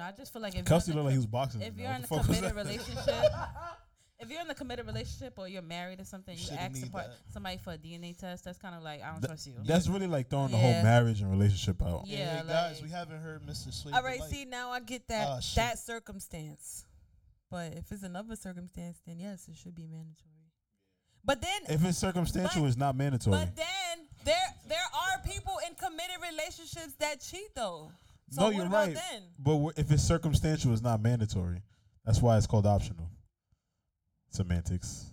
Speaker 7: I just feel like if
Speaker 4: Kelsey
Speaker 7: you're
Speaker 4: looked
Speaker 7: in
Speaker 4: like
Speaker 7: the
Speaker 4: he was boxing.
Speaker 7: if
Speaker 4: just now.
Speaker 7: you're in a
Speaker 4: What the fuck was
Speaker 7: committed
Speaker 4: that?
Speaker 7: relationship,
Speaker 4: [laughs]
Speaker 7: if you're in a committed relationship or you're married or something, you
Speaker 9: Shouldn't
Speaker 7: ask
Speaker 9: need
Speaker 7: a part,
Speaker 9: that.
Speaker 7: somebody for a DNA test. That's kind of like I don't
Speaker 4: Th-
Speaker 7: trust you.
Speaker 4: That's really like throwing the whole
Speaker 7: Yeah.
Speaker 4: marriage and relationship out.
Speaker 7: Yeah,
Speaker 9: guys,
Speaker 7: like-
Speaker 9: we haven't heard Mr. Sweet.
Speaker 3: All right, see now I get that
Speaker 9: Ah, shit.
Speaker 3: that circumstance, but if it's another circumstance, then yes, it should be mandatory. But then,
Speaker 4: If it's circumstantial,
Speaker 3: But-
Speaker 4: it's not mandatory.
Speaker 3: but then there there are people in committed relationships that cheat though. So
Speaker 4: no,
Speaker 3: what
Speaker 4: you're
Speaker 3: about
Speaker 4: right.
Speaker 3: Then
Speaker 4: But w- if it's circumstantial, it's not mandatory. That's why it's called optional. Semantics.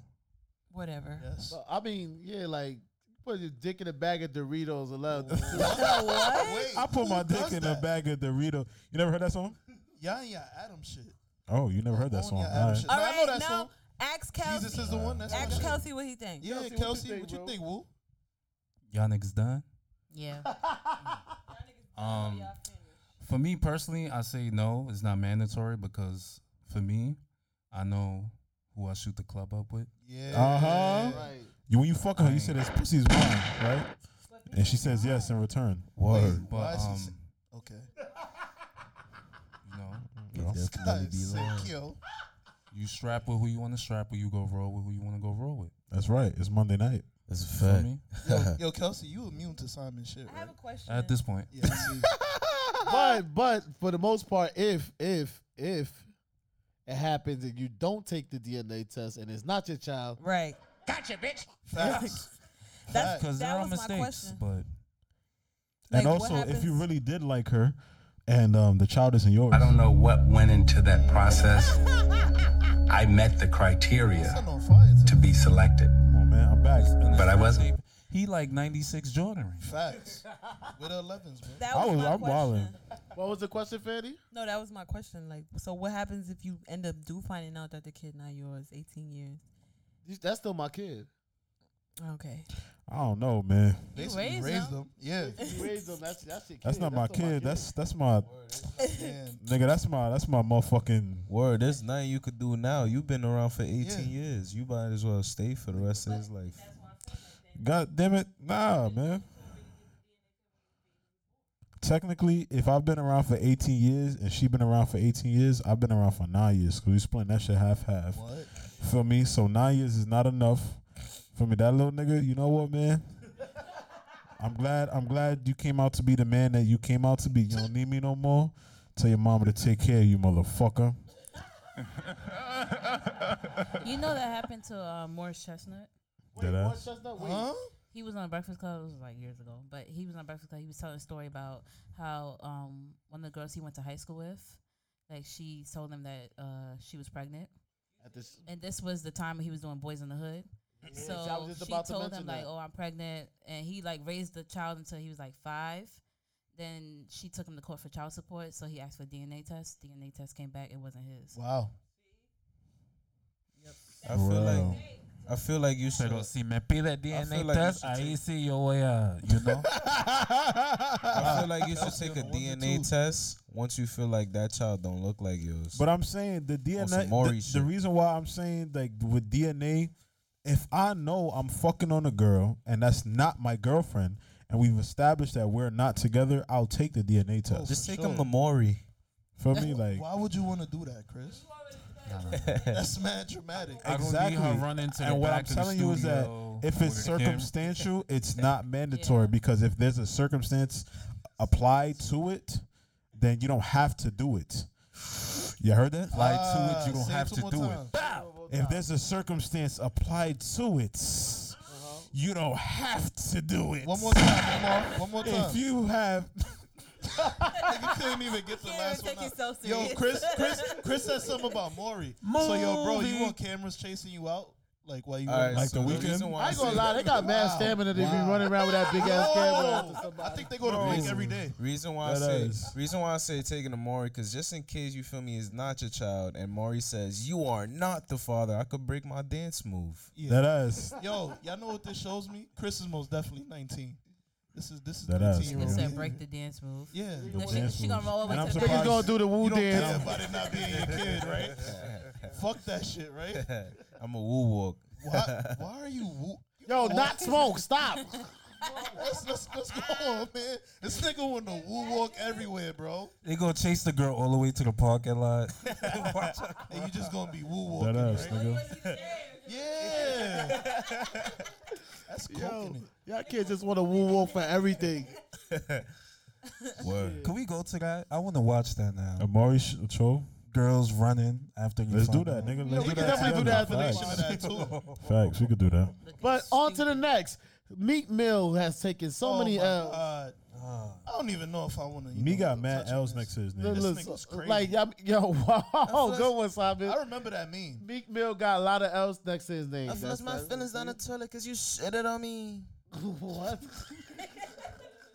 Speaker 3: whatever.
Speaker 9: Yes.
Speaker 1: I mean, yeah, like put your dick in a bag of Doritos
Speaker 3: [laughs]
Speaker 1: and let
Speaker 9: Wait,
Speaker 4: I put
Speaker 9: who
Speaker 4: my dick
Speaker 9: does
Speaker 4: in a
Speaker 9: that?
Speaker 4: bag of Dorito. You never heard that song?
Speaker 1: [laughs]
Speaker 9: Y'all, y'all, Adam shit.
Speaker 4: Oh, you never heard that
Speaker 9: Own
Speaker 4: song.
Speaker 9: your
Speaker 4: All right.
Speaker 9: Adam shit.
Speaker 3: All
Speaker 9: Nah,
Speaker 3: right,
Speaker 9: I know that
Speaker 3: now
Speaker 9: song.
Speaker 3: ask Kelsey.
Speaker 9: Jesus is the one. That's
Speaker 3: ask
Speaker 9: my shit.
Speaker 3: Kelsey what he thinks.
Speaker 9: Yeah,
Speaker 1: Kelsey, what you
Speaker 9: Kelsey,
Speaker 1: think,
Speaker 9: what you
Speaker 1: bro?
Speaker 9: think, Woo?
Speaker 2: Y'all niggas done?
Speaker 7: Yeah.
Speaker 2: Um, for me personally, I say no. It's not mandatory because for me, I know who I shoot the club up with.
Speaker 9: Yeah.
Speaker 4: Uh-huh.
Speaker 1: Right.
Speaker 4: You, when you fuck her, you say this pussy's mine, right? And she says yes in return.
Speaker 9: Word. Why
Speaker 2: But
Speaker 9: is he
Speaker 2: um,
Speaker 9: s-
Speaker 1: [laughs]
Speaker 9: Okay.
Speaker 2: you know,
Speaker 4: Bro.
Speaker 9: [laughs] This guy is
Speaker 4: [laughs]
Speaker 9: sick, yo.
Speaker 2: you strap with who you want to strap with. You go roll with who you want to go roll with.
Speaker 4: That's right. It's Monday night.
Speaker 12: That's a
Speaker 2: You feel
Speaker 12: fact.
Speaker 2: me?
Speaker 9: yo. Yo, Kelsey, you immune to Simon shit,
Speaker 7: I
Speaker 9: right?
Speaker 7: have a question.
Speaker 2: At this point,
Speaker 9: Yeah, I see.
Speaker 7: [laughs]
Speaker 1: but but for the most part, if if if it happens and you don't take the DNA test and it's not your child,
Speaker 3: Right.
Speaker 9: Facts.
Speaker 3: That's
Speaker 2: because there
Speaker 3: that
Speaker 2: are
Speaker 3: was my
Speaker 2: mistakes,
Speaker 9: [laughs]
Speaker 3: question.
Speaker 2: but
Speaker 4: And
Speaker 3: Like, what
Speaker 4: also, if you
Speaker 3: happens-
Speaker 4: really did like her and um, the child isn't yours,
Speaker 11: I don't know what went into that process. I met the criteria
Speaker 9: I'm on fire.
Speaker 11: to be selected,
Speaker 4: Come
Speaker 2: Oh,
Speaker 4: on, man. I'm back.
Speaker 11: but I wasn't.
Speaker 2: he like '96 Jordan. Ring.
Speaker 9: Facts. With the 11s, bro.
Speaker 3: That
Speaker 4: I
Speaker 3: was,
Speaker 4: was,
Speaker 3: my
Speaker 4: I'm
Speaker 3: question.
Speaker 4: wilding.
Speaker 1: what was the question, Fanny?
Speaker 3: No, that was my question. Like, so what happens if you end up do finding out that the kid not yours, eighteen years?
Speaker 1: You- That's still my kid.
Speaker 3: Okay.
Speaker 4: I don't know, man.
Speaker 9: Basically,
Speaker 7: raised
Speaker 9: raised
Speaker 7: them.
Speaker 9: them.
Speaker 1: [laughs]
Speaker 9: Yeah.
Speaker 1: You raised them. That's that's your kid.
Speaker 4: That's not my
Speaker 1: still
Speaker 4: kid. That's that's my
Speaker 9: Man.
Speaker 4: nigga. That's my that's my motherfucking.
Speaker 6: Word, there's nothing you could do now. You've been around for 18
Speaker 9: Yeah.
Speaker 6: years. You
Speaker 4: [laughs]
Speaker 6: might as well stay for the rest of his life.
Speaker 4: God damn it, nah, man. Technically, if I've been around for 18 years and she been around for 18 years, I've been around for nine years because we split that shit half half.
Speaker 9: What?
Speaker 4: Feel me? So nine years is not enough. For me, that little nigga, you know what, man? I'm glad. I'm glad you came out to be the man that you came out to be. You don't need me no more. Tell your mama to take care of you, motherfucker.
Speaker 7: You know that happened to uh, Morris Chestnut.
Speaker 4: Wait, Deadass? Morris
Speaker 1: Chestnut? Wait.
Speaker 7: Huh? He was on Breakfast Club. It was like years ago, but he was on Breakfast Club. He was telling a story about how um, one of the girls he went to high school with, like she told him that uh, she was pregnant.
Speaker 1: At this-
Speaker 7: and this was the time when he was doing Boys in the Hood.
Speaker 1: Yeah, see, I
Speaker 7: So
Speaker 1: was just
Speaker 7: she
Speaker 1: about to
Speaker 7: told
Speaker 1: mention
Speaker 7: him like,
Speaker 1: that.
Speaker 7: "Oh, I'm pregnant," and he like raised the child until he was like five. Then she took him to court for child support, so he asked for DNA test. DNA test came back; it wasn't his.
Speaker 1: Wow.
Speaker 6: I feel
Speaker 2: Wow.
Speaker 6: like I feel like you should.
Speaker 2: Pero si me pide DNA
Speaker 6: feel like you
Speaker 2: test,
Speaker 6: should
Speaker 2: ahí
Speaker 6: take-
Speaker 2: sí yo voy a, you know.
Speaker 6: I feel like you should take a DNA test once you feel like that child don't look like yours.
Speaker 4: But I'm saying the
Speaker 6: On
Speaker 4: DNA.
Speaker 6: some Maury
Speaker 4: The, the
Speaker 6: shit.
Speaker 4: reason why I'm saying like with DNA, if I know I'm fucking on a girl and that's not my girlfriend, and we've established that we're not together, I'll take the DNA test.
Speaker 6: Just for take 'em sure. to Maury.
Speaker 4: For me, like
Speaker 9: Why would you want to do that, Chris? [laughs] That's mad dramatic.
Speaker 4: exactly. and what I'm telling you is that if it's circumstantial, it's not mandatory because if there's a circumstance applied to it, then you don't have to do it. You heard that? Applied
Speaker 2: Ah,
Speaker 4: to it, you don't
Speaker 2: say it
Speaker 4: have
Speaker 2: two
Speaker 4: to
Speaker 2: more
Speaker 4: do
Speaker 2: times.
Speaker 4: it.
Speaker 2: Bow.
Speaker 4: If there's a circumstance applied to it, you don't have to do it. One more time,
Speaker 9: one more- one more
Speaker 4: If
Speaker 9: time.
Speaker 4: you have
Speaker 9: [laughs] Nigga couldn't even get the last one. out. Yo, Chris, Chris,
Speaker 6: [laughs]
Speaker 9: Chris said something about Maury. So yo, bro, you
Speaker 4: Movie.
Speaker 9: want cameras chasing you out? Like while you [laughs]
Speaker 6: All right,
Speaker 9: like
Speaker 6: so the reason why I
Speaker 1: I ain't gonna
Speaker 6: say-
Speaker 1: lie, they got mad
Speaker 9: Wow.
Speaker 1: stamina. They be
Speaker 9: Wow.
Speaker 1: running around with that big ass
Speaker 9: Yo,
Speaker 1: camera.
Speaker 9: I think they go to break every day.
Speaker 6: Reason why I
Speaker 9: That
Speaker 4: uh,
Speaker 6: say
Speaker 9: is.
Speaker 6: reason why I say taking to Maury because just in case you feel me is not your child and Maury says you are not the father, I could break my dance move.
Speaker 4: That ass.
Speaker 9: Yo, y'all know what this shows me? Chris is most definitely 19. This is this is
Speaker 4: That ass,
Speaker 9: 19 year
Speaker 4: bro.
Speaker 9: old.
Speaker 4: They said
Speaker 9: behavior.
Speaker 7: break the dance move.
Speaker 9: Yeah,
Speaker 4: The Now she- dance she gonna move. roll over And to I'm the
Speaker 9: Niggas
Speaker 4: surprised-
Speaker 9: gonna do the woo
Speaker 4: You don't care
Speaker 9: dance.
Speaker 4: about
Speaker 9: it not being your kid, right? [laughs]
Speaker 4: [laughs]
Speaker 9: Fuck that shit, right?
Speaker 6: [laughs] I'm a woo walk.
Speaker 9: Why,
Speaker 6: [laughs]
Speaker 9: why are you woo?
Speaker 1: Yo, not smoke. Stop.
Speaker 9: [laughs] let's, let's, let's go on, man. This nigga want to woo walk everywhere,
Speaker 4: [laughs]
Speaker 9: bro.
Speaker 2: [laughs] They gonna chase the girl all the way to the parking lot.
Speaker 9: and you just gonna be woo walking,
Speaker 2: That ass,
Speaker 9: right?
Speaker 2: nigga.
Speaker 9: Yeah.
Speaker 4: [laughs]
Speaker 9: That's
Speaker 1: Yo, y'all kids just want to woo woo for [laughs] everything.
Speaker 6: Word.
Speaker 2: Can we go to that? I want to watch that now.
Speaker 4: Amari Show.
Speaker 2: Girls running after you.
Speaker 4: Let's do
Speaker 2: find
Speaker 4: that,
Speaker 2: out.
Speaker 4: nigga.
Speaker 1: Yeah,
Speaker 4: Let's
Speaker 1: we
Speaker 4: do
Speaker 1: can definitely do that
Speaker 4: together.
Speaker 1: after the
Speaker 4: Facts.
Speaker 1: show, that too.
Speaker 4: Facts, we could do that.
Speaker 1: But on to the next. Meat Mill has taken so
Speaker 9: Oh
Speaker 1: many
Speaker 9: my
Speaker 1: L's.
Speaker 9: God. I don't even know if I want to.
Speaker 4: Me got mad L's next to his name.
Speaker 1: Look,
Speaker 9: This
Speaker 1: look,
Speaker 9: nigga's
Speaker 1: so-
Speaker 9: crazy.
Speaker 1: like, I'm- [laughs] yo, wow, good one, Simon.
Speaker 9: I remember that meme.
Speaker 1: Meek Mill got a lot of L's next to his name.
Speaker 6: I flushed my feelings down the toilet because you shit it on me.
Speaker 9: [laughs]
Speaker 1: [laughs] what?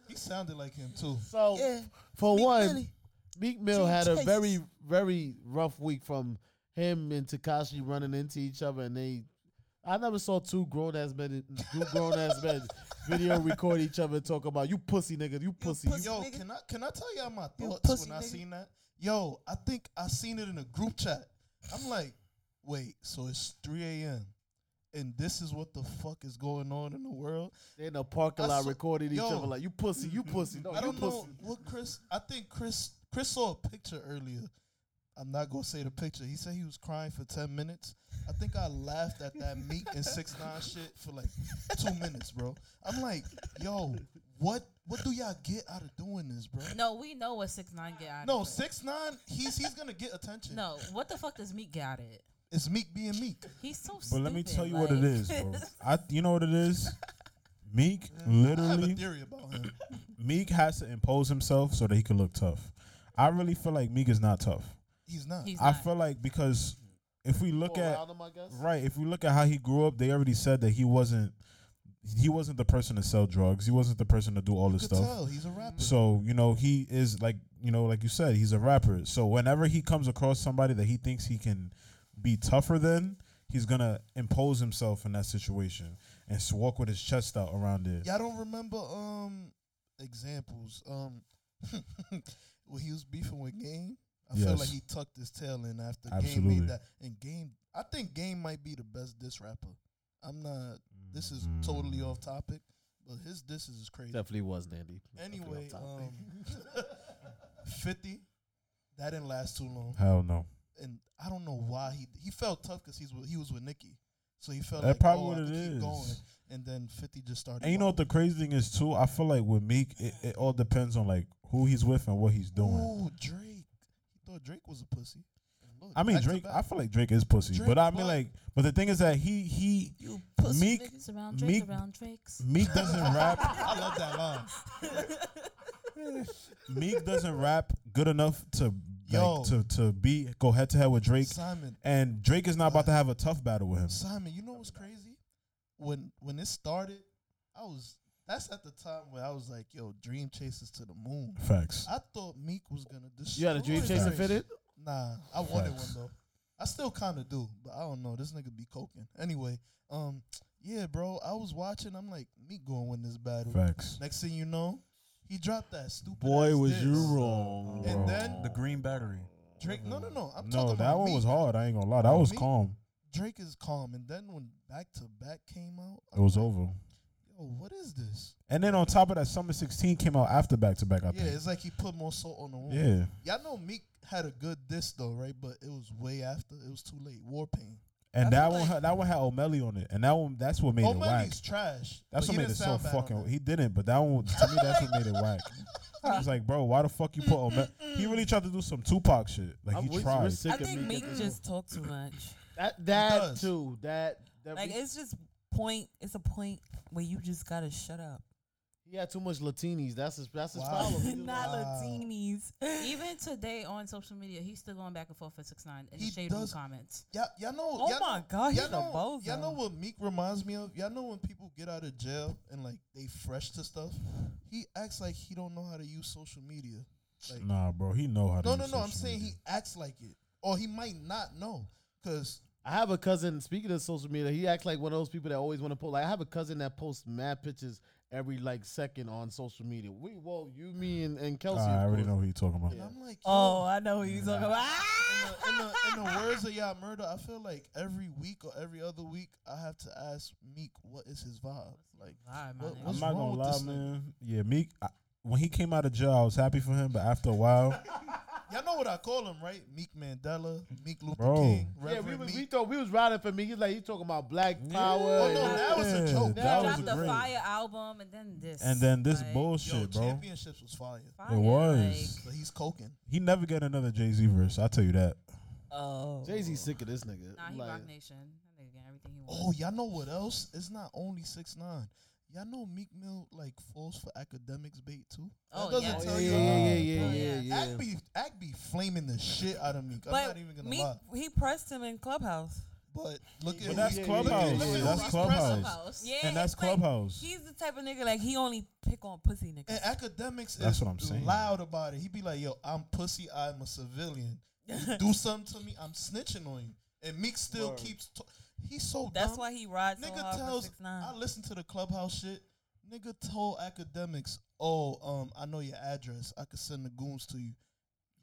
Speaker 9: He sounded like him too.
Speaker 1: So
Speaker 6: Yeah.
Speaker 1: for
Speaker 6: Meek
Speaker 1: one,
Speaker 6: Millie.
Speaker 1: Meek Mill
Speaker 6: Jay
Speaker 1: had a
Speaker 6: Chase.
Speaker 1: very very rough week from him and Takashi running into each other, and they. I never saw two grown ass men, two grown
Speaker 6: [laughs]
Speaker 1: ass men, video record each other and talk about you pussy nigga, you pussy. you
Speaker 9: Yo, can I can I tell y'all my thoughts when I seen that? Yo, I think I seen it in a group chat. I'm like, wait, so it's 3 a.m. and this is what the fuck is going on in the world?
Speaker 1: They in the parking lot recording each other like, "You pussy,
Speaker 6: [laughs]
Speaker 1: you pussy, no,
Speaker 9: I
Speaker 1: you
Speaker 9: don't know
Speaker 1: pussy."
Speaker 9: what Chris. I think Chris Chris saw a picture earlier. I'm not gonna say the picture. He said he was crying for 10 minutes. I think I laughed at that meat and six nine shit for like two minutes, bro. I'm like, yo, what what do y'all get out of doing this, bro?
Speaker 7: No, we know what six nine get out.
Speaker 9: No,
Speaker 7: of it.
Speaker 9: six nine. He's he's gonna get attention.
Speaker 7: No, what the fuck does Meek get out of it?
Speaker 9: It's Meek being Meek.
Speaker 7: He's so.
Speaker 4: But let me
Speaker 7: stupid,
Speaker 4: tell you what it
Speaker 7: like-
Speaker 4: is,
Speaker 7: [laughs]
Speaker 9: [laughs]
Speaker 4: bro. I, you know what it is. Meek
Speaker 9: I have a
Speaker 4: literally.
Speaker 9: theory about him.
Speaker 4: [coughs] Meek has to impose himself so that he can look tough. I really feel like Meek is not tough.
Speaker 9: He's not. He's
Speaker 4: I
Speaker 9: not.
Speaker 4: feel like because if we look
Speaker 9: People
Speaker 4: at
Speaker 9: around him, I guess?
Speaker 4: right, if we look at how he grew up, they already said that he wasn't he wasn't the person to sell drugs. He wasn't the person to do all this
Speaker 9: could
Speaker 4: stuff.
Speaker 9: tell he's a rapper.
Speaker 4: So you know he is like you know like you said he's a rapper. So whenever he comes across somebody that he thinks he can be tougher than, he's gonna impose himself in that situation and s- walk with his chest out around it.
Speaker 9: Y'all don't remember um examples. Um [laughs] when he was beefing with Game, I feel
Speaker 4: Yes.
Speaker 9: like he tucked his tail in after Game
Speaker 4: Absolutely.
Speaker 9: made that. And Game I think Game might be the best diss rapper. I'm not this is totally
Speaker 4: Mm.
Speaker 9: off topic, but his disses is crazy.
Speaker 1: Definitely was Nandy. Definitely
Speaker 9: Anyway,
Speaker 1: off
Speaker 9: um, 50, that didn't last too long.
Speaker 4: Hell no.
Speaker 9: And I don't know why he he felt tough because he's with, he was with Nicki. So he felt
Speaker 4: That
Speaker 9: like
Speaker 4: probably
Speaker 9: oh,
Speaker 4: what
Speaker 9: I
Speaker 4: it
Speaker 9: could keep
Speaker 4: is.
Speaker 9: going. And then 50 just started.
Speaker 4: And you know what the crazy thing is too? I feel like with Meek, it, it all depends on like who he's with and what he's doing.
Speaker 9: Ooh, Drake. He thought Drake was a pussy. And look,
Speaker 4: I mean
Speaker 9: back to
Speaker 4: Drake.
Speaker 9: back.
Speaker 4: I feel like Drake is pussy,
Speaker 9: Drake,
Speaker 4: but I mean
Speaker 9: but-
Speaker 4: like, but the thing is that he he
Speaker 9: pussy
Speaker 4: Meek
Speaker 7: niggas around Drake,
Speaker 4: Meek
Speaker 7: around Drakes.
Speaker 4: Meek
Speaker 9: [laughs]
Speaker 4: doesn't rap.
Speaker 9: I love that
Speaker 3: [laughs]
Speaker 9: line.
Speaker 4: Meek doesn't rap good enough to like,
Speaker 9: Yo.
Speaker 4: to to be go head to head with Drake.
Speaker 9: Simon.
Speaker 4: and Drake is not about to have a tough battle with him.
Speaker 9: Simon, you know what's crazy? When when it started, I was that's at the time where I was like, yo, Dream Chasers to the moon.
Speaker 4: Facts.
Speaker 9: I thought Meek was gonna destroy.
Speaker 1: You had a Dream Chaser
Speaker 9: Drake.
Speaker 1: fitted?
Speaker 9: Nah, I wanted
Speaker 4: Facts.
Speaker 9: one though. I still kind of do, but I don't know. This nigga be coking. Anyway, um, yeah, bro, I was watching. I'm like, Meek gonna win this battle.
Speaker 4: Facts.
Speaker 9: Next thing you know, he dropped that stupid.
Speaker 4: Boy,
Speaker 9: ass
Speaker 4: was
Speaker 9: diss.
Speaker 4: you wrong, bro.
Speaker 9: And then
Speaker 2: The green battery.
Speaker 9: Drake, no, no, no. I'm
Speaker 4: No,
Speaker 9: talking
Speaker 4: that
Speaker 9: about
Speaker 4: one
Speaker 9: Meek.
Speaker 4: was hard. I ain't gonna lie. That
Speaker 9: No,
Speaker 4: was
Speaker 9: Meek-
Speaker 4: calm.
Speaker 9: Drake is calm, and then when Back to Back came out,
Speaker 4: It was over.
Speaker 9: yo, what is this?
Speaker 4: And then on top of that, Summer 16 came out after back to back. I
Speaker 9: Yeah,
Speaker 4: think.
Speaker 9: it's like he put more salt on the wound.
Speaker 4: Yeah.
Speaker 9: y'all know Meek had a good diss though, right? But it was way after. It was too late. War pain.
Speaker 4: And
Speaker 9: I
Speaker 4: that
Speaker 9: feel
Speaker 4: one,
Speaker 9: like-
Speaker 4: had- that one had O'Malley on it, and that one, that's what made it whack.
Speaker 9: O'Malley's trash.
Speaker 4: That's what
Speaker 9: but he
Speaker 4: made it
Speaker 9: didn't
Speaker 4: so
Speaker 9: sound bad on
Speaker 4: fucking.
Speaker 9: it.
Speaker 4: He didn't, but that one to me, that's what made it whack. I was like, bro, why the fuck you put O'Malley? He really tried to do some Tupac shit. Like
Speaker 1: I'm
Speaker 4: he
Speaker 1: with you.
Speaker 4: tried.
Speaker 1: We're sick
Speaker 3: I
Speaker 1: of
Speaker 3: think
Speaker 1: Meek
Speaker 3: Meek
Speaker 1: at this
Speaker 3: just talk too much.
Speaker 1: [clears throat] That that
Speaker 9: does.
Speaker 1: too. That, that
Speaker 3: Like
Speaker 1: we-
Speaker 3: it's just point. It's a point where you just gotta shut up.
Speaker 1: he had too much Latinis. That's his that's his
Speaker 4: [laughs]
Speaker 9: Wow.
Speaker 1: problem. He just-
Speaker 3: Not Latinis.
Speaker 7: Even today on social media, he's still going back and forth with Six Nine in
Speaker 9: He
Speaker 7: the shade room
Speaker 9: does-
Speaker 7: comments.
Speaker 9: Y'all, y'all know.
Speaker 3: Oh
Speaker 9: y'all
Speaker 3: my
Speaker 9: know,
Speaker 3: God, he's
Speaker 9: y'all
Speaker 3: a
Speaker 9: know, Y'all
Speaker 3: bozo.
Speaker 9: know what Meek reminds me of? Y'all know when people get out of jail and like they fresh to stuff. He acts like he don't know how to use social media. Like
Speaker 4: Nah, bro, he know how to.
Speaker 9: no,
Speaker 4: do
Speaker 9: no, no. I'm
Speaker 4: social
Speaker 9: saying
Speaker 4: media.
Speaker 9: he acts like it, or he might not know because
Speaker 1: I have a cousin. Speaking of social media, he acts like one of those people that always want to post. Like I have a cousin that posts mad pictures every like second on social media. We well, you, me, and, and Kelsey.
Speaker 4: Ah, I
Speaker 1: of
Speaker 4: already
Speaker 1: course.
Speaker 4: know who you talking about.
Speaker 9: and I'm like,
Speaker 3: Oh,
Speaker 9: yo, [laughs]
Speaker 3: I know who you talking about. Ah!
Speaker 9: in the, in the words of y'all murder, I feel like every week or every other week, I have to ask Meek what is his vibe. Like, what,
Speaker 7: nigga?
Speaker 9: what's
Speaker 4: I'm not gonna
Speaker 9: wrong with
Speaker 4: lie,
Speaker 9: this nigga?
Speaker 4: man. Yeah, Meek. I, when he came out of jail, I was happy for him, but after a while,
Speaker 9: Y'all know what I call him, right? Meek Mandela, Meek Luther
Speaker 4: Bro.
Speaker 9: King,
Speaker 1: Yeah,
Speaker 9: Reverend
Speaker 1: we, was, we
Speaker 9: Meek.
Speaker 1: thought we was riding for me. He's like, he talking about black power.
Speaker 9: Oh, no,
Speaker 1: and-
Speaker 9: that was a
Speaker 4: Yeah,
Speaker 9: joke.
Speaker 4: That was
Speaker 7: Dropped
Speaker 4: a
Speaker 7: the
Speaker 4: great.
Speaker 7: fire album and then this.
Speaker 4: and then this
Speaker 7: Like,
Speaker 4: bullshit,
Speaker 9: Yo,
Speaker 4: bro.
Speaker 9: championships was fire,
Speaker 7: fire,
Speaker 4: was.
Speaker 7: like,
Speaker 9: but he's coking.
Speaker 4: He never get another Jay Z verse. I will tell you that.
Speaker 3: Oh,
Speaker 1: Jay Z sick of this nigga.
Speaker 7: nah, he
Speaker 1: Like,
Speaker 7: Rock Nation. That nigga getting everything he
Speaker 9: Oh,
Speaker 7: wants.
Speaker 9: y'all know what else? It's not only six nine. Y'all know Meek Mill like falls for academics bait too.
Speaker 7: Oh,
Speaker 9: that doesn't
Speaker 7: yeah.
Speaker 1: oh, yeah,
Speaker 9: tell you.
Speaker 1: yeah, yeah, yeah,
Speaker 7: Oh,
Speaker 1: yeah,
Speaker 7: yeah.
Speaker 1: yeah,
Speaker 9: Act be Act be flaming the shit out of Meek. I'm
Speaker 3: but
Speaker 9: not even gonna
Speaker 3: Meek,
Speaker 9: lie.
Speaker 3: he pressed him in Clubhouse.
Speaker 9: But look at
Speaker 4: But that's
Speaker 9: look at-
Speaker 4: Clubhouse.
Speaker 9: look at who
Speaker 4: That's
Speaker 9: he's
Speaker 4: Clubhouse.
Speaker 9: pressing.
Speaker 3: Yeah,
Speaker 4: and that's
Speaker 3: it's like,
Speaker 4: Clubhouse.
Speaker 3: He's the type of nigga like he only pick on pussy niggas.
Speaker 9: And academics
Speaker 4: That's
Speaker 9: is
Speaker 4: what I'm saying.
Speaker 9: loud about it. He be like, "Yo, I'm pussy. I'm a civilian.
Speaker 3: [laughs]
Speaker 9: You do something to me, I'm snitching on you." And Meek still keeps. To- he's so
Speaker 3: That's
Speaker 9: dumb.
Speaker 3: why he rides so
Speaker 9: Nigga
Speaker 3: hard for
Speaker 9: tells
Speaker 3: six nine.
Speaker 9: I listen to the clubhouse shit. Nigga told academics, "Oh, um, I know your address. I could send the goons to you."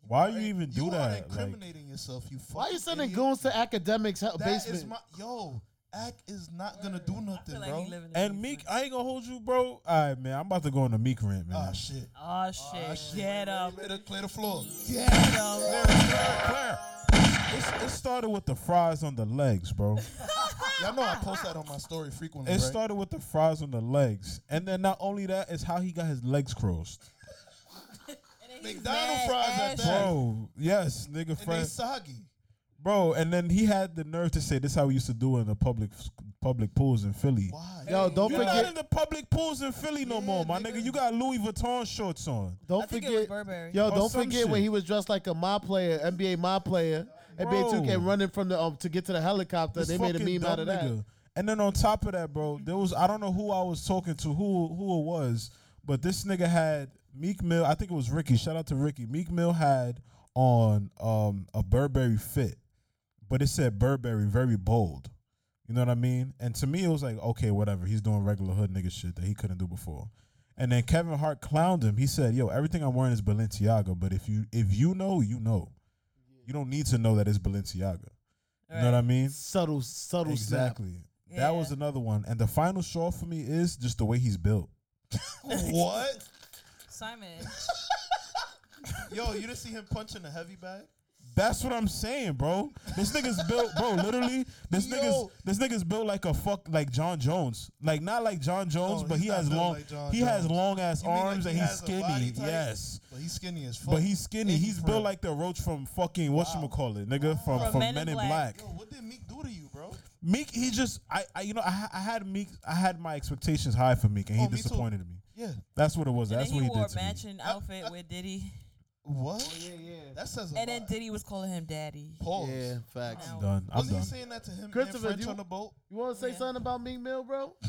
Speaker 4: Why you even do
Speaker 9: you are
Speaker 4: that? Like,
Speaker 9: Incriminating yourself. You.
Speaker 1: Why you
Speaker 9: fucking
Speaker 1: sending
Speaker 9: idiot.
Speaker 1: goons to academics he-
Speaker 9: That is
Speaker 1: basement?
Speaker 9: my yo. Act is not gonna do
Speaker 3: I feel
Speaker 9: nothing,
Speaker 3: like
Speaker 9: bro.
Speaker 3: he living in
Speaker 4: and
Speaker 3: the
Speaker 4: Meek,
Speaker 3: basement.
Speaker 4: I ain't gonna hold you, bro. All right, man. I'm about to go on a Meek rant, man.
Speaker 9: Ah, shit.
Speaker 3: Oh shit! Get him!
Speaker 9: Clear the, clear the floor.
Speaker 4: It's- it started with the fries on the legs, bro.
Speaker 9: Y'all know I post that on my story frequently.
Speaker 4: It
Speaker 9: right?
Speaker 4: started with the fries on the legs, and then not only that, it's how he got his legs crossed,
Speaker 9: McDonald's fries at that.
Speaker 4: bro. Yes, nigga,
Speaker 9: And they
Speaker 3: [laughs]
Speaker 4: friend,
Speaker 9: soggy.
Speaker 4: bro. And then he had the nerve to say, "This is how we used to do in the public public pools in Philly."
Speaker 9: Why?
Speaker 1: Yo, don't
Speaker 4: You're not
Speaker 1: forget,
Speaker 4: in the public pools in Philly no more, my nigga. You got Louis Vuitton shorts on.
Speaker 3: I
Speaker 1: don't
Speaker 3: think it was
Speaker 1: forget,
Speaker 3: Burberry.
Speaker 1: yo,
Speaker 4: Or
Speaker 1: don't
Speaker 4: some
Speaker 1: forget when
Speaker 4: shit.
Speaker 1: he was dressed like a my player, NBA my player, NBA two K
Speaker 4: Bro.
Speaker 1: running from the um, to get to the helicopter.
Speaker 4: This
Speaker 1: They made a
Speaker 4: fucking
Speaker 1: meme out of
Speaker 4: dumb
Speaker 1: that.
Speaker 4: nigga. And then on top of that, bro, there was I don't know who I was talking to, who who it was, but this nigga had Meek Mill. I think it was Ricky. Shout out to Ricky. Meek Mill had on um a Burberry fit, but it said Burberry very bold. You know what I mean? And to me, it was like, okay, whatever. He's doing regular hood nigga shit that he couldn't do before. And then Kevin Hart clowned him. He said, "Yo, everything I'm wearing is Balenciaga, but if you if you know, you know. You don't need to know that it's Balenciaga. You know what I mean?
Speaker 1: Subtle, subtle snap.
Speaker 4: Exactly. That was another one. And the final straw for me is just the way he's
Speaker 9: [laughs]
Speaker 4: built.
Speaker 9: what?
Speaker 7: Simon,
Speaker 9: [laughs] Yo, you didn't see him punching a heavy bag?
Speaker 4: That's what I'm saying, bro. This nigga's built, bro. Literally, this nigga's this nigga's built like a fuck, like John Jones. Like not like John Jones,
Speaker 9: No,
Speaker 4: but
Speaker 9: Oh, he's
Speaker 4: he
Speaker 9: not
Speaker 4: has
Speaker 9: built
Speaker 4: long,
Speaker 9: like John
Speaker 4: he has
Speaker 9: Jones.
Speaker 4: long ass
Speaker 9: You mean like
Speaker 4: arms
Speaker 9: he
Speaker 4: and he's
Speaker 9: has a body
Speaker 4: skinny.
Speaker 9: type?
Speaker 4: Yes,
Speaker 9: But he's skinny as fuck.
Speaker 4: but he's skinny.
Speaker 9: And
Speaker 4: He's built like the roach from fucking whatchamacallit, nigga, from from, Men, in Black.
Speaker 9: Yo, what did Meek do to you, bro?
Speaker 4: Meek, he just, I, I, you know, I, ha- I had Meek, I had my expectations high for Meek, and he
Speaker 3: Oh, me too.
Speaker 4: disappointed me.
Speaker 9: Yeah.
Speaker 4: that's what it was.
Speaker 3: And
Speaker 4: that's
Speaker 3: then
Speaker 4: what
Speaker 3: he
Speaker 4: he,
Speaker 3: wore
Speaker 4: did
Speaker 3: a
Speaker 4: to me.
Speaker 3: matching outfit with Diddy.
Speaker 9: What?
Speaker 1: Oh,
Speaker 9: yeah, yeah. That says a
Speaker 3: And then Diddy was calling him daddy.
Speaker 9: Pause.
Speaker 1: Yeah, facts.
Speaker 4: I'm done. I'm
Speaker 9: Wasn't
Speaker 4: done.
Speaker 9: he saying that to him
Speaker 1: Christopher,
Speaker 9: and French
Speaker 1: do you-
Speaker 9: on the boat?
Speaker 1: You want to say something about Meek Mill, bro?
Speaker 9: Uh,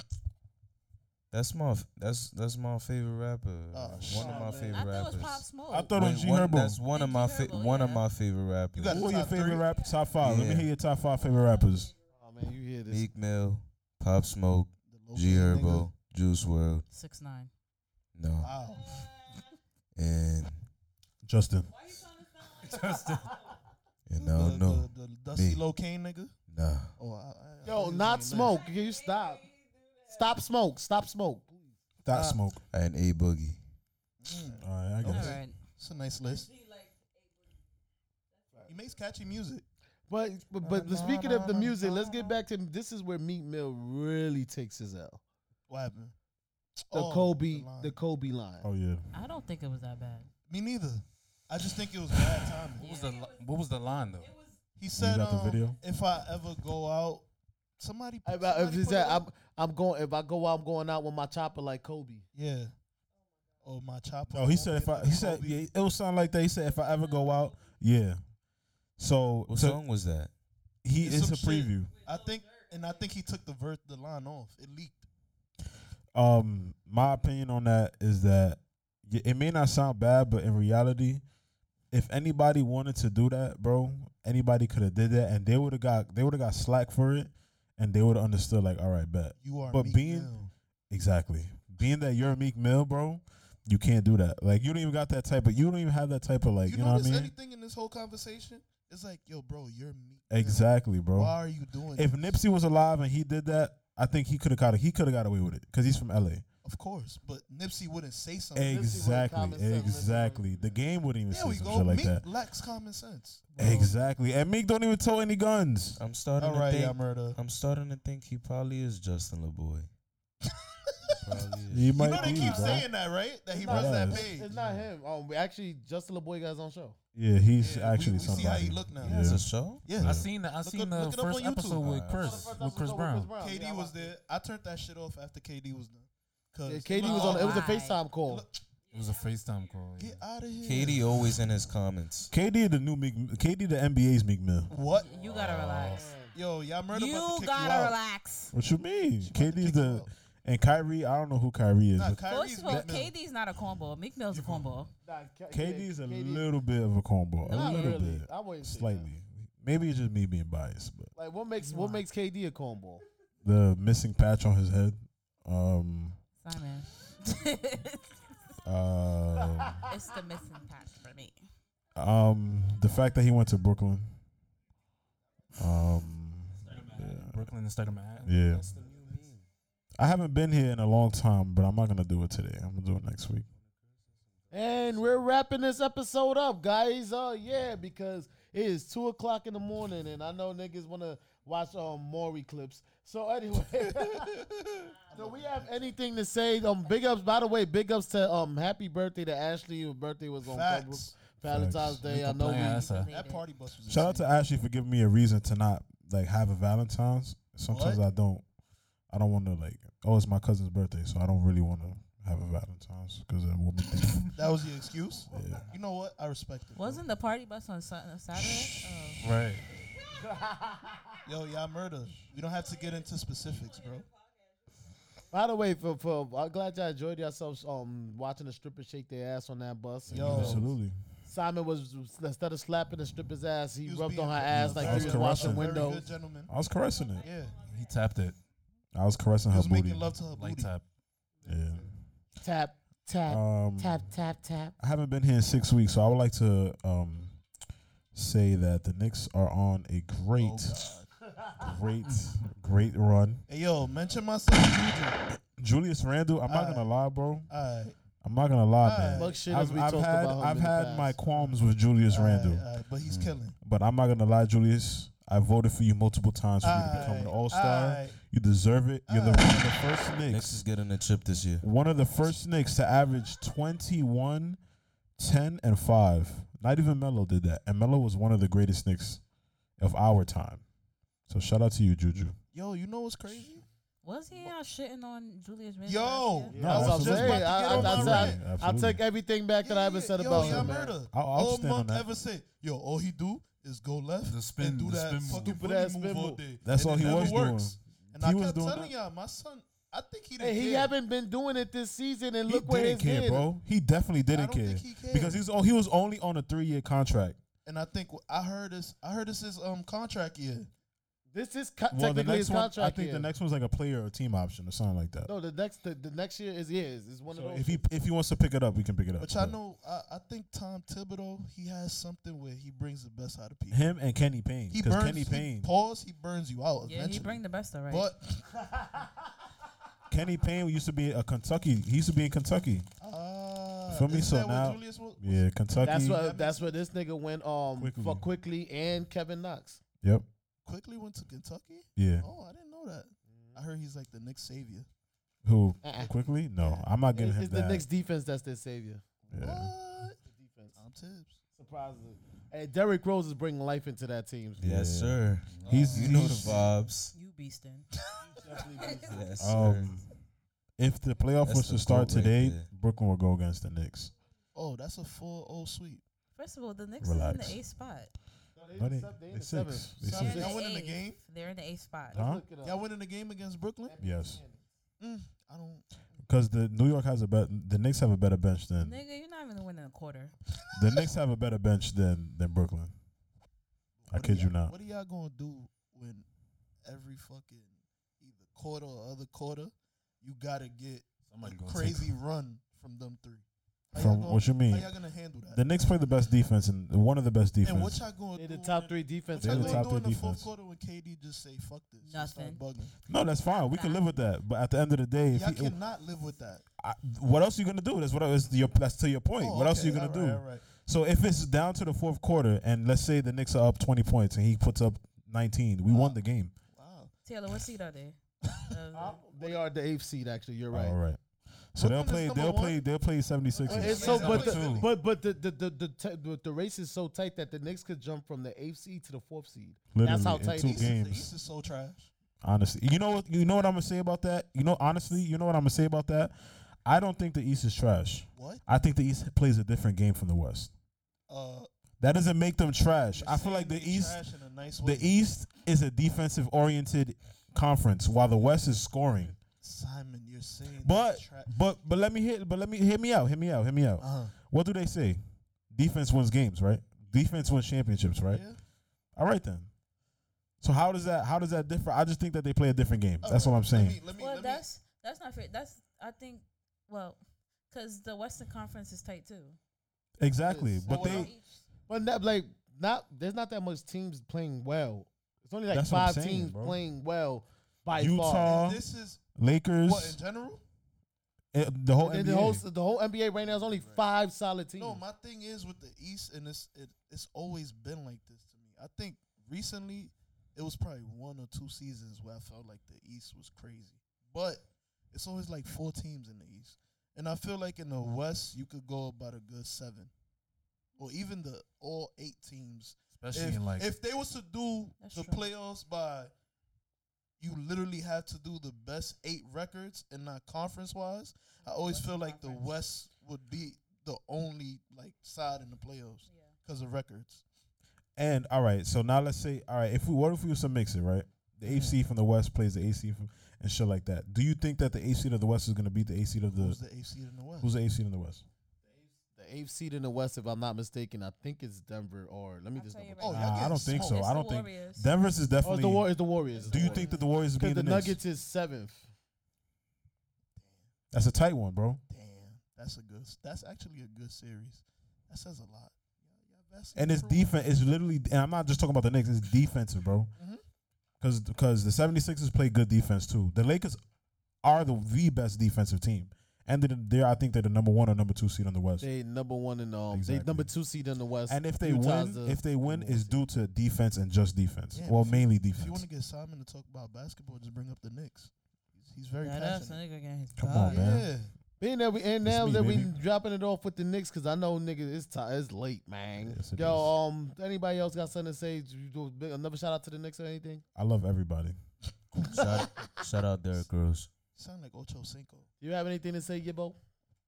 Speaker 12: That's my f- that's that's my favorite rapper. One
Speaker 9: Oh, shit,
Speaker 12: of my
Speaker 9: man.
Speaker 12: favorite
Speaker 9: I thought it
Speaker 12: rappers.
Speaker 9: was Pop
Speaker 1: Oh.
Speaker 9: Smoke.
Speaker 4: I thought it was G
Speaker 12: one,
Speaker 4: Herbo.
Speaker 12: That's one of my fa- one of my favorite rappers.
Speaker 4: Who are your favorite rap top five? Let me hear your top five favorite rappers.
Speaker 1: Oh man, you hear this?
Speaker 12: Meek Mill, Pop Smoke, G Herbo, Juice World.
Speaker 7: Six nine.
Speaker 12: No. And
Speaker 4: Justin. [laughs]
Speaker 9: Justin.
Speaker 12: And no,
Speaker 9: the,
Speaker 12: no.
Speaker 9: The, the Dusty
Speaker 12: Me.
Speaker 9: Low Kane nigga?
Speaker 12: Nah.
Speaker 9: Oh, I, I,
Speaker 1: Yo, not smoke. Can you stop? Stop smoke. Stop smoke.
Speaker 4: That smoke.
Speaker 12: And A Boogie.
Speaker 9: Mm.
Speaker 4: All right, I
Speaker 9: Okay.
Speaker 4: guess.
Speaker 9: It's a nice list. He makes catchy music.
Speaker 1: But but, but speaking of the music, let's get back to this is where Meek Mill really takes his L.
Speaker 9: What happened?
Speaker 1: The
Speaker 9: Oh,
Speaker 1: Kobe,
Speaker 9: line.
Speaker 1: the Kobe line.
Speaker 4: Oh yeah.
Speaker 7: I don't think it was that bad.
Speaker 9: Me neither. I just think it was bad timing.
Speaker 2: What was the li- What was the line though?
Speaker 9: He said,
Speaker 4: got the
Speaker 9: um,
Speaker 4: video?
Speaker 9: if I ever go out, somebody.
Speaker 1: If, I,
Speaker 9: somebody
Speaker 1: if he
Speaker 9: put
Speaker 1: said,
Speaker 9: it up.
Speaker 1: I'm, I'm going, if I go out, I'm going out with my chopper like Kobe.
Speaker 9: yeah. Oh, my chopper.
Speaker 4: No, he
Speaker 9: won't
Speaker 4: said
Speaker 9: be
Speaker 4: if I,
Speaker 9: like
Speaker 4: he said
Speaker 9: Kobe.
Speaker 4: yeah, it was something like that. He said if I ever go out, yeah. So
Speaker 12: What
Speaker 4: so
Speaker 12: song was that?
Speaker 4: he
Speaker 9: It's
Speaker 4: is
Speaker 9: some
Speaker 4: a preview.
Speaker 9: shit. I think, and I think he took the ver- the line off. It leaked.
Speaker 4: Um, my opinion on that is that y- it may not sound bad, but in reality, if anybody wanted to do that, bro, anybody could have did that, and they would have got they would have got slack for it, and they would have understood like, all right, bet.
Speaker 9: You are.
Speaker 4: But
Speaker 9: Meek
Speaker 4: being-
Speaker 9: Mill.
Speaker 4: Exactly. Being that you're a Meek Mill, bro, you can't do that. Like you don't even got that type of you don't even have that type of like you,
Speaker 9: you,
Speaker 4: know what I
Speaker 9: notice
Speaker 4: mean?
Speaker 9: anything in this whole conversation? It's like, yo, bro, you're Meek. Mill.
Speaker 4: Exactly, bro.
Speaker 9: Why are you doing?
Speaker 4: If
Speaker 9: this?
Speaker 4: Nipsey was alive and he did that, I think he could have got he could have got away with it because he's from LA.
Speaker 9: of course, but Nipsey wouldn't say something.
Speaker 4: Exactly,
Speaker 1: common sense, listen.
Speaker 4: exactly. The game wouldn't even
Speaker 9: There
Speaker 4: say
Speaker 9: we
Speaker 4: some
Speaker 9: go.
Speaker 4: shit like
Speaker 9: Meek
Speaker 4: that.
Speaker 9: lacks common sense.
Speaker 4: Exactly, and Meek don't even tow any guns.
Speaker 12: I'm starting
Speaker 9: All right,
Speaker 12: to
Speaker 9: yeah,
Speaker 12: think.
Speaker 9: murder.
Speaker 12: I'm starting to think he probably is Justin
Speaker 9: [laughs]
Speaker 12: LeBoy. probably is.
Speaker 4: He might
Speaker 9: You know they
Speaker 4: be,
Speaker 9: keep
Speaker 4: bro.
Speaker 9: saying that, right? That he
Speaker 4: Nah,
Speaker 9: runs that
Speaker 4: it's-
Speaker 9: page.
Speaker 1: It's not him. Um, actually, Justin LeBoy got his own show.
Speaker 4: yeah, he's
Speaker 9: Yeah, we-
Speaker 4: actually
Speaker 9: we see how
Speaker 4: somebody.
Speaker 9: he look now.
Speaker 4: Yeah.
Speaker 12: That's a show.
Speaker 9: Yeah,
Speaker 2: I seen the I seen
Speaker 9: up-
Speaker 2: the
Speaker 9: look it up
Speaker 2: first
Speaker 9: on YouTube.
Speaker 2: episode with Chris
Speaker 1: Alright.
Speaker 2: with Chris Brown.
Speaker 9: KD was there. I turned that shit off after KD was done. Cause
Speaker 1: Yeah, KD was on. It was a FaceTime call.
Speaker 9: Look,
Speaker 2: It was a FaceTime call. yeah.
Speaker 9: Get out of here.
Speaker 12: Katie always in his comments.
Speaker 4: KD the new Meek. KD the NBA's Meek Mill.
Speaker 9: What?
Speaker 7: You gotta relax.
Speaker 9: Yo, y'all murder about to
Speaker 7: You
Speaker 9: kick you
Speaker 7: gotta
Speaker 9: out.
Speaker 7: relax.
Speaker 4: What you mean? KD's
Speaker 9: kick him
Speaker 4: the
Speaker 9: out.
Speaker 4: and Kyrie. I don't know who Kyrie is.
Speaker 9: Nah,
Speaker 4: but
Speaker 9: Kyrie's
Speaker 7: First of all,
Speaker 9: Meek Mill.
Speaker 7: KD's not a cornball. Meek Mill's a cornball.
Speaker 4: KD's a little bit of a cornball. A
Speaker 1: Not
Speaker 4: little
Speaker 1: really.
Speaker 4: bit.
Speaker 1: I wouldn't say
Speaker 4: Slightly. Maybe it's just me being biased, but
Speaker 1: Like what makes what makes KD a cornball?
Speaker 4: the missing patch on his head.
Speaker 9: [laughs]
Speaker 4: Um.
Speaker 7: Simon. [laughs]
Speaker 4: Uh,
Speaker 7: it's the missing patch for me.
Speaker 4: um. The fact that he went to Brooklyn. Um.
Speaker 2: Brooklyn instead of Manhattan.
Speaker 4: Yeah. I haven't been here in a long time, but I'm not gonna do it today. I'm gonna do it next week.
Speaker 1: And we're wrapping this episode up, guys. Uh yeah, because it is two o'clock in the morning, and I know niggas wanna watch um Maury clips. So anyway, [laughs] do we have anything to say? Um, big ups. By the way, big ups to um happy birthday to Ashley. Her birthday was on
Speaker 9: Facts.
Speaker 1: Valentine's
Speaker 4: Facts.
Speaker 1: Day. I
Speaker 9: Oh,
Speaker 1: know.
Speaker 2: Plain
Speaker 1: We,
Speaker 2: ass, uh,
Speaker 9: That party bus was
Speaker 4: Shout out to
Speaker 9: insane.
Speaker 4: Ashley for giving me a reason to not like have a Valentine's. Sometimes
Speaker 9: What?
Speaker 4: I don't. I don't want to like. Oh, it's my cousin's birthday, so I don't really want to have a Valentine's because it will be
Speaker 9: [laughs]
Speaker 4: different.
Speaker 9: That was your excuse.
Speaker 4: Yeah.
Speaker 9: You know what? I respect it. bro.
Speaker 7: Wasn't the party bus on Sun- uh, Saturday? Oh.
Speaker 2: Right.
Speaker 9: Yo, y'all murder. We don't have to get into specifics, bro.
Speaker 1: by the way, for for I'm glad y'all enjoyed yourselves um watching the strippers shake their ass on that bus.
Speaker 9: Yo.
Speaker 4: Absolutely.
Speaker 1: Simon was instead of slapping the stripper's ass, he,
Speaker 9: He was
Speaker 1: rubbed
Speaker 9: being
Speaker 1: on her
Speaker 9: very-
Speaker 1: ass
Speaker 9: very
Speaker 1: like he was
Speaker 9: good-
Speaker 1: washing
Speaker 4: Corruption.
Speaker 9: very
Speaker 1: windows.
Speaker 9: good gentleman.
Speaker 4: I was caressing it.
Speaker 9: Yeah,
Speaker 2: He tapped it.
Speaker 4: I was caressing
Speaker 9: he
Speaker 4: her
Speaker 9: was
Speaker 4: booty.
Speaker 9: making love to her
Speaker 2: Light
Speaker 9: booty.
Speaker 2: tap.
Speaker 4: Yeah.
Speaker 1: Tap tap
Speaker 4: Um,
Speaker 1: tap tap tap.
Speaker 4: I haven't been here in six weeks, so I would like to um, say that the Knicks are on a great, great, great run.
Speaker 9: Hey, yo, mention myself.
Speaker 4: Julius Randle, I'm not
Speaker 9: Alright.
Speaker 4: gonna lie, bro.
Speaker 9: All right,
Speaker 4: I'm not gonna lie,
Speaker 9: Alright.
Speaker 4: man.
Speaker 9: Buck shit as
Speaker 4: I've,
Speaker 9: we
Speaker 4: I've
Speaker 9: talked
Speaker 4: had
Speaker 9: about him
Speaker 4: I've
Speaker 9: in the
Speaker 4: had my qualms with Julius Randle,
Speaker 9: alright, but
Speaker 12: Mm.
Speaker 9: he's killing.
Speaker 4: But I'm not gonna lie, Julius. I voted for you multiple times for you to become an
Speaker 9: Alright,
Speaker 4: All Star.
Speaker 9: alright.
Speaker 4: You deserve it. You're the, one of the first Knicks.
Speaker 12: Knicks is getting a chip this year.
Speaker 4: One of the first Knicks to average 21, 10, and 5. Not even Melo did that. And Melo was one of the greatest Knicks of our time. So shout out to you, Juju.
Speaker 9: [laughs] Yo, you know what's crazy?
Speaker 7: Was he out shitting on Julius Randle?
Speaker 9: Yo,
Speaker 7: last year?
Speaker 4: No,
Speaker 9: I was
Speaker 4: absolutely.
Speaker 9: just about to get
Speaker 4: I-
Speaker 9: on
Speaker 4: I-
Speaker 9: my
Speaker 4: I said
Speaker 9: rant.
Speaker 4: Yeah,
Speaker 1: I'll
Speaker 4: absolutely.
Speaker 1: take everything back that I ever said
Speaker 9: Yo,
Speaker 1: about
Speaker 9: y'all
Speaker 1: him. man.
Speaker 9: murder.
Speaker 4: I'll- I'll
Speaker 9: all
Speaker 4: stand on
Speaker 9: Monk
Speaker 4: that.
Speaker 9: ever said, yo, all he do is go left
Speaker 2: The spin-
Speaker 9: and do
Speaker 2: the
Speaker 9: that
Speaker 2: spin move.
Speaker 9: fucking
Speaker 1: Stupid
Speaker 9: bully
Speaker 1: ass
Speaker 9: move
Speaker 1: spin
Speaker 9: all
Speaker 1: move.
Speaker 9: day.
Speaker 4: That's
Speaker 9: And
Speaker 4: all
Speaker 9: it
Speaker 4: he
Speaker 9: never
Speaker 4: was
Speaker 9: works.
Speaker 4: doing.
Speaker 9: And
Speaker 4: He
Speaker 9: I
Speaker 4: was
Speaker 9: kept
Speaker 4: doing
Speaker 9: telling
Speaker 4: that.
Speaker 9: y'all, my son, I think he didn't
Speaker 1: Hey, he
Speaker 9: care.
Speaker 1: haven't been doing it this season, and
Speaker 4: He
Speaker 1: look where
Speaker 4: didn't
Speaker 1: his
Speaker 4: care,
Speaker 1: head.
Speaker 4: bro. He definitely didn't
Speaker 9: don't
Speaker 4: care.
Speaker 9: think he cared.
Speaker 4: Because he's oh he was only on a three year contract.
Speaker 9: And I think wh- I heard this. I heard this is um contract year.
Speaker 1: This is co-
Speaker 4: Well, the
Speaker 1: technically
Speaker 4: next
Speaker 1: his
Speaker 4: one,
Speaker 1: contract.
Speaker 4: I think
Speaker 1: year.
Speaker 4: the next one's like a player or team option or something like that.
Speaker 1: No, the next the, the next year is his. Is one
Speaker 4: So
Speaker 1: of those.
Speaker 4: if he if he wants to pick it up, we can pick it up.
Speaker 9: But y'all know, I, I think Tom Thibodeau he has something where he brings the best out of people.
Speaker 4: him and Kenny Payne.
Speaker 9: He
Speaker 4: Because
Speaker 9: burns.
Speaker 4: Kenny
Speaker 9: he
Speaker 4: Payne,
Speaker 9: pause. He burns you out.
Speaker 7: Yeah, he
Speaker 9: eventually.
Speaker 7: bring the best all right.
Speaker 9: But
Speaker 7: [laughs]
Speaker 4: Kenny Payne used to be a Kentucky. He used to be in Kentucky.
Speaker 9: uh,
Speaker 4: Feel me?
Speaker 9: isn't
Speaker 4: So
Speaker 9: that what
Speaker 4: now-
Speaker 9: Julius was,
Speaker 4: Yeah, Kentucky.
Speaker 1: that's where that's where this nigga went um
Speaker 4: Quickly.
Speaker 1: for quickly and Kevin Knox.
Speaker 4: Yep.
Speaker 9: quickly went to Kentucky.
Speaker 4: Yeah.
Speaker 9: Oh, I didn't know that. I heard he's like the Knicks savior.
Speaker 4: Who
Speaker 1: Uh-uh.
Speaker 4: quickly? No, I'm not giving
Speaker 1: It's,
Speaker 4: him
Speaker 1: it's
Speaker 4: that.
Speaker 1: the next defense that's their savior.
Speaker 4: yeah.
Speaker 9: What?
Speaker 1: Defense.
Speaker 9: Tom Tibbs.
Speaker 1: Surprisingly, hey, Derrick Rose is bringing life into that team.
Speaker 12: Yes,
Speaker 4: Yeah.
Speaker 12: sir.
Speaker 4: He's,
Speaker 12: You know the
Speaker 4: he's-
Speaker 12: vibes.
Speaker 7: you
Speaker 4: [laughs]
Speaker 7: beastin'.
Speaker 12: Yes, sir.
Speaker 4: um, if the playoff
Speaker 12: That's
Speaker 4: was
Speaker 12: the
Speaker 4: to start
Speaker 12: goat right
Speaker 4: today,
Speaker 12: there.
Speaker 4: Brooklyn will go against the Knicks.
Speaker 9: Oh, that's a full old sweep.
Speaker 7: First of all, the Knicks is
Speaker 4: Relax.
Speaker 7: in the eighth spot.
Speaker 4: No, they,
Speaker 1: in sev- they in
Speaker 4: they
Speaker 1: the seventh.
Speaker 4: six. They
Speaker 9: Seven.
Speaker 4: six.
Speaker 9: Y'all winning the
Speaker 7: eighth.
Speaker 9: game?
Speaker 7: They're in the eighth spot.
Speaker 4: Huh?
Speaker 1: Look it up.
Speaker 9: Y'all winning the game against Brooklyn?
Speaker 4: Yes,
Speaker 9: Mm, I don't.
Speaker 4: because the New York has a bet. The Knicks have a better bench than
Speaker 7: Nigga, you're not even winning a quarter.
Speaker 4: [laughs] the Knicks have a better bench than than Brooklyn. I
Speaker 9: What are
Speaker 4: kid you
Speaker 9: y'all-
Speaker 4: not.
Speaker 9: What are y'all gonna do when every fucking either quarter or other quarter you gotta get
Speaker 2: Somebody
Speaker 9: a
Speaker 2: gonna take
Speaker 9: crazy run from them three? How y'all
Speaker 4: From
Speaker 9: gonna-
Speaker 4: what you
Speaker 9: How
Speaker 4: mean,
Speaker 9: y'all gonna handle that?
Speaker 4: the Knicks play the best defense and one of the best
Speaker 9: and what
Speaker 4: defense.
Speaker 9: y'all gonna
Speaker 1: They're
Speaker 9: do?
Speaker 1: the top
Speaker 9: when-
Speaker 1: three
Speaker 9: What
Speaker 1: defense.
Speaker 4: They're
Speaker 9: y'all
Speaker 4: the
Speaker 9: gonna
Speaker 4: top
Speaker 9: do
Speaker 4: three
Speaker 9: in the fourth
Speaker 4: defense.
Speaker 9: quarter when KD just say fuck this? and
Speaker 7: Nothing.
Speaker 9: Start bugging.
Speaker 4: No, that's fine. We can live with that. But at the end of the day, if
Speaker 9: Y'all
Speaker 4: he,
Speaker 9: cannot live with that.
Speaker 4: I, what else are you gonna do? That's what I- that's your that's to your point.
Speaker 9: Oh,
Speaker 4: what else are you
Speaker 9: okay,
Speaker 4: gonna do?
Speaker 9: all right, all right.
Speaker 4: So if it's down to the fourth quarter, and let's say the Knicks are up twenty points, and he puts up nineteen, we
Speaker 9: Uh-huh.
Speaker 4: won the game.
Speaker 9: Wow.
Speaker 7: Taylor, what seed are
Speaker 9: [laughs]
Speaker 7: they? Uh,
Speaker 1: They are the eighth seed. Actually, you're right.
Speaker 4: All right. So they'll
Speaker 9: Brooklyn
Speaker 4: play.
Speaker 9: is number
Speaker 4: They'll
Speaker 9: one?
Speaker 4: play. They'll play 76
Speaker 1: But Uh, it's
Speaker 9: Yeah,
Speaker 1: so,
Speaker 9: it's
Speaker 1: but
Speaker 9: number
Speaker 1: the,
Speaker 9: two.
Speaker 1: but but the the the the, t- the the race is so tight that the Knicks could jump from the eighth seed to the fourth seed.
Speaker 4: Literally
Speaker 1: That's how
Speaker 4: in
Speaker 1: tight
Speaker 4: two
Speaker 1: it is.
Speaker 9: The
Speaker 4: games.
Speaker 9: East is so trash.
Speaker 4: Honestly, you know what? You know what I'm gonna say about that. You know, honestly, you know what I'm gonna say about that. I don't think the East is trash.
Speaker 9: What?
Speaker 4: I think the East plays a different game from the West.
Speaker 9: Uh,
Speaker 4: That doesn't make them trash.
Speaker 9: you're
Speaker 4: I feel like
Speaker 9: saying
Speaker 4: the
Speaker 9: they
Speaker 4: East,
Speaker 9: trash in a nice way.
Speaker 4: the East is a defensive oriented conference, while the West is scoring.
Speaker 9: Simon, you're saying
Speaker 4: But
Speaker 9: they tra-
Speaker 4: but but let me hit but let me hear me out. Hear me out. Hear me out.
Speaker 9: Uh-huh.
Speaker 4: What do they say? Defense wins games, right? Defense wins championships, right?
Speaker 9: Yeah.
Speaker 4: All right then. So how does that how does that differ? I just think that they play a different game. That's what I'm saying.
Speaker 9: Let me, let me,
Speaker 7: well,
Speaker 9: let me-
Speaker 7: that's that's not fair. That's I think well, because the Western Conference is tight too.
Speaker 4: exactly. But
Speaker 9: Well,
Speaker 4: they
Speaker 1: But not, like not there's not that much teams playing well. It's only like
Speaker 4: That's what I'm
Speaker 1: five
Speaker 4: saying,
Speaker 1: teams
Speaker 4: bro.
Speaker 1: playing well by far.
Speaker 4: Utah,
Speaker 9: and this is
Speaker 4: Lakers,
Speaker 9: what in general.
Speaker 4: eh, the whole
Speaker 1: And
Speaker 4: NBA.
Speaker 1: the whole the whole NBA right now is only five solid teams.
Speaker 9: No, my thing is with the East, and it's it, it's always been like this to me. I think recently it was probably one or two seasons where I felt like the East was crazy, but it's always like four teams in the East, and I feel like in the West you could go about a good seven, or even the all eight teams
Speaker 2: Especially
Speaker 9: if,
Speaker 2: in like
Speaker 9: if they was to do
Speaker 7: That's
Speaker 9: the
Speaker 7: true.
Speaker 9: playoffs by you literally have to do the best eight records and not conference wise i always feel like the west would be the only like side in the playoffs because of records
Speaker 4: and all right, so now let's say all right, if we what if we was to mix it, right? The AC from the West plays the AC from and shit like that. Do you think that the AC of the West is gonna beat the AC of the
Speaker 9: who's the eighth seed in the west
Speaker 4: who's the AC in the West?
Speaker 1: the eighth seed in the West, if I'm not mistaken, I think it's Denver or let me
Speaker 7: I'll
Speaker 1: just
Speaker 7: tell you
Speaker 1: double.
Speaker 7: right now.
Speaker 9: Oh, y'all
Speaker 4: Nah, I
Speaker 9: getting
Speaker 4: don't think so.
Speaker 9: smoked.
Speaker 7: It's
Speaker 4: I
Speaker 7: the
Speaker 4: don't think
Speaker 7: Warriors.
Speaker 4: Denver's is
Speaker 1: Oh,
Speaker 4: definitely.
Speaker 1: it's the, War- it's the Warriors.
Speaker 4: do you think that the Warriors is
Speaker 1: because
Speaker 4: being
Speaker 1: the
Speaker 4: the, Knicks?
Speaker 1: Nuggets is seventh?
Speaker 4: That's a tight one, bro.
Speaker 9: damn that's a good s- that's actually a good series that says a lot Y'all best
Speaker 4: And it's
Speaker 9: improved.
Speaker 4: defense. It's literally. And I'm not just talking about the Knicks. It's defensive, bro.
Speaker 9: Mhm.
Speaker 4: Because the 76ers play good defense too. The Lakers are the the best defensive team, Ended up there, I think they're the number one or number two seed on the West.
Speaker 1: They number one in um, they number two seed in the West.
Speaker 4: And if they
Speaker 1: Utah's
Speaker 4: win,
Speaker 1: the-
Speaker 4: if they win, is due to defense and just defense.
Speaker 9: Yeah,
Speaker 4: well,
Speaker 9: if you-
Speaker 4: mainly
Speaker 9: If you
Speaker 4: defense.
Speaker 9: want to get Simon to talk about basketball, just bring up the Knicks. He's, he's very
Speaker 7: That ass
Speaker 9: passionate.
Speaker 7: nigga getting his
Speaker 4: Come on,
Speaker 7: bag.
Speaker 4: man.
Speaker 9: Yeah.
Speaker 1: Being that we and
Speaker 4: It's
Speaker 1: now
Speaker 4: me,
Speaker 1: that we
Speaker 4: baby.
Speaker 1: dropping it off with the Knicks, cause I know nigga, it's time, it's late, man.
Speaker 4: Yes, it
Speaker 1: Yo, um, anybody else got something to say? You do a big- another shout out to the Knicks or anything?
Speaker 4: I love everybody.
Speaker 12: shout, shout out Derrick Rose.
Speaker 9: Sound like Ocho Cinco.
Speaker 1: You have anything to say, Gibbo?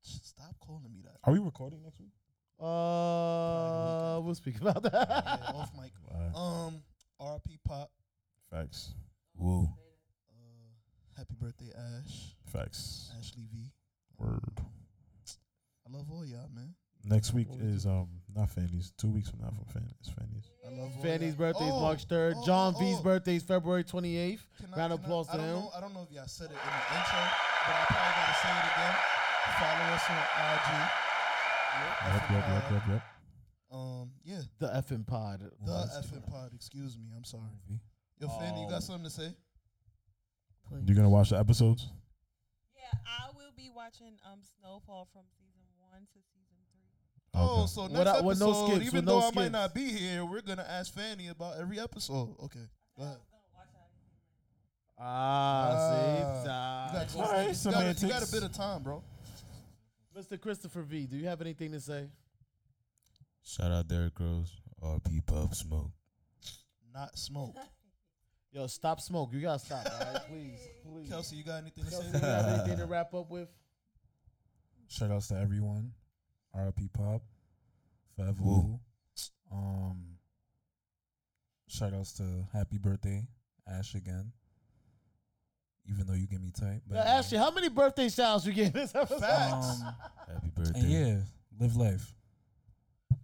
Speaker 9: Stop calling me that.
Speaker 4: Are we recording next week?
Speaker 1: Uh, we'll speak about that.
Speaker 9: Yeah, off
Speaker 4: [laughs]
Speaker 9: mic. Um, R.P. Pop.
Speaker 4: Facts.
Speaker 12: Whoa.
Speaker 9: Happy birthday, Ash.
Speaker 4: Facts.
Speaker 9: Ashley V.
Speaker 4: Word.
Speaker 9: I love all y'all, man.
Speaker 4: Next week is um not Fanny's. Two weeks from now from Fanny's. Fanny's.
Speaker 9: I love all
Speaker 1: Fanny's
Speaker 9: y'all.
Speaker 1: birthday is
Speaker 9: Oh,
Speaker 1: March third.
Speaker 9: oh,
Speaker 1: John
Speaker 9: oh,
Speaker 1: V's
Speaker 9: oh.
Speaker 1: birthday is February twenty eighth.
Speaker 9: Can
Speaker 1: Round of
Speaker 9: can
Speaker 1: applause
Speaker 9: I,
Speaker 1: to
Speaker 9: don't
Speaker 1: him.
Speaker 9: Know, I don't know if y'all said it in the intro, but I probably gotta say it again. Follow us on IG. Yep,
Speaker 4: Yep, yep, yep, yep, yep.
Speaker 9: Um, yeah,
Speaker 1: The effing pod.
Speaker 9: the effing pod. Excuse me, I'm sorry. Yo, Fanny,
Speaker 1: Um,
Speaker 9: you got something to say?
Speaker 4: You're gonna watch the episodes?
Speaker 3: Yeah, I will be watching um Snowfall from season one to season three.
Speaker 9: Oh, so next
Speaker 1: Without-
Speaker 9: episode,
Speaker 1: with no skips,
Speaker 9: even
Speaker 1: with
Speaker 9: though
Speaker 1: no
Speaker 9: I might
Speaker 1: skips.
Speaker 9: not be here, we're gonna ask Fanny about every episode. Okay, go ahead.
Speaker 1: Ah, see,
Speaker 9: You got,
Speaker 1: ah.
Speaker 9: you got-
Speaker 4: some
Speaker 9: you got
Speaker 4: antics.
Speaker 9: a bit of time, bro.
Speaker 1: Mr. Christopher V, do you have anything to say?
Speaker 12: Shout out Derrick Rose. RP Pop Smoke.
Speaker 9: Not smoke.
Speaker 1: Yo, stop smoke. You gotta stop, all right? [laughs] Please, please.
Speaker 9: Kelsey, you got anything to
Speaker 1: Kelsey,
Speaker 9: say?
Speaker 1: you have anything [laughs] to [laughs] wrap up with?
Speaker 2: Shout outs to everyone. RIP Pop. Forever.
Speaker 12: Woo.
Speaker 2: Wu. Um shout outs to happy birthday, Ash again. Even though you give me tight. But
Speaker 1: Yo, Ashley, how many birthday shouts you getting this episode?
Speaker 2: um,
Speaker 12: Happy birthday.
Speaker 2: and yeah, live life.
Speaker 1: [laughs]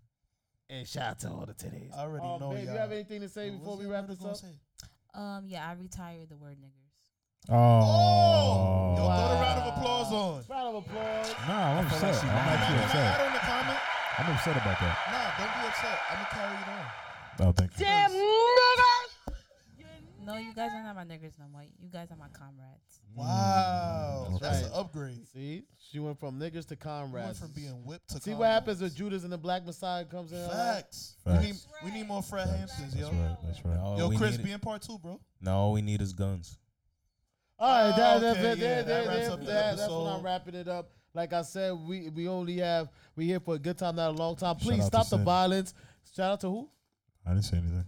Speaker 1: And shout out to all the titties.
Speaker 9: I already
Speaker 1: Um,
Speaker 9: know
Speaker 1: babe,
Speaker 9: y'all.
Speaker 1: you have anything to say
Speaker 9: What
Speaker 1: before
Speaker 9: was
Speaker 1: we
Speaker 9: y'all
Speaker 1: wrap
Speaker 9: really
Speaker 1: this
Speaker 9: gonna
Speaker 1: up?
Speaker 9: say?
Speaker 7: Um, yeah, I retired the word niggers.
Speaker 4: Oh,
Speaker 9: Oh, yo, throw
Speaker 1: Wow.
Speaker 9: the round of applause on.
Speaker 1: Round of applause.
Speaker 4: nah, I'm upset. I'm actually
Speaker 9: Can I add
Speaker 4: upset.
Speaker 9: on the comment?
Speaker 4: I'm upset about that.
Speaker 9: Nah, don't be upset. I'm gonna carry it on.
Speaker 4: Oh, thank you.
Speaker 7: No, you guys are not my niggers no more. You guys are my comrades.
Speaker 9: Wow, that's an
Speaker 1: right.
Speaker 9: upgrade.
Speaker 1: See, she went from niggas to
Speaker 9: We went
Speaker 1: comrades.
Speaker 9: from being whipped to
Speaker 1: See what
Speaker 9: combat.
Speaker 1: happens when Judas and the Black Messiah comes in.
Speaker 9: Facts.
Speaker 4: Facts.
Speaker 9: We need we need more Fred Hamptons, yo.
Speaker 12: That's right. That's right. Now
Speaker 9: Yo,
Speaker 12: all we
Speaker 9: Chris,
Speaker 12: need-
Speaker 9: be in part two, bro.
Speaker 12: now all we need is guns.
Speaker 1: All right, that,
Speaker 9: Ah,
Speaker 1: that,
Speaker 9: okay,
Speaker 1: that,
Speaker 9: yeah, that
Speaker 1: that, that-
Speaker 9: wraps
Speaker 1: that-
Speaker 9: up the
Speaker 1: that- that's when I'm
Speaker 9: episode.
Speaker 1: wrapping it up. Like I said, we we only have we here for a good time, not a long time. Please
Speaker 4: out to
Speaker 1: stop the
Speaker 4: Sid.
Speaker 1: violence. Shout out to who?
Speaker 4: I didn't say anything.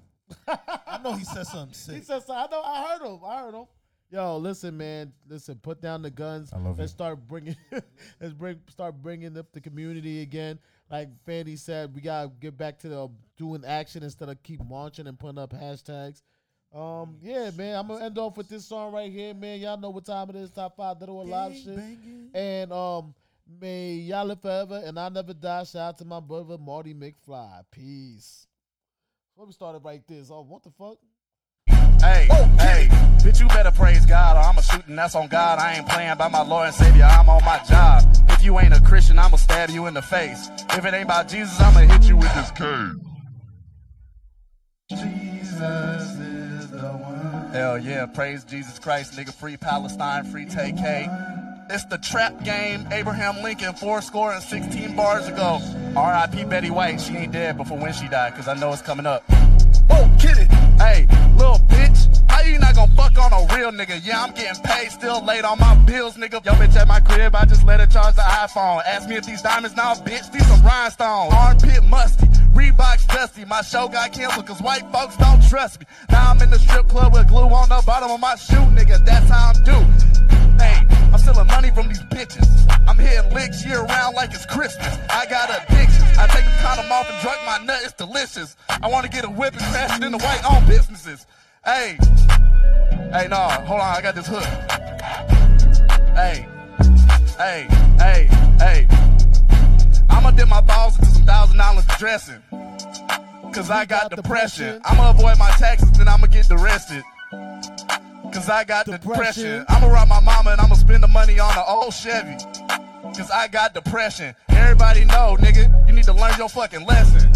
Speaker 9: I know he said something sick.
Speaker 1: He said, so- I know, I heard him. I heard him. Yo, listen, man. Listen, put down the guns.
Speaker 4: I love
Speaker 1: Let's
Speaker 4: you.
Speaker 1: start bringing, [laughs] let's bring, start bringing up the community again. Like Fanny said, we gotta get back to the doing action instead of keep marching and putting up hashtags. Um, yeah, man. I'm gonna end off with this song right here, man. Y'all know what time it is. Top five, that or live shit. And um, may y'all live forever, and I never die. Shout out to my brother Marty McFly. Peace. Let me start it right this. Oh, what the fuck?
Speaker 13: Hey, hey, bitch, you better praise God or I'm a shooting. That's on God. I ain't playing by my Lord and Savior. I'm on my job. If you ain't a Christian, I'ma stab you in the face. If it ain't by Jesus, I'ma hit you with this cane. Jesus is the one. Hell yeah, praise Jesus Christ, nigga. Free Palestine, free TK. It's the trap game. Abraham Lincoln, four score and 16 bars ago. RIP Betty White. She ain't dead before when she died, because I know it's coming up. Whoa, kid it. Hey, little bitch. How you not gonna fuck on a real nigga? Yeah, I'm getting paid, still late on my bills, nigga. Yo, bitch, at my crib, I just let her charge the iPhone. Ask me if these diamonds now, bitch, these some rhinestones. Armpit musty, Reebok dusty. My show got canceled cause white folks don't trust me. Now I'm in the strip club with glue on the bottom of my shoe, nigga. That's how I'm due. Hey, I'm stealing money from these bitches. I'm hitting licks year round like it's Christmas. I got addictions. I take the condom off and drug my nut. It's delicious. I want to get a whip and crash it into white owned businesses. Hey, hey, no, hold on. I got this hook. Hey, hey, hey, hey. I'ma dip my balls into some thousand dollars dressing. Cause I got depression. I'ma avoid my taxes, then I'ma get arrested. Cause I got depression. I'ma rob my mama and I'ma spend the money on an old Chevy. Cause I got depression. Everybody know, nigga, you need to learn your fucking lesson.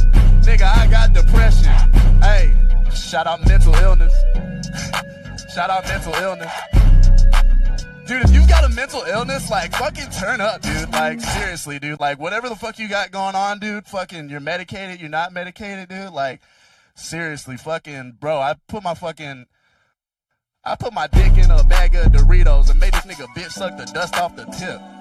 Speaker 13: Nigga, I got depression. Hey, [laughs] shout out mental illness. shout out mental illness. Dude, if you've got a mental illness, like fucking turn up, dude. Like seriously, dude. Like whatever the fuck you got going on, dude. Fucking you're medicated, you're not medicated, dude. Like seriously, fucking bro. I put my fucking I put my dick in a bag of Doritos and made this nigga bitch suck the dust off the tip.